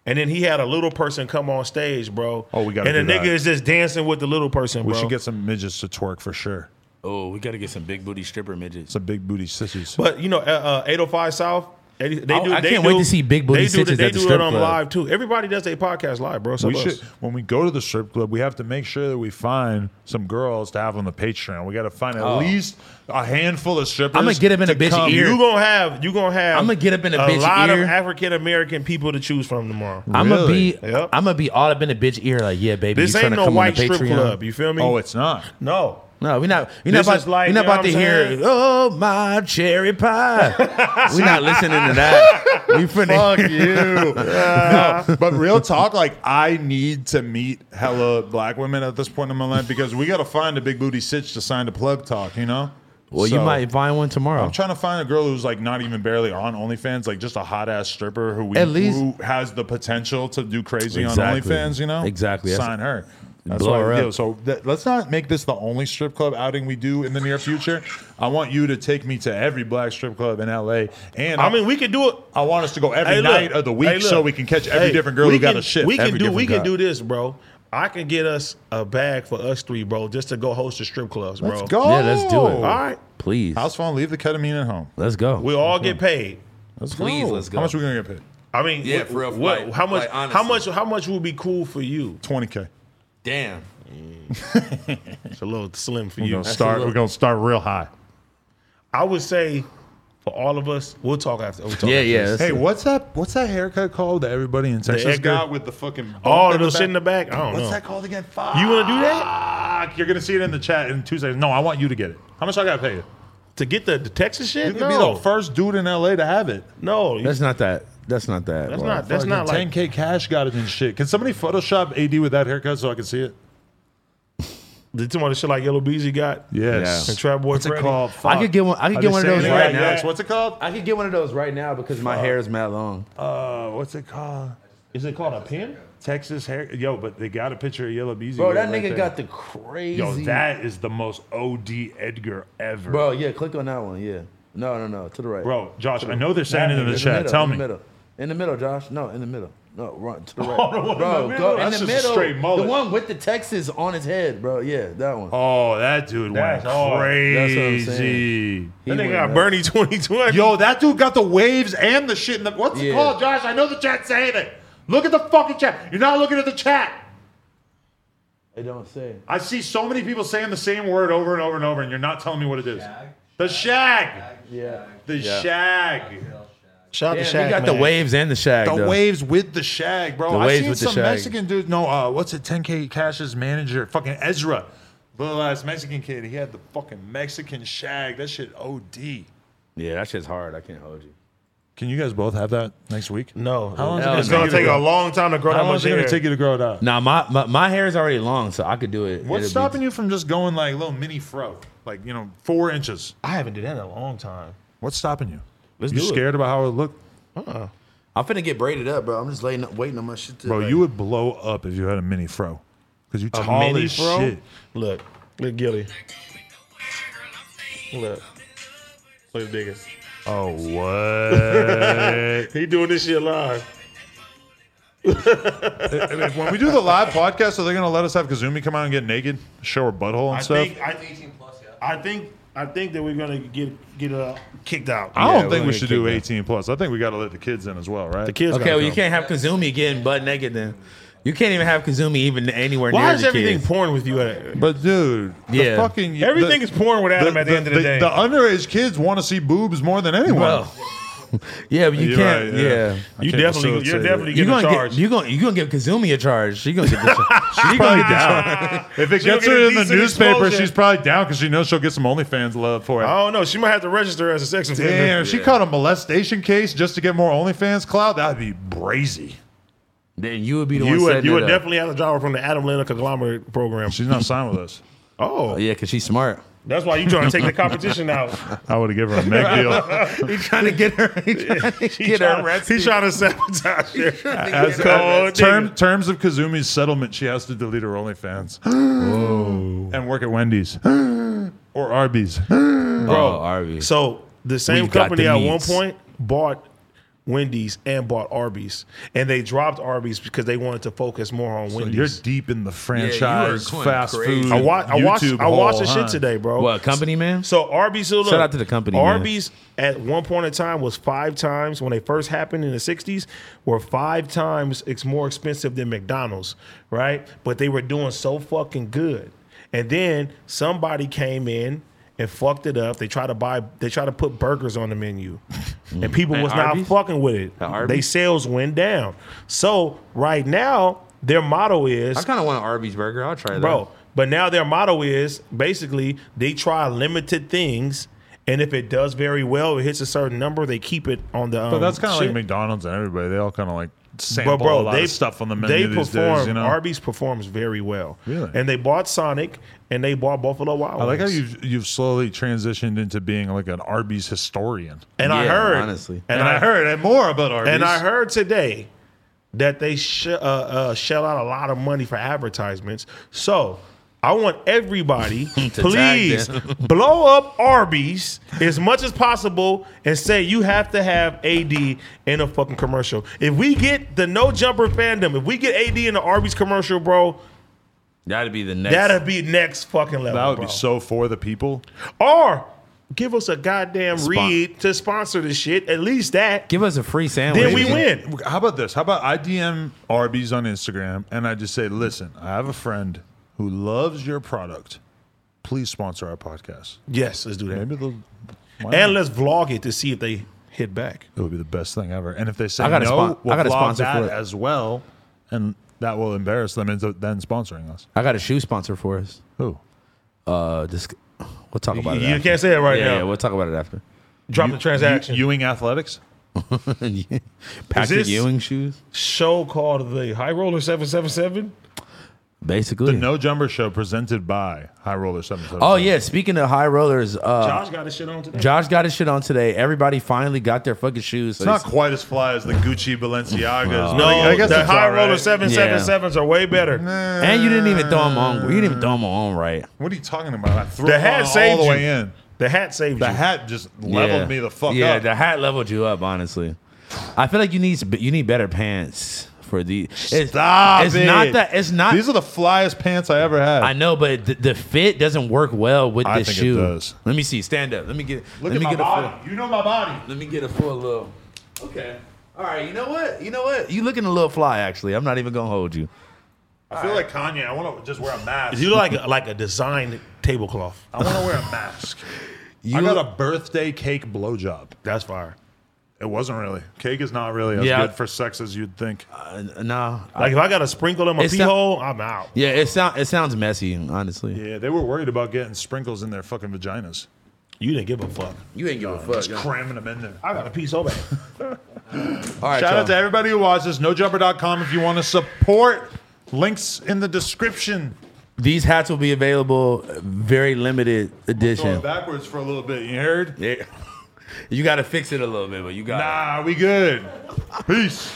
[SPEAKER 1] And then he had a little person come on stage, bro.
[SPEAKER 3] Oh, we gotta
[SPEAKER 1] And the
[SPEAKER 3] do
[SPEAKER 1] nigga
[SPEAKER 3] that.
[SPEAKER 1] is just dancing with the little person,
[SPEAKER 3] we
[SPEAKER 1] bro.
[SPEAKER 3] should get some midgets to twerk for sure.
[SPEAKER 10] Oh, we got to get some big booty stripper midgets.
[SPEAKER 3] Some big booty sissies.
[SPEAKER 1] but you know, uh, uh, 805 South, they, they do.
[SPEAKER 10] I- I
[SPEAKER 1] they
[SPEAKER 10] can't
[SPEAKER 1] do-
[SPEAKER 10] wait to see big booty
[SPEAKER 1] They do,
[SPEAKER 10] stitches
[SPEAKER 1] they
[SPEAKER 10] at the
[SPEAKER 1] do
[SPEAKER 10] strip
[SPEAKER 1] it on
[SPEAKER 10] club.
[SPEAKER 1] live too. Everybody does their podcast live, bro. So
[SPEAKER 3] we should when we go to the strip club, we have to make sure that we find some girls to have on the Patreon. We got to find at
[SPEAKER 10] Oh.
[SPEAKER 3] least a handful of strippers.
[SPEAKER 10] I'ma get 'em in
[SPEAKER 3] to
[SPEAKER 10] a bitch
[SPEAKER 3] come.
[SPEAKER 10] ear.
[SPEAKER 1] You gonna have you gonna have
[SPEAKER 10] I'ma get up in a bitch
[SPEAKER 1] lot
[SPEAKER 10] ear.
[SPEAKER 1] of African American people to choose from tomorrow.
[SPEAKER 10] I'm gonna be,
[SPEAKER 1] Yep.
[SPEAKER 10] I'm gonna be all up in the bitch ear, like, yeah, baby,
[SPEAKER 1] This
[SPEAKER 10] you
[SPEAKER 1] ain't
[SPEAKER 10] trying to
[SPEAKER 1] no
[SPEAKER 10] come
[SPEAKER 1] white
[SPEAKER 10] on the
[SPEAKER 1] strip
[SPEAKER 10] Patreon?
[SPEAKER 1] club. You feel me?
[SPEAKER 3] Oh, it's not.
[SPEAKER 1] no.
[SPEAKER 10] No, we're not. You're not
[SPEAKER 1] This is
[SPEAKER 10] about,
[SPEAKER 1] like,
[SPEAKER 10] you're not
[SPEAKER 1] you know
[SPEAKER 10] about to
[SPEAKER 1] what I'm
[SPEAKER 10] hear.
[SPEAKER 1] saying?
[SPEAKER 10] Oh my cherry pie. we're not listening to that. We finna.
[SPEAKER 3] Fuck you. No, but real talk, like I need to meet hella black women at this point in my life because we got to find a big booty sitch to sign to plug talk. You know.
[SPEAKER 10] Well, you
[SPEAKER 3] So,
[SPEAKER 10] might find one tomorrow.
[SPEAKER 3] I'm trying to find a girl who's like not even barely on OnlyFans, like just a hot ass stripper who we
[SPEAKER 10] At least-
[SPEAKER 3] who has the potential to do crazy
[SPEAKER 10] Exactly.
[SPEAKER 3] on OnlyFans. You know,
[SPEAKER 10] Exactly. That's-
[SPEAKER 3] Sign her. That's
[SPEAKER 10] Blow
[SPEAKER 3] what
[SPEAKER 10] her
[SPEAKER 3] I
[SPEAKER 10] up.
[SPEAKER 3] do. So th- let's not make this the only strip club outing we do in the near future. I want you to take me to every black strip club in LA, and
[SPEAKER 1] I mean, we could do it.
[SPEAKER 3] I want us to go every
[SPEAKER 1] Hey, look.
[SPEAKER 3] night of the week
[SPEAKER 1] Hey, look.
[SPEAKER 3] so we can catch every
[SPEAKER 1] Hey,
[SPEAKER 3] different girl
[SPEAKER 1] we
[SPEAKER 3] who got
[SPEAKER 1] can-
[SPEAKER 3] a shit.
[SPEAKER 1] We can
[SPEAKER 3] every
[SPEAKER 1] do we
[SPEAKER 3] different
[SPEAKER 1] can do this, bro. I can get us a bag for us three, bro, just to go host the strip clubs,
[SPEAKER 3] guy.
[SPEAKER 1] bro.
[SPEAKER 3] Let's go.
[SPEAKER 10] Yeah, let's do it.
[SPEAKER 3] All
[SPEAKER 1] All
[SPEAKER 3] right.
[SPEAKER 1] right,
[SPEAKER 10] Please,
[SPEAKER 3] House phone, leave the ketamine at home.
[SPEAKER 10] let's go.
[SPEAKER 1] we all get
[SPEAKER 10] Mm-hmm.
[SPEAKER 1] paid.
[SPEAKER 3] Let's
[SPEAKER 10] Please,
[SPEAKER 3] go.
[SPEAKER 10] let's go.
[SPEAKER 3] How much we gonna get paid?
[SPEAKER 1] I mean,
[SPEAKER 10] Yeah,
[SPEAKER 1] wh-
[SPEAKER 10] for real,
[SPEAKER 1] what-
[SPEAKER 10] like-
[SPEAKER 1] how much?
[SPEAKER 10] like,
[SPEAKER 1] how much?
[SPEAKER 10] honestly.
[SPEAKER 1] How much would be cool for you?
[SPEAKER 3] Twenty k.
[SPEAKER 10] Damn.
[SPEAKER 1] It's a little slim for
[SPEAKER 3] We're
[SPEAKER 1] you.
[SPEAKER 3] gonna start. We're gonna start real high.
[SPEAKER 1] I would say for all of us, we'll talk after. We'll talk
[SPEAKER 10] Yeah,
[SPEAKER 1] after
[SPEAKER 10] yeah,
[SPEAKER 1] this.
[SPEAKER 10] that's-
[SPEAKER 3] Hey, what's that? What's that haircut called that everybody in Texas
[SPEAKER 1] Edgar?
[SPEAKER 3] got with the fucking bump
[SPEAKER 1] All
[SPEAKER 3] in
[SPEAKER 1] of
[SPEAKER 3] the
[SPEAKER 1] those shit
[SPEAKER 3] back?
[SPEAKER 1] in the back. I don't
[SPEAKER 3] What's
[SPEAKER 1] know.
[SPEAKER 3] that called again? Fuck.
[SPEAKER 1] You want to do that
[SPEAKER 3] You're gonna see it in the chat in two seconds. No, I want you to get it. How much I gotta pay you?
[SPEAKER 1] to get the, the Texas shit?
[SPEAKER 3] You could
[SPEAKER 1] no,
[SPEAKER 3] be the first dude in LA to have it.
[SPEAKER 1] no, you-
[SPEAKER 10] That's not that. That's not that.
[SPEAKER 1] that's
[SPEAKER 10] bro.
[SPEAKER 1] not. That's not like.
[SPEAKER 3] 10k cash got it and shit. Can somebody Photoshop AD with that haircut so I can see it?
[SPEAKER 1] Did somebody shit like Yellow Beezy got?
[SPEAKER 3] Yes.
[SPEAKER 1] And Trap Boy
[SPEAKER 3] What's it
[SPEAKER 1] Freddy?
[SPEAKER 3] called?
[SPEAKER 10] I could get one. I could get one of those right now.
[SPEAKER 3] What's it called?
[SPEAKER 10] I could get one of those right now because my hair is mad long.
[SPEAKER 3] Uh, what's it called?
[SPEAKER 1] Is it called a pin?
[SPEAKER 3] Texas hair. Yo, but they got a picture of Yellow Beezy.
[SPEAKER 10] Bro,
[SPEAKER 3] with it
[SPEAKER 10] that
[SPEAKER 3] right
[SPEAKER 10] nigga
[SPEAKER 3] there.
[SPEAKER 10] got the crazy.
[SPEAKER 3] Yo, that is the most OD Edgar ever.
[SPEAKER 10] Bro, yeah, click on that one. Yeah. No, no, no. To the right.
[SPEAKER 3] Bro, Josh, I know they're saying
[SPEAKER 10] That
[SPEAKER 3] it in
[SPEAKER 10] nigga.
[SPEAKER 3] the chat.
[SPEAKER 10] middle,
[SPEAKER 3] Tell
[SPEAKER 10] in
[SPEAKER 3] me.
[SPEAKER 10] The middle. In the middle, Josh. No, in the middle. No, run to the right.
[SPEAKER 3] Oh, the one
[SPEAKER 10] bro,
[SPEAKER 3] in the
[SPEAKER 10] go
[SPEAKER 3] middle?
[SPEAKER 10] in
[SPEAKER 3] That's
[SPEAKER 10] the
[SPEAKER 3] just a
[SPEAKER 10] middle.
[SPEAKER 3] straight mullet.
[SPEAKER 10] The one with the Texas on his head, bro. Yeah, that one.
[SPEAKER 3] Oh, that dude
[SPEAKER 1] That's
[SPEAKER 3] went
[SPEAKER 1] hard.
[SPEAKER 3] crazy.
[SPEAKER 10] That's what I'm saying. He
[SPEAKER 1] That
[SPEAKER 10] went
[SPEAKER 1] nigga got
[SPEAKER 10] nuts.
[SPEAKER 1] Bernie 2020.
[SPEAKER 3] Yo, that dude got the waves and the shit in the. What's
[SPEAKER 10] Yeah.
[SPEAKER 3] it called, Josh? I know the chat's saying it. Look at the fucking chat. You're not looking at the chat.
[SPEAKER 10] They don't say.
[SPEAKER 3] I see so many people saying the same word over and over and over, and you're not telling me what it is. The shag.
[SPEAKER 10] Yeah.
[SPEAKER 3] The shag.
[SPEAKER 1] Shout out to
[SPEAKER 10] He
[SPEAKER 1] Shaq,
[SPEAKER 10] got the
[SPEAKER 1] man.
[SPEAKER 10] waves and the shag.
[SPEAKER 3] The
[SPEAKER 10] though.
[SPEAKER 3] waves with the shag, bro.
[SPEAKER 10] The
[SPEAKER 3] I
[SPEAKER 10] waves
[SPEAKER 3] seen
[SPEAKER 10] with the
[SPEAKER 3] some
[SPEAKER 10] shag.
[SPEAKER 3] Mexican dude. No, uh, what's it? 10K Cash's manager, fucking Ezra, little ass Mexican kid. He had the fucking Mexican shag. That shit OD.
[SPEAKER 10] Yeah, that shit's hard. I can't hold you.
[SPEAKER 3] Can you guys both have that next week?
[SPEAKER 1] No.
[SPEAKER 3] How long
[SPEAKER 2] No,
[SPEAKER 3] is
[SPEAKER 2] it's
[SPEAKER 3] it
[SPEAKER 2] gonna
[SPEAKER 3] going to
[SPEAKER 2] take
[SPEAKER 3] take
[SPEAKER 2] a
[SPEAKER 3] you
[SPEAKER 2] long
[SPEAKER 1] time to grow
[SPEAKER 3] How
[SPEAKER 2] that
[SPEAKER 3] long
[SPEAKER 2] much
[SPEAKER 3] is it going
[SPEAKER 2] hair.
[SPEAKER 3] to take you to grow it out?
[SPEAKER 2] Nah, my, my my hair is already long, so I could do it.
[SPEAKER 3] What's
[SPEAKER 2] It'll be-
[SPEAKER 3] stopping you from just going like little mini fro, like you know, four inches?
[SPEAKER 1] I haven't did that in a long time.
[SPEAKER 3] What's stopping you?
[SPEAKER 1] Let's
[SPEAKER 3] you
[SPEAKER 1] do it.
[SPEAKER 3] scared about how it looked,
[SPEAKER 1] Uh-uh.
[SPEAKER 2] I'm finna get braided up, bro. I'm just laying up, waiting on my shit to.
[SPEAKER 3] bro?
[SPEAKER 2] like-
[SPEAKER 3] You would blow up if you had a mini fro, because you
[SPEAKER 1] A
[SPEAKER 3] tall
[SPEAKER 1] mini
[SPEAKER 3] as
[SPEAKER 1] fro?
[SPEAKER 3] shit.
[SPEAKER 1] Look, look, Gilly. Look. Look at this
[SPEAKER 3] Oh
[SPEAKER 1] nigga.
[SPEAKER 3] what?
[SPEAKER 1] he doing this shit live.
[SPEAKER 3] if, when we do the live podcast, are they going to let us have Kazumi come out and get naked, show her butthole and
[SPEAKER 1] I
[SPEAKER 3] stuff?
[SPEAKER 1] think I, I think I think that we're gonna get get uh, kicked out.
[SPEAKER 3] I don't think we should do 18 plus. I think we got to let the kids in as well, right? The
[SPEAKER 1] kids
[SPEAKER 2] okay, well, you can't have Kazumi getting butt naked then. You can't even have Kazumi even anywhere near
[SPEAKER 1] Why is
[SPEAKER 2] the
[SPEAKER 1] everything
[SPEAKER 2] kids.
[SPEAKER 1] porn with you? At?
[SPEAKER 3] Uh, But dude,
[SPEAKER 2] Yeah.
[SPEAKER 3] the fucking
[SPEAKER 1] Everything is porn with Adam at the end of the day.
[SPEAKER 3] The underage kids want to see boobs more than anyone.
[SPEAKER 2] Well, yeah, but you
[SPEAKER 3] You're
[SPEAKER 2] can't.
[SPEAKER 3] right,
[SPEAKER 2] yeah.
[SPEAKER 3] yeah. I You can't definitely- facilitate you're it. definitely
[SPEAKER 2] You
[SPEAKER 3] getting
[SPEAKER 2] gonna
[SPEAKER 3] a
[SPEAKER 2] get-
[SPEAKER 3] charge.
[SPEAKER 2] You gonna you gonna give Kazumi a charge? She gonna get the charge. She gonna get the charge.
[SPEAKER 3] If it
[SPEAKER 1] She'll
[SPEAKER 3] gets
[SPEAKER 1] get
[SPEAKER 3] her
[SPEAKER 1] a
[SPEAKER 3] in the
[SPEAKER 1] decent
[SPEAKER 3] newspaper,
[SPEAKER 1] exposure.
[SPEAKER 3] she's probably down because she knows she'll get some OnlyFans love for it.
[SPEAKER 1] I don't know. She might have to register as a sex offender.
[SPEAKER 3] Damn, if she caught a molestation case just to get more OnlyFans clout, that'd be brazy.
[SPEAKER 2] Then you would be the
[SPEAKER 1] You
[SPEAKER 2] one
[SPEAKER 1] would,
[SPEAKER 2] setting
[SPEAKER 1] you
[SPEAKER 2] it
[SPEAKER 1] would
[SPEAKER 2] up.
[SPEAKER 1] definitely have to drop her from the Adam Lena conglomerate program.
[SPEAKER 3] She's not signed with us.
[SPEAKER 1] Oh,
[SPEAKER 2] yeah, because she's smart.
[SPEAKER 1] That's why you trying to take the competition out.
[SPEAKER 3] I would have given her a neck deal.
[SPEAKER 2] He's trying to get her. He's trying to get
[SPEAKER 1] trying-
[SPEAKER 2] her.
[SPEAKER 1] He's trying to sabotage her.
[SPEAKER 3] As,
[SPEAKER 1] Cold
[SPEAKER 3] as- term, terms of Kazumi's settlement, she has to delete her OnlyFans and work at Wendy's or Arby's.
[SPEAKER 2] Bro, Arby's.
[SPEAKER 1] So the same
[SPEAKER 2] We got
[SPEAKER 1] company
[SPEAKER 2] the
[SPEAKER 1] at one
[SPEAKER 2] meats.
[SPEAKER 1] point bought Wendy's and bought Arby's, and they dropped Arby's because they wanted to focus more on
[SPEAKER 3] So
[SPEAKER 1] Wendy's.
[SPEAKER 3] you're deep in the franchise
[SPEAKER 2] going
[SPEAKER 3] fast
[SPEAKER 2] crazy.
[SPEAKER 3] food.
[SPEAKER 1] I watch. I watch.
[SPEAKER 3] YouTube
[SPEAKER 1] I watched the
[SPEAKER 3] hole,
[SPEAKER 1] shit
[SPEAKER 3] huh?
[SPEAKER 1] today, bro.
[SPEAKER 2] What company, man?
[SPEAKER 1] So Arby's. So
[SPEAKER 2] Shout
[SPEAKER 1] look,
[SPEAKER 2] out to the company, man.
[SPEAKER 1] Arby's at one point in time was five times when they first happened in the '60s. Were five times it's more expensive than McDonald's, right? But they were doing so fucking good, and then somebody came in. And fucked it up. They tried to buy. They tried to put burgers on the menu, and people
[SPEAKER 9] At
[SPEAKER 1] was not
[SPEAKER 9] Arby's?
[SPEAKER 1] fucking with it.
[SPEAKER 9] At Arby's?
[SPEAKER 1] They sales went down. So right now, their motto is
[SPEAKER 2] I kind of want an Arby's burger. I'll try that.
[SPEAKER 1] bro. But now their motto is basically they try limited things, and if it does very well, it hits a certain number, they keep it on the. Um,
[SPEAKER 3] But that's kind of
[SPEAKER 1] shit.
[SPEAKER 3] like McDonald's and everybody. They all kind of like sample
[SPEAKER 1] But bro,
[SPEAKER 3] a lot
[SPEAKER 1] they
[SPEAKER 3] of stuff on the menu
[SPEAKER 1] They
[SPEAKER 3] these
[SPEAKER 1] perform.
[SPEAKER 3] days. You know,
[SPEAKER 1] Arby's performs very well.
[SPEAKER 3] Really?
[SPEAKER 1] And they bought Sonic, and they bought Buffalo Wild.
[SPEAKER 3] I like how
[SPEAKER 1] Wings.
[SPEAKER 3] you've you've slowly transitioned into being like an Arby's historian.
[SPEAKER 1] And I
[SPEAKER 2] Yeah,
[SPEAKER 1] heard
[SPEAKER 2] honestly.
[SPEAKER 1] and,
[SPEAKER 3] And I heard and more about Arby's.
[SPEAKER 1] and I heard today that they sh- uh, uh, shell out a lot of money for advertisements. So. I want everybody,
[SPEAKER 2] tag
[SPEAKER 1] please
[SPEAKER 2] them.
[SPEAKER 1] blow up Arby's as much as possible and say you have to have AD in a fucking commercial. If we get the no jumper fandom, if we get AD in the Arby's commercial, bro,
[SPEAKER 2] That'd be the next.
[SPEAKER 1] that'll be next fucking level.
[SPEAKER 3] that would
[SPEAKER 1] bro.
[SPEAKER 3] be so for the people.
[SPEAKER 1] Or give us a goddamn
[SPEAKER 2] Spon-
[SPEAKER 1] read to sponsor the shit. At least that.
[SPEAKER 2] Give us a free sandwich.
[SPEAKER 1] Then we win.
[SPEAKER 3] How about this? How about I DM Arby's on Instagram and I just say, "Listen, I have a friend who loves your product. Please sponsor our podcast."
[SPEAKER 1] Yes, let's do that.
[SPEAKER 3] Maybe they'll. why
[SPEAKER 1] And
[SPEAKER 3] not?
[SPEAKER 1] let's vlog it to see if they hit back.
[SPEAKER 3] it would be the best thing ever. And if they say
[SPEAKER 2] I got a
[SPEAKER 3] no,
[SPEAKER 2] spon-
[SPEAKER 3] we'll
[SPEAKER 2] I got a
[SPEAKER 3] vlog
[SPEAKER 2] sponsor
[SPEAKER 3] that
[SPEAKER 2] for it.
[SPEAKER 3] as well, and that will embarrass them into then sponsoring us.
[SPEAKER 2] I got a shoe sponsor for us.
[SPEAKER 3] Who?
[SPEAKER 2] Uh, this we'll talk about it.
[SPEAKER 1] You
[SPEAKER 2] after.
[SPEAKER 1] can't say it right
[SPEAKER 2] yeah,
[SPEAKER 1] now.
[SPEAKER 2] Yeah, we'll talk about it after.
[SPEAKER 1] Drop the transaction.
[SPEAKER 3] Ewing Athletics.
[SPEAKER 2] Patrick
[SPEAKER 1] this-
[SPEAKER 2] Ewing shoes,
[SPEAKER 1] show called the High Roller Seven Seven Seven.
[SPEAKER 3] The
[SPEAKER 2] basically.
[SPEAKER 3] No Jumper Show presented by High Roller Seven.
[SPEAKER 2] oh yeah, speaking of high rollers, uh,
[SPEAKER 1] Josh got his shit on today.
[SPEAKER 2] Josh. got his shit on today. Everybody finally got their fucking shoes.
[SPEAKER 3] It's not quite as fly as the Gucci Balenciagas.
[SPEAKER 1] No,
[SPEAKER 3] I guess
[SPEAKER 1] Oh, the
[SPEAKER 3] it's
[SPEAKER 1] High
[SPEAKER 3] all right.
[SPEAKER 1] Roller Seven Seven Sevens are way better.
[SPEAKER 2] and you didn't even throw them on. You didn't even throw them on right.
[SPEAKER 3] What are you talking about? I threw
[SPEAKER 1] The
[SPEAKER 3] it
[SPEAKER 1] hat
[SPEAKER 3] on
[SPEAKER 1] saved
[SPEAKER 3] all the
[SPEAKER 1] you.
[SPEAKER 3] way in.
[SPEAKER 1] The hat saved
[SPEAKER 3] The
[SPEAKER 1] you.
[SPEAKER 3] hat just leveled
[SPEAKER 2] Yeah.
[SPEAKER 3] me the fuck
[SPEAKER 2] yeah,
[SPEAKER 3] up.
[SPEAKER 2] the hat leveled you up. Honestly, I feel like you need you need better pants for the. It's,
[SPEAKER 3] Stop
[SPEAKER 2] It's
[SPEAKER 3] it.
[SPEAKER 2] not that. It's not.
[SPEAKER 3] These are the flyest pants I ever had.
[SPEAKER 2] I know, but the, the fit doesn't work well with
[SPEAKER 3] Oh. I
[SPEAKER 2] this
[SPEAKER 3] think it
[SPEAKER 2] shoe.
[SPEAKER 3] does.
[SPEAKER 2] Let me see. Stand up. Let me get. let
[SPEAKER 3] Look at
[SPEAKER 2] me
[SPEAKER 3] my
[SPEAKER 2] get
[SPEAKER 3] body.
[SPEAKER 2] a
[SPEAKER 3] you know my body.
[SPEAKER 2] full. Let me get a full little. Okay. All right. You know what? You know what? You looking a little fly. Actually, I'm not even gonna hold you.
[SPEAKER 3] I feel like Kanye. I want to just wear a mask.
[SPEAKER 1] You look like a, like a design tablecloth.
[SPEAKER 3] I want to wear a mask.
[SPEAKER 2] You
[SPEAKER 3] I got a birthday cake blowjob.
[SPEAKER 1] That's fire.
[SPEAKER 3] It wasn't really. Cake is not really as
[SPEAKER 2] Yeah.
[SPEAKER 3] good for sex as you'd think.
[SPEAKER 2] uh, nah.
[SPEAKER 1] Like if I got a sprinkle in my
[SPEAKER 2] It's
[SPEAKER 1] pee
[SPEAKER 2] not-
[SPEAKER 1] hole, I'm out.
[SPEAKER 2] yeah. It sound it sounds messy. Honestly.
[SPEAKER 3] Yeah, they were worried about getting sprinkles in their fucking vaginas.
[SPEAKER 1] You didn't give a fuck.
[SPEAKER 2] You ain't give a fuck.
[SPEAKER 3] Just
[SPEAKER 2] yo.
[SPEAKER 3] cramming them in there.
[SPEAKER 1] I got a piece so bad.
[SPEAKER 3] All right, Shout out to everybody who watches nojumper.com if you want to support. Links in the description.
[SPEAKER 2] These hats will be available, very limited
[SPEAKER 3] Going
[SPEAKER 2] edition.
[SPEAKER 3] backwards for a little bit. You heard?
[SPEAKER 2] Yeah. You got to fix it a little bit, but you got.
[SPEAKER 3] Nah, we good. Peace.